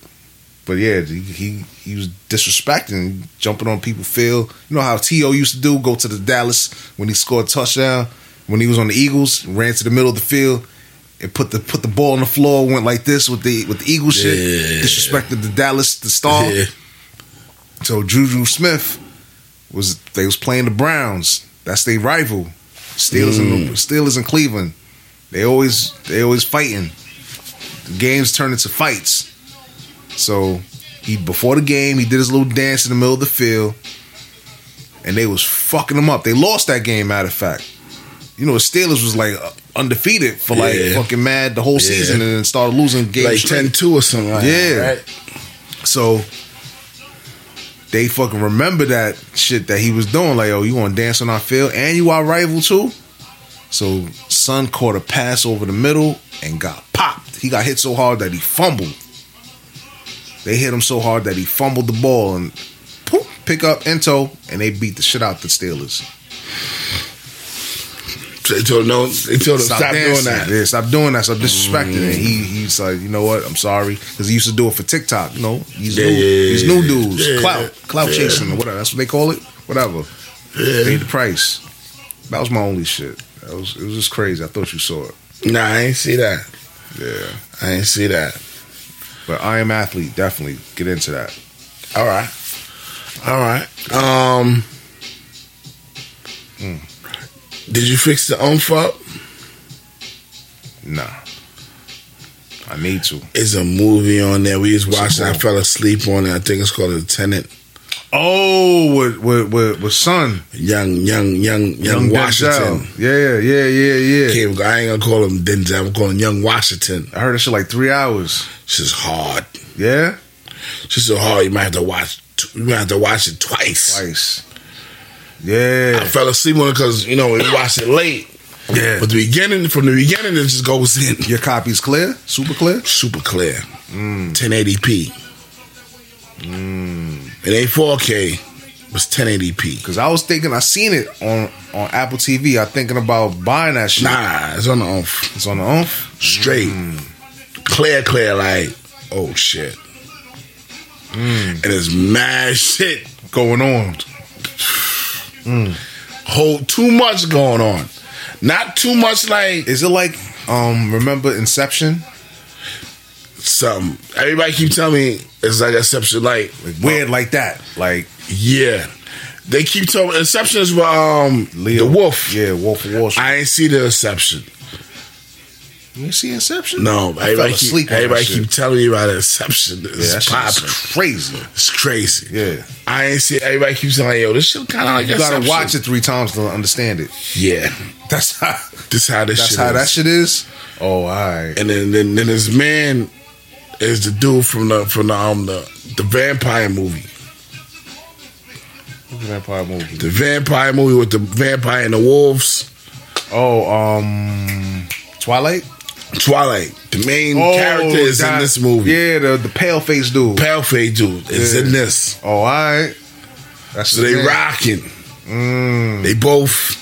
But yeah, he he, he was disrespecting, jumping on people. Feel you know how To used to do? Go to the Dallas when he scored a touchdown. When he was on the Eagles, ran to the middle of the field and put the put the ball on the floor. Went like this with the with the Eagle shit.
Yeah.
Disrespected the Dallas the star.
Yeah.
So Juju Smith was they was playing the Browns. That's their rival. Steelers and
Mm.
Steelers in Cleveland. They always they always fighting. The games turn into fights. So he before the game he did his little dance in the middle of the field. and they was fucking them up. They lost that game, matter of fact. You know, the Steelers was like uh, undefeated for like
Yeah.
fucking mad the whole
Yeah.
season, and then started losing games.
Like
straight.
10 2 or something like that.
Yeah.
Right?
So they fucking remember that shit that he was doing. Like, oh, you want to dance on our field and you our rival too? So Son caught a pass over the middle and got popped. He got hit so hard that he fumbled. They hit him so hard that he fumbled the ball and poof, pick up Ento and they beat the shit out the Steelers.
So they told him, no, they told him stop, Mm. doing
dancing.
that.
Yeah, stop doing that. Stop disrespecting it. He he's like, you know what? I'm sorry because he used to do it for TikTok. You know, these
Yeah,
new
yeah,
these
yeah,
new
yeah.
dudes,
Yeah,
clout, clout
yeah.
chasing or whatever. That's what they call it. Whatever. Paid the price. That was my only shit. That was it was just crazy. I thought you saw it.
Nah, I ain't see that.
Yeah,
I ain't see that.
but I am athlete. Definitely get into that.
All right. All right. Um,
Hmm.
Did you fix the umph up?
Nah, I need to.
It's a movie on there. We just watched it. I
called?
fell asleep on it. I think it's called The Tenant.
Oh, with with with, with son,
Young, young, young, young,
young
Washington.
Denzel. Yeah, yeah, yeah, yeah.
Can't- I ain't gonna call him Denzel. I'm calling Young Washington.
I heard that shit like three hours.
It's just hard.
Yeah,
It's just so hard. You might have to watch. t- You might have to watch it twice.
twice. Yeah,
I fell asleep on it because you know we watched it late.
yeah.
But the beginning, from the beginning, it just goes in
Your copy's clear, super clear.
super clear, 1080p. It ain't 4K. It's 1080p.
Cause I was thinking, I seen it on on Apple TV. I thinking about buying that shit.
Nah, it's on the off.
It's on the Mm. own.
Straight, clear, clear. Like, oh shit.
Mm.
And it's mad shit.
going on. Mm.
Whole too much going on. Not too much like
Is it like um remember Inception?
something. Everybody keep telling me it's like Inception. Like
Weird like that. Like
yeah, they keep telling Inception is with um
Leo
the wolf.
Yeah, Wolf of Wall Street.
I ain't see the Inception.
you see Inception?
No,
I
everybody
fell
keep
asleep on that
everybody
shit.
keep telling me about Inception.
Yeah,
It's
that shit
popping.
is crazy.
It's crazy.
Yeah.
I ain't see. Everybody keeps saying, like, "Yo, this shit kind of like
You
Inception.
gotta watch it three times to understand it.
Yeah,
That's how.
this how this
That's
shit.
how
is.
that shit is. Oh, all right.
And then, then then this man is the dude from the from the um the, the vampire movie.
Vampire movie.
The vampire movie with the vampire and the wolves.
Oh, um, Twilight.
Twilight. The main character is in
Oh, that-
this movie.
Yeah, the the pale face dude.
Paleface dude is
Yeah.
in this.
oh, all right. That's
So they
the man.
rocking.
Mm.
They both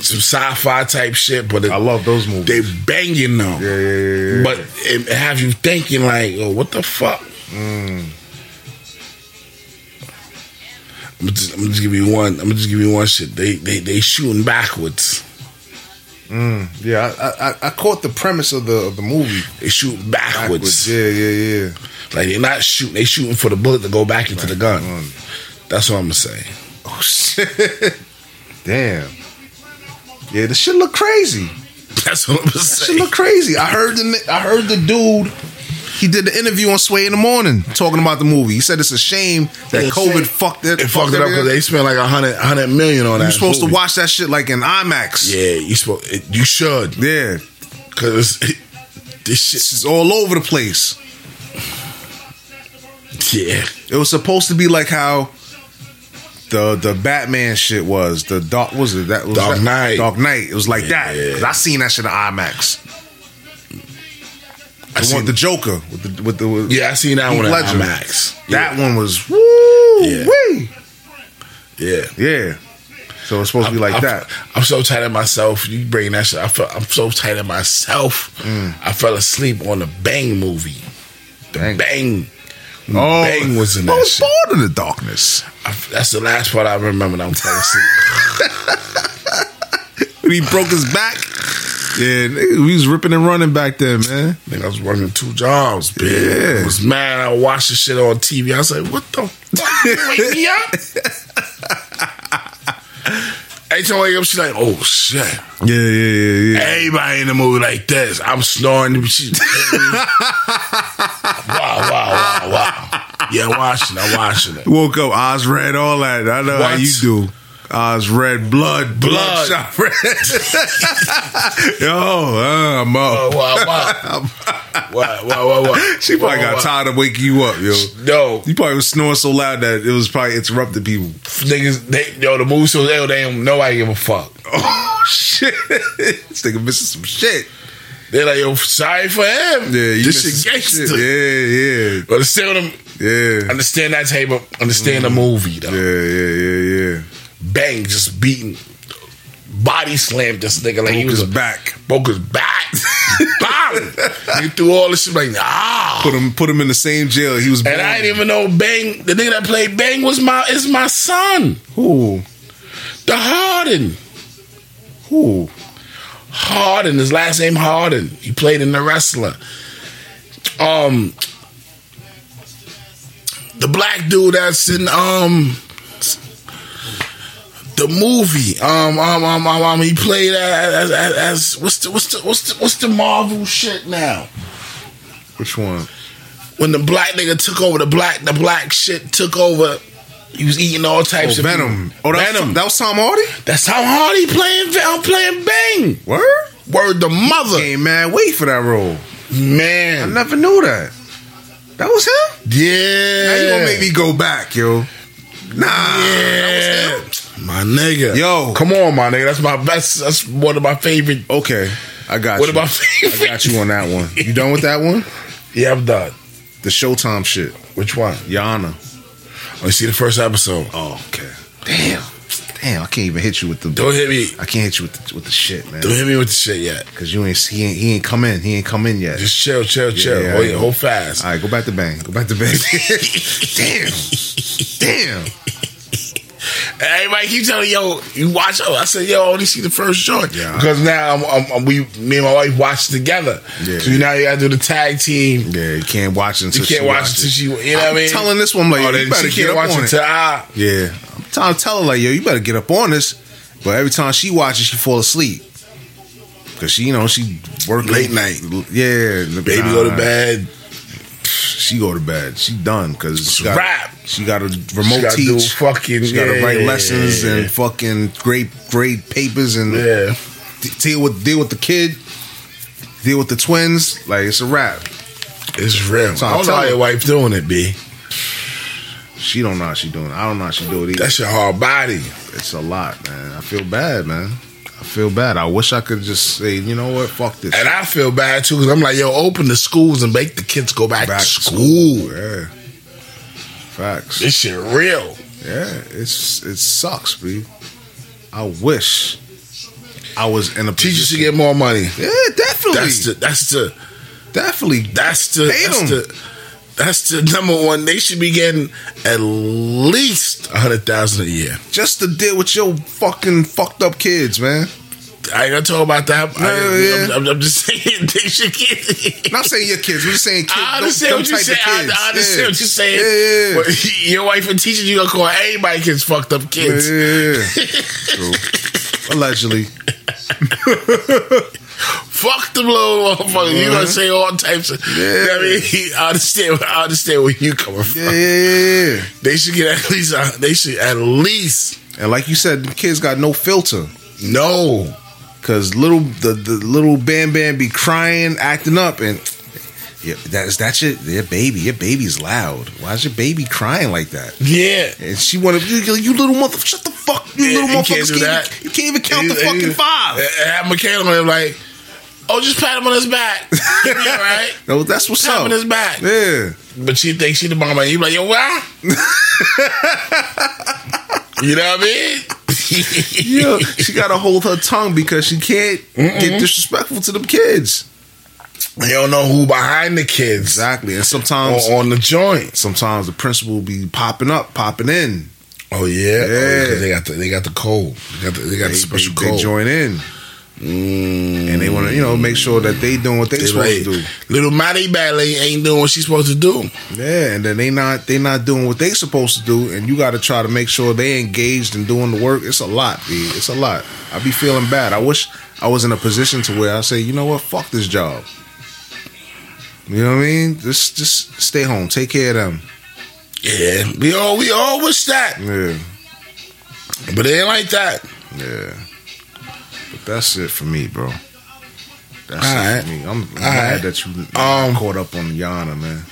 some sci-fi type shit, but it,
I love those movies.
they banging them.
yeah, yeah, yeah, yeah.
But it have you thinking like, oh, what the fuck?
Mm.
I'm just, I'm just give you one. I'm just give you one shit. They they they shooting backwards.
yeah. I, I I caught the premise of the of the movie.
They shooting backwards.
Backwards. Yeah, yeah, yeah.
Like they're not shooting. They shooting for the bullet to go back into the gun.
Mm.
That's what I'm saying.
Oh shit. Damn. Yeah, this shit look crazy.
That's what I'm
This shit
saying.
look crazy. I heard the I heard the dude. He did the interview on Sway in the morning talking about the movie. He said it's a shame that
It's a
COVID
shame.
fucked it.
They fucked it up because they spent like a hundred hundred million on that.
You're supposed
movie.
to watch that shit like in IMAX.
Yeah, you spo- it You should
Yeah.
because this shit.
It's all over the place.
Yeah,
It was supposed to be like how the the Batman shit was. The dark was it that was
Dark
that-
Knight.
Dark Knight. It was like that.
Yeah.
'Cause I seen that shit in IMAX.
I
I
seen
want the Joker with the with the with
Yeah, I seen that
Heath
one at
Ledger.
IMAX.
That one was woo
Yeah.
wee.
Yeah,
Yeah. So it's supposed to be like
I'm,
that.
I'm so tight of myself. You bring that shit. I felt, I'm so tight of myself.
Mm.
I fell asleep on the Bang movie. The Bang.
Bang.
Oh, Bang was in that shit.
I was born in the darkness.
I, that's the last part I remember. That I'm falling asleep.
When he broke his back. Yeah, nigga, we was ripping and running back then, man.
I think I was working two jobs. Bitch.
Yeah.
I was mad. I watched the shit on TV. I was like, "What the fuck? You wake me up." Every time I wake up, she's like, "Oh shit."
Yeah, yeah, yeah, yeah.
Everybody in the movie like this. I'm snoring. She, wow, wow, wow, wow. Yeah, I'm watching. I'm watching it.
Woke up, eyes red, all that. I know how
What?
you do. Eyes red, blood, blood, shot red. Yo, uh, I'm
Wow,
up.
wow, wow, wow, wow, wow.
She probably
Wow,
got
wow.
tired of waking you up, yo.
No,
You probably was snoring so loud that it was probably interrupting people.
niggas, they, yo, the movie so ill, they don't nobody give a fuck.
Oh shit! this nigga missing some shit.
They're like, yo, sorry for him.
Yeah, you
this
missing
shit
some
gangster.
shit.
But still, them,
Yeah, yeah, yeah,
understand that tape, but understand the movie though.
Mm-hmm. yeah, yeah, yeah, yeah.
Bang, just beating, body slammed this nigga like he
Broke
was
his
a,
back.
broke his back. Bang, he threw all this shit like nah.
Put him, put him in the same jail. He was.
And I didn't even know Bang, the nigga that played Bang was my is my son,
Who?
the Harden.
Who?
Harden, his last name Harden. He played in the wrestler. Um, the black dude that's in um the movie. Um, um, um, um, um he played as, as, as, as what's the what's the what's the what's the Marvel shit now?
Which one?
When the black nigga took over the black the black shit took over. He was eating all
Oh,
types of
Venom. Oh, that
Venom.
Was, that was Tom Hardy.
That's how hard he playing. Ve- I'm playing Bang.
Word.
Word the mother,
Came mad wait for that role.
man.
I never knew that. That was him.
Yeah.
Now you gonna make me go back, yo? Nah. That was him?
yeah. My nigga.
Yo.
Come on, my nigga. That's my best. That's one of my favorite.
Okay, I got
One
you.
of my
I
favorite.
got you on that one. You done with that one?
Yeah, I'm done.
The Showtime shit.
Which one?
Yana.
Oh, you see the first episode.
Oh, okay. Damn. Damn, I can't even hit you with the.
Don't hit me.
I can't hit you with the, with the shit, man.
Don't hit me with the shit yet.
Cause you ain't he ain't he ain't come in. He ain't come in yet.
Just chill, chill, chill.
yeah,
oh,
I
yeah,
know.
hold fast.
All right, go back to bang. Go back to bang. Damn. Damn.
Everybody keep telling yo, you watch. Oh, I said yo, I only see the first joint
Yeah.
because now I'm, I'm, I'm- we, me and my wife watch together.
Yeah.
So now you gotta do the tag team.
Yeah, you can't watch it until
You can't
she
watch
watches.
until she, you know what I
I'm
mean?
telling this one, like,
oh,
yo,
then
you better
she
get up
can't watch ah,
on it.
until I.
Yeah, I'm, t- I'm telling her like, yo, you better get up on this. But every time she watches, she fall asleep because she, you know, she work
Late night.
Yeah,
Baby,
nah,
go to bed.
She go to bed. She done because she got
Rap.
she got to remote
She gotta
teach.
do fucking-
she got to
yeah,
write
yeah,
lessons
yeah, yeah.
and fucking grade grade papers and
Yeah.
d- deal with deal with the kid, deal with the twins. Like it's a wrap.
It's real.
So
I
I'm
don't know how
telling-
your wife doing it, B.
She don't know how she doing. it. I don't know how she do it either.
That's your hard body.
it's a lot, man. I feel bad, man. I feel bad. I wish I could just say, you know what, fuck this.
And I feel bad too, because I'm like, yo, open the schools and make the kids go back,
Back
to
to
school.
Yeah. Facts.
This shit real.
Yeah, it's it sucks, B. I wish I was in a
Teachers should
position-
get more money.
Yeah, definitely.
That's the that's the
definitely.
that's the
Pay
that's
them.
the that's the number one. They should be getting at least a hundred thousand a year.
Just to deal with your fucking fucked up kids, man.
I ain't gonna talk about that. I,
No, yeah.
am just saying they should get.
Not saying your kids, we're just saying kids.
I
them-
understand
them
what you're
type of
saying. I,
kids.
I understand
Yeah.
what you're saying.
Yeah, yeah, yeah.
But your wife and teacher, you gonna call everybody kids fucked up kids.
Yeah. True. Allegedly.
Fuck the little motherfucker. You gonna say all types of.
Uh-huh. Yeah.
I mean, I understand. I understand where you coming from.
Yeah, yeah, yeah.
They should get at least. A, they should at least
And like you said, them kids got no filter.
no.
Cause little the, the little Bam Bam be crying, acting up, and yeah, that's that's your your baby. Your baby's loud. Why's your baby crying like that?
Yeah.
And she wanna you, you- you little mother, shut the fuck, you
Yeah,
little
you can't
motherfuckers
do
can't,
that.
even, you can't even count the
And-
fucking
and-
five.
And have Michaela on him like, oh, just pat him on his back. All right.
No, that's what's
Pat him
up.
on his back.
Yeah,
But she thinks she the mama. You like, yo, why? you know what I mean?
yeah. she gotta hold her tongue because she can't get disrespectful to them kids.
They don't know who behind the kids
Exactly. And
on,
sometimes,
on the joint.
sometimes the principal will be popping up, popping in.
Oh yeah, Oh,
Yeah.
'cause they got the they got the code. They got the, they got
They,
the special
they, they
code.
join in.
Mm.
and they want to, you know, make sure that they doing what they,
They
supposed
like,
to do.
Little Maddie Bailey ain't doing what she's supposed to do.
Yeah, and then they not they not doing what they supposed to do, and you got to try to make sure they engaged in doing the work. It's a lot, B. It's a lot. I be feeling bad. I wish I was in a position to where I say, you know what, fuck this job. You know what I mean? Just just stay home, take care of them.
Yeah, we all we all wish that,
Yeah,
but it ain't like that.
yeah. But that's it for me, bro. That's
All
it
right.
for me. I'm, I'm
All
mad
right.
that you
Um,
caught up on Yana, man.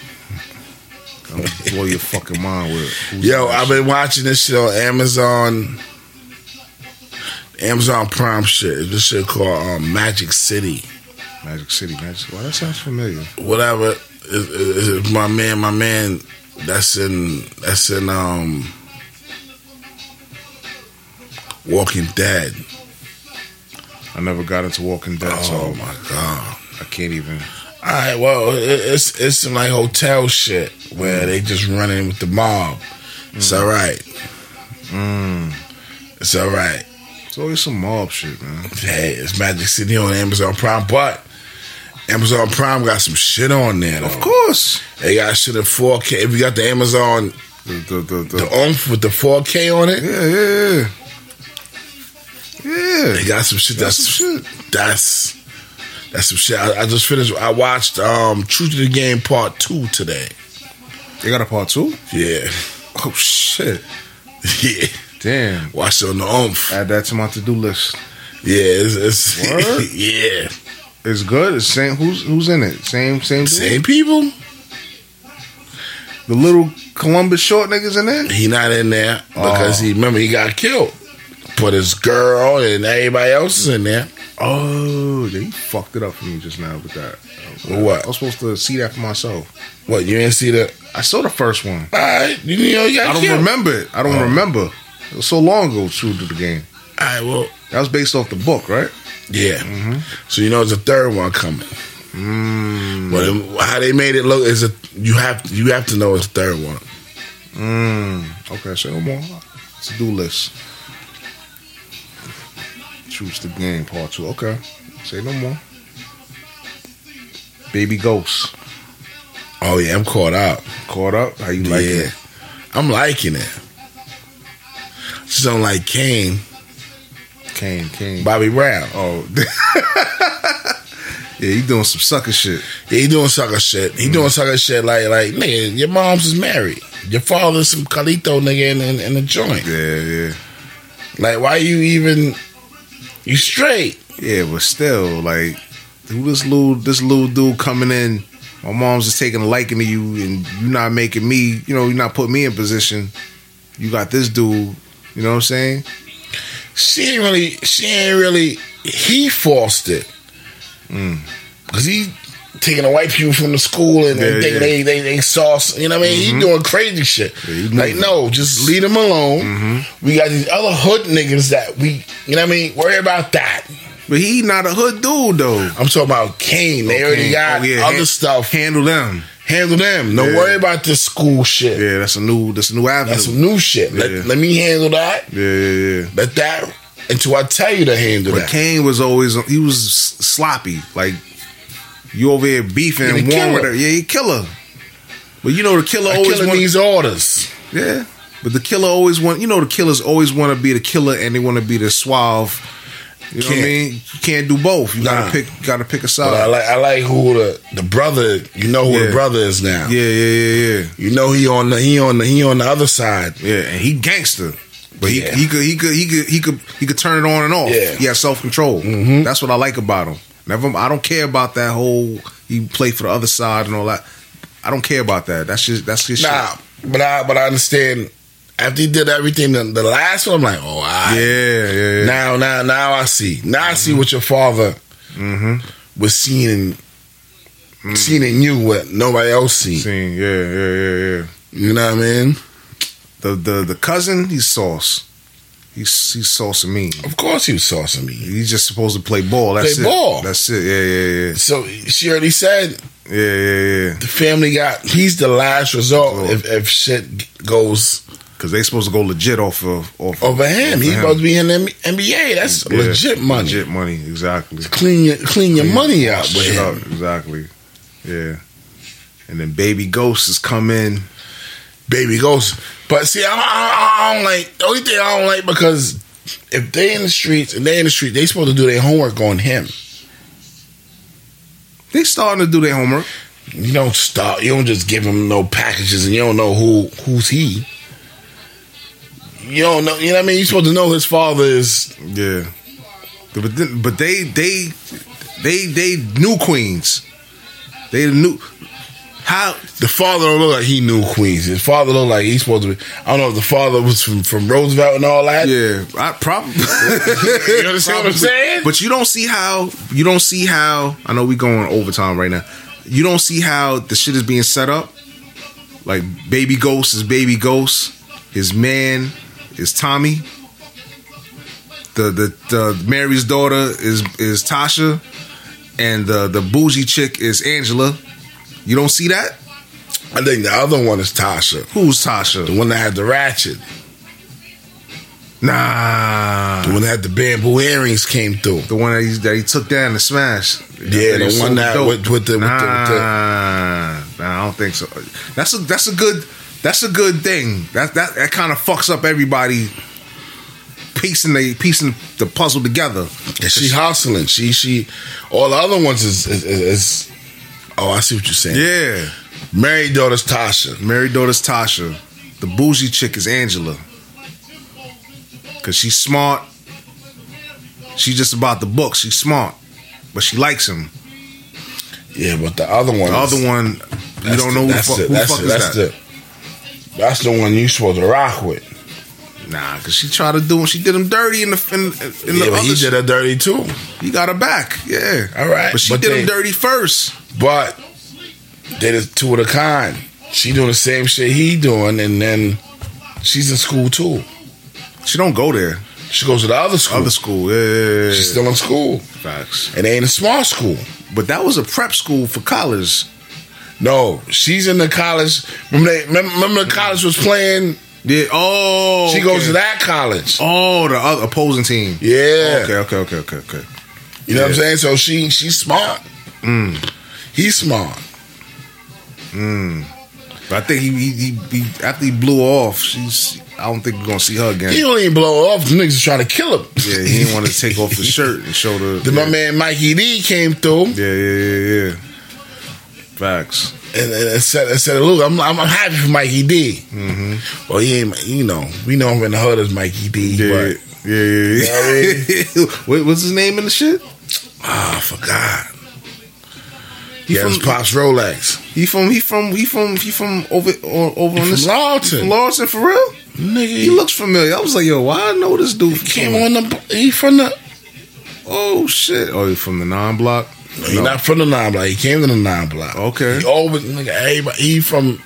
I'm gonna blow your fucking mind with it. Who's
Yo,
that
I've been watching this shit on Amazon, Amazon Prime shit. This shit called um, Magic City,
shit? Magic City, Magic. Wow, that sounds familiar.
whatever. It- it- it's my man, my man. That's in that's in um, Walking Dead.
I never got into Walking Dead,
Oh
so
my god.
I can't even.
All right, well, it- it's it's some like hotel shit where they just run in with the mob. It's all right. It's all right.
It's always some mob shit, man.
Hey, it's Magic City on Amazon Prime, but Amazon Prime got some shit on there. Of course, they got shit in 4K. If you got the Amazon,
The, the, the, the,
the oomph with the 4K on it,
yeah, yeah, yeah. Yeah.
they got some shit. That's
That's some
That's that's some shit. I, I just finished. I watched um Truth of the Game Part Two today.
They got a part two?
Yeah,
Oh, shit.
yeah.
Damn.
Watched it on the oomph.
Add that to my to do list.
Yeah, it's, it's
Word?
yeah,
It's good. It's same. Who's who's in it? Same same. dude?
same people.
The little Columbus short niggas in there.
He not in there because he remember he got killed. But his girl and everybody else is in there.
Oh, they fucked it up for me just now with that.
With what?
I was supposed to see that for myself.
What you didn't see that?
I saw the first one.
All right, you know you got
I don't
killed.
remember it. I don't remember. It was so long ago. True to the game.
All right, well,
That was based off the book, right?
yeah.
Mm-hmm.
So you know it's a third one coming. Mm. But it- how they made it look is a you have you have to know it's the third one.
Okay, so no more. To do list. Choose the game part two. Okay. Say no more. Baby Ghost.
Oh yeah, I'm caught up.
Caught up? How you like
yeah,
it?
I'm liking it. Just don't like Kane,
Kane, Kane.
Bobby Brown.
Oh. yeah, you doing some sucker shit.
Yeah, he doing sucker shit. He
Mm.
doing sucker shit like like nigga, your mom's is married. Your father's some Calito nigga in, in, in a joint.
Yeah, yeah.
Like why you even you straight?
Yeah, but still, like, who this little this little dude coming in, my mom's just taking a liking to you and you not making me, you know, you're not putting me in position. You got this dude, you know what I'm saying?
She ain't really she ain't really he forced it.
Mm.
Cause he taking the white people from the school and,
Yeah,
and thinking
yeah. Mm-hmm.
they they they sauce you know what I mean? He doing crazy shit.
he Mm-hmm.
like
moving.
no, just leave them alone. We got these other hood niggas that we you know what I mean, worry about that.
But he not a hood dude though.
I'm talking about Kane. They already
Kane.
got
Oh, yeah.
other
Han-
stuff.
Handle them.
handle them. Don't
Yeah.
worry about this school shit.
Yeah, that's a new that's a new avenue.
That's some new shit.
Yeah.
Let, let me handle that.
yeah, yeah, yeah.
Let that until I tell you to handle
But
that.
Kane was always he was s- sloppy. Like you over here beefing
Yeah, the
and one with
killer.
her. Yeah, you killer. But you know the killer
I
always
killing
want
these orders.
Yeah. But the killer always want you know the killers always want to be the killer and they want to be the suave. You know what I
Can't.
mean? You can't do both. You gotta
Nah.
pick gotta pick a
But I
side.
like I like who the the brother. You know who
Uh. Yeah.
the brother is now.
Yeah, yeah, yeah, yeah.
You know he on the he on the he on the other side.
Yeah, and he gangster. But he,
Yeah.
he could he could he could he could he could turn it on and off.
Yeah.
He has self control. That's what I like about him. Never I don't care about that whole he play for the other side and all that. I don't care about that. That's just that's his
Nah,
shit.
but I but I understand. After he did everything, the, the last one, I'm like, oh, I
Yeah, yeah, Mm-hmm. yeah.
now now now I see. Now I see what your father
Mm-hmm.
was seeing,
Mm.
seeing in you what nobody else seen.
Scene. Yeah, yeah, yeah, yeah.
You know what I mean?
The the the cousin, he's sauce. He's he's saucing me.
Of course he was saucing me.
He's just supposed to play ball. That's
Play
it.
ball.
That's it. Yeah,
So she already said
yeah, yeah, yeah, yeah, yeah.
the family got he's the last resort
Oh.
if, if shit goes
Because they supposed to go legit off of off
over him.
Over
he's
him.
supposed to be in the NBA. That's
Yeah.
legit money.
Legit money, exactly.
Clean your clean your money out with
Shit
him.
up, exactly. Yeah. And then baby ghosts has come in.
Baby Ghost. But see, I, I, I don't like the only thing I don't like because if they in the streets and they in the street, they supposed to do their homework on him.
They starting to do their homework.
You don't stop. You don't just give him no packages, and you don't know who who's he. You don't know. You know what I mean? You're supposed to know his father is.
Yeah, but then, but they they they they knew Queens. They knew how
The father don't look like he knew Queens. His father looked like he's supposed to be. I don't know if the father was from, from Roosevelt and all that.
Yeah, I probably.
You understand what I'm saying?
But you don't see how you don't see how I know we going overtime right now. You don't see how the shit is being set up. Like baby ghost is baby ghost. His man is Tommy. The the, the Mary's daughter is is Tasha, and the the bougie chick is Angela. You don't see that?
I think the other one is Tasha,
Who's Tasha?
the one that had the ratchet,
Nah,
the one that had the bamboo earrings came through.
the one that he, that he took down and smashed.
Yeah, the one that with, with the with
nah,
the, with the
nah, I don't think so. That's a that's a good that's a good thing. That that that kind of fucks up everybody piecing the piecing the puzzle together.
And she hustling. She she. All the other ones is is. is, is oh, I see what you're saying.
Yeah,
Married daughter's Tasha.
married daughter's Tasha. The bougie chick is Angela, cause she's smart. She's just about the book. She's smart, but she likes him.
Yeah, but the other one.
The other one, you don't know who,
that's
fuck,
it,
who
that's
fuck
it,
is
that's
that.
The, that's the one you supposed to rock with.
Nah, cause she tried to do him. She did him dirty in the in, in
yeah,
the
but
other
he did her dirty too.
He got her back. Yeah.
All right,
But she
but
did
they-
him dirty first.
But they the two of the kind. She doing the same shit he doing, and then she's in school too.
She don't go there.
She goes to the other school.
Other school. Yeah. yeah, yeah.
She's still in school.
facts.
It ain't a small school.
But that was a prep school for college.
No, she's in the college. Remember, they, remember, remember the college was playing
Yeah. Oh.
She goes
okay.
to that college.
Oh, the other opposing team.
Yeah.
Okay. Okay. Okay. Okay. Okay.
You know what I'm saying? So she she's smart.
Mm.
He's smart.
But I think he, he, he, he after he blew off, she's. I don't think we're gonna see her again.
He don't even blow off. The niggas is trying to kill him.
yeah. He didn't want to take off his shirt and show the.
Then
yeah.
my man Mikey D came through
Yeah. Yeah. Yeah. Yeah. Facts.
and, and said, and said, "Look, I'm, I'm I'm happy for Mikey D.
Mm-hmm.
Well, he ain't. You know, we know him in the hood as Mikey D.
Yeah.
But
Yeah. Yeah. yeah.
You know
What what's his name in the shit?
ah, I forgot.
He
yeah, it was
from-
Pops Rolex.
He from he from he from he from over or, over on
From
this
Lawton.
From Lawton for real?
Nigga,
He looks familiar. I was like, yo, why I know this dude? From
came on the. He from the.
Oh shit! Oh, he from the non block.
No, He not from the nine block. He came to the nine block.
Okay.
He always nigga, everybody, he from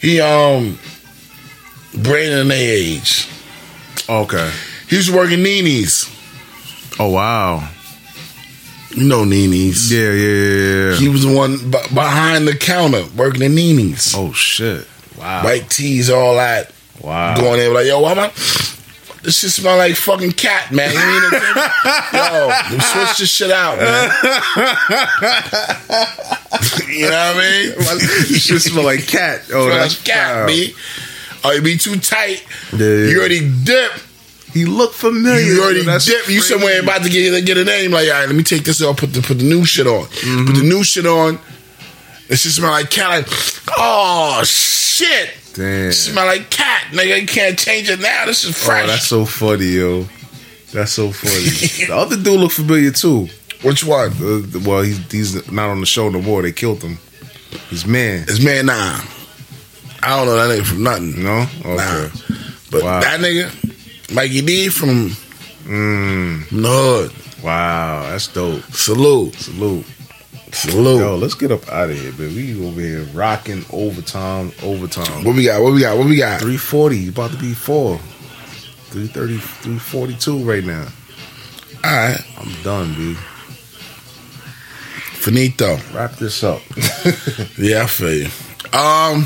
he um Brandon their age.
Okay.
He was working Nini's.
Oh wow.
You know Nini's.
Yeah, yeah, yeah. yeah.
He was the one b- behind the counter working at Nini's.
Oh shit! Wow.
White tees, all that.
Wow.
Going there like, yo, why am I this shit smell like fucking cat, man. You mean it? yo, switch this shit out, man. you know what I mean?
you should smell like cat. Oh,
Feel
that's
like cat,
foul.
B. Oh, you be too tight.
Yeah.
You already dip.
He looked familiar.
You already
That's
dip. You
crazy.
somewhere about to get get a name. Like, all right, let me take this off. Put the put the new shit on. Put
Mm-hmm.
the new shit on. It should smell like cat. Like, oh shit!
Damn.
Smell like cat, nigga. You can't change it now. This is fresh.
Oh, that's so funny, yo. That's so funny. the other dude looked familiar too.
Which one?
Uh, well, he's, he's not on the show no more. They killed him. His man.
It's man nine. I don't know that nigga from nothing.
No? Okay.
Nah. But
Wow.
that nigga, Mikey D from
Mm.
from the hood.
Wow, that's dope.
Salute.
Salute.
Salute.
Yo, let's get up out of here, man. We over here rocking overtime, overtime.
What we got? What we got? What we got?
340, about to be four. 330, 342 right now.
All right,
I'm done, B.
finito.
Wrap this up.
Yeah, I feel you. Um,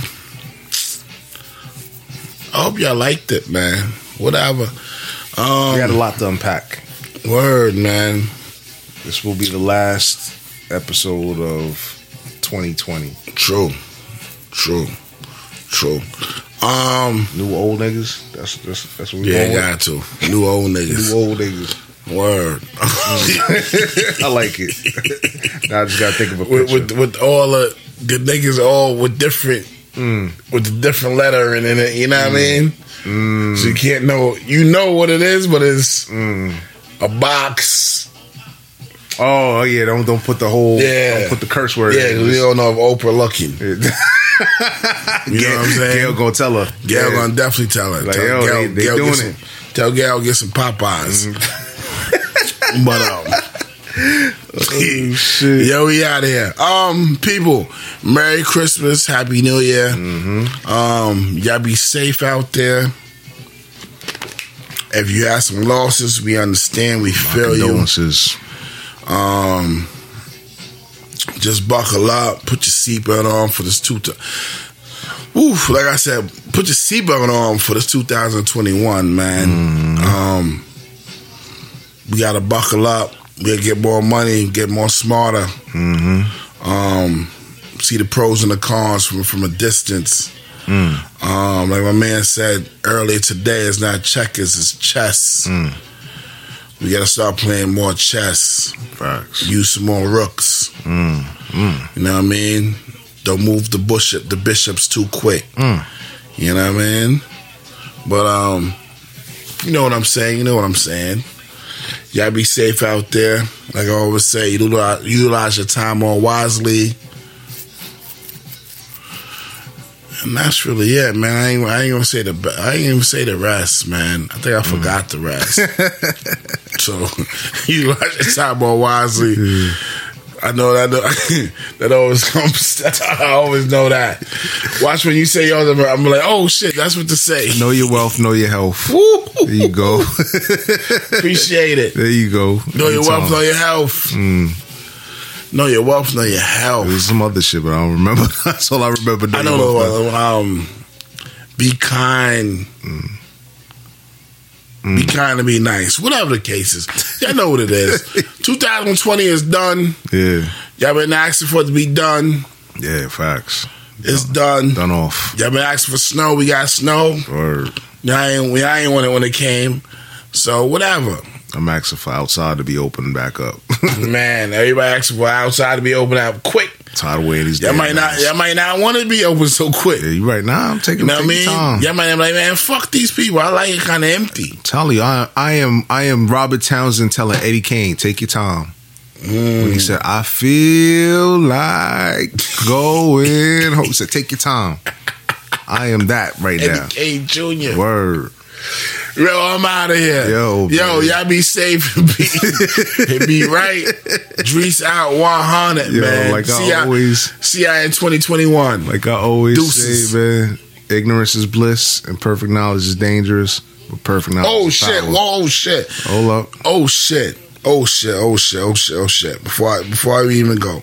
I hope y'all liked it, man. Whatever.
we had a
Um,
lot to unpack.
word, man.
This will be the last episode of 2020.
True, true, true. Um,
New old niggas. That's that's that's what we
yeah,
going with.
got to new old niggas.
New old Mm. niggas.
Word.
I like it. now I just gotta think of a picture.
with, with with all the the niggas all with different
Mm.
with the different letter in it. You know what I mean?
Mm.
So you can't know. You know what it is, but it's a box.
oh yeah, don't don't put the whole
Yeah.
don't put the curse word.
Yeah, 'cause we
in.
don't know if Oprah looking. You know what I'm saying?
Gail gonna tell her.
Gail
Yeah.
gonna definitely tell her.
Like,
tell
yo, they- they
Gail
doing
get some,
it.
Tell Gail get some Popeyes.
Mm-hmm.
but um,
Oh,
yo, we out here. Um, people, Merry Christmas, Happy New Year. Um, y'all be safe out there. If you had some losses, we understand. We feel you.
Condolences.
Um, just buckle up, put your seatbelt on for this two. Oof, like I said, put your seatbelt on for this 2021, man. Um, we gotta buckle up. We gotta get more money, get more smarter. Um, see the pros and the cons from from a distance. Um, like my man said earlier today, it's not checkers, it's chess. We gotta start playing more chess
Facts.
use some more rooks. You know what I mean? Don't move the bishop, the bishops too quick. You know what I mean? But um, you know what I'm saying. You know what I'm saying. Y'all be safe out there. Like I always say, utilize, utilize your time more wisely. And that's really it, man. I ain't, I ain't gonna say the be- I ain't even say the rest, man. I think I forgot the rest. So you watch your time more wisely. I know that that always comes. I always know that. Watch when you say yours, I'm- I'm like, oh shit, that's what to say.
Know your wealth, know your health.
Woo!
There you go.
Appreciate it.
there you go.
Know your
It's
wealth,
on.
know your health. Know your wealth, Mm. know your health.
There's some other shit, but I don't remember. That's all I remember.
I know the one, um, be kind. Be kind and be nice. Whatever the case is, y'all know what it is. 2020 is done.
Yeah.
Y'all been asking for it to be done.
Yeah, facts.
It's done.
Done off.
Y'all been asking for snow. We got snow.
Or
Y'all ain't, we, I ain't want it when it came. So whatever,
I'm asking for outside to be open back up.
man. Everybody asking for outside to be open up quick.
Tired of waiting these
Y'all
days.
might not. Y'all might not want to be open so quick.
Yeah, you right now. I'm taking
You know
my
what I mean?
time.
Y'all might be like, man, fuck these people. I like it kind of empty.
Tell you, I, I am I am Robert Townsend telling Eddie Kane, take your time. When he said, I feel like going home. He said, take your time. I am that right now.
Eddie K Jr.
Word.
Yo, I'm out of here.
Yo,
yo,
man.
y'all be safe and be, and be right. Drees out 100,
Yo,
man.
like I
see y'all-
always-
see y'all in 2021.
Like I always
Deuces.
say, man, ignorance is bliss and perfect knowledge is dangerous. But perfect knowledge
oh
is
shit!
power.
Whoa, oh shit!
Hold up.
Oh shit! Oh shit! Oh shit! Oh shit! Oh shit! Before I before I even go,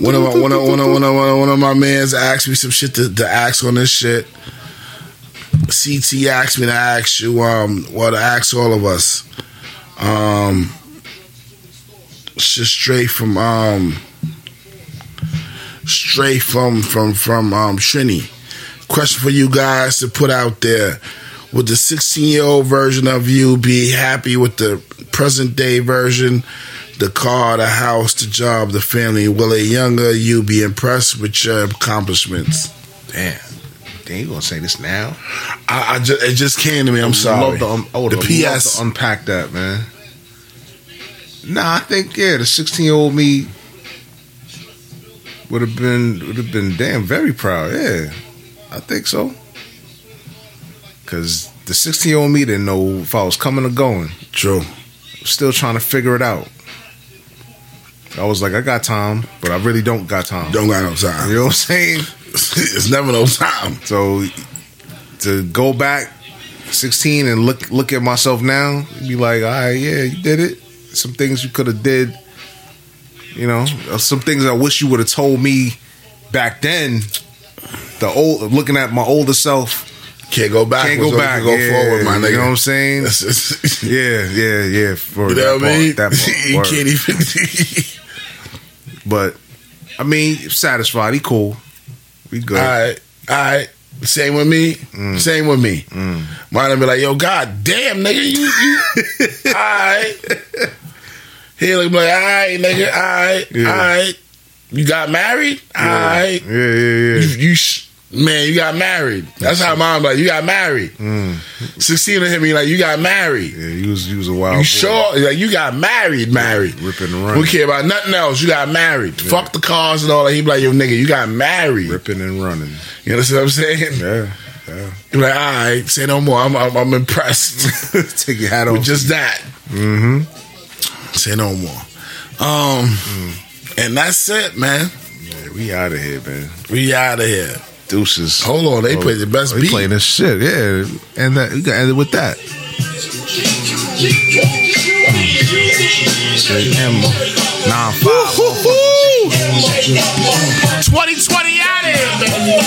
one of my one of one of one of one of, one of my man's asked me some shit to, to ask on this shit. CT asked me to ask you, um, well, to ask all of us, um, shit straight from um, straight from from from um Trini. Question for you guys to put out there. Would the 16 year old version of you be happy with the present day version? The car, the house, the job, the family. Will a younger you be impressed with your accomplishments?
Damn. Damn, you gonna say this now?
I, I just, it just came to me. I'm
Love
sorry.
to, um, oh,
the
the
PS.
PS. Love to unpack that, man. Nah, I think yeah, the sixteen year old me would have been would have been damn very proud. Yeah, I think so. Cause the sixteen year old me didn't know if I was coming or going.
True.
Still trying to figure it out. I was like, I got time, but I really don't got time.
Don't got no time.
You know what I'm saying?
it's never no time.
So to go back 16 and look look at myself now, be like, all right, yeah, you did it. Some things you could have did, you know, Uh, some things I wish you would have told me back then. The old looking at my older self,
Can't go back.
can't go back,
Go
yeah,
forward, my nigga.
You know what I'm saying?
That's just-
Yeah, yeah, yeah. For
You
that
know what I
part,
mean?
that part,
you
word.
can't even.
But Mm. I mean, satisfied. He cool. We good.
All right, all right. Same with me. Same with me.
Mm.
Mine would be like, yo, god damn, nigga, you, you all right. He look like, all right, nigga, all right, all right. You got married? All right.
Yeah, yeah,
You,
yeah.
you sh- man, you got married. That's how mom like, you got married.
Mm.
Sixteen to him, he like, you got married.
Yeah, you was you was a wild.
You
boy.
sure? Like you got married, married.
Ripping and
We
running.
care about nothing else. You got married. Fuck the cars and all that. He be like, yo, nigga, you got married.
Ripping and running.
You understand what I'm saying?
Yeah, yeah.
He be like, all right, say no more. I'm, I'm, I'm impressed
Take your hat
with
off.
just that. Mm-hmm. Say no more. Um, and that's it, man.
Yeah, we out of here, man.
We out of here.
Deuces.
Hold on, they Oh, played the best
Oh, They
beat.
playing this shit. Yeah, and that you got end it with that. J.M. Nah, five.
2020 out of here, man.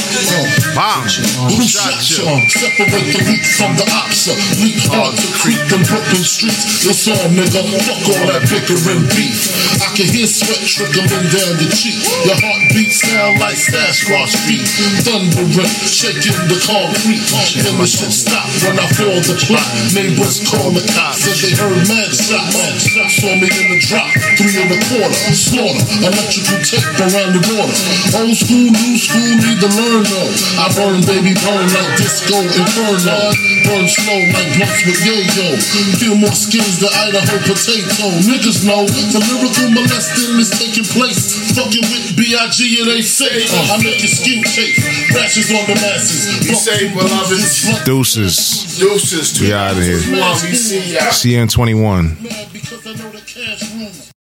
Bomb.
Who shot you? Separate the wheat from the oxa. Leap hard to creep in Brooklyn streets. It's all, nigga. Fuck all that bickering beef. I can hear sweat trickling down your cheek. Your heartbeat sound like Sasquatch feet. Thundering, shaking the concrete. Then the shit stop when I feel the plot. Neighbors call the cops and they heard mad shots. Saw me in the drop, three and a quarter. Slaughter, electrical tape around the water. Old school, new school, need to learn though. I burn, baby, burn like disco inferno. Burn slow like blunts with yayo. Feel more skins than Idaho potato. Niggas know the lyrical molesting is taking place. Fucking with B.I.G. it ain't safe. I make your skin chafe. Rashes on the masses.
Be safe, beloved.
Deuces.
Deuces,
We outta here.
We see y'all.
CN21.
Mad because I know the cash rules.